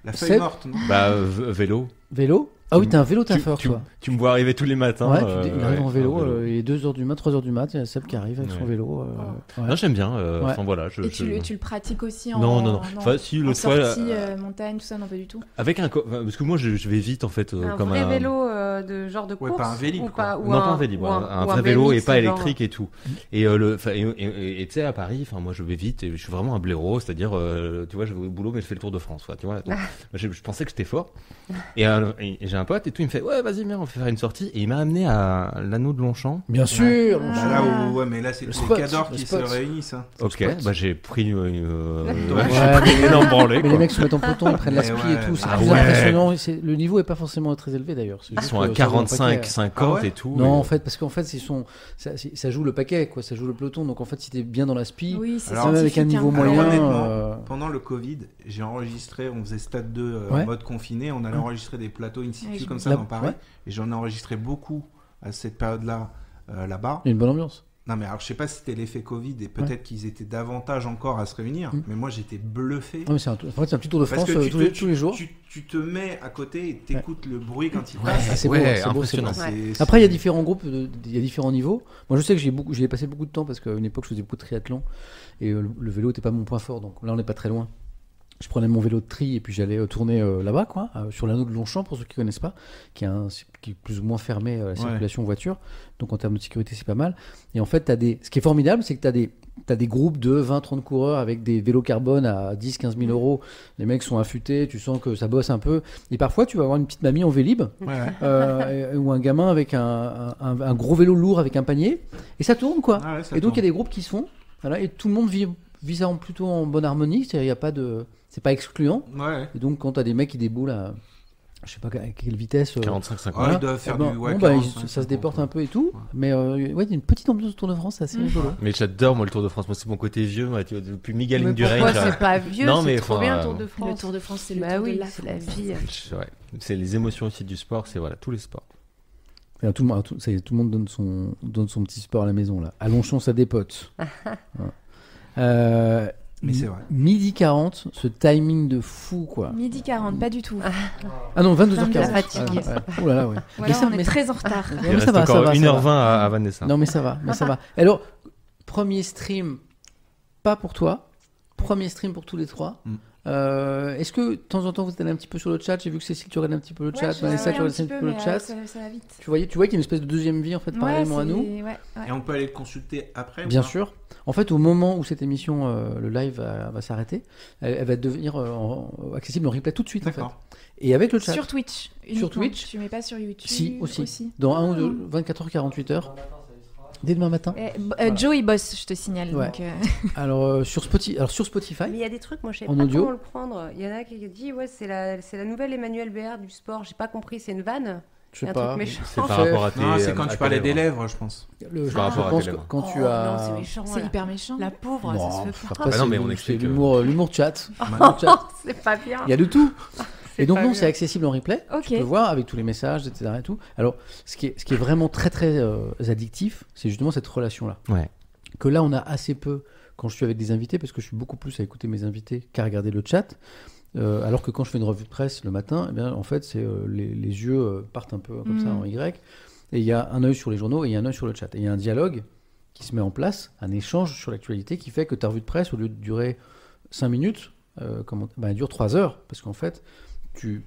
La C'est- feuille morte, non Bah, euh, v- vélo. Vélo Ah oui, Tu- t'es un vélo Tu, taffeur, tu- toi. tu me vois arriver tous les matins. ouais, euh, tu dis, il ouais, arrive en un vélo, euh, il est 2h du mat, 3h du mat, il y a Seb qui arrive avec son Ouais. vélo. euh, Oh. ouais. Non, j'aime bien. euh, Ouais. Enfin voilà, je. Et je- tu, le- tu le pratiques aussi en. Non, non, non. en- Enfin, si, en l'autre fois, sortie, euh, euh, montagne, tout ça, non, pas du tout. avec un. co- enfin, Parce que moi, je, je vais vite, en fait, euh, un comme vrai un. vélo euh, de genre de Ouais, course pas un Vélib, ou quoi. pas, ou non, un, pas un Vélib, ou un, un ou vrai vélo et BMX, genre. pas électrique et tout. Et euh, le, enfin, et- et et tu sais à Paris, enfin moi je vais vite, et je suis vraiment un blaireau, c'est-à-dire euh, tu vois je vais au boulot mais je fais le tour de France, quoi, tu vois. Donc, je, je pensais que j'étais fort. Et, euh, et- et j'ai un pote et tout, il me fait ouais vas-y viens on fait faire une sortie et il m'a amené à l'anneau de Longchamp. Bien Ah. sûr Bah là où- ouais, mais là, c'est Le tous spot, les cadors le qui spot. se réunissent. hein. Ok, spot. bah j'ai pris euh, une, Ouais, j'ai pris une énorme branlée. Mais quoi. les mecs se mettent en peloton, ils prennent la Mais ski et ouais, tout, c'est ah très ouais. Ah, impressionnant. et c'est- Le niveau est pas forcément très élevé d'ailleurs. c'est Ils juste sont que à ça joue au paquet. 45, 50 Ah ouais et tout. Non, Et- en fait, parce qu'en fait, ils sont, ça, c'est- ça joue le paquet, quoi, ça joue le peloton. Donc en fait, si t'es bien dans la spi, Oui, c'est Alors, même avec un scientifique, niveau hein. moyen. honnêtement, euh, Pendant le Covid, j'ai enregistré, on faisait Stade 2 euh, Ouais. en mode confiné, on allait Mm. enregistrer des plateaux in Ouais, situ je- comme ça Là- dans Paris, ouais. et j'en ai enregistré beaucoup à cette période-là euh, là-bas. il y a une bonne ambiance. Non mais alors je sais pas si c'était l'effet Covid et peut-être qu'ils étaient davantage encore à se réunir, Mm. mais moi j'étais bluffé. Non, mais c'est un, en fait, c'est un petit tour de Parce France que euh, tu tous, te- les, tu- tous les jours. Tu, tu te mets à côté et t'écoutes le bruit quand il Ah, passe. c'est beau, ouais, c'est beau, c'est beau. impressionnant. C'est- c'est- Après, il y a différents groupes, de- il y a différents niveaux. Moi, je sais que j'ai beaucoup, j'y ai passé beaucoup de temps parce qu'à une époque, je faisais beaucoup de triathlon et euh, le, le vélo n'était pas mon point fort. Donc là, on n'est pas très loin. Je prenais mon vélo de tri et puis j'allais euh, tourner euh, là-bas, quoi, euh, sur l'anneau de Longchamp pour ceux qui connaissent pas, qui est, un- qui est plus ou moins fermé euh, à la circulation voiture. Donc en termes de sécurité, c'est pas mal. Et en fait, as des, ce qui est formidable, c'est que tu as des T'as des groupes de 20-30 coureurs avec des vélos carbone à 10-15 000 euros. Les mecs sont affûtés, tu sens que ça bosse un peu. Et parfois, tu vas avoir une petite mamie en vélib Ouais, ouais. euh, et- ou un gamin avec un, un- un gros vélo lourd avec un panier, et ça tourne quoi. Ah ouais, ça et donc il y a tourne. des groupes qui se font, voilà, et tout le monde vit, vit ça en- plutôt en bonne harmonie, c'est-à-dire il y a pas de, c'est pas excluant. Ouais. Et donc quand t'as des mecs qui déboulent à, je sais pas à quelle vitesse, euh, 45, 50. Ah, voilà, ils doivent faire eh ben, du- ouais, bon, bah, ils- 45, ça se 50, déporte un peu et tout, Ouais. mais euh, ouais, il y a une petite ambiance autour de France, c'est assez Mm. rigolo. Mais j'adore moi le Tour de France, moi c'est mon côté vieux, moi, tu vois, depuis Mais Migaline du pourquoi Règne. c'est pas vieux Non, mais C'est trop enfin, bien euh, le Tour de Le France. Tour de France, c'est le Bah tour de oui, la c'est la France. vie. je- ouais. C'est les émotions aussi du sport, c'est voilà, tous les sports. Et là, tout, le monde, tout, ça y est, tout le monde donne son, donne son petit sport à la maison là. À Longchamp, ça dépote. Voilà. Euh, Mais c'est vrai. Midi 40, ce timing de fou quoi. Midi 40, pas du tout. Ah non, 22h40. La fatigue. Oh là là, ouais. Ou Mais alors, ça- on mais- est très en retard. Non, Il mais reste ça va, ça encore va, ça 1h20 va. à, à Vanessa. Non, mais ça va, mais ça va. Alors, premier stream, pas pour toi. Premier stream pour tous les trois. Mm. Euh, Est-ce que de temps en temps vous êtes allé un petit peu sur le chat J'ai vu que Cécile tu regardes un petit peu le chat, Vanessa tu regardes un petit peu le chat. Ça, ça va vite. Tu voyais, tu vois qu'il y a une espèce de deuxième vie en fait Ouais, parallèlement à c'est- nous. ouais, ouais. Et on peut aller le consulter après ou Bien pas sûr. En fait, au moment où cette émission, euh, le live va, va s'arrêter, elle, elle va devenir euh, en- accessible en replay tout de suite. En fait. D'accord. Et avec le chat, Sur Twitch. Sur Twitch Tu mets pas sur YouTube. Si, aussi. dans 1 ou 2, 24 h 48 heures, dès demain matin. Eh, b- euh, Joey bosse, je te signale. Ouais. donc, euh, Alors, euh, sur Spotify, alors sur Mais Spotify, il y a des trucs, moi je sais En pas audio. comment le prendre. Il y en a qui dit ouais c'est la c'est la nouvelle Emmanuel BR du sport. J'ai pas compris, c'est une vanne. je sais un pas. truc méchant. C'est par C'est- rapport à tes. Non, c'est euh, quand à tu tes parlais des lèvres. lèvres, je pense. Le- je Par rapport à pense tes que lèvres. quand tu Oh, as. Non c'est méchant. c'est là. hyper méchant. La pauvre, Non, ça faut se fait pas. pas, Ah non, c'est mais du- on c'est explique, l'humour, euh, l'humour chat. Maintenant, Le chat. c'est pas bien. Il y a de tout. C'est Et donc pas non, bien. c'est accessible en replay. Ok. Tu peux voir avec tous les messages, etc. Et tout. Alors, ce qui est, ce qui est vraiment très très euh, addictif, c'est justement cette relation-là. Ouais. Que là, on a assez peu quand je suis avec des invités, parce que je suis beaucoup plus à écouter mes invités qu'à regarder le chat. Euh, alors que quand je fais une revue de presse le matin, eh bien, en fait, c'est euh, les, les yeux euh, partent un peu comme ça Mm. en Y. Et il y a un œil sur les journaux et il y a un œil sur le chat. Et il y a un dialogue qui se met en place, un échange sur l'actualité qui fait que ta revue de presse, au lieu de durer 5 minutes, euh, comment- bah, elle dure 3 heures. Parce qu'en fait, tu,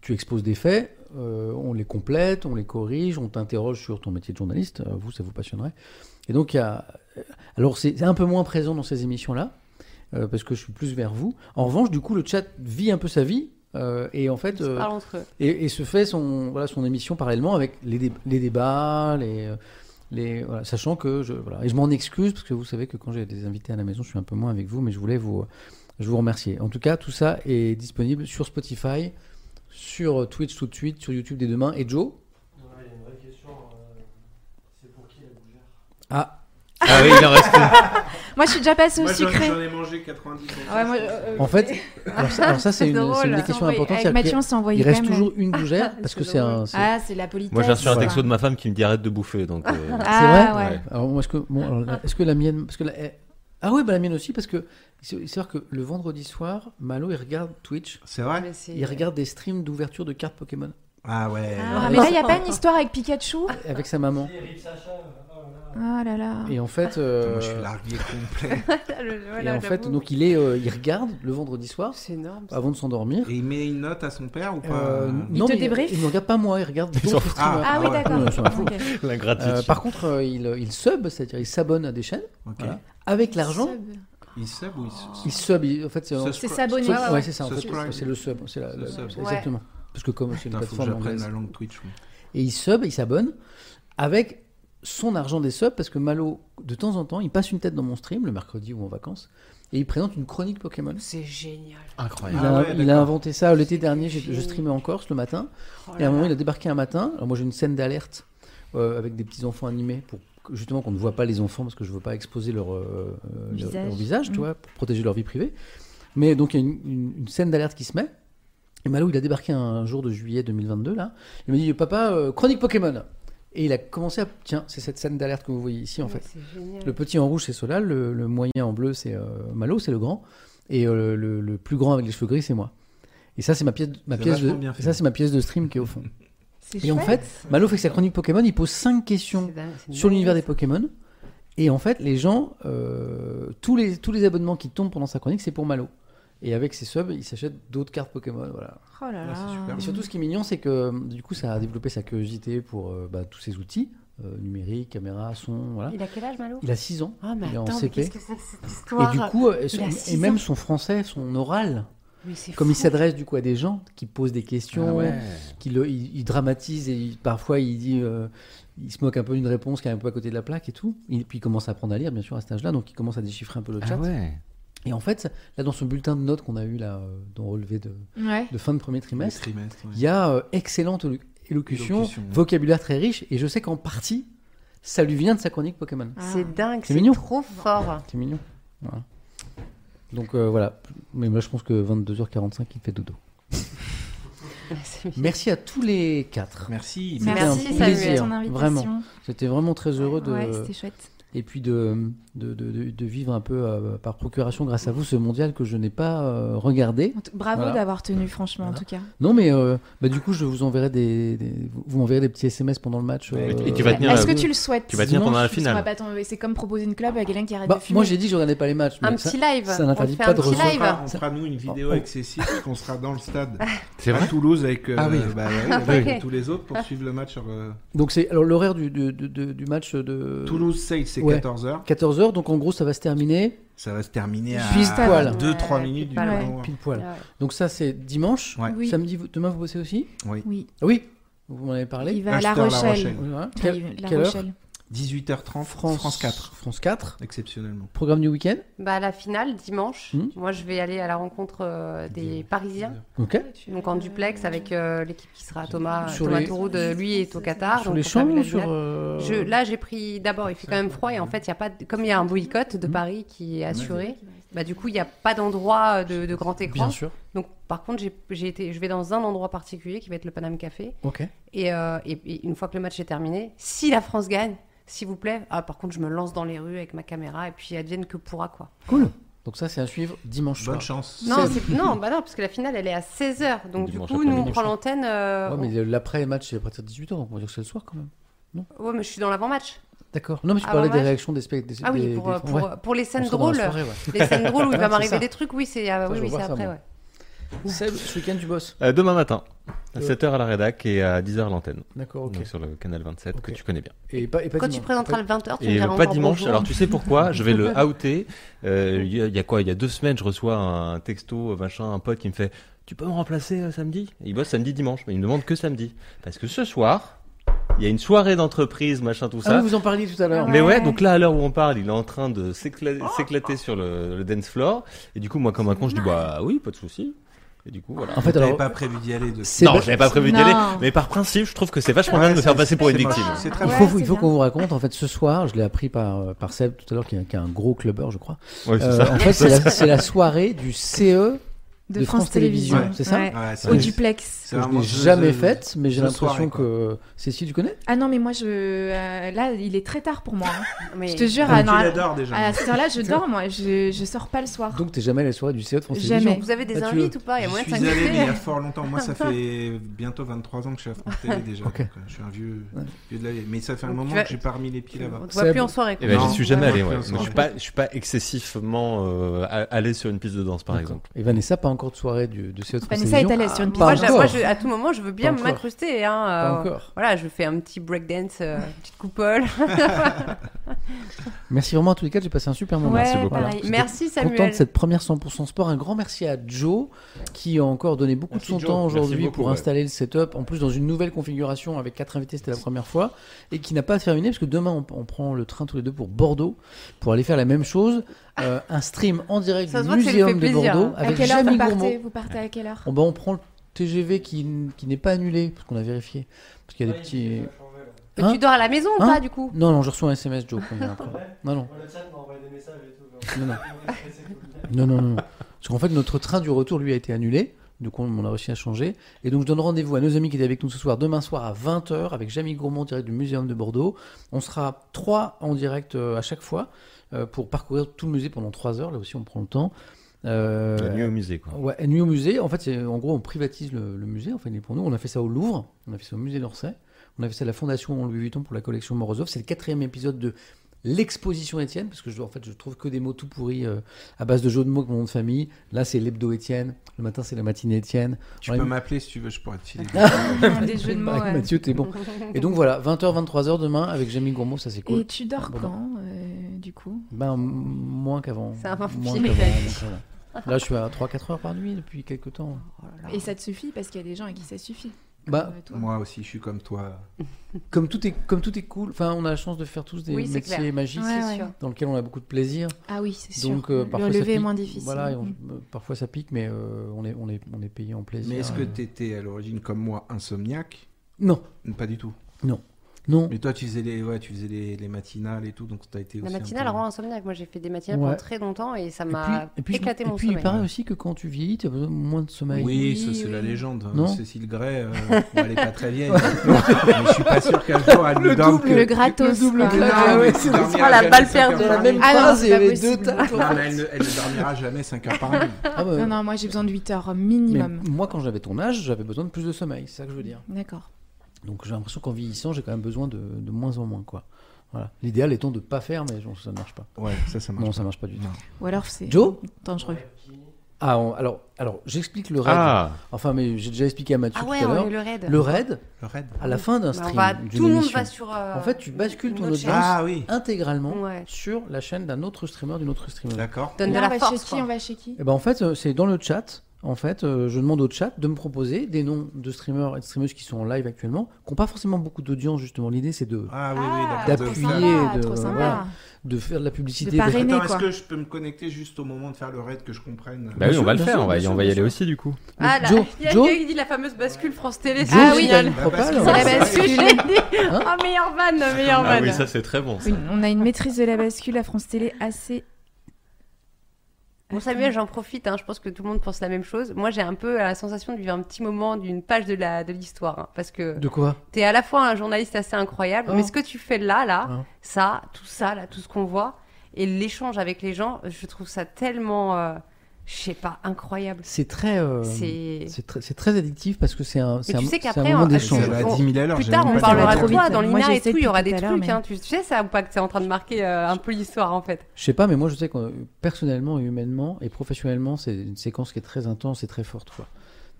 tu exposes des faits, euh, on les complète, on les corrige, on t'interroge sur ton métier de journaliste. Euh, vous, ça vous passionnerait. Et donc, il y a... euh, alors c'est c'est un peu moins présent dans ces émissions-là, euh, parce que je suis plus vers vous. En revanche, du coup, le chat vit un peu sa vie. euh, et en fait, Ils se euh, parlent entre eux. et, et se fait son, voilà, son émission parallèlement avec les, dé- les débats, les, euh, les, voilà, sachant que je, voilà, et je m'en excuse parce que vous savez que quand j'ai des invités à la maison, je suis un peu moins avec vous, mais je voulais vous, je vous remercier. En tout cas, tout ça est disponible sur Spotify, sur Twitch tout de suite, sur YouTube dès demain. Et Joe, Non, il y a une vraie question. euh, c'est pour qui la bougère ah, Ah oui, il en reste. Moi, je suis déjà passée au Moi, j'en sucré. j'en ai mangé 90. Ah Ouais, moi, euh, en fait, alors ça, alors ça, c'est C'est une, c'est une drôle. des questions envoyé- importantes. Avec c'est-à-dire Mathieu, on s'est que envoyé il reste quand même. toujours une bougère parce que c'est un. c'est- Ah, c'est la politesse. Moi, j'ai reçu un Voilà. texto de ma femme qui me dit arrête de bouffer. Donc, euh, C'est Ah, ouais. Ouais. Alors, moi, est-ce que, bon, alors, Ah. la- est-ce que la mienne. Parce que la- eh, ah oui, bah, la mienne aussi, parce que c'est c'est vrai que le vendredi soir, Malo, il regarde Twitch, C'est vrai Mais c'est- il regarde des streams d'ouverture de cartes Pokémon Ah ouais. Ah, Ah, mais là, il n'y a pas une histoire avec Pikachu avec sa maman. Et Rip Sacha, oh là là. Ah là là. Et en fait. Putain, euh, Moi, je suis largué complet. Le- et voilà, en fait, Ah j'avoue. donc il, est, euh, il regarde le vendredi soir, c'est énorme. ça. avant de s'endormir. Et il met une note à son père ou pas Euh, Il non, te mais débriefe Il ne regarde pas moi, il regarde s'en d'autres fout. streamers. Ah oui, Ah ouais. d'accord. Non, je m'en fous. Ok. la gratitude. Euh, par contre, euh, il, il sub, c'est-à-dire il s'abonne à des chaînes, Ok. voilà. avec l'argent, Sub. Il sub ou il se- il sub, il- en fait, c'est en- se C'est scroll- s'abonner. Sub- ouais, ouais, ouais. c'est ça. en fait. Subscribe. C'est le sub. C'est la, Le la- sub. c'est Exactement. Parce que comme c'est une Putain, faut que plateforme j'apprenne anglaise. la langue Twitch. moi. Et il sub, il s'abonne avec son argent des subs parce que Malo, de temps en temps, il passe une tête dans mon stream le mercredi ou en vacances et il présente une chronique Pokémon. C'est génial. Il, Incroyable. Ah a, ouais, il a d'accord. inventé ça l'été C'est dernier. j'ai- Je génial. streamais en Corse le matin Oh et à là un moment, là. il a débarqué un matin. Alors moi, j'ai une scène d'alerte euh, avec des petits enfants animés pour que- justement qu'on ne voit pas les enfants parce que je veux pas exposer leur, euh, euh, leur- Visage. leur visage, tu Mm. vois, pour protéger leur vie privée. Mais donc il y a une, une- une scène d'alerte qui se met. Et Malo, il a débarqué un jour de juillet 2022 là. Il m'a dit papa, euh, chronique Pokémon. Et il a commencé à tiens, c'est cette scène d'alerte que vous voyez ici en Mais fait. c'est génial. Le petit en rouge, c'est Solal. Le, le moyen en bleu, c'est euh, Malo, c'est le grand. Et euh, le, le plus grand avec les cheveux gris, c'est moi. Et ça, c'est ma pièce, ma C'est pièce de, vachement bien fait. ça, c'est ma pièce de stream qui est au fond. C'est Et en chouette. fait, Malo fait sa chronique Pokémon. Il pose cinq questions C'est dingue, c'est sur dingue, l'univers des ça. Pokémon. Et en fait, les gens, euh, tous, les, tous les abonnements qui tombent pendant sa chronique, c'est pour Malo. Et avec ses subs, il s'achète d'autres cartes Pokémon. Voilà. Oh là Ah, c'est là. super. Et surtout, ce qui est mignon, c'est que du coup, ça a développé sa curiosité pour euh, bah, tous ces outils euh, numériques, caméras, son. Voilà. Il a quel âge, Malo Il a 6 ans. Ah, mais il est en attends, mais CP. qu'est-ce que c'est que cette Et histoire du coup, euh, son- a et, six ans. même son français, son oral, Mais c'est comme il fou. s'adresse du coup à des gens qui posent des Ah questions, qui le- il, il dramatise et il- parfois il dit, euh, il se moque un peu d'une réponse qui est un peu à côté de la plaque et tout. Et puis il commence à apprendre à lire, bien sûr, à cet âge-là, donc il commence à déchiffrer un peu le chat. Ah ouais. Et en fait, là dans son bulletin de notes qu'on a eu là, euh, dans relevé de, Ouais. de fin de premier Le trimestre, trimestre, ouais. il y a euh, excellente élo- élocution, Élocution, ouais. vocabulaire très riche, et je sais qu'en partie, ça lui vient de sa chronique Pokémon. Ah. C'est dingue, C'est c'est mignon. trop fort. C'est mignon. Voilà. Donc euh, voilà, mais moi je pense que 22h45 il fait dodo. C'est mignon. Merci à tous les quatre. Merci. C'était un Merci Samuel plaisir, pour ton invitation. vraiment. C'était vraiment très heureux de, Ouais, c'était chouette. et puis de, de, de- de- de vivre un peu euh, par procuration grâce à vous ce mondial que je n'ai pas euh, regardé. En tout- Bravo Voilà. d'avoir tenu, franchement, en Voilà. tout cas. Non, mais euh, bah, du coup, je vous enverrai des, des- vous m'enverrez des petits SMS pendant le match. euh, Et- et tu vas tenir la- Est-ce que tu le souhaites Tu vas tenir pendant la Parce qu'on va finale. pas t'en- C'est comme proposer une club à quelqu'un qui arrête Bah, de fumer. moi, j'ai dit que je regardais pas les matchs. Un mais ça- petit live. ça n'interdit On fait pas un de petit recevoir. live. On fera, nous, une vidéo Oh. accessible qu'on sera dans le stade. C'est à vrai Toulouse avec, euh, Ah oui. bah ouais, avec Ok. tous les autres pour suivre le match. sur, euh, Donc c'est alors l'horaire du, du, du- du- du match de Toulouse, Sale, c'est Euh, ouais. 14h. 14h, donc en gros ça va se terminer Ça va se terminer à Pile poil. 2-3 Ouais, minutes du pile poil. moment. pile poil. Ah Ouais. Donc ça c'est dimanche, Ouais. Oui. samedi, vous- demain vous bossez aussi Oui, Ah oui, vous m'en avez parlé. il va à La Ashton, La Rochelle. Rochelle. Oui, voilà. Enfin, Quelle- il- La quelle heure Rochelle. 18h30, France, 4, France 4. exceptionnellement. Programme du week-end. Bah, la finale, dimanche, Hmm. moi je vais aller à la rencontre euh, des Parisiens, Ok. donc en duplex avec euh, l'équipe qui sera à Thomas, Sur Thomas les- Taureau de lui est au sur Qatar. Ah, donc les pour faire champs, la sur. finale. euh, Je- là, j'ai pris d'abord, il fait quand même froid et en fait, il y a pas, de- comme il y a un boycott Hmm. de Paris qui est assuré, bah, du coup, il n'y a pas d'endroit de, de grand écran. Bien sûr. Donc, par contre, j'ai- j'ai été, je vais dans un endroit particulier qui va être le Paname Café. Ok. Et, euh, et- et une fois que le match est terminé, si la France gagne, s'il vous plaît, ah, par contre, je me lance dans les rues avec ma caméra et puis advienne que pourra quoi. Cool. Donc ça c'est à suivre dimanche soir. Bonne chance. Non, c'est- non, bah non, parce que la finale, elle est à 16h. Donc, Dimanche du coup, nous, on après-midi, prend je l'antenne. euh, Ouais, on- ouais, mais l'après match c'est à partir de 18h, donc on va dire que c'est le soir quand même. mais... je suis dans l'avant-match. D'accord. Non mais tu Ah, parlais bon des match. réactions des spectateurs. Ah oui, pour, euh, pour, euh, pour les scènes drôles. Seb, Les scènes drôles où il Ouais, va c'est m'arriver ça. des trucs, oui, c'est ah, Ça, oui, je oui, vois c'est ça, après, moi. ouais. ce week-end tu bosses. Euh, Demain matin, à Euh. 7h à la rédac et à 10h à l'antenne. D'accord, ok. Donc sur le canal 27 que Ok. tu connais bien. Et pas, et pas Quand tu dimanche. présenteras Pas- le 20h, tu me Et diras euh, pas encore dimanche, bonjour. alors tu sais pourquoi Je vais le outer. Euh, Il y, a- il y a quoi Il y a deux semaines, je reçois un texto, euh, machin, un pote qui me fait Tu peux me remplacer euh, samedi Il bosse samedi, dimanche, mais il me demande que samedi. Parce que ce soir, il y a une soirée d'entreprise, machin, tout Ah ça. oui, vous en parliez tout à l'heure. Mais ouais, Ouais. donc là, à l'heure où on parle, il est en train de s'éclater s'éclater sur le, le dance floor. Et du coup, moi, comme un con, je dis Bah oui, pas de souci. Et du coup, voilà. En fait, T'avais alors. pas prévu d'y aller de c'est Non, ba- je n'avais pas prévu d'y Non. aller, mais par principe, je trouve que c'est vachement bien de me faire passer pour une victime. Ah, C'est très Il Ouais, faut, vous- c'est il faut bien. qu'on vous raconte, en fait, ce soir, je l'ai appris par, euh, par Seb tout à l'heure, qui est, qui est un gros clubbeur, je crois. Ouais, c'est Euh, ça. en fait, c'est la, c'est la soirée du E CE De, De France, France Télévisions. Télévisions, c'est ça Ouais. Ouais, Au c'est- duplex. que c'est je vraiment n'ai ce- jamais ce- faite, mais j'ai ce l'impression soir, quoi. que. Cécile, tu connais Ah non, mais moi, je euh, là, il est très tard pour moi. hein. Mais- Je te jure, Ah, ah, tu non, à, l'adores déjà. à cette heure-là, je dors, moi. Je, je sors pas le soir. Donc, t'es jamais allé à la soirée du CE de France Jamais. Télévisions. Vous avez des Ah, tu invites ou pas Il y a moyen Je de suis allé, mais il y s'inviter. a fort longtemps. Moi, ça fait bientôt 23 ans que je suis à France Télé déjà. Ok. donc, euh, je suis un vieux, Ouais. vieux de la vieille. Mais ça fait un Donc, moment tu vas- que j'ai pas remis les pieds là-bas. On te voit Seb. plus en soirée. Eh quoi. ben, Non. j'y suis jamais allé. Non, Ouais. non, Donc, je suis non. pas, je suis pas excessivement euh, à- allé sur une piste de danse, par exemple. Et Vanessa, pas encore de soirée du, du CE de France Vanessa est Télévisions. allée sur une Pas moi, piste. je- encore. moi, je- à tout moment, je veux bien Pas encore. m'incruster. Hein, Pas euh, encore. Voilà, je fais un petit breakdance, euh, petite coupole. Merci vraiment à tous les quatre, j'ai passé un super moment. Ouais, beaucoup. pareil. Merci content Samuel. de cette première 100% sport. Un grand merci à Joe qui a encore donné beaucoup Merci, de son Joe. temps Merci aujourd'hui beaucoup, pour ouais. installer le setup. En plus, dans une nouvelle configuration avec quatre invités, c'était la première fois. Et qui n'a pas terminé parce que demain, on, on prend le train tous les deux pour Bordeaux pour aller faire la même chose. Euh, un stream en direct Ah. du Ça se voit que ça lui Muséum fait de plaisir, Bordeaux hein. À avec quelle heure vous Jamie partez Gourmaud. Vous partez à quelle heure On, bah, on prend le TGV qui, n- qui n'est pas annulé parce qu'on a vérifié. Parce qu'il y a des Ouais, petits. Ah, il a changé, là. Et Hein tu dors à la maison ou Hein pas du coup Non, non, je reçois un SMS, Joe. quand il vient après. Ouais. Non, non. Moi, le chat m'a envoyé des messages et tout. genre. Non, non. Il m'a dit, c'est cool. Non, non, non. non. Parce qu'en fait, notre train du retour, lui, a été annulé. Donc, on, on a réussi à changer. Et donc, je donne rendez-vous à nos amis qui étaient avec nous ce soir, demain soir à 20h, avec Jamie Gourmand en direct du Muséum de Bordeaux. On sera trois en direct euh, à chaque fois euh, pour parcourir tout le musée pendant trois heures. Là aussi, on prend le temps. Euh, La nuit au musée, quoi. Ouais, et nuit au musée. En fait, c'est- en gros, on privatise le, le musée. Enfin, il est pour nous. On a fait ça au Louvre. On a fait ça au musée d'Orsay. On a fait ça à la Fondation Louis Vuitton pour la collection Morozov. C'est le quatrième épisode de l'exposition Étienne, parce que je, en fait, je trouve que des mots tout pourris euh, à base de jeux de mots avec mon nom de famille. Là, c'est l'hebdo Étienne. Le matin, c'est la matinée Étienne. Tu Ouais, peux mais- m'appeler si tu veux, je pourrais te filer. Des jeux de mots. Avec ouais. Mathieu, t'es bon. Et donc voilà, 20h, 23h demain avec Jamie Gourmaud, ça c'est cool. Ah, Et tu dors Bon, bah. quand, euh, du coup Ben, m- moins qu'avant. C'est un vampire, Moins il a qu'avant, dit. donc voilà. Là, je suis à 3-4 heures par nuit depuis quelques temps. Et ça te suffit parce qu'il y a des gens à qui ça suffit. Ah. Bah, Euh, toi. Moi aussi, je suis comme toi. comme tout est comme tout est cool. Enfin, on a la chance de faire tous des Oui, c'est métiers clair. magiques Ouais, C'est ouais. sûr. dans lesquels on a beaucoup de plaisir. Ah oui, c'est sûr. Donc euh, parfois le ça lever est pique. moins difficile. Voilà, et on- Mm. euh, parfois ça pique, mais euh, on est on est on est payé en plaisir. Mais est-ce que euh. t'étais à l'origine comme moi insomniaque non Pas du tout. Non. Mais toi, tu faisais les, ouais, tu faisais les, les matinales et tout, donc t'as été La aussi. un matinale peu- rend insomniaque. Moi, j'ai fait des matinales Ouais. pendant très longtemps et ça Et m'a puis- et puis, je- éclaté et mon puis, sommeil. il paraît aussi que quand tu vieillis, tu as besoin de moins de sommeil. Oui, ça, Oui, c'est oui. la légende. Bah, hein. Non. Cécile Gray, euh, bon, elle est pas très vieille. hein. mais je suis pas sûr qu'un jour elle nous Le donne double, que... Le gratos. double quoi. gratos. Mais non, Ah ouais, mais c'est- dormir c'est à la jamais balle cinq perdue. heures par La nuit. même Ah non, phrase, c'est il y pas avait possible. deux tâches. Non, mais Bah, elle, ne- elle ne dormira jamais 5 heures par nuit. Ah ouais. Non, non, moi j'ai besoin de 8 heures Mais minimum. moi, quand j'avais ton âge, j'avais besoin de plus de sommeil, c'est ça que je veux dire. D'accord. Donc j'ai l'impression qu'en vieillissant, j'ai quand même besoin de, de moins en moins. quoi. Voilà. L'idéal étant de ne pas faire, mais bon, ça ne marche pas. Ouais, ça, ça marche. Non, ça marche pas du tout. Non. Ou alors c'est Joe dangereux. Ah, on- alors, alors j'explique le raid. Ah, Enfin, mais j'ai déjà expliqué à Mathieu Ah tout ouais, à on a eu l'heure. le raid. Le raid, Le raid. à la fin d'un Bah, on stream, va- d'une tout le monde émission, va sur. euh, En fait, tu bascules une ton autre audience. chaîne. Ah oui, intégralement Ouais. sur la chaîne d'un autre streamer, d'une autre streamer. d'accord. Donne de Là, on la va force. bah, chez quoi. qui On va chez qui Et ben en fait, euh, c'est dans le chat. En fait, euh, je demande au chat de me proposer des noms de streamers et de streameuses qui sont en live actuellement, qui n'ont pas forcément beaucoup d'audience justement. L'idée, c'est de, Ah oui, oui, Ah, d'accord. trop d'appuyer, sympa, Euh, de- trop sympa. voilà. de faire de la publicité. De parrainer. Attends, quoi. est-ce que je peux me connecter juste au moment de faire le raid que je comprenne bah oui, on va le bien faire, sûr, on va y, bien on sûr, va y bien aller sûr. aussi du coup. Ah là, Joe, il y a Joe. quelqu'un qui dit la fameuse bascule France Télé. Joe, Ah si oui, t'as une Bah, propale, parce que- on c'est va la faire ça. bascule, j'ai dit. Hein Oh, meilleur van, meilleur van. c'est très bon. Oui, on a une maîtrise de la bascule à France Télé assez. Bon Samuel, j'en profite, hein, je pense que tout le monde pense la même chose. Moi, j'ai un peu la sensation de vivre un petit moment d'une page de la de l'histoire, hein, parce que De quoi t'es à la fois un journaliste assez incroyable, Ah. mais ce que tu fais là, là, Ah. ça, tout ça, là, tout ce qu'on voit, et l'échange avec les gens, je trouve ça tellement, euh, je sais pas, incroyable. C'est très. euh, C'est C'est très, c'est très addictif parce que c'est un, c'est tu un, sais c'est un qu'après, moment on- d'échange. Ça va à On- 10 000 à l'heure. plus j'ai tard, on même pas parlera trop de compris. toi vite. dans Moi, l'INA et j'essaie tout, il y aura depuis des tout à trucs, l'heure, mais- hein, tu tu sais ça ou pas que t'es en train de marquer euh, un peu l'histoire en fait. Je sais pas, mais moi je sais que euh, personnellement, humainement et professionnellement, c'est une séquence qui est très intense et très forte, quoi.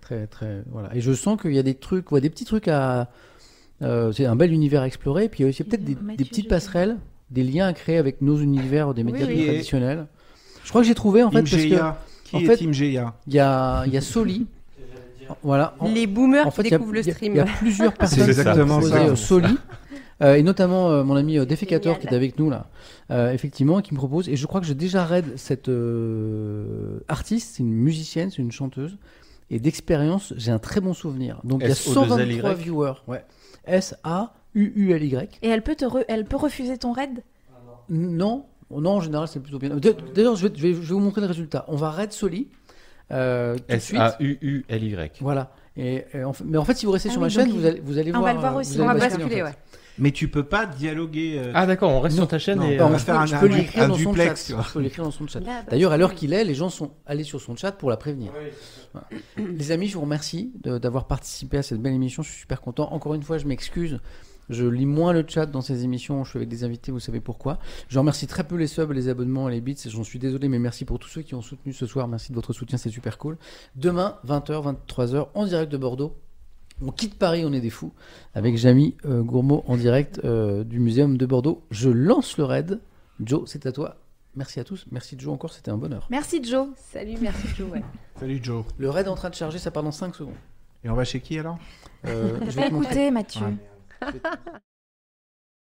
Très, très, voilà. Et je sens qu'il y a des trucs, ouais, des petits trucs à. euh, c'est un bel univers à explorer, et puis il y a aussi peut-être des, Mathieu, des petites je- passerelles, des liens à créer avec nos univers des médias oui. plus Et- traditionnels. Je crois que j'ai trouvé en fait, Team parce qu'il GIA. en Qui est fait- Team GIA y a, il y a Soli, voilà. En- Les boomers en fait, qui il y a- découvrent le il y a- stream. Il y, a plusieurs personnes C'est qui ont exactement proposé, ça. euh, Soli, euh, et notamment euh, mon ami euh, Défécateur Génial. qui est avec nous là, euh, effectivement, qui me propose. Et je crois que j'ai déjà raid cette euh, artiste, c'est une musicienne, c'est une chanteuse. Et d'expérience, j'ai un très bon souvenir. Donc il y a S-O-2-L-Y. 123 viewers. Ouais. S-A-U-U-L-Y. Et elle peut, te re- elle peut refuser ton raid ah Non, non, en général, c'est plutôt bien. D'a- D'ailleurs, je vais, je vais- je vais vous montrer le résultat. On va raid Soli. euh, tout de suite. S-A-U-U-L-Y. Voilà. Et, et en fait- mais en fait, si vous restez Ah sur oui, ma chaîne, donc il- vous allez, vous allez on voir. va le voir euh, aussi, vous On allez va basculer, basculer, en fait. ouais. Mais tu peux pas dialoguer. euh, Ah d'accord, on reste sur ta chaîne Non. et... Bah, euh, on Enfin, je peux, va faire un- je un- peux lui un écrire dans son chat. duplex, tu vois. Je peux lui écrire dans son chat. Là, bah, D'ailleurs, à l'heure oui. qu'il est, les gens sont allés sur son chat pour la prévenir. Les amis, je vous remercie de- d'avoir participé à cette belle émission. Je suis super content. Encore une fois, je m'excuse. Je lis moins le chat dans ces émissions. Je suis avec des invités, vous savez pourquoi. Je remercie très peu les subs, les abonnements, et les bits. J'en suis désolé, mais merci pour tous ceux qui ont soutenu ce soir. Merci de votre soutien, c'est super cool. Demain, 20h, 23h, en direct de Bordeaux. On quitte Paris, on est des fous. Avec Jamy euh, Gourmaud en direct euh, du Muséum de Bordeaux. Je lance le raid. Joe, c'est à toi. Merci à tous. Merci Joe encore, c'était un bonheur. Merci Joe. Salut, merci Joe. ouais. Salut Joe. Le raid est en train de charger, ça part dans 5 secondes. Et on va chez qui alors Euh, je T'as vais te écouté Mathieu. Ouais.